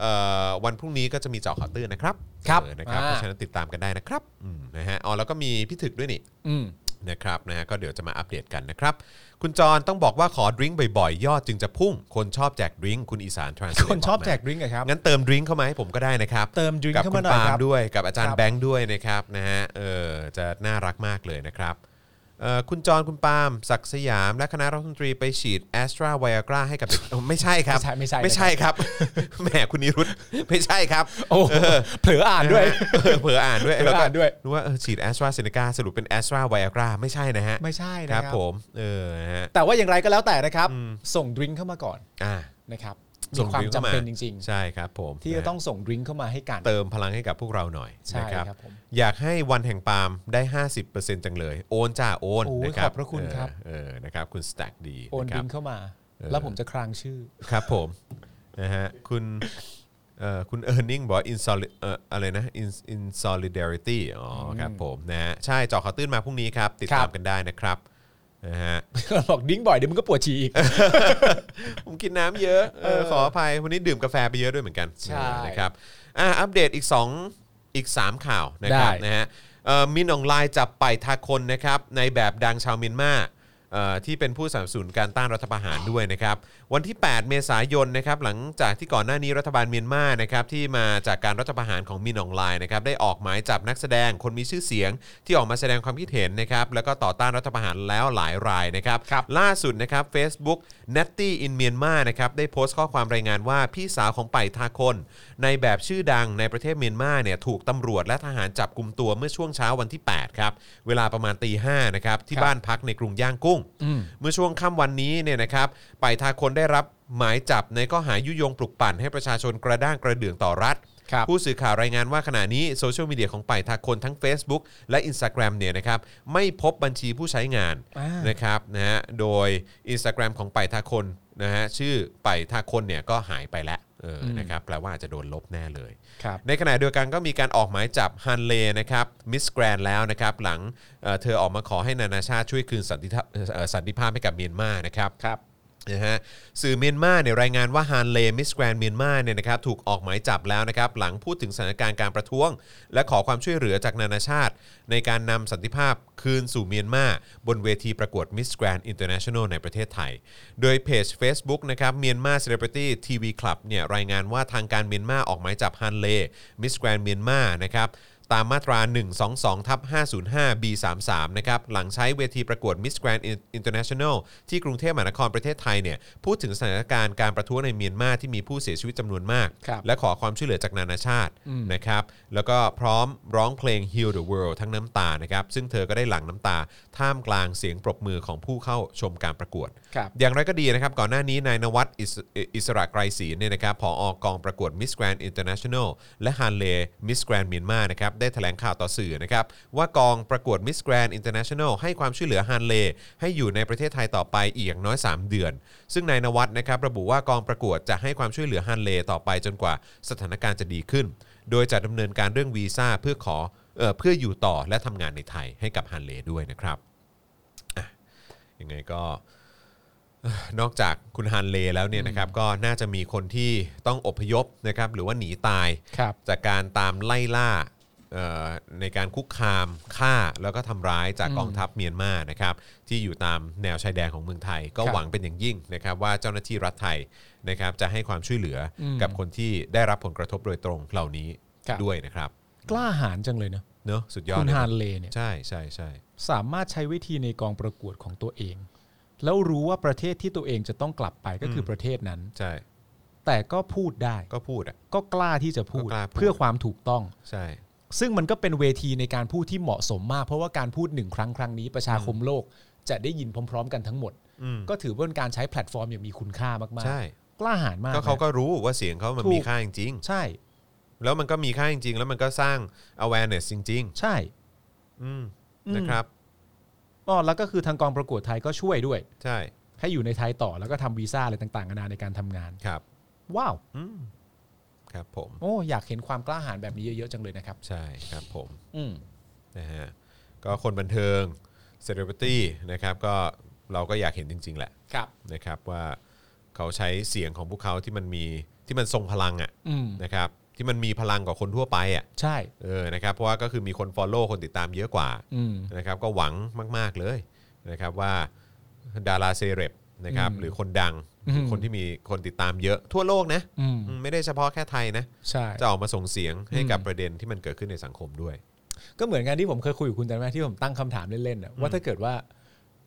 เอ่อวันพรุ่งนี้ก็จะมีเจาะข่าวตื้นนะครับ
ครับ
เออนะครับเพราะฉะนั้นติดตามกันได้นะครับอืมนะฮะอ๋อแล้วก็มีพี่ถึกด้วยนี่
อืม
นะครับนะฮะก็เดี๋ยวจะมาอัปเดตกันนะครับ คุณจรต้องบอกว่าขอดริงก์บ่อยๆ ยอดจึงจะพุ่ง คนชอบแจกดริงก์คุณอีสานทรานส์
คนชอบแจกดริงก์อะครับ
งั้นเติมดริงก์เข้ามาให้ผมก็ได้นะครับ
เติมดริงก์
กับ
เข้า
คุ
มา
ณ
หน่อย
ปาล์ม
ครับ
ด้วยกับอาจาร
ครั
ย์
บ
แบงค์ด้วยนะครับนะฮะเออจะน่ารักมากเลยนะครับเอ่อคุณจรคุณปาล์มศักดิ์สยาม และคณะรัฐมนตรีไปฉีดแอสตราไวอากราให้กับเด็กเอ้าไม่ใช่ครับ
ไม่ใช่
ไม่ใช่ครับ แหมคุณนิรุตไม่ใช่ครับ
โอ้เผลออ่านด้วย
เออเผลออ่านด้วย
เผลออ่านด้วย
แล้ก็รู้ว่าเออฉีดแอสตราเซเนกาสรุปเป็นแอสตราไวอากราไม่ใช่นะฮะ
ไม่ใช่
ค
นะค
รั
รั
บบ ผม เออนะฮะ
แต่ว่าอย่างไรก็แล้วแต่นะครับ
อืม
ส่งดริงก์เข้ามาก่อน
อ่า
นะครับมีความจำเป็นจริง
ใช่ครับผม
ๆ ที่จะต้องส่งดริงก์เข้ามาให้กัน
เติมพลังให้กับพวกเราหน่อย
ใช่
นะค
ครับ รับผม
อยากให้วันแห่งปาล์มได้ 50%จังเลย โอนจ้าโอน
โอ้ย
นะครั
ขอบพระคุณครับ
เออเออนะครับ คุณสแต็กดี
โอน
นะครับ
ดริงก์เข้ามา
เออ
แล้วผมจะครางชื่อ
ครับผมนะฮะคุณเอ่อคุณเออร์เน็งบอกว่า in soli- เอ่ออะไรนะ in in solidarity อ๋ออครับผมนะฮะใช่เจอข่าวตื้นมาพรุ่งนี้ครับ ติดตา
ครั
ม
บ
กันได้นะครับนะฮะ
บอกดริงก์บ่อยเดี๋ยวมึงก็ปวดฉี่อีก
ผมกินน้ำเยอะเออขออภัย วันนี้ดื่มกาแฟไปเยอะด้วยเหมือนกันเอ
ใช่
อนะครับอ่ะอัปเดตอีก 2 อีก 3 ข่าวนะครับ
ได้
นะฮะเอ่อมินอองไลน์จับไปทาคนนะครับในแบบดังชาวเมียนมาเอ่อที่เป็นผู้สนับสนุนการต้านรัฐประหารด้วยนะครับ วันที่ 8 เมษายนนะครับหลังจากที่ก่อนหน้านี้รัฐบาลเมียนมานะครับที่มาจากการรัฐประหารของมินอองไลน์นะครับได้ออกหมายจับนักแสดงคนมีชื่อเสียง ที่ออกมาแสดงความคิดเห็นนะครับแล้วก็ต่อต้านรัฐประหารแล้วหลายรายนะครับ
ครับ
ล่าสุดนะครับ Facebook n a t t y in Myanmar นะครับได้โพสต์ข้อความรายงานว่าพี่สาวของไปทาคน ในแบบชื่อดังในประเทศเมียนมาเนี่ยถูกตำรวจและทหารจับกลุ่มตัวเมื่อช่วงเช้าวันที่ 8 ครับ เวลาประมาณตีห้านะครับที่
ครับ
บ้านพักในกรุงย่างกุ้ง
อืม
เมื่อช่วงค่ำวันนี้เนี่ยนะครับไปทาคนได้รับหมายจับในข้อหายุยงปลุกปั่นให้ประชาชนกระด้างกระเดื่องต่อรัฐ
ครับ
ผู้สื่อข่าวรายงานว่าขณะนี้โซเชียลมีเดียของไปทาคนทั้ง Facebook และ Instagram เนี่ยนะครับไม่พบบัญชีผู้ใช้งาน
อ่าน
นะครับนะฮะโดย Instagram ของไปทาคนนะฮะชื่อไปทาคนเนี่ยก็หายไปแล้วเอออนะครับแปลว่าอาจจะโดนลบแน่เลย
ครับ
ในขณะเดียวกันก็มีการออกหมายจับฮันเลนะครับมิสแกรนแล้วนะครับหลังเอ่อเธอออกมาขอให้นานาชาติช่วยคืนสันติภาพเอ่อสันติภาพให้กับเมียนมานะครับ
ครับ
นะฮะสื่อเมียนมาเนี่ยรายงานว่าฮานเลมิสแกรนเมียนมาเนี่ยนะครับถูกออกหมายจับแล้วนะครับหลังพูดถึงสถานการณ์การประท้วง และขอความช่วยเหลือจากนานาชาติ ในการนำสันติภาพคืนสู่เมียนมาบนเวทีประกวดมิสแกรนอินเตอร์เนชั่นแนลในประเทศไทย โดยเพจ Facebook นะครับเมียนมาเซเลบริตี้ทีวีคลับเนี่ยรายงานว่าทางการเมียนมาออกหมายจับฮานเลมิสแกรนเมียนมานะครับ ตามมาตรา 122ทับ505 B33 นะครับ หลังใช้เวทีประกวด Miss Grand International ที่กรุงเทพมหานครประเทศไทยเนี่ย พูดถึงสถานการณ์การประท้วงในเมียนมาที่มีผู้เสียชีวิตจำนวนมาก
ครับ
และขอความช่วยเหลือจากนานาชาตินะครับ แล้วก็พร้อมร้องเพลง Heal the World ทั้งน้ำตานะครับ ซึ่งเธอก็ได้หลั่งน้ำตา ท่ามกลางเสียงปรบมือของผู้เข้าชมการประกวด
ครับ
อย่างไรก็ดีนะครับ ก่อนหน้านี้นายนวัดอิสเอ่ออิสระไกรศรีเนี่ยนะครับผออกองประกวด Miss Grand International และฮันเล Miss Grand เมียนมานะครับได้แถลงข่าวต่อสื่อนะครับ ว่ากองประกวด Miss Grand International ให้ความช่วยเหลือฮันเล ให้อยู่ในประเทศไทยต่อไปอีกอย่างน้อย 3 เดือน ซึ่งนายนวัดนะครับระบุว่ากองประกวดจะให้ความช่วยเหลือฮันเลต่อไปจนกว่าสถานการณ์จะดีขึ้น โดยจะดำเนินการเรื่องวีซ่าเพื่อขอเอ่อเพื่ออยู่ต่อและทำงานในไทยให้กับฮันเลด้วยนะครับอ่ะยังไงก็ นอกจากคุณฮันเลแล้วเนี่ยนะครับก็น่าจะมีคนที่ต้องอพยพนะครับหรือว่าหนีตาย
ครับ
จากการตามไล่ล่าเอ่อในการคุกคามฆ่าแล้วก็ทำร้ายจากกองทัพเมียนมานะครับที่อยู่ตามแนวชายแดนของเมืองไทย ก็
ครับ
หวังเป็นอย่างยิ่งนะครับว่าเจ้าหน้าที่รัฐไทยนะครับจะให้ความช่วยเหลืออ
ม
กับคนที่ได้รับผลกระทบโดยตรงเหล่านี้
ครับ
ด้วยนะครับ
กล้าหาญจังเลยนะ
เนอะสุดยอด
คุณ
เลย
ฮา
นะ
นเลเนี่ย
ใช่ใช่ใช่
สามารถใช้วิธีในกองประกวดของตัวเอง แล้วรู้ว่าประเทศที่ตัวเองจะต้องกลับไปก็คือประเทศนั้น
ใช่
แต่ก็พูดได้
ก็พูดอ่ะ
ก็กล้าที่จะพูด
ก็กล้าพูด
เพื่อความถูกต้อง
ใช่
ซึ่งมันก็เป็นเวทีในการพูดที่เหมาะสมมาก เพราะว่าการพูดหนึ่งครั้งครั้งนี้ประชาคมโลกจะได้ยินพร้อม ๆ กันทั้งหมด
อืม
ก็ถือว่าเป็นการใช้แพลตฟอร์มอย่างมีคุณค่ามาก
ใช่
ๆ กล้าหาญมาก
ก็เขา
นะ
ก็รู้ว่าเสียงเขามัน
ถูก
มีค่าจริงๆ
ใช่
แล้วมันก็มีค่าจริงๆ แล้วมันก็สร้าง awareness จริง
ใช่
ๆอืมนะครับ
อ๋อแล้วก็คือทางกองประกวดไทยก็ช่วยด้วย
ใช่
ให้อยู่ในไทยต่อแล้วก็ทำวีซ่าอะไรต่างๆนานาในการทำงาน
ครับ
ว้าว
อืมครับผม
โอ้อยากเห็นความกล้าหาญแบบนี้เยอะๆจังเลยนะครับ
ใช่ครับผม
อืม
นะฮะก็คนบันเทิง เซเลบริตี้นะครับก็เราก็อยากเห็นจริง ๆ แหละ
ครับ
นะครับว่าเขาใช้เสียงของพวกเขาที่มันมีที่มันทรงพลังอ่ะ
อืม
นะครับที่มันมีพลังกว่าคนทั่วไปอ่ะ
ใช่
เออนะครับเพราะว่าก็คือมีคน Follow คนติดตามเยอะกว่า
อืม
นะครับก็หวังมาก ๆ เลยนะครับว่าดาราเซเลบนะครับ
อืม
หรือคนดัง
อืม
หรือคนที่มีคนติดตามเยอะทั่วโลกนะ
อืม
อืมไม่ได้เฉพาะแค่ไทยนะ
ใช่
จะออกมาส่งเสียงให้กับ
อืม
ประเด็นที่มันเกิดขึ้นในสังคมด้วย
ก็เหมือนกันที่ผมเคยคุยกับคุณแต่ไหมที่ผมตั้งคำถามเล่นๆน่ะว่าถ้าเกิดว่า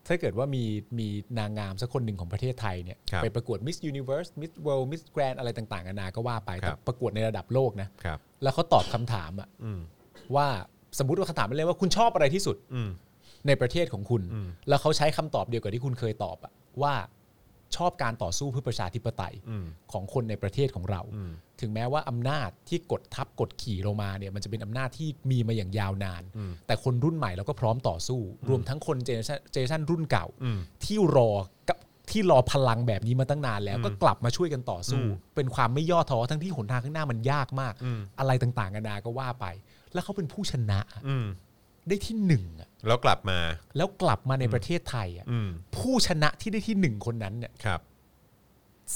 ถ้าเกิดว่ามีมีนางงามสักคนหนึ่งของประเทศไทยเนี่ย
ครับ
ไปประกวด Miss Universe Miss World Miss Grand อะไรต่างๆนานาก็ว่าไป
ครั
แต่
บ
ประกวดในระดับโลกนะครับ แล้วเขาตอบคำถามอะ
อืม
ว่าสมมติว่าคำถามเล่นๆว่าคุณชอบอะไรที่สุด
อืม
ในประเทศของคุณ
อืม
แล้วเขาใช้คำตอบเดียวกับที่คุณเคยตอบอะว่าชอบการต่อสู้เพื่อประชาธิปไตย
อืม
ของคนในประเทศของเรา
อืม
ถึงแม้ว่าอำนาจที่กดทับกดขี่เรามาเนี่ยมันจะเป็นอำนาจที่มีมาอย่างยาวนาน
อืม
แต่คนรุ่นใหม่เราก็พร้อมต่อสู้ รวมทั้งคนเจเนอเรชันเจเนอเรชันรุ่นเก่า
อืม
ที่รอกับที่รอพลังแบบนี้มาตั้งนานแล้ว
อืม
ก็กลับมาช่วยกันต่อสู้
อืม
เป็นความไม่ย่อท้อทั้งที่หนทางข้างหน้ามันยากมาก
อืม
อะไรต่างๆกันานาก็ว่าไป แล้วเขาเป็นผู้ชนะอะ
อืม
ได้ที่หนึ่งอะ
แล้วกลับมา
แล้วกลับมาในประเทศไทยอะ
อืม
ผู้ชนะที่ได้ที่หนึ่งคนนั้นเนี่ย
ครับ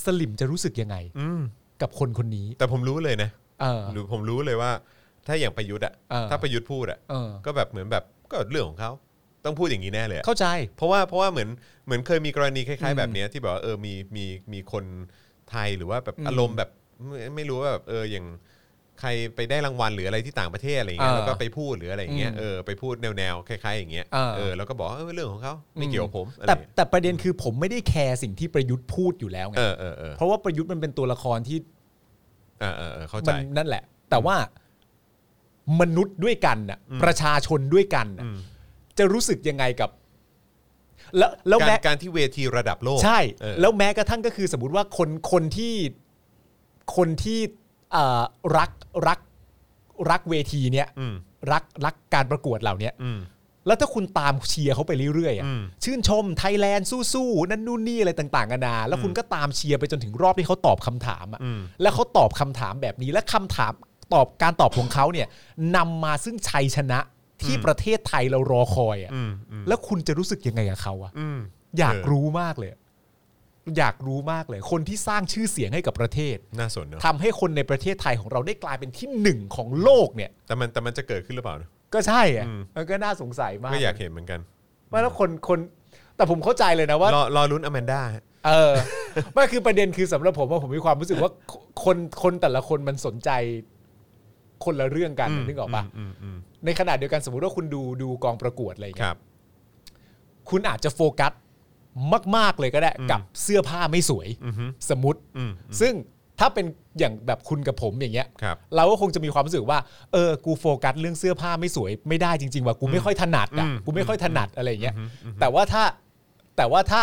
สลิมจะรู้สึกยังไง
อืม
กับคนคนนี้
แต่ผมรู้เลยนะ
เออ
หรือผมรู้เลยว่า ถ้าอย่างประยุทธ์อ่ะ
เออ
ถ้าประยุทธ์พูดอ่ะ
เออ
ก็แบบเหมือนแบบก็เรื่องของเขาต้องพูดอย่างนี้แน่เลยอะ
เข้าใจ
เพราะว่าเพราะว่าเหมือนเหมือนเคยมีกรณีคล้าย
อื
ๆ
ม
แบบเนี้ยที่แบบว่าเออมีมีมีคนไทยหรือว่าแบบ
อืม
อารมณ์แบบไม่ไม่รู้ว่าแบบเอออย่างใครไปได้รางวัลหรืออะไรที่ต่างประเทศอะไรอย่างเงี้ย
อ่า
แล้วก็ไปพูดหรืออะไรอย่างเงี้ย
อืม
เออไปพูดแนวๆคล้ายๆอย่างเงี้ย
อ่า
เออแล้วก็บอกว่าเออเรื่องของเขาไม่เกี่ยวกับผมอะไร
แต่
อย่างเงี้ย
แต่ประเด็นคือผมไม่ได้แคร์สิ่งที่ประยุทธ์พูดอยู่แล้วไง
เออเออเออ
เพราะว่าประยุทธ์มันเป็นตัวละครที่
เออเออเออเข้าใจ
มันนั่นแหละ แต่ว่ามนุษย์ด้วยกันน่ะ ประชาชนด้วยกันน่ะ
อืม
จะรู้สึกยังไงกับ แล้วแล้ว
การ
แม้
การที่เวทีระดับโลก
ใช่
เออ
แล้วแม้กระทั่งก็คือ สมมติว่าคนคนที่คนที่เอ่อรักรักรักเวทีเนี้ย
อืม
รักรักการประกวดเหล่าเนี้ย
อืม
แล้วถ้าคุณตามเชียร์เขาไปเรื่อยๆอะ
อืม
ชื่นชมไทยแลนด์สู้ๆนั่นนู่นนี่อะไรต่างๆกันานาแล้วคุณก็ตามเชียร์ไปจนถึงรอบที่เขาตอบคำถามอะ
อืม
แล้วเขาตอบคำถามแบบนี้และคำถามตอบการตอบของเขาเนี่ยนำมาซึ่งชัยชนะที่ประเทศไทยเรารอคอยอะ
อืมอืม
แล้วคุณจะรู้สึกยังไงกับเขาอะ
อืม
อยาก
เออ
รู้มากเลย อยากรู้มากเลย คนที่สร้างชื่อเสียงให้กับประเทศ
น่าสนเนอะ
ทำให้คนในประเทศไทยของเราได้กลายเป็นที่หนึ่งของโลกเนี่ย
แต่มันแต่มันจะเกิดขึ้นหรือเปล่าเนอะ
ก็ใช่อะ
อืม
มันก็น่าสงสัยมาก
ก็อยากเห็นเหมือนกัน
ไม่แล้วคนคนแต่ผมเข้าใจเลยนะว่า
รอรอลุ้นอแมนด้า
เอ อ ไม่คือประเด็นคือสำหรับผมว่าผมมีความรู้สึกว่าคคนคนแต่ละคนมันสนใจคนละเรื่องกั
กัน
นึกออกปะ
อืมอืม
ในขณะเดียวกันสมมุติว่าคุณดูดูกองประกวดอะไรอย่าง
ค
เงี้ย
รับ
คุณอาจจะโฟกัสมาก ๆ เลยก็ได้
อืม
กับเสื้อผ้าไม่สวย
อืมฮึ
สมมติ
อืมอืม
ซึ่งถ้าเป็นอย่างแบบคุณกับผมอย่างเงี้ย
ครับ
เราก็คงจะมีความรู้สึกว่า เออ กูโฟกัสเรื่องเสื้อผ้าไม่สวย ไม่ได้จริง ๆ ว่ากูไม่ค่อยถนัดอ่ะ
อืม
กูไม่ค่อยถนัดอะไรอย่างเงี้ย
อืมอืม
แต่ว่าถ้าแต่ว่าถ้า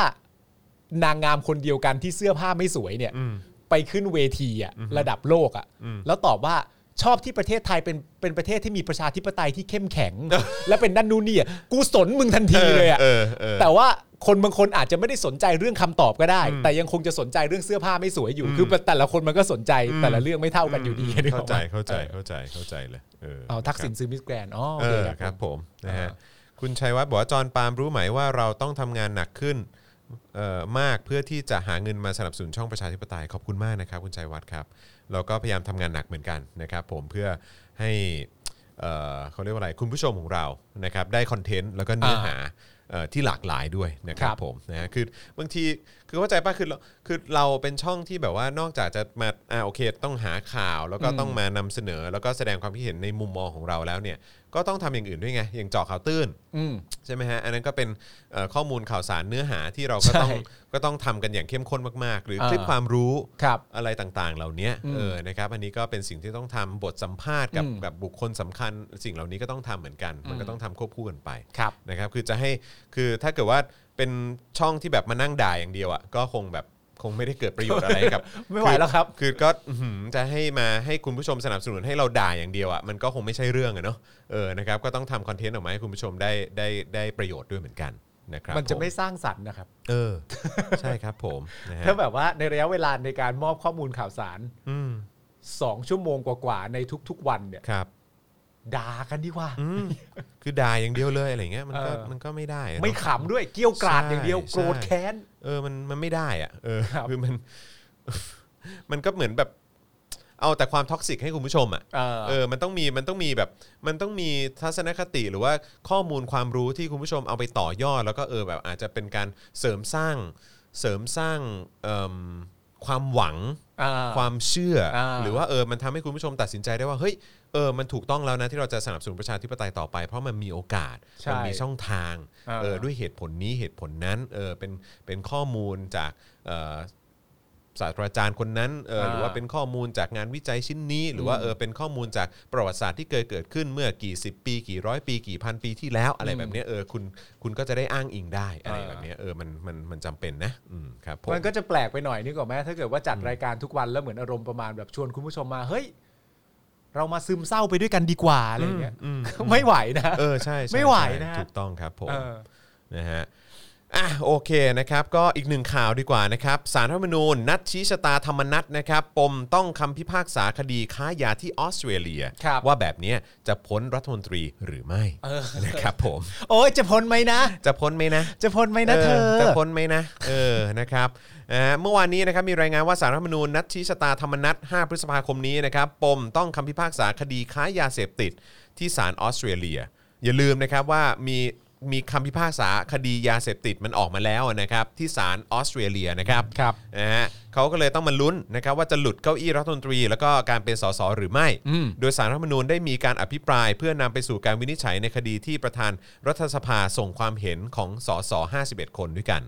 นางงามคนเดียวกันที่เสื้อผ้าไม่สวยเนี่ย
อืม
ไปขึ้นเวทีอะ
อือฮึ
ระดับโลกอะ
อืม
แล้วตอบว่าชอบที่ประเทศไทยเป็นเป็นประเทศที่มีประชาธิปไตยที่เข้มแข็ง และเป็นนั่นนู่นนี่อะกูสนมึงทันทีเลยอะ
เออเออ
แต่ว่าคนบางคนอาจจะไม่ได้สนใจเรื่องคำตอบก็ได้
อืม
แต่ยังคงจะสนใจเรื่องเสื้อผ้าไม่สวยอยู่
อืม
คือแต่ละคนมันก็สนใจ
อืม
แต่ละเรื่องไม่เท่ากันอยู่ดีนึกอ
เข้า
อก
ใจ
ปะ
เข้าใจ
เออ
เข้าใจเข้าใจเลยเออ
เอาทักษิณซื้อมิสแกรนอ๋อโอ
เอ
เค
อ
ค
ค
รั
รับ บผมนะฮะ
อ่า
คุณชัยวัฒน์บอกว่าจอห์นปาล์มรู้ไหมว่าเราต้องทำงานหนักขึ้นเอ่อมากเพื่อที่จะหาเงินมาสนับสนุนช่องประชาธิปไตยขอบคุณมากนะครับ คุณชัยวัฒน์ครับเราก็พยายามทำงานหนักเหมือนกันนะครับผมเพื่อให้เอ่อเขาเรียกว่าอะไรคุณผู้ชมของเรานะครับได้คอนเทนต์แล้วก็เนื้อหาเอ่อที่หลากหลายด้วยนะครั
ครับ บ
ผมนะฮะคือบางทีคือเข้าใจป่ะคือเราคือเราเป็นช่องที่แบบว่านอกจากจะมาอ่าโอเคต้องหาข่าวแล้วก็
อืม
ต้องมานำเสนอ แล้วก็แสดงความคิดเห็นในมุมมองของเราแล้วเนี่ยก็ต้องทำอย่างอื่นด้วยไงอย่างเจาะข่าวตื้น
อืม
ใช่ไหมฮะอันนั้นก็เป็นเอ่อข้อมูลข่าวสารเนื้อหาที่เราก็
ใช่
ต้องก็ต้องทำกันอย่างเข้มข้นมากๆ หรือ
อ่า
คลิปความรู้
ครับ
อะไรต่างๆ เหล่านี้
อืม
เออนะครับอันนี้ก็เป็นสิ่งที่ต้องทำบทสัมภาษณ์กับ
อืม
กับบุคคลสำคัญ สิ่งเหล่านี้ก็ต้องทำเหมือนกัน มันก็ต้องทำควบคู่กันไป
ครับ
นะครับคือจะให้คือถ้าเกิดว่าเป็นช่องที่แบบมานั่งด่ายอย่างเดียวอ่ะก็คงแบบคงไม่ได้เกิดประโยชน์อะไรกับ
ไม่ไหวแล้วครับ
คือก็อื้อหือจะให้มาให้คุณผู้ชมสนับสนุนให้เราด่าอย่างเดียวอ่ะมันก็คงไม่ใช่เรื่องอะเนาะเออนะครับก็ต้องทำคอนเทนต์ออกมาให้คุณผู้ชมได้ได้ได้ประโยชน์ด้วยเหมือนกันนะครับ
มันจะไม่
ผ
สร้างสรรค์นะครับ
เออ ใช่ครับผมนะฮะ
ถ้าแบบว่าในระยะเวลาในการมอบข้อมูลข่าวสาร
อืม
2 ชั่วโมงกว่าๆในทุกๆวันเนี่ย
ครับ
ด่ากันดีกว่า
อืมคือด่าอย่างเดียวเลยอะไรเงี้ยมันก็
เออ
มันก็ไม่ได้อะเนอะ
ไม่ขำด้วยเกี้ยวกราด
ใช่
อย่างเดียว
ใช่
โกรธแค้น
เออมันมันไม่ได้อ่ะเออ
ครับ
คือมัน มันก็เหมือนแบบ เอาแต่ความท็อกซิกให้คุณผู้ชมอ่ะ
เออ
เออ มันต้องมี มันต้องมีแบบ มันต้องมีทัศนคติหรือว่าข้อมูลความรู้ที่คุณผู้ชมเอาไปต่อยอด แล้วก็เออแบบอาจจะเป็นการเสริมสร้าง เสริมสร้างเอิ่มความหวัง ความเชื่อ
อ่า
หรือว่าเออ มันทำให้คุณผู้ชมตัดสินใจได้ว่า เฮ้ย เออ มันถูกต้องแล้วนะที่เราจะสนับสนุนประชาธิปไตยต่อไป เพราะมันมีโอกาส
ใช่
มัมีช่องทาง
อ่า
เออ ด้วยเหตุผลนี้เหตุผลนั้น เออ เป็น เป็นข้อมูลจากเอ่อ ศาสตราจารย์คนนั้นเออ
อ่า
หรือว่าเป็นข้อมูลจากงานวิจัยชิ้นนี้ หรือว่าเออเป็นข้อมูลจากประวัติศาสตร์ที่เคยเกิดขึ้นเมื่อกี่สิบปี กี่ร้อยปีกี่พันปีที่แล้วอะไร
อืม
แบบเนี้ยเออคุณคุณก็จะได้อ้างอิงได้อะไร
อ่า
แบบเนี้ยเออมันมันมันจำเป็นนะอืมครับผม
มันก็จะแปลกไปหน่อยนึกออกไหมถ้าเกิดว่าจัดรายการทุกวันแล้วเหมือนอารมณ์ประมาณแบบชวนคุณผู้ชมมาเฮ้ย เรามาซึมเศร้าไปด้วยกันดีกว่าอะไรอย่างเงี้ย
อืมอืม
ไม่ไหวนะ
เออใช่ใช่
ไม่ไหว
ใช่
นะ
ถูกต้องครับผม
เออ
นะฮะ อ่ะโอเคนะครับ ก็อีกหนึ่งข่าวดีกว่านะครับสารรัฐธรรมนูญ นัดชี้ชะตาธรรมนัตนะครับ ปมต้องคำพิพากษาคดีค้ายาที่ออสเตรเลีย
ครับ
ว่าแบบเนี้ยจะพ้นรัฐมนตรีหรือไม่นะครับผม
โอ้ยจะพ้นไหมนะ
จะพ้นไหมนะ
จะพ้นไหมนะเธอ
จะพ้นไหมนะ เออ นะครับเอ่อเมื่อวานนี้นะครับมีรายงานว่าสารรัฐธรรมนูญนัดชี้ชะตาธรรมนัต5 พฤษภาคมนี้นะครับ ปมต้องคำพิพากษาคดีค้ายาเสพติดที่ศาลออสเตรเลีย อย่าลืมนะครับว่ามีมีคำพิพากษาคดียาเสพติดมันออกมาแล้วนะครับ ที่ศาลออสเตรเลียนะครับ
ครับ
นะฮะเขาก็เลยต้องมาลุ้นนะครับว่าจะหลุดเก้าอี้รัฐมนตรี แล้วก็การเป็นสสหรือไม่
อืม
โดยสารรัฐธรรมนูญได้มีการอภิปราย เพื่อนำไปสู่การวินิจฉัยในคดีที่ประธานรัฐสภาส่งความเห็นของสส51 คนด้วยกัน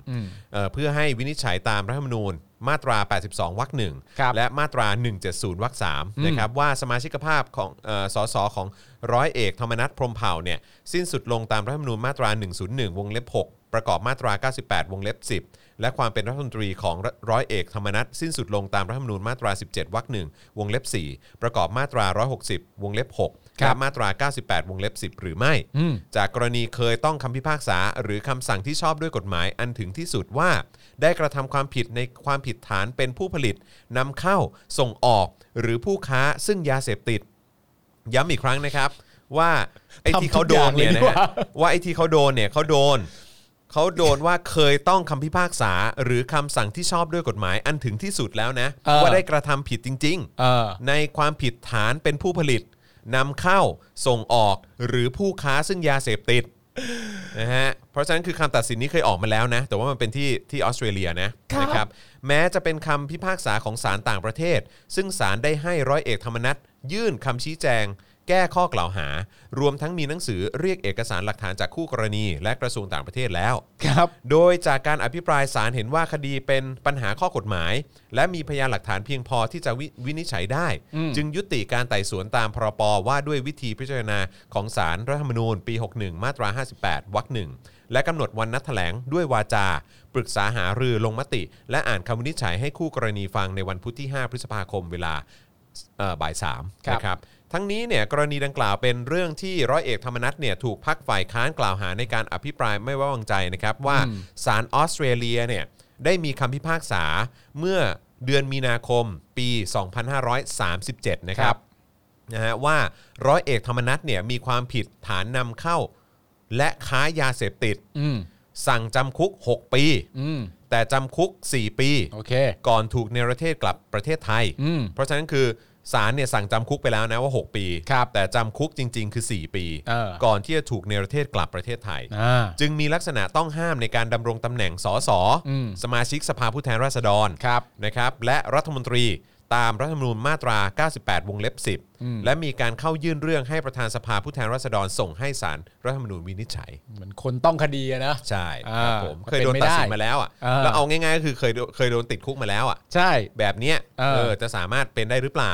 เอ่อเพื่อให้วินิจฉัยตามรัฐธรรมนูญมาตรา 82 วรรคหนึ่ง
ครับ
และมาตรา 170 วรรคสามนะครับว่าสมาชิกภาพของเอ่อสสของร้อยเอกธรรมนัฐพรหมเผ่าเนี่ยสิ้นสุดลงตามรัฐธรรมนูญมาตรา 101 วงเล็บ 6 ประกอบมาตรา 98 วงเล็บ 10 และความเป็นรัฐมนตรีของร้อยเอกธรรมนัฐสิ้นสุดลงตามรัฐธรรมนูญมาตรา 17 วรรคหนึ่งวงเล็บ 4 ประกอบมาตรา 160 วงเล็บ6
ครับ
และมาตรา 98 วงเล็บ 10 หรือไม่
อืม
จากกรณีเคยต้องคำพิพากษา หรือคำสั่งที่ชอบด้วยกฎหมายอันถึงที่สุดว่า ได้กระทำความผิดในความผิดฐานเป็นผู้ผลิตนำเข้าส่งออก หรือผู้ค้าซึ่งยาเสพติด ย้ำอีกครั้งนะครับ ว่าไอ้ที่เขาโดนเนี่ยนะ
ทำทุกอย่างเลยดีก
ฮะ
ว่า
ว่าไอ้ที่เขาโดนเนี่ยเขาโดน เขาโดนว่าเคยต้องคำพิพากษา หรือคำสั่งที่ชอบด้วยกฎหมายอันถึงที่สุดแล้วนะ
เออ
ว่าได้กระทำผิดจริง ๆ
เออ
ในความผิดฐานเป็นผู้ผลิตนำเข้าส่งออกหรือผู้ค้าซึ่งยาเสพติดนะฮะเพราะฉะนั้นคือคำตัดสินนี้เคยออกมาแล้วนะ แต่ว่ามันเป็นที่ที่ออสเตรเลียนะครับ นะครับ แม้จะเป็นคำพิพากษาของศาลต่างประเทศ ซึ่งศาลได้ให้ร้อยเอกธรรมนัฐยื่นคำชี้แจง แก้ข้อกล่าวหา รวมทั้งมีหนังสือเรียกเอกสารหลักฐานจากคู่กรณี และกระทรวงต่างประเทศแล้ว
ครับ
โดยจากการอภิปรายศาลเห็นว่าคดีเป็นปัญหาข้อกฎหมาย และมีพยานหลักฐานเพียงพอที่จะววินิจฉัยได้
อืม
จึงยุติการไต่สวนตามพรปว่าด้วยวิธีพิจารณาของศาลรัฐธรรมนูญ ปี 61 มาตรา 58 วรรคหนึ่งและกำหนดวันนัดแถลงด้วยวาจา ปรึกษาหารือลงมติ และอ่านคำวินิจฉัยให้คู่กรณีฟังในวันพุธที่ 5 พฤษภาคมเวลา เอ่อบ่ายสาม
ครับ
นะครับ ทั้งนี้เนี่ยกรณีดังกล่าวเป็นเรื่องที่ร้อยเอกธรรมนัฐเนี่ยถูกพักฝ่ายค้านกล่าวหาในการอภิปรายไม่ไว้วางใจนะครับว่าศาลออสเตรเลียเนี่ยได้มีคำพิพากษาเมื่อเดือนมีนาคมปี 2537 นะครับนะฮะว่าร้อยเอกธรรมนัฐเนี่ยมีความผิดฐานนำเข้า และค้ายาเสพติด
อืม
สั่งจำคุก 6 ปี
อืม
แต่จำคุก 4 ปี
โอเค
ก่อนถูกเนรเทศกลับประเทศไทย
อืม
เพราะฉะนั้นคือศาลเนี่ยสั่งจำคุกไปแล้วนะว่า 6 ปี
ครับ
แต่จำคุกจริง ๆ คือ 4 ปี
เออ
ก่อนที่จะถูกเนรเทศกลับประเทศไทย
อ่า
จึงมีลักษณะต้องห้ามในการดำรงตำแหน่งสส
อืม
สมาชิกสภาผู้แทนราษฎร
ครับ
นะครับ และรัฐมนตรีตามรัฐธรรมนูญมาตรา 98 วงเล็บ
อืม
10 และมีการเข้ายื่นเรื่องให้ประธานสภาผู้แทนราษฎรส่งให้ศาลรัฐธรรมนูญวินิจฉัย
เหมือนคนต้องคดีอะนะ
ใช่
อ่า
ครับผม
ก็
เคย
เป็น
โดน
ไม่
ตัด
ได้
สินมาแล้วอ่ะ
อ่า
แล้วเอาง่ายๆก็คือเคยโดนเคยโดนติดคุกมาแล้วอ่ะ
ใช่
แบบเนี้ย
เออ
เออจะสามารถเป็นได้หรือเปล่า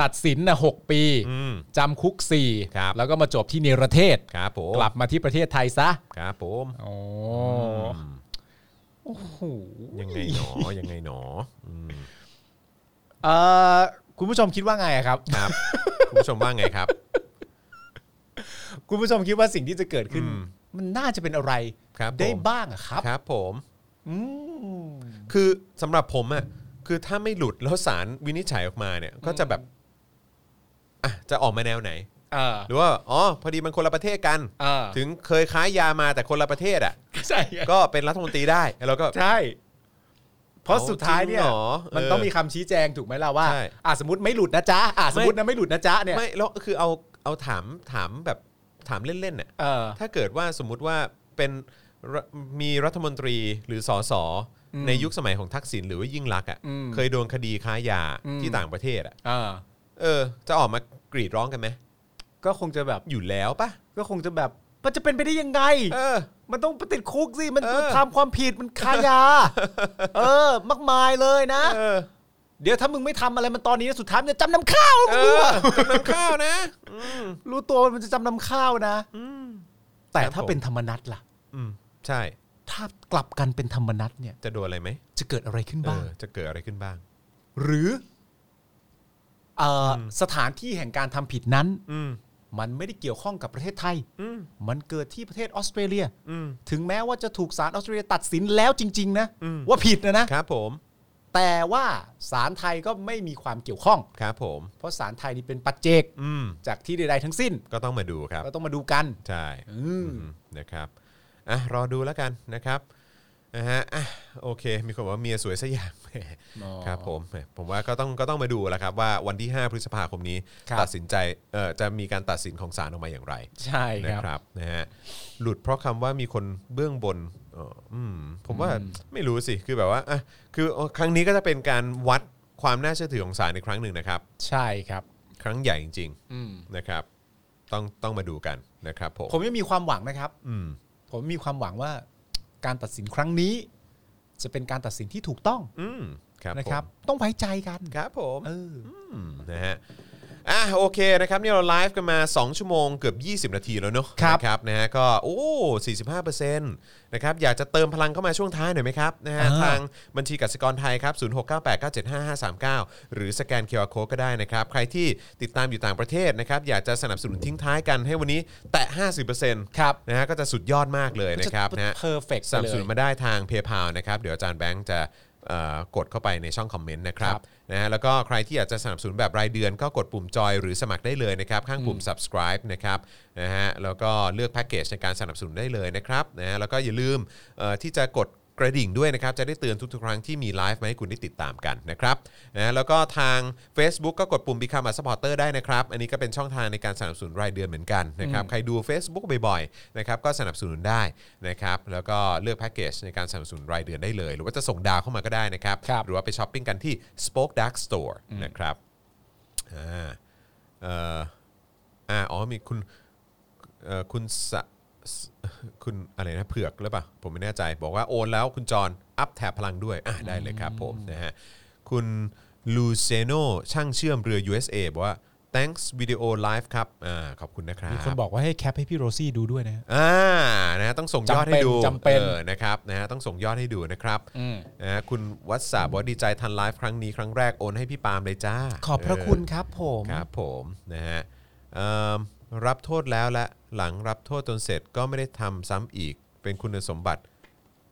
ตัดสินนะหกปี
อืม
จำคุกสี่
ครับ
แล้วก็มาจบที่เนรเทศ
ครับผม
กลับมาที่ประเทศไทยซะ
ครับผม
โอ้โอ้โห
ยังไงหนอยังไงหนออืม
เอ่อคุณผู้ชมคิดว่าไงอะครับ
ครับ คุณผู้ชมว่าไงครับ
คุณผู้ชมคิดว่าสิ่งที่จะเกิดขึ้น
อืม
มันน่าจะเป็นอะไร
ครับผม
ได้บ้างอะครับ
ครับผม
อืม
คือสำหรับผมอ่ะคือถ้าไม่หลุดแล้วสารวินิจฉัยออกมาเนี่ย ก็จะแบบอ่ะจะออกมาแนวไหน
เออ
หรือว่าอ๋อพอดีมันคนละประเทศกัน
เออ
ถึงเคยค้ายามาแต่คนละประเทศอ่ะ
ใช่ไง
ก็เป็นรัฐมนตรีได้แล้วก็
ใช่ เพราะสุดท้ายเนี่ย
จริงเหรอเออ
มันต้องมีคำชี้แจงถูกไหมล่ะว่า
ใช่
อ่ะสมมติไม่หลุดนะจ๊ะอ่ะสมมตินะไม่หลุดนะจ๊ะเนี่ย
ไม่แล้วคือเอาเอาถามถามแบบถามเล่นๆเนี่ย
เออ
ถ้าเกิดว่าสมมุติว่าเป็นรัฐมีรัฐมนตรีหรือสอสอ
อืม
ในยุคสมัยของทักษิณหรือว่ายิ่งรักษณ์อ่ะ
อืม
เคยโดนคดีค้ายา
อืม
ที่ต่างประเทศอ่ะ
เออ
เออ จะออกมากรีดร้องกันไหม
ก็คงจะแบบ
อยู่แล้วปะ
ก็คงจะแบบมันจะเป็นไปได้ยังไง
เออ
มันต้องไปติดคุกสิ มัน
เออ
ทำความผิดมันคา ยา เออ มากมายเลยนะ
เออ
เดี๋ยวถ้ามึงไม่ทำอะไรมันตอนนี้นะสุดท้ายมันจะจำนำข้าว
เอ
มึงรู้
อ
อะ
จำนำข้าวนะอืม
รู้ตัวมันจะจำนำข้าวนะ
อืม
แต่
ครับ
ถ้า
ผม
เป็นธรรมนัตล่ะ
อืมใช่
ถ้ากลับกันเป็นธรรมนัตเนี่ย
จะโดนอะไรไหม
จะเกิดอะไรขึ้น
เอ
บ้าง
อจะเกิดอะไรขึ้นบ้าง
หรือเอ่ออสถานที่แห่งการทำผิดนั้น
อืม
มันไม่ได้เกี่ยวข้องกับประเทศไทย
อืม
มันเกิดที่ประเทศออสเตรเลีย
อืม
ถึงแม้ว่าจะถูกศาลออสเตรเลียตัดสินแล้วจริง ๆ นะ
อืม
ว่าผิดนะนะ
ครับผม
แต่ว่าศาลไทยก็ไม่มีความเกี่ยวข้อง
ครับผม
เพราะศาลไทยนี่เป็นปัจเจก
อืม
จากที่ใดๆทั้งสิ้น
ก็ต้องมาดูครับ
ก็ต้องมาดูกัน
ใช่
อืม
อืมนะครับ อ่ะ รอดูแล้วกันนะครับ นะฮะ อ่ะ โอเค มีคนบอกว่าเมียสวยสยามแหม
อ๋อ
ครับผมแหมผมว่าก็ต้องก็ต้องมาดูแล้วครับว่าวันที่ 5 พฤษภาคมนี้
ครับ
ตัดสินใจ เอ่อ จะมีการตัดสินของศาลออกมาอย่างไร
ใช่
นะครับ ครับ นะฮะ หลุดเพราะคำว่ามีคนเบื้องบนเอ่ออืม ผมว่าไม่รู้สิ คือแบบว่า อ่ะ คือครั้งนี้ก็จะเป็นการวัดความน่าเชื่อถือของศาลในครั้งหนึ่งนะครับ
ใช่ครับ
ครั้งใหญ่จริง
อืม
ๆนะครับ ต้องต้องมาดูกันนะครับผม
ผมยังมีความหวังนะครับ
อืม
ผมมีความหวังว่าการตัดสินครั้งนี้ จะเป็นการตัดสินที่ถูกต้อง
อืม ครับ
นะ
ผม
ครับ ต้องไว้ใจกัน
ครับผม
เออ
มนะฮะอ่ะโอเคนะครับนี่เราไลฟ์กันมา 2 ชั่วโมงเกือบ 20 นาทีแล้วเนอะ
ครับ
นะครับนะฮะก็โอ้45%นะครับอยากจะเติมพลังเข้ามาช่วงท้ายหน่อยไหมครับนะฮะ
อ่า
ทางบัญชีกสิกรไทยครับ 0698975539 หรือสแกน QR Code ก็ได้นะครับ ใครที่ติดตามอยู่ต่างประเทศนะครับ อยากจะสนับสนุนทิ้งท้ายกันให้วันนี้แตะ 50%
ครับ
นะฮะก็จะสุดยอดมากเลยนะครับนะฮะ
เพอร์เฟกต์
สนับ
เล
สนุ
ย
นมาได้ทางเพย์พานะครับ เดี๋ยวอาจารย์แบงค์จะเอ่อกดเข้าไปในช่องคอมเมนต์นะครับ
ครับ
นะฮะแล้วก็ใครที่อยากจะสนับสนุนแบบรายเดือนก็กดปุ่มจอยหรือสมัครได้เลยนะครับ ข้างปุ่ม subscribe นะครับนะฮะแล้วก็เลือกแพ็กเกจในการสนับสนุนได้เลยนะครับนะฮะแล้วก็อย่าลืมเอ่อที่จะกดกระดิ่งด้วยนะครับ จะได้เตือนทุกๆครั้งที่มีไลฟ์มาให้คุณได้ติดตามกันนะครับนะแล้วก็ทาง Facebook ก็กดปุ่ม Become a supporter ได้นะครับ อันนี้ก็เป็นช่องทางในการสนับสนุนรายเดือนเหมือนกันนะครับ
อืม
ใครดู Facebook บ่อยๆนะครับก็สนับสนุนได้นะครับแล้วก็เลือกแพ็กเกจในการสนับสนุนรายเดือนได้เลย หรือว่าจะส่งดาวเข้ามาก็ได้นะครับ
ครับ
หรือว่าไปช้อปปิ้งกันที่ Spoke Dark Store นะครับอ่าเอ่ออ่าอ๋อมีคุณเอ่อคุณสะสคุณอะไรนะเผือกหรือเปล่าผมไม่แน่ใจ บอกว่าโอนแล้วคุณจรอัพแถบพลังด้วยอ่ะได้เลยครับผมนะฮะคุณลูเซโนช่างเชื่อมเรือ USA บอกว่า thanks video live ครับอ่าขอบคุณนะครับ
มีคนบอกว่าให้แคปให้พี่โรซี่ดูด้วยนะ
อ่า นะฮะต้องส่งยอดให้ดู
จำเป็นจำ
อ
เป็น
อนะครับ นะฮะ ต้องส่งยอดให้ดูนะครับ
อืม
นะฮะคุณวัฒสาบอกว่าดีใจทันไลฟ์ครั้งนี้ครั้งแรกโอนให้พี่ปาล์มเลยจ้า
ขอบพระคุณครับผม
เออครับผม นะฮะเอิ่มรับโทษแล้วและหลังรับโทษจนเสร็จก็ไม่ได้ทำซ้ำอีก เป็นคุณสมบัติ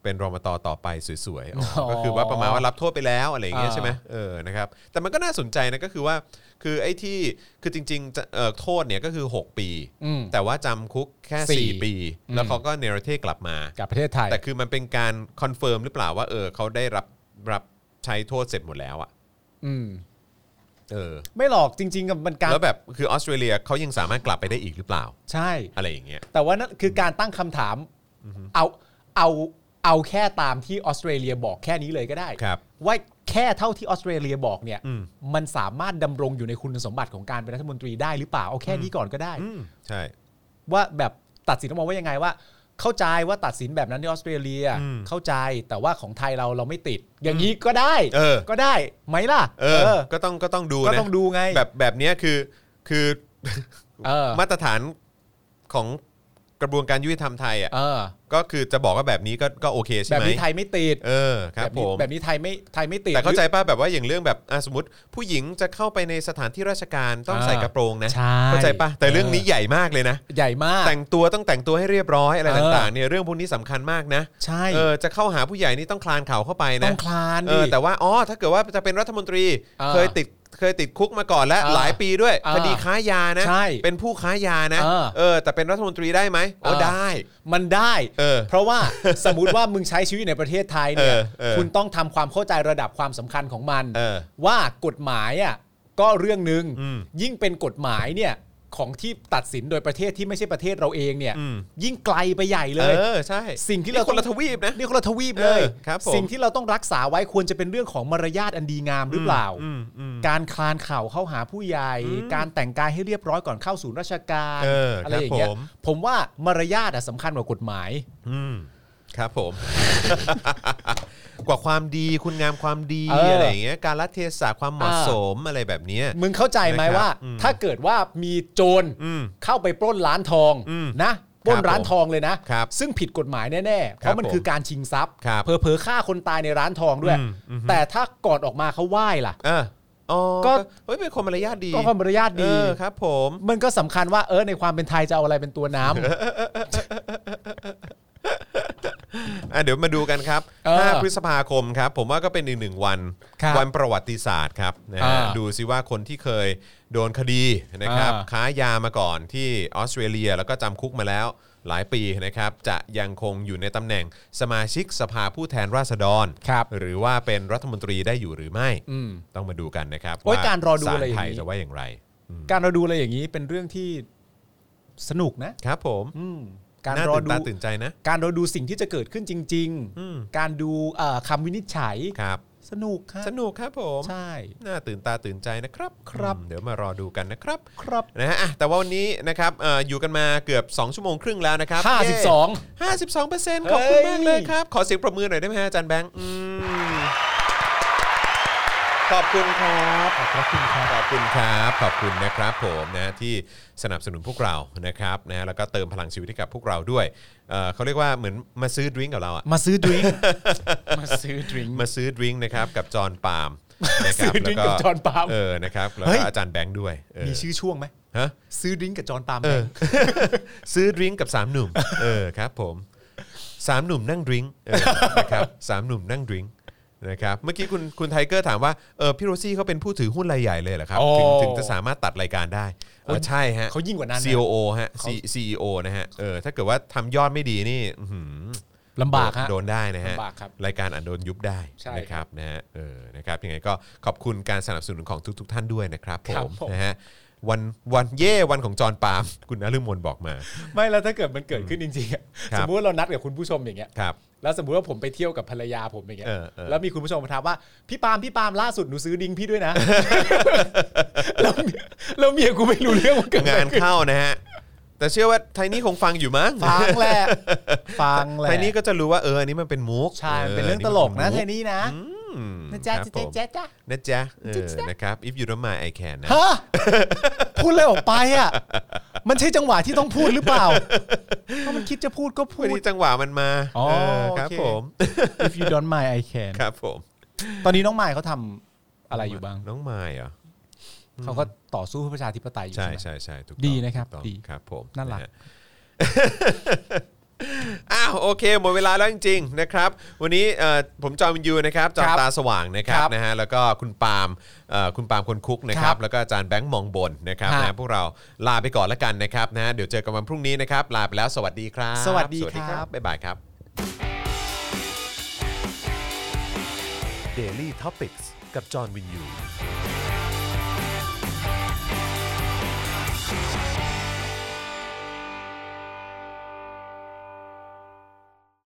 เป็นรมตต่อไปสวย ๆอ๋ออ
อ
ก็คือว่าประมาณว่ารับโทษไปแล้วอะไรอย่างเงี้ย
อ่า
ใช่ไหมเออ นะครับ แต่มันก็น่าสนใจนะก็คือว่า คือไอ้ที่ คือจริงๆจะเอ่อโทษเนี่ยก็คือ 6 ปี
อืม
แต่ว่าจำคุกแค
สี่
สี่4 ปี
อืม
แล้วเขาก็เนรเทศกลับมา
กับประเทศไทย
แต่คือมันเป็นการคอนเฟิร์มหรือเปล่าว่าเออเขาได้รับรับใช้โทษเสร็จหมดแล้วอะ
อืม
เออ
ไม่หรอกจริงๆกับมันการ
แล้วแบบคือออสเตรเลียเขายังสามารถกลับไปได้อีกหรือเปล่า
ใช่
อะไรอย่างเงี้ย
แต่ว่านั่นคือการตั้งคำถามเอาเอาเอาแค่ตามที่ออสเตรเลียบอกแค่นี้เลยก็ได้
ครับ
ว่าแค่เท่าที่ออสเตรเลียบอกเนี่ย
อืม
มันสามารถดำรงอยู่ในคุณสมบัติของการเป็นรัฐมนตรีได้หรือเปล่าเอาแค่นี้ก่อนก็ได้
อืมใช่
ว่าแบบตัดสินออกมาว่ายังไงว่า เข้าใจว่าตัดสินแบบนั้นในออสเตรเลีย
อืม
เข้าใจแต่ว่าของไทยเราเราไม่ติด อย่างนี้ก็ได้
เออ
ก็ได้ไหมล่ะ
เออ ก็ต้องก็ต้องดู
ก็
นะ
ต้องดูไง
แบบแบบเนี้ยคือคือ
เออ
มาตรฐานของกระบวนการยุติธรรมไทยอ่ะ
เออ
ก็คือจะบอกว่าแบบนี้ก็ก็โอเคใช่
แบบ
ไหม
นี้ไทยไม่ติด
เออครับ
แบ
ผ
บนี้
ม
แบบนี้ไทยไม่ไทยไม่ติด
แต่เข้าใจป่ะแบบว่าอย่างเรื่องแบบอ่ะสมมติผู้หญิงจะเข้าไปในสถานที่ราชการต้อง
อ่า
ใส่กระโปรงนะ
ใช่
เข้าใจป่ะแต่เรื่องนี้
เออ
ใหญ่มากเลยนะ
ใหญ่มาก
แต่งตัวต้องแต่งตัวให้เรียบร้อยอะไร
เออ
ต่างๆเนี่ยเรื่องพวกนี้สำคัญมากนะ
ใช่
เออจะเข้าหาผู้ใหญ่นี่ต้องคลานเข่าเข้าไป
ต้
นะ
องคลาน
เอ
ดิ
อแต่ว่าอ๋อถ้าเกิดว่าจะเป็นรัฐมนตรี
เออ
เคยติด เคยติดคุกมาก่อนแล้ว
อ่า
หลายปีด้วย
อ่า
คดีค้ายานะ
ใช่
เป็นผู้ค้ายานะ
เออ
เออ แต่เป็นรัฐมนตรีได้ไหมโอ้
เออ
ได้
มันได้
เออ
เพราะว่า สมมติว่ามึงใช้ชีวิตอยู่ในประเทศไทยเนี่ย
เออเออ
คุณต้องทำความเข้าใจระดับความสำคัญของมัน
เออ
ว่ากฎหมายอ่ะก็เรื่องหนึ่ง
อืม
ยิ่งเป็นกฎหมายเนี่ยของที่ตัดสินโดยประเทศที่ไม่ใช่ประเทศเราเองเนี่ย
อืม
ยิ่งไกลไปใหญ่เล
เอย อใช่
สิ่งที่เรา
นี่คนละทวีปนะ
นี่คนละทวีปเลย
เออครับผม
สิ่งที่เราต้องรักษาไว้ควรจะเป็นเรื่องของมารยาทอันดีงามหรือเปล่า
อืมอืม
การคลานเข่าเข้าหาผู้ใหญ่ การแต่งกายให้เรียบร้อยก่อนเข้าศูนย์ราชการ
เอออ
ไรอย่างเงี้ย
ครับผม
ผมว่ามารยาทอะสำคัญกว่ากฎหมาย
อืมครับ ผม กว่าความดีคุณงามความดี
เอออ
อะไรอย่างเงี้ยการละเทศะความเหมาะ
อ่า
สมอะไรแบบเนี้ย
มึงเข้าใจไหม
นะครับ
ว่า
อืม
ถ้าเกิดว่ามีโจร
อืม
เข้าไปปล้นร้านทอง
อืม
นะปล้น
ครับ
ร้านทองเลยนะ
ครับ
ซึ่งผิดกฎหมายแน่ๆ เพราะมัน
ผม
คือการชิงทรัพย์
ครับ
เผลอๆฆ่าคนตายในร้านทองด้วย
อืมอืม
แต่ถ้าก่อนออกมาเขาไหว้ล่ะ
เอออ๋อ
ก็
ก็เฮ้ยเป็นคนมารยาทดี
ก็ความมารยาท
เอ
ดี
อครับ ผม
มันก็สำคัญว่าเออในความเป็นไทยจะเอาอะไรเป็นตัวน้ำ
อ่ะเดี๋ยวมาดูกันครับ
เออ
5พฤษภาคมครับ ผมว่าก็เป็นอีกหนึ่งวัน
ครับ
วันประวัติศาสตร์ครับนะฮะ
อ่า
ดูซิว่าคนที่เคยโดนคดีนะครับ
อ่า
ค้ายามาก่อนที่ออสเตรเลียแล้วก็จำคุกมาแล้วหลายปีนะครับ จะยังคงอยู่ในตำแหน่งสมาชิกสภาผู้แทนราษฎร
ครับ
หรือว่าเป็นรัฐมนตรีได้อยู่หรือไม่
อืม
ต้องมาดูกันนะครับ
โอ้ย
ว่
การรอดู
ศ
อะไรอย่างนี้
ไทยจะว่าอย่างไร
การเราดูอะไรอย่างนี้เป็นเรื่องที่สนุกนะครับ
ผม
อืมการ
น่าร
อ
ตื่น
ดู
ตาตื่นใจนะ
การเราดูสิ่งที่จะเกิดขึ้นจริง
อืม
ๆ การดูเอ่อคำวินิจฉัย
ครับ
สนุกครับ
สนุกครับผม
ใช่
น่าตื่นตาตื่นใจนะครับ
ครับ
อืมเดี๋ยวมารอดูกันนะครับ
ครับ
นะฮะอ่ะแต่ว่าวันนี้นะครับเอออยู่กันมาเกือบ 2 ชั่วโมงครึ่งแล้วนะครับ
ห้าสิบสอง
เย้52เปอร์เซ็นต์
เฮ้ย
ขอบคุณมากเลยครับ ขอเสียงปรบมือหน่อยได้ไหมฮะอาจารย์แบงค์อืมขอบคุณครับ ขอบคุณครับ ขอบคุณครับ ขอบคุณนะครับผมนะที่สนับสนุนพวกเรานะครับนะฮะแล้วก็เติมพลังชีวิตให้กับพวกเราด้วยเอ่อเขาเรียกว่าเหมือนมาซื้อดริงกับเราอะ
มาซื้อดริงก์ มาซื้อดริงก์
มาซื้อดริงก์นะครับกับจอห์นปาล์มนะครับ
ซื้อดริงก์กับจอห์นปาล์ม
เออนะครับแล้ว
เฮ้
ก็
ย
อาจารย์แบงค์ด้วยเออ
มีชื่อช่วงไหม
ฮะ
ซื้อดริงก์กับจอร์นปาล์ม
เอ
ไห
อ
ม
ซื้อดริงก์กับสามหนุ่ม เออครับผมสามหนุ่มนั่งดริงก์เออนะครับสามหนุ่มนั่งดริงก์นะครับเมื่อกี้คุณคุณไทเกอร์ถามว่าเออพี่โรซี่เขาเป็นผู้ถือหุ้นรายใหญ่เลยเหรอครับถึงถึงจะสามารถตัดรายการได้เออใช่ฮะ
เขายิ่งกว่านั้นนะ
COO ฮะ C- CEO นะฮะเออถ้าเกิดว่าทำยอดไม่ดีนี่อื้อหือ
ลำบากฮะ
โดนได้นะฮะ
ลำบากครับ
ยการอันโดนยุบได้
ใช่
นะครับนะฮะเออนะครับยังไงก็ขอบคุณการสนับสนุนของทุก ๆ ท่านด้วยนะครับผ
ครับ
ม
ผม
นะฮะวันวันเย่วันของจอห์นปาล์ม คุณนฤมลบอกมา
ไม่แล้วถ้าเกิดมันเกิดขึ้นจริงๆอะ
ครับ
สมมติว่าเรานัดกับคุณผู้ชมอย่างเงี้ย
ครับ
แล้วสมมติว่าผมไปเที่ยวกับภรรยาผมอย่างเงี้ย
เออเออ
แล้วมีคุณผู้ชมมาถามว่าพี่ปาล์มพี่ปาล์มล่าสุดหนูซื้อดริงก์พี่ด้วยนะ แล้วเมียแล้วเมียกูไม่รู้เรื่องว่าเกิด
งาน
อะไรขึ้
เข้านะฮะ แต่เชื่อว่าไทนี่คงฟังอยู่มั้ง
ฟังแหละฟังแหละ
ไทนี่ก็จะรู้ว่าเอออันนี้มันเป็นมุก
ใช่มันเป็นเรื่องตลกนะเทนี่นะ
อืม
นะจ๊ะ
ครับ
จ๊ะ
ผม
จ๊ะจ๊ะ
นะจ๊ะเออนะครับ if you don't mind I can นะ
ฮะ พูดเลยออกไปอ่ะมันใช่จังหวะที่ต้องพูดหรือเปล่าถ้ามันคิดจะพูดก็พู
วัน
ด
นี้จังหวะมันมา
อ๋อ
เออครับ
โอเค
ผม
if you don't mind I can
ครับผม
ตอนนี้น้องไมายเขาทำอะไรอยู่บ้าง
น้องมายเหรอ
เขาก็ต่อสู้เพื่อประชาธิปไตยอยู่
ใช่
ใช่ไหม
ใช่ใช่ถูกต้อง
ดีนะครับ
ถูกต้อง
ดี
ครับผม
น่ารัก
ะฮ ะ อ้าวโอเคหมดเวลาแล้วจริงๆนะครับวันนี้เอ่อผมจอห์นวินยูนะครับจอห์น
ครับ
ตาสว่างนะครับ
ครับ
นะฮะแล้วก็คุณปาล์มเอ่อคุณปาล์มคนคุกนะค
ค
รั
รั
บบ แล้วก็อาจารย์แบงค์มองบนนะครับ
ฮะ
นะพวกเราลาไปก่อนแล้วกันนะครับนะฮะเดี๋ยวเจอกันวันพรุ่งนี้นะครับลาไปแล้วสวัสดีครับ
สวัสดีครับ
บ๊ายบายครับ
Daily t o p i c กกับจอห์นวินยู